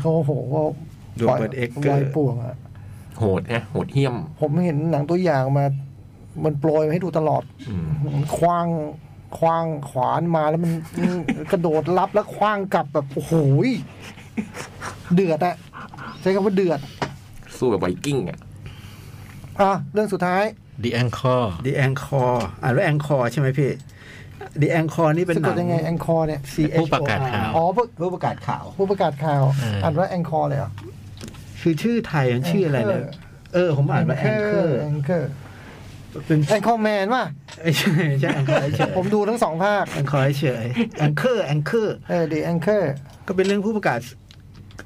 Speaker 4: เขาโหก็
Speaker 1: ดูเปิด X เกอร์
Speaker 4: ลอยป่วงอะ
Speaker 2: โหดแฮะโหดเหี้ยม
Speaker 4: ผมเห็นหนังตัวอย่างมา มันโปรยมาให้ดูตลอด
Speaker 2: อืม
Speaker 4: มันคว้างคว้างขวานมาแล้วมัน มันกระโดดรับแล้วคว้างกลับแบบโอ้โหยเดือดอะใช้คำว่าเดือด
Speaker 2: สู้กับไวกิ้งอ่ะ
Speaker 4: อ่ะเรื่องสุดท้าย
Speaker 3: The Anchor
Speaker 1: The Anchor อ่านว่า Anchor ใช่ไหมพี่ The Anchor นี่เป็น
Speaker 4: สะ
Speaker 1: ห
Speaker 4: ก
Speaker 1: นั
Speaker 4: ด
Speaker 1: ง
Speaker 4: ยังไงแองคอร์เนี่ย
Speaker 1: C
Speaker 3: ผู้
Speaker 1: H
Speaker 3: ป
Speaker 1: O
Speaker 3: ระกาศข่าว
Speaker 1: R
Speaker 4: อ๋อผู้
Speaker 7: ผู้ประกาศข่าว
Speaker 4: ผู้ประกาศข่าว
Speaker 3: เอออ่
Speaker 4: อ่านว่าแองคอร์เลยเหรอ
Speaker 1: คือชื่อไทยมันชื่ออะไรเนี่ย
Speaker 4: Anchor
Speaker 1: เออ ผมอ่านว่า
Speaker 4: แองเกอ
Speaker 1: Anchor
Speaker 4: ร์แองเกอร์
Speaker 1: เป็น
Speaker 4: แองคอร์แมนว่ะ
Speaker 1: ไม่ ใช่ไม่ใช่ Anchor เฉย
Speaker 4: ผมดูทั้งสองภาค
Speaker 1: Anchor เฉย Anchor Anchor
Speaker 4: เออดีแองเกอร์
Speaker 1: ก็เป็นเรื่องผู้ประกาศ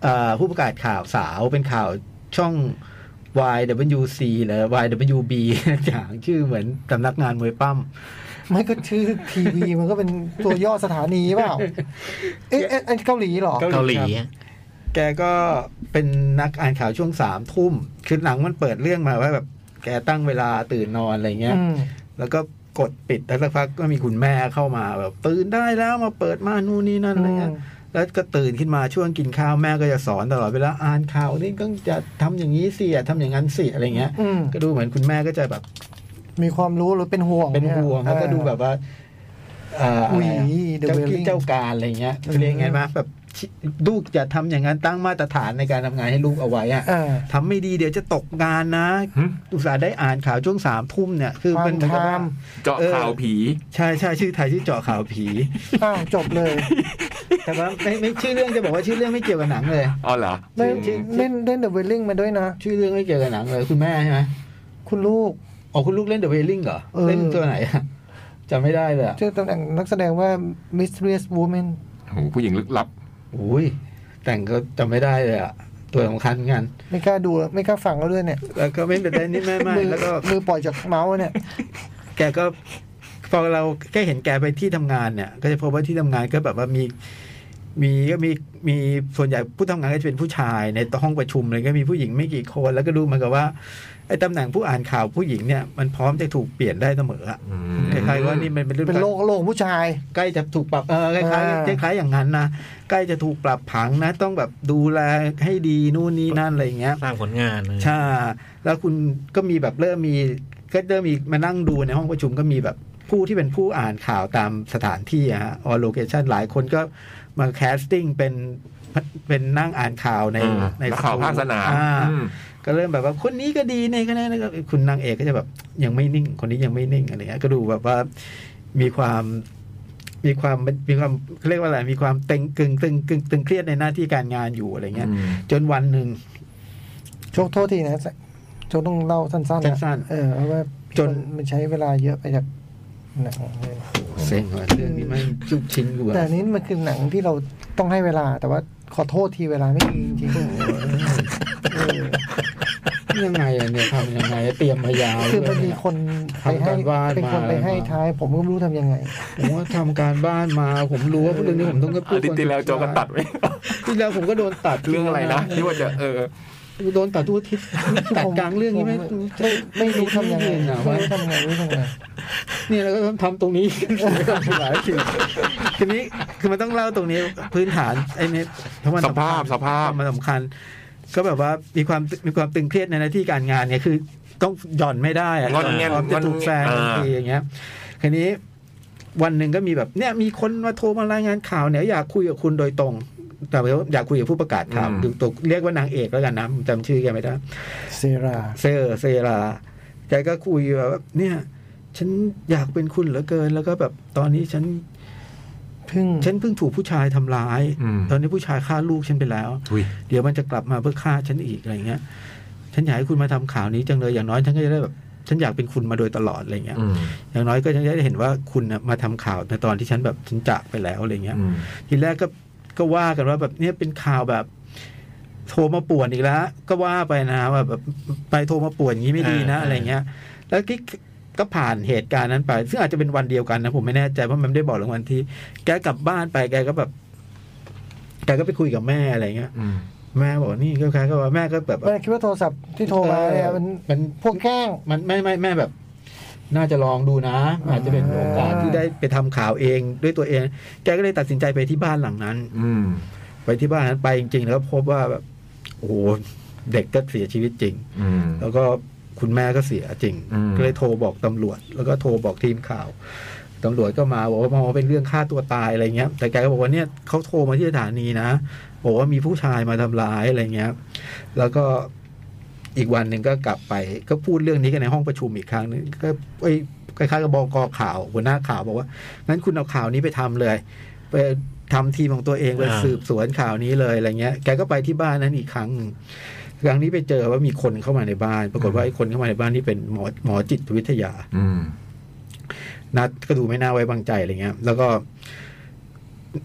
Speaker 1: อ่าผู้ประกาศข่าวสาวเป็นข่าวช่อง YWC หรือ YWB อย่างชื่อเหมือนสำนักงานมวยปั้ม
Speaker 4: ไม่ก็ชื่อทีวีมันก็เป็นตัวย่อสถานีเป ล่าเอ๊ะเอ๊ะอันเกาหลีเหรอ
Speaker 3: เกาหลี
Speaker 1: ครับ แกก็เป็นนักอ่านข่าวช่วงสามทุ่ม คือหนังมันเปิดเรื่องมาว่าแบบแกตั้งเวลาตื่นนอนอะไรเงี้ย
Speaker 4: อืม
Speaker 1: แล้วก็กดปิดแล้วสักพักก็มีคุณแม่เข้ามาแบบตื่นได้แล้วมาเปิดมานู่นนี่นั่นอะไรเงี้ย
Speaker 4: อืม
Speaker 1: แล้วก็ตื่นขึ้นมาช่วงกินข้าวแม่ก็จะสอนตลอดเวลาอ่านข่าวนี่ก็จะทำอย่างนี้สิอย่าทำอย่างนั้นสิอะไรเงี้ย
Speaker 4: อืม
Speaker 1: ก็ดูเหมือนคุณแม่ก็จะแบบ
Speaker 4: มีความรู้หรือเป็นห่วง
Speaker 1: เป็น
Speaker 4: ย
Speaker 1: ห่วงแล้วก็ดูแบบว่าอ่า
Speaker 4: อุ้ย
Speaker 1: อะไรอะ
Speaker 4: เดอะ
Speaker 1: เจ้า
Speaker 4: เวล
Speaker 1: กี้
Speaker 4: ลิ่ง
Speaker 1: เจ้าการอะไรเงี้ย
Speaker 4: อืม
Speaker 1: เรียกไงมาแบบชิลูกอย่าทำอย่างนั้นตั้งมาตรฐานในการทำงานให้ลูกเอาไว้อะ
Speaker 4: อ่า
Speaker 1: ทำไม่ดีเดี๋ยวจะตกงานนะ
Speaker 2: หึ
Speaker 1: อุตส่าห์ได้อ่านข่าวช่วงสามทุ่มเนี่ย คือมันเหมือนกับว่า
Speaker 4: Prime time
Speaker 2: เจาะ
Speaker 1: เออ
Speaker 2: ข่าวผี
Speaker 1: ใช่ใช่ชื่อไทยชื่อเจาะข่าวผี
Speaker 4: อ้าวจบ เลย
Speaker 1: แต่ว่าไม่ไม่ชื่อเรื่องจะบอกว่าชื่อเรื่องไม่เกี่ยวกับหนังเลย
Speaker 2: อ๋อเหรอ
Speaker 4: เล่น
Speaker 1: จริง
Speaker 4: เล่นเล่นเดอะเวลลิ่งมาด้วยนะ
Speaker 1: ชื่อเรื่องไม่เกี่ยวกับหนังเลย คุณแม่ใช่ไหม
Speaker 4: คุณลูก
Speaker 1: อ๋อคุณลูกเล่นเดอะเวลลิงเหรอ
Speaker 4: เออ
Speaker 1: เล่นตัวไหนอะจำไม่ได้เลยอะ
Speaker 4: ชื่อตำแหน่งนักแสดงว่า Mysterious Woman
Speaker 2: โอ้โหผู้หญิงลึกลับ
Speaker 1: อุ้ยแต่งก็จำไม่ได้เลยอะตัวสำคัญกัน
Speaker 4: ไม่กล้าดูไม่กล้าฟังแล้วด้วยเนี่ย
Speaker 1: แล้วก็ไม่เป็นไรนี่แม่ไม่
Speaker 4: มือ
Speaker 1: แล้วก็
Speaker 4: มือปล่อยจากเมาส์เนี่ย
Speaker 1: แกก็พอเราแค่เห็นแกไปที่ทำงานเนี่ย ก็จะพบว่าที่ทำงานก็แบบว่ามีมีก็มีมีส่วนใหญ่ผู้ทำงานก็จะเป็นผู้ชายในห้องประชุมเลยก็มีผู้หญิงไม่กี่คน แล้วก็ดูเหมือนกับว่าไอ้ตำแหน่งผู้อ่านข่าวผู้หญิงเนี่ยมันพร้อมจะถูกเปลี่ยนได้เสมออะ
Speaker 2: อืม
Speaker 1: คล้ายๆว่านี่มันเป็นเรื่อง
Speaker 4: เป็นโลกโลกผู้ชาย
Speaker 1: ใกล้จะถูกปรับเออคล้าย
Speaker 4: อ่า
Speaker 1: ๆคล้ายๆอย่างนั้นนะใกล้จะถูกปรับผังนะ ต้องแบบดูแลให้ดีนู่นนี่นั่นอะไรอย่างเงี้ย
Speaker 3: สร้างผลงานเลย
Speaker 1: ใช่แล้วคุณก็มีแบบเริ่มมีก็เริ่มมีมานั่งดูในห้องประชุมก็มีแบบผู้ที่เป็นผู้อ่านข่าวตามสถานที่อะฮะออโลเคชันหลายคนก็มาแคสติ้งเป็นเป็นนั่งอ่านข่าวใน
Speaker 2: เออ
Speaker 1: ใน
Speaker 2: นักข่าวภาคสนาม
Speaker 1: อ่
Speaker 2: อืม
Speaker 1: ก็เริ่มแบบว่าคนนี้ก็ดีเนี่ยก็ได้แล้วก็คุณนางเอกก็จะแบบยังไม่นิ่ง คนนี้ยังไม่นิ่งอะไรเงี้ยก็ดูแบบว่ามีความมีความมีความเขาเรียกว่าอะไรมีความตึงกึงตึงกึงตึงเครียดในหน้าที่การงานอยู่อะไรเงี้ย
Speaker 2: อืม
Speaker 1: จนวันหนึ่ง
Speaker 4: โชคโทษทีนะโชคต้องเล่าสั้นๆนะ
Speaker 1: สั้นๆ
Speaker 4: เออเพราะว่า
Speaker 1: จน
Speaker 4: มันใช้เวลาเยอะไปจากหนังเลย
Speaker 1: เซ็งว่ะเรื่องนี้มันจุกชินกูอะ
Speaker 4: แต่อันนี้มันคือหนังที่เราต้องให้เวลา แต่ว่าขอโทษทีเวลาไม่มีจริงๆเออ
Speaker 1: ยังไงอะเนี่ยทำยังไงเตรียมมายาว
Speaker 4: คือมัน
Speaker 1: ด้ว
Speaker 4: มี
Speaker 1: ยะ
Speaker 4: คนไปให้
Speaker 1: ทำการบ้าน
Speaker 4: เป็นคน
Speaker 1: มา
Speaker 4: ไปให้ท้าย ผมก็ไม่รู้ทำยังไง
Speaker 1: ผมว่าทำการบ้านมา ผมรู้ว่าเรื่องนี้ผมต้องก็พู
Speaker 2: อา
Speaker 1: ด
Speaker 2: ทิตย์ที่แล้วโจก็ตัดไว้
Speaker 1: ที่แล้วผมก็โดนตัด
Speaker 2: เรื่องอะไรนะที่ว่าจะเออ
Speaker 1: โดนตัดทุกอาทิตย์ตัดกลางเรื่องนี้ไหม
Speaker 4: ผมไม่ไม่รู้ทำยังไง
Speaker 1: เนะ
Speaker 4: ไม่
Speaker 1: วะ
Speaker 4: รู้ทำยังไงไม่รู้ทำยังไง
Speaker 1: เนี่ยแล้วก็ต้องทำตรงนี้ หลายสิ่งทีนี้คือมันต้องเล่าตรงนี้พื้นฐานไอ้เนี่ยเพราะมัน
Speaker 2: สภาพสภาพ
Speaker 1: มันสำคัญ ก็แบบว่ามีความมีความตึงเครียดในหน้าที่การงานเนี่ยคือต้องหย่อนไม่ได้อะ
Speaker 2: งอนแงน
Speaker 1: พร้อมจะถูกแซง
Speaker 2: เอ
Speaker 1: ทัน
Speaker 2: อ
Speaker 1: ทีอย่างเงี้ยคันนี้วันหนึ่งก็มีแบบเนี่ยมีคนมาโทรมารายงานข่าวเนี่ยอยากคุยกับคุณโดยตรง แต่ว่าอยากคุยกับผู้ประกาศข่าว
Speaker 2: อืม
Speaker 1: คือตัวเรียกว่านางเอกแล้วกันนะผมจำชื่อแกไม่ได้
Speaker 4: เซรา
Speaker 1: เซอร์เซราแกก็คุยแบบว่าเนี่ย ฉันอยากเป็นคุณเหลือเกิน แล้วก็แบบตอนนี้ฉัน
Speaker 4: พึ่ง
Speaker 1: ฉันเพิ่งถูกผู้ชายทำร้าย
Speaker 2: อืม
Speaker 1: ตอนนี้ผู้ชายฆ่าลูกฉันไปแล้ว
Speaker 2: อุ้ย
Speaker 1: เดี๋ยวมันจะกลับมาเพื่อฆ่าฉันอีกอะไรเงี้ย ฉันอยากให้คุณมาทำข่าวนี้จังเลยอย่างน้อยฉันก็จะได้แบบ ฉันอยากเป็นคุณมาโดยตลอดอะไรเงี้ย
Speaker 2: อืม
Speaker 1: อย่างน้อยก็จะได้เห็นว่าคุณน่ะมาทำข่าวในตอนที่ฉันแบบฉันจากไปแล้วอะไรเงี้ย
Speaker 2: อืม
Speaker 1: ทีแรกก็ก็ว่ากันว่าแบบเนี่ยเป็นข่าวแบบโทรมาป่วนอีกแล้ว ก็ว่าไปนะว่าแบบไปโทรมาป่วนอย่างนี้ไม่ดีนะ
Speaker 3: เอออ
Speaker 1: อะไรเงี้ย แล้วที่ก็ผ่านเหตุการณ์นั้นไป ซึ่งอาจจะเป็นวันเดียวกันนะผมไม่แน่ใจเพราะมันไม่ได้บอกรางวัลที่ แกกลับบ้านไปแกก็แบบแกก็ไปคุยกับแม่อะไรเงี้ย
Speaker 2: อืม
Speaker 1: แม่บอกนี่ก็แค่ก็ว่าแม่ก็แบบ
Speaker 4: แม่คิดว่าโทรศัพท์ที่โทรมาเนี่ยมัน
Speaker 1: มัน
Speaker 4: พวกแกล้ง
Speaker 1: มันไม่ไม่แม่แบบ น่าจะลองดูนะ อาจจะเป็นโอกาสที่ได้ไปทำข่าวเองด้วยตัวเอง แกก็เลยตัดสินใจไปที่บ้านหลังนั้น
Speaker 2: อืม
Speaker 1: ไปที่บ้านนั้นไปจริงๆ แล้วพบว่าแบบโอ้โหเด็กก็เสียชีวิตจริง
Speaker 2: อืม
Speaker 1: แล้วก็คุณแม่ก็เสียจริง
Speaker 2: อืม
Speaker 1: ก็เลยโทรบอกตำรวจ แล้วก็โทรบอกทีมข่าวตำรวจก็มาบอกว่าพอเป็นเรื่องฆ่าตัวตายอะไรเงี้ย แต่แกก็บอกว่าเนี่ยเขาโทรมาที่สถานีนะบอกว่ามีผู้ชายมาทำร้ายอะไรเงี้ย แล้วก็อีกวันหนึ่งก็กลับไป ก็พูดเรื่องนี้กันในห้องประชุมอีกครั้งหนึงก็ไอ้ยคล้ายๆกับบกข่าวหัวหน้าข่าวบอกว่างั้นคุณเอาข่าวนี้ไปทำเลย ไปทำทีมของตัวเองไป
Speaker 3: อ่า
Speaker 1: สืบสวนข่าวนี้เลยอะไรเงี้ย แกก็ไปที่บ้านนั้นอีกครั้งหนึ่ง ครั้งนี้ไปเจอว่ามีคนเข้ามาในบ้าน ปรากฏว่าไอ้คนเข้ามาในบ้านที่เป็นหมอหมอจิตวิทยา
Speaker 2: อืม
Speaker 1: นัดก็ดูไม่น่าไว้วางใจอะไรเงี้ย แล้วก็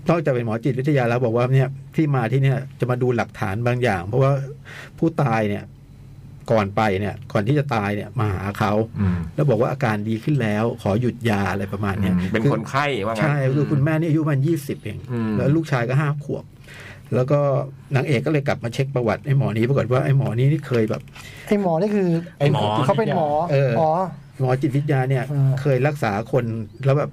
Speaker 1: นอกจากเป็นหมอจิตวิทยาแล้วบอกว่าเนี่ยที่มาที่เนี่ยจะมาดูหลักฐานบางอย่าง เพราะว่าผู้ตายเนี่ย ก่อนไปเนี่ย ก่อนที่จะตายเนี่ยมาหาเขา
Speaker 2: อืม
Speaker 1: แล้วบอกว่าอาการดีขึ้นแล้ว ขอหยุดยาอะไรประมาณเนี้ย
Speaker 2: เป็น
Speaker 1: อ
Speaker 2: คนไข้ว่างั้น
Speaker 1: ใช่คือคุณแม่นี่อายุประมันยี่สิบเอง
Speaker 2: อืม
Speaker 1: แล้วลูกชายก็ห้าขวบ แล้วก็นางเอกก็เลยกลับมาเช็คประวัติไอ้หมอนี้ปรากฏว่าไอ้หมอนี้นี่เคยแบบ
Speaker 4: ไอ้หมอนี่คือ
Speaker 1: ไอ้หมอ
Speaker 4: เขาเป็นหมอ
Speaker 1: เอออ๋
Speaker 4: อ๋อ
Speaker 1: หมอจิตวิทยาเนี่ย
Speaker 4: อืม
Speaker 1: เคยรักษาคนแล้วแบบ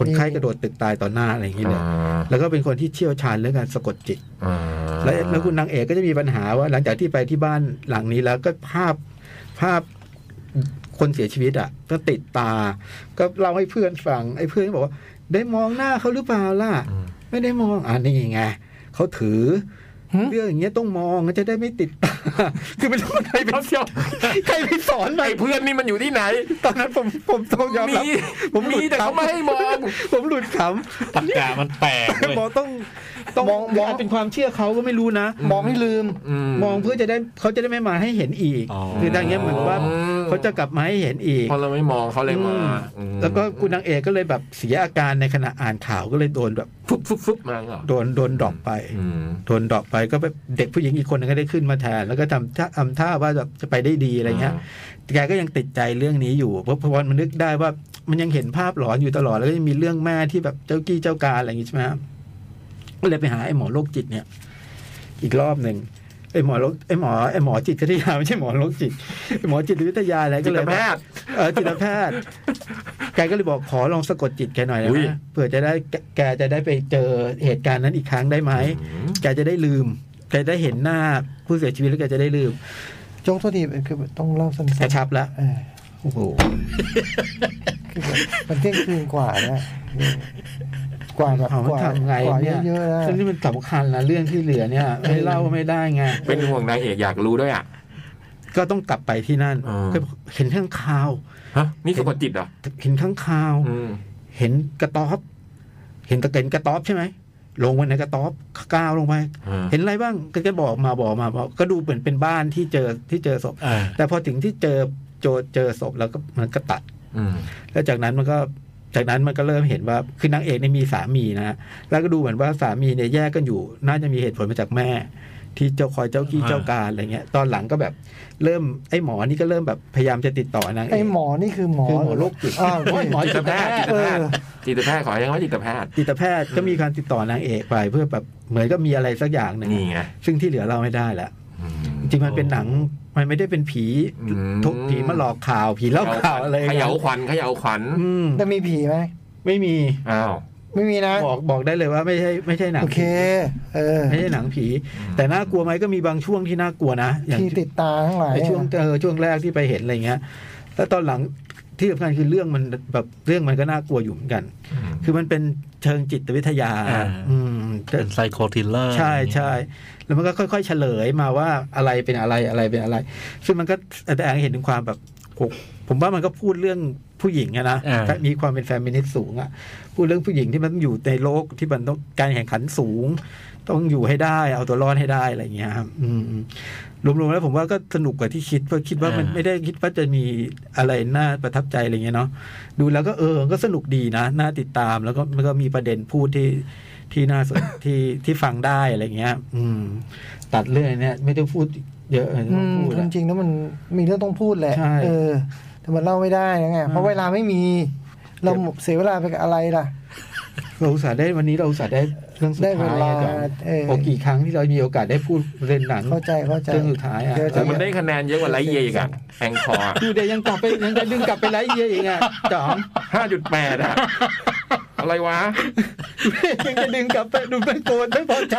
Speaker 1: คนไข้กระโดดตึกตายต่อหน้าอะไรอย่างเงี้ยเลย
Speaker 2: อ่า
Speaker 1: แล้วก็เป็นคนที่เชี่ยวชาญเรื่องการสะกดจิต
Speaker 2: อ่า
Speaker 1: แล้วแล้วคุณนางเอกก็จะมีปัญหาว่า หลังจากที่ไปที่บ้านหลังนี้แล้วก็ภาพภาพคนเสียชีวิตอ่ะ ก็ติดตา ก็เล่าให้เพื่อนฟังไอ้เพื่อนก็บอกว่า ได้มองหน้าเขาหรือเปล่าล่ะ
Speaker 2: อืม
Speaker 1: ไม่ได้มองอ่านี่ไงเขาถือ
Speaker 4: หึ
Speaker 1: เรื่องอย่างเงี้ยต้องมองมันจะได้ไม่ติดตา คือไม่รู้ว่าใครไป
Speaker 2: ครับเชียว
Speaker 1: ใครไปสอนไป
Speaker 2: ไอ้เพื่อนนี่มันอยู่ที่ไหน
Speaker 1: ตอนนั้นผมผมต้องยอมรับ
Speaker 2: มี
Speaker 1: ผมหลุด
Speaker 2: มีแต่เขา
Speaker 1: ขำ
Speaker 2: ไม่ให้มอง
Speaker 1: ผมหลุดข
Speaker 3: ตักกามันแปลกเลย
Speaker 1: ำมองต้องต้อง
Speaker 4: มองมอง
Speaker 1: อาจเป็นความเชื่อเขาก็ไม่รู้นะ
Speaker 4: หมอไม่ลืม
Speaker 1: มองเพื่อจะได้เขาจะได้ไม่มาให้เห็นอีก คือทางเงี้ยเหมือนว่าเขาจะกลับมาให้เห็นอีก
Speaker 2: เพราะเราไม่มองเขาเลยมา
Speaker 1: อืม
Speaker 2: อืม
Speaker 1: แล้วก็คุณนางเอกก็เลยแบบเสียอาการในขณะอ่านข่าวก็เลยโดนแบบ
Speaker 2: ฟึบฟึบฟึบมาเหรอ
Speaker 1: โดนโดนดรอปไป
Speaker 2: อืม
Speaker 1: โดนดรอปไปก็แบบเด็กผู้หญิงอีกคนนึงก็ได้ขึ้นมาแทน แล้วก็ทำท่าทำท่าว่าแบบจะไปได้ดีอะไรเงี้ยแกก็ยังติดใจเรื่องนี้อยู่ เพราะเพราะวันมันนึกได้ว่ามันยังเห็นภาพหลอนอยู่ตลอดแล้วก็ยังมีเรื่องแม่ที่แบบเจ้ากี้เจ้าการอะไรอย่างงี้ใช่ไหมฮะก็เลยไปหาไอ้หมอโรคจิตเนี่ย อีกรอบหนึ่งไอ้หมอโรคไอ้หมอไอ้หมอจิตวิทยาไม่ใช่หมอโรคจิตไอ้หมอจิตวิทยาอะไรก็เลย
Speaker 2: จิตแพทย์
Speaker 1: เออจิตแพทย์แกก็เลยบอกขอลองสะกดจิตแกหน่อยนะ
Speaker 2: อุ้ย
Speaker 1: เผื่อจะได้แกแกจะได้ไปเจอเหตุการณ์นั้นอีกครั้งได้ไหม
Speaker 2: อืม
Speaker 1: แกจะได้ลืม แกได้เห็นหน้าผู้เสียชีวิตแล้วแกจะได้ลืม
Speaker 4: โจ๊กโทษทีคือต้องเล่าสั้
Speaker 1: ก
Speaker 4: น
Speaker 1: ระชับละ
Speaker 4: ๆเออ
Speaker 1: โอ้โห
Speaker 4: คือแบบมันเที่ยงคืนกว่านะกว่าแบบ
Speaker 1: เอา
Speaker 4: ก
Speaker 1: มัน
Speaker 4: ว่า
Speaker 1: ทำไง
Speaker 4: กว่า
Speaker 1: เนี่ย
Speaker 4: เยอะๆนะ
Speaker 1: ซึ่งนี่มันสำคัญนะเรื่องที่เหลือเนี่ยไม่เล่าไม่ได้ไง
Speaker 2: เป็นห่วงนางเอกอยากรู้ด้วยอ่ะ
Speaker 1: ก็ต้องกลับไปที่นั่น
Speaker 2: อ๋อ
Speaker 1: ก็เห็นข้างคาว
Speaker 2: ฮะ นี่สะกดจิตเหรอ
Speaker 1: เห็นข้างคาว
Speaker 2: อืม
Speaker 1: เห็นกระต๊อบ เห็นตะเกียงกระต๊อบใช่ไหม ลงไปในกระต๊อบก้าวลงไป
Speaker 2: อ่า
Speaker 1: เห็นอะไรบ้างก็แกบอกมาบอกมาบอกก็ดูเหมือนเป็นบ้านที่เจอที่เจอศพ
Speaker 3: อ่า
Speaker 1: แต่พอถึงที่เจอโจเจอศพแล้วก็มันก็ตัด
Speaker 2: อืม
Speaker 1: แล้วจากนั้นมันก็จากนั้นมันก็เริ่มเห็นว่าคือนางเอกเนี่ยมีสามีนะฮะแล้วก็ดูเหมือนว่าสามีเนี่ยแยกกันอยู่ น่าจะมีเหตุผลมาจากแม่ ที่เจ้าคอยเจ้ากี้
Speaker 3: อ่า
Speaker 1: เจ้าการอะไรเงี้ย ตอนหลังก็แบบเริ่มไอ้หมอนี่ก็เริ่มแบบพยายามจะติดต่อนางเอ
Speaker 4: ไอ้
Speaker 1: ก
Speaker 4: หมอนี่คือหมอ
Speaker 1: คือหมอโรคจิต
Speaker 4: อ่าโอ
Speaker 1: โอ้
Speaker 4: เค
Speaker 1: ยหมอ
Speaker 2: จิ
Speaker 1: จิ
Speaker 2: ต
Speaker 1: ต
Speaker 2: แพ
Speaker 1: แพ
Speaker 2: ท
Speaker 1: ท
Speaker 2: ย์
Speaker 1: ย์
Speaker 2: จิตแพทย์จิตแพท
Speaker 4: เออ
Speaker 2: ย์ขอยังว่าจิตแพทย์
Speaker 1: จิตแพทย์ก็มีการติดต่อนางเอกไปเพื่อแบบเหมือนก็มีอะไรสักอย่างหนึ่ง
Speaker 2: นี่ไง
Speaker 1: ซึ่งที่เหลือเราไม่ได้ละ
Speaker 2: อืม
Speaker 1: จริงๆมันเป็นหนังมันไม่ได้เป็นผี
Speaker 2: อืม
Speaker 1: ทุกผีมาหลอกข่าวผีเล่าข่าวอะไร
Speaker 2: เขย่าขวัญเขย่าขวัญ
Speaker 1: อืม
Speaker 4: แต่มีผีไหม
Speaker 1: ไม่มี
Speaker 2: อ้าว
Speaker 4: ไม่มีนะ
Speaker 1: บอกบอกได้เลยว่าไม่ใช่ไม่ใช่หนัง
Speaker 4: โอเค เออ
Speaker 1: ไม่ใช่หนังผี แต่น่ากลัวไหมก็มีบางช่วงที่น่ากลัวนะอย่าง
Speaker 4: ที่ติดตาทั้งหลาย
Speaker 1: ไอ้ช่วง
Speaker 4: อะ
Speaker 1: เออช่วงแรกที่ไปเห็นอะไรเงี้ยแล้วตอนหลังที่สำคัญคือเรื่องมันแบบเรื่องมันก็น่ากลัวอยู่เหมือนกัน
Speaker 2: อืม
Speaker 1: คือมันเป็นเชิงจิตวิทยา
Speaker 3: อ่า
Speaker 1: อืมแต่
Speaker 3: เป็นไซโคทิลเลอร์
Speaker 1: ใช่ใช่แล้วมันก็ค่อยๆเฉลยมาว่าอะไรเป็นอะไรอะไรเป็นอะไร ซึ่งมันก็แต่แองเห็นถึงความแบบโหผมว่ามันก็พูดเรื่องผู้หญิงอะนะ
Speaker 3: า
Speaker 1: มีความเป็นแฟมินิสต์สูงอะพูดเรื่องผู้หญิงที่มันต้องอยู่ในโลกที่มันต้องการแข่งขันสูง ต้องอยู่ให้ได้ เอาตัวรอดให้ได้อะไรอย่างเงี้ยครับอืมรวมๆแล้วผมว่าก็สนุกกว่าที่คิดเพราะคิดว่ามัน
Speaker 3: อ่า
Speaker 1: ไม่ได้คิดว่าจะมีอะไรน่าประทับใจอะไรเงี้ยเนาะดูแล้วก็เออก็สนุกดีนะน่าติดตามแล้วก็มันก็มีประเด็นพูดที่ที่น่าสน ที่ที่ฟังได้อะไรเงี้ย อืม ตัดเรื่องเนี้ยไม่ได้พูดเยอะเลยต้
Speaker 4: อื
Speaker 1: อง
Speaker 4: ม
Speaker 1: พูดอะ
Speaker 4: จริงๆแล้วมันมีเรื่องต้องพูดแหละ
Speaker 1: ใช่
Speaker 4: เออแต่มันเล่าไม่ได้นะไงเพราะเวลาไม่มี เรา
Speaker 1: เก็บ
Speaker 4: เสียเวลาไปกับอะไรล่ะ
Speaker 1: เราอุตส่าห์ได้วันนี้เราอุตส่าห์ได้เรื่องสุด
Speaker 4: ได้เว
Speaker 1: ท้าย
Speaker 4: ลา
Speaker 1: อะจอม
Speaker 4: เออ
Speaker 1: โอ้กี่ครั้งที่เรามีโอกาสได้พูดเรื่องหนัง
Speaker 4: เข้าใจเข้าใจ
Speaker 1: เรื่องสุดท้ายอะ
Speaker 4: เดี๋ว
Speaker 2: โอ้
Speaker 4: จะ
Speaker 2: มันได้คะแนนเยอะกว่าไรเยียอีกอะแองคอร์
Speaker 1: ดูเดี๋ยวยังกลับไปยังจะดึงกลับไปไล่เยี่ยอีกอ่ะจอม
Speaker 2: ห้าจุดแปดอะอะไรวะ
Speaker 1: ยังจะดึงกลับไปดูเป็นโก นไม่พอใจ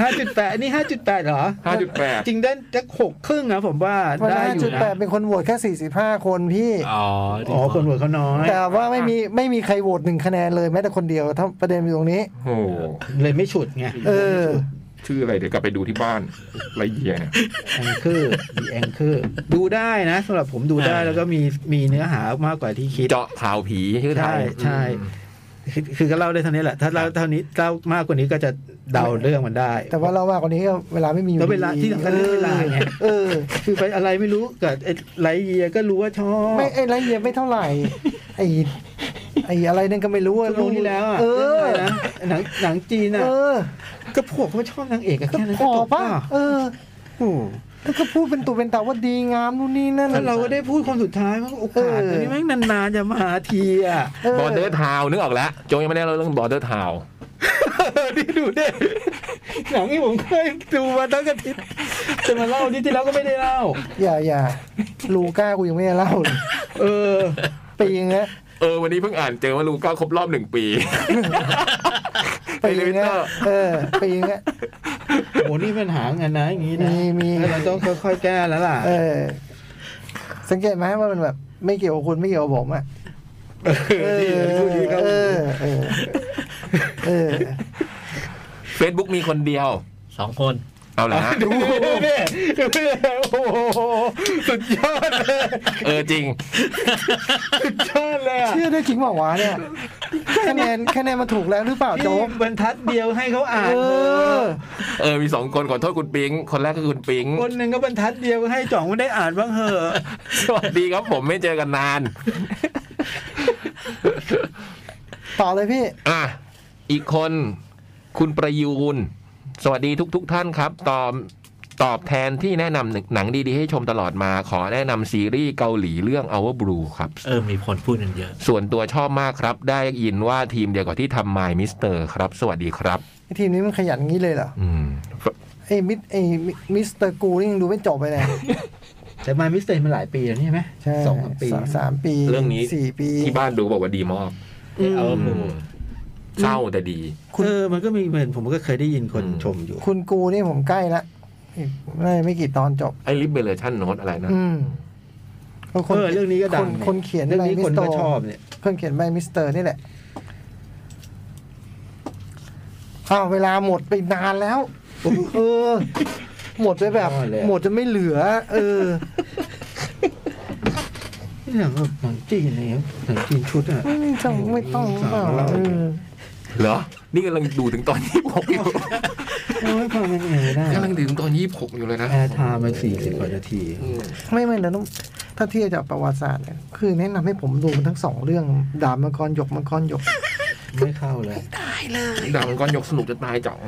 Speaker 1: ห้าจุดแปดนี่ห้าจุดแปดเหรอ
Speaker 2: 5.8
Speaker 1: จริงได้จะหกครึ่งนะผมว่า
Speaker 4: เพราะ
Speaker 1: ได้
Speaker 4: ห้า
Speaker 1: อ
Speaker 4: จุด
Speaker 1: ยู่
Speaker 4: แปด
Speaker 1: นะ
Speaker 4: เป็นคนโหวตแค่สี่สิบห้าคนพี่
Speaker 3: อ๋อ
Speaker 1: อ๋อคนโหวตเขาน้อย
Speaker 4: แต่ว่าไม่มีไม่มีใครโหวตหนึ่งคะแนนเลยแม้แต่คนเดียวถ้าประเด็นอยู่ตรงนี้
Speaker 2: โอ้โห
Speaker 1: เลยไม่ฉุดไง
Speaker 4: เออ
Speaker 2: ชื่ออะไรเดี๋ยวกลับไปดูที่บ้านไรเยียเนี่ย
Speaker 1: แองเกอร์ดีแองเกอร์ดูได้นะสำหรับผมดูได้แล้วก็มีมีเนื้อหามากกว่าที่คิด
Speaker 2: เจาะข่าวผีชื่อไทย
Speaker 1: ใช่ใช่ คือคือก็เล่าได้เท่านี้แหละ ถ้าเล่าเท่านี้เล่ามากกว่านี้ก็จะเดาเรื่องมันได้
Speaker 4: แต่ว่าเรามากกว่านี้ก็เวลาไม่มีอยู่
Speaker 1: แล้วเวลาที่สำคัญเรื่องเวลาไง
Speaker 4: เออ
Speaker 1: คือไปอะไรไม่รู้กับไอ้ไลท์เยียร์ก็รู้ว่าชอบ
Speaker 4: ไม่ไอ้ไรเยียบไม่เท่าไหร่ ไอ้ไอ้อะไรนั่นก็ไม่รู้อะ
Speaker 1: ชั่วโมงที่แล้วอ่ะ
Speaker 4: เออ
Speaker 1: เรื่องอะไรนะหนังหนังจีนอ่ะ
Speaker 4: เออ
Speaker 1: ก็พวกเขาชอบนางเอกอะ
Speaker 4: ก็
Speaker 1: แค่นั้น
Speaker 4: พ
Speaker 1: ก็
Speaker 4: อ
Speaker 1: จบ
Speaker 4: ป่ะ
Speaker 1: ป่ะ
Speaker 4: เออ
Speaker 1: โอ้
Speaker 4: แล้วก็พูดเป็นตัวเป็นตาว่าดีงามนู่นนี่นั่น
Speaker 1: แล้วเราก็ได้พูดคนสุดท้ายว่าโอกาส
Speaker 4: เออ
Speaker 1: อันนี้แม่งนานๆจะมาทีอ่ะ
Speaker 2: บอร์เดอร์ทาวนึกออกแล้วโจยังไม่ได้เล่าเรื่องบอร์เดอร์ทาว
Speaker 1: นี่ดูดิหนังที่ผมเคยดูมาตั้งอาทิตย์จะมาเล่าอาที่ที่แล้วก็ไม่ได้เล่า
Speaker 4: อย่าอย่าลูก้ากูยังไม่ได้เล่าเลย
Speaker 1: เออ
Speaker 4: ปีนึงนะ
Speaker 2: เออวันนี้เพิ่งอ่านเจอว่าลูก้าครบรอบหนึ่งปี
Speaker 4: ปีนึงนะ
Speaker 2: Elevator
Speaker 4: เออปีนึงนะ
Speaker 1: โหนี่ปัญหางานนะอย่างนี้นะ
Speaker 4: มีมี
Speaker 1: เราต้องค่อยๆแก้แล้วล่ะ
Speaker 4: เออ สังเกตไหมว่ามันแบบ ไม่เกี่ยวกับคุณไม่เกี่ยวกับผมอ่ะ
Speaker 1: เออนี่พูดดีครับ
Speaker 4: เออ เออ เออ
Speaker 2: Facebook มีคนเดียว
Speaker 3: สองคน
Speaker 2: เอาละฮะ
Speaker 1: ดูดิดูดิโอ้โหสุดยอดเลย
Speaker 2: เออจริง
Speaker 1: สุดยอดเลยอะ
Speaker 4: เชื่อได้จริงเปล่าวะเนี่ยคะแนนคะแนนมันถูกแล้วหรือเปล่า
Speaker 1: พี่
Speaker 4: โจ๊ก
Speaker 1: บรรทัดเดียวให้เขาอ่าน
Speaker 4: เออ
Speaker 2: เออมีสองคนขอโทษคุณปิง คนแรกก็คุณปิง
Speaker 1: คนหนึ่งก็บรรทัดเดียวให้จ่องมันได้อ่านบ้างเหอะ
Speaker 2: สวัสดีครับผมไม่เจอกันนาน
Speaker 4: ต่อเลยพี่
Speaker 2: อ่ะ อีกคนคุณประยูน สวัสดีทุกทท่านครับ ตอบตอบแทนที่แนะนำหนังดี ๆ ให้ชมตลอดมา ขอแนะนำซีรีส์เกาหลีเรื่อง Our Blue ครับ
Speaker 3: เออมีคนพูดกันเยอะ
Speaker 2: ส่วนตัวชอบมากครับ ได้ยินว่าทีมเดียวกับที่ทำ My Mister ครับ สวัสดีครับ
Speaker 4: ไอ้ทีมนี้มันขยันงี้เลยเหรอ
Speaker 2: อืม
Speaker 4: ไอ้มิสไอ้มิสเตอร์กูนี่ยังดูไม่จบไปเลย
Speaker 1: แต่มามิสเตอร์มาหลายปีแล้วใช่ไหม
Speaker 4: ใช่
Speaker 1: สองสามปี
Speaker 4: สามสามปี
Speaker 2: เรื่องนี้
Speaker 4: สี่ปี
Speaker 2: ที่บ้านดูบอกว่าดีมาก
Speaker 3: เอา
Speaker 2: อื
Speaker 3: บู
Speaker 2: มเศร้าแต่ดี
Speaker 1: เออมันก็มีเหมือนผมก็เคยได้ยินคน
Speaker 2: อืม
Speaker 1: ชมอยู่
Speaker 4: คุณกูนี่ผมใกล้ละอีกน่าจะไม่กี่ตอนจบ
Speaker 2: ไอ้ Liberation Note อะไรนะ
Speaker 4: อืมก็
Speaker 1: เออเรื่องนี้ก็ดั
Speaker 4: ค
Speaker 1: ง
Speaker 4: น
Speaker 1: เย
Speaker 4: คนเขียน
Speaker 1: เรื่องนี้
Speaker 4: ใมิ
Speaker 1: คน
Speaker 4: สเตอ
Speaker 1: ก็
Speaker 4: ร์
Speaker 1: ชอบเนี่ย
Speaker 4: คนเขียนใบมิสเตอร์นี่แหละอ้าวเวลาหมดไปนานแล้วเออ หมดไปแบบ
Speaker 1: ยอดเลยอะ
Speaker 4: หมดจะไม่เหลือ เออ
Speaker 1: นี่หนังแบบหนังจีนเนี่ยหนังจีนชุดอ่ะ
Speaker 4: ไม่ต้องไม่ต้องเปล่าเออ
Speaker 2: เหรอ นี่กำลังดูถึงตอนยี่หกอยู่
Speaker 1: โอ้ยฟังยังไงได้
Speaker 2: กำลังดูถึงตอนยี่หกอยู่เลยนะ
Speaker 1: แอร์ไทม์มาสี่สิบกว่านาที
Speaker 4: ไม่ไม่แล้วต้องถ้าเทียบจากประวัติศาสตร์เนี่ยคือแนะนำให้ผมดูมันทั้งสองเรื่องดาบมังกรหยกมังกรหยก
Speaker 1: ไม่เข้าเลย
Speaker 2: ดังมังกรหยกสนุกจะตายจ่อง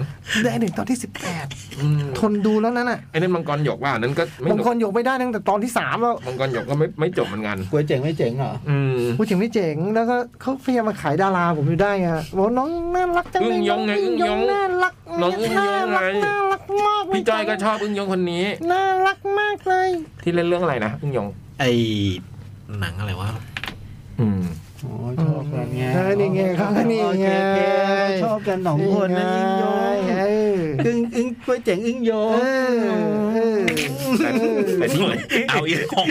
Speaker 4: ได้หนึ่งตอนที่สิบแปด
Speaker 2: อืม
Speaker 4: ทนดูแล้วนั่นน่ะ
Speaker 2: ไอ้นั่นมังกรหยกว่าอันนั้นก็ไม่
Speaker 4: มัง
Speaker 2: จ
Speaker 4: ก
Speaker 2: บ
Speaker 4: รหยกไม่ได้ตั้งแต่ตอนที่สามแล้ว
Speaker 2: มังกรหยกก็ไม่ไม่จบเหมือนกัน
Speaker 1: กลัวเจ๋งไม่เจ๋งเหรอ
Speaker 2: อืม
Speaker 4: พูดถึงไม่เจ๋งแล้วก็เขาพยายามมาขายดาราผมอยู่ได้ไงบอกว่าน้องน่ารักจังเลยน้อึ้งยงน่ารัก
Speaker 2: น้องอึ้งยงไง
Speaker 4: น่ารักน่ารักมากเลย
Speaker 2: พี่จ้อยก็ชอบอึ้งยงคนนี้
Speaker 4: น่ารักมากเลย
Speaker 2: ที่เล่นเรื่องอะไรนะอึ้งยง
Speaker 3: ไอหนังอะไรวะ
Speaker 2: อืม
Speaker 1: อ๋อชอบกันไง
Speaker 4: เออนี่ไงเขาก็นี่ไง
Speaker 1: โอเคโอเคชอบกันสองคนนะยิ่งโยง
Speaker 4: นี่ไงเออ
Speaker 1: อึ้งอึ้งกลัวเจ๋งอึ้งโย
Speaker 4: เอง อเออ
Speaker 2: แต่ที่
Speaker 3: เอาอีกคน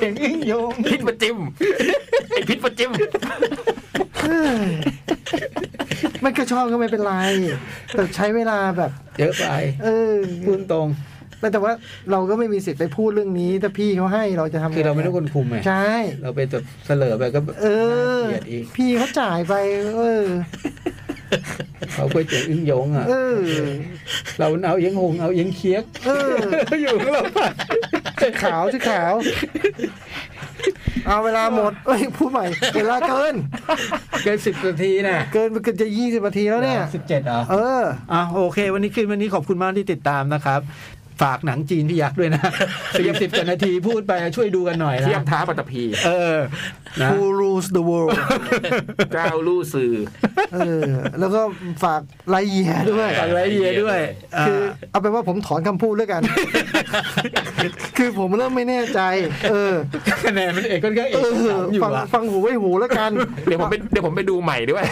Speaker 1: สียงยิ่งยง
Speaker 2: พิษประจิมไอพิษประจิม
Speaker 4: เฮ้ยมันก็ชอบก็ไม่เป็นไร แต่ใช้เวลาแบบ
Speaker 1: เยอะไป
Speaker 4: เออ
Speaker 1: พูดตรง
Speaker 4: แต่แต่ว่าเราก็ไม่มีสิทธิ์ไปพูดเรื่องนี้ ถ้าพี่เขาให้เราจะทำ
Speaker 1: คือเราไม่รู้
Speaker 4: ง
Speaker 1: คนคุมไง
Speaker 4: ใช่
Speaker 1: เราไปแบบเสลอไปก็แบบ
Speaker 4: เออ
Speaker 1: น่าเกลียดอีก
Speaker 4: พี่เขาจ่ายไป เออ
Speaker 1: เขาไปเสียงอึ้งยงอ่ะ
Speaker 4: เออ
Speaker 1: เราเอาเอียงหงเอาเอียงเคียก
Speaker 4: เออ
Speaker 1: อยู่ของเราไป
Speaker 4: ขาวที่ขาว เอาเวลาหมดเอ้ยพูดใหม่ เวลาเกิน
Speaker 1: เกินสิบนาทีน่ะ
Speaker 4: เกินไปเกินจะยี่สิบนาทีแล้วเนี่ย
Speaker 1: สิบเจ็ดอ่ะ
Speaker 4: เออ
Speaker 1: อ่ะโอเค วันนี้คืนวันนี้ขอบคุณมากที่ติดตามนะครับ ฝากหนังจีนพี่ยักษ์ด้วย นะสี่สิบกว่านาทีพูดไปช่วยดูกันหน่อยนะ
Speaker 2: เทียมท้าปัตตภี
Speaker 1: เออนะ
Speaker 4: Who rules the world
Speaker 2: เจ้าลู่สื่อ
Speaker 4: เออ แล้วก็ฝากไลเยียร์ด้วย
Speaker 1: ฝากไรเดียด้วยอ่า
Speaker 4: คือเอาเป็นว่าผมถอนคำพูดแล้วกัน คือผมเริ่มไม่แน่ใจ เออ
Speaker 1: คะแนนมันเอกก็เอ
Speaker 4: เอก อ
Speaker 1: อยู่
Speaker 4: ฟัง
Speaker 1: อ่ะ
Speaker 4: ฟังหูไว้หูแล้วกัน
Speaker 2: เดี๋ยวผมไปเดี๋ยวผมไปดูใหม่ด้วย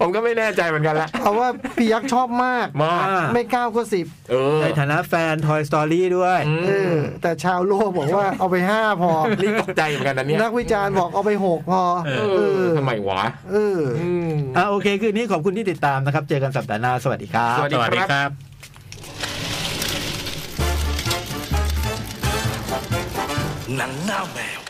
Speaker 2: ผมก็ไม่แน่ใจเหมือนกันละ
Speaker 4: เอาว่าพี่ยักษ์ชอบมาก
Speaker 2: มา
Speaker 1: อ่า
Speaker 4: ไม่เก้าก็สิบ
Speaker 2: เออ
Speaker 1: ในฐานะแฟน Toy Story ด้วย
Speaker 2: อื
Speaker 4: เอ
Speaker 2: ม
Speaker 4: อ แต่ชาวโลกบอกว่าเอาไปห้าพอ
Speaker 2: นี่ตกใจเหมือนกันนะเนี่ย
Speaker 4: นักวิจารณ์บอกเอาไปหกพอ
Speaker 2: เอ
Speaker 4: เอ
Speaker 2: อ
Speaker 4: อ
Speaker 2: ทำไมวะ
Speaker 4: เออ
Speaker 2: อืม
Speaker 1: อ่ะโอเคคืนนี้ขอบคุณที่ติดตามนะครับ เจอกันสัปดาห์หน้า สวัสดีครับ
Speaker 2: สวัสดี
Speaker 8: สวัสดีครับ
Speaker 3: หนังหน้าแมว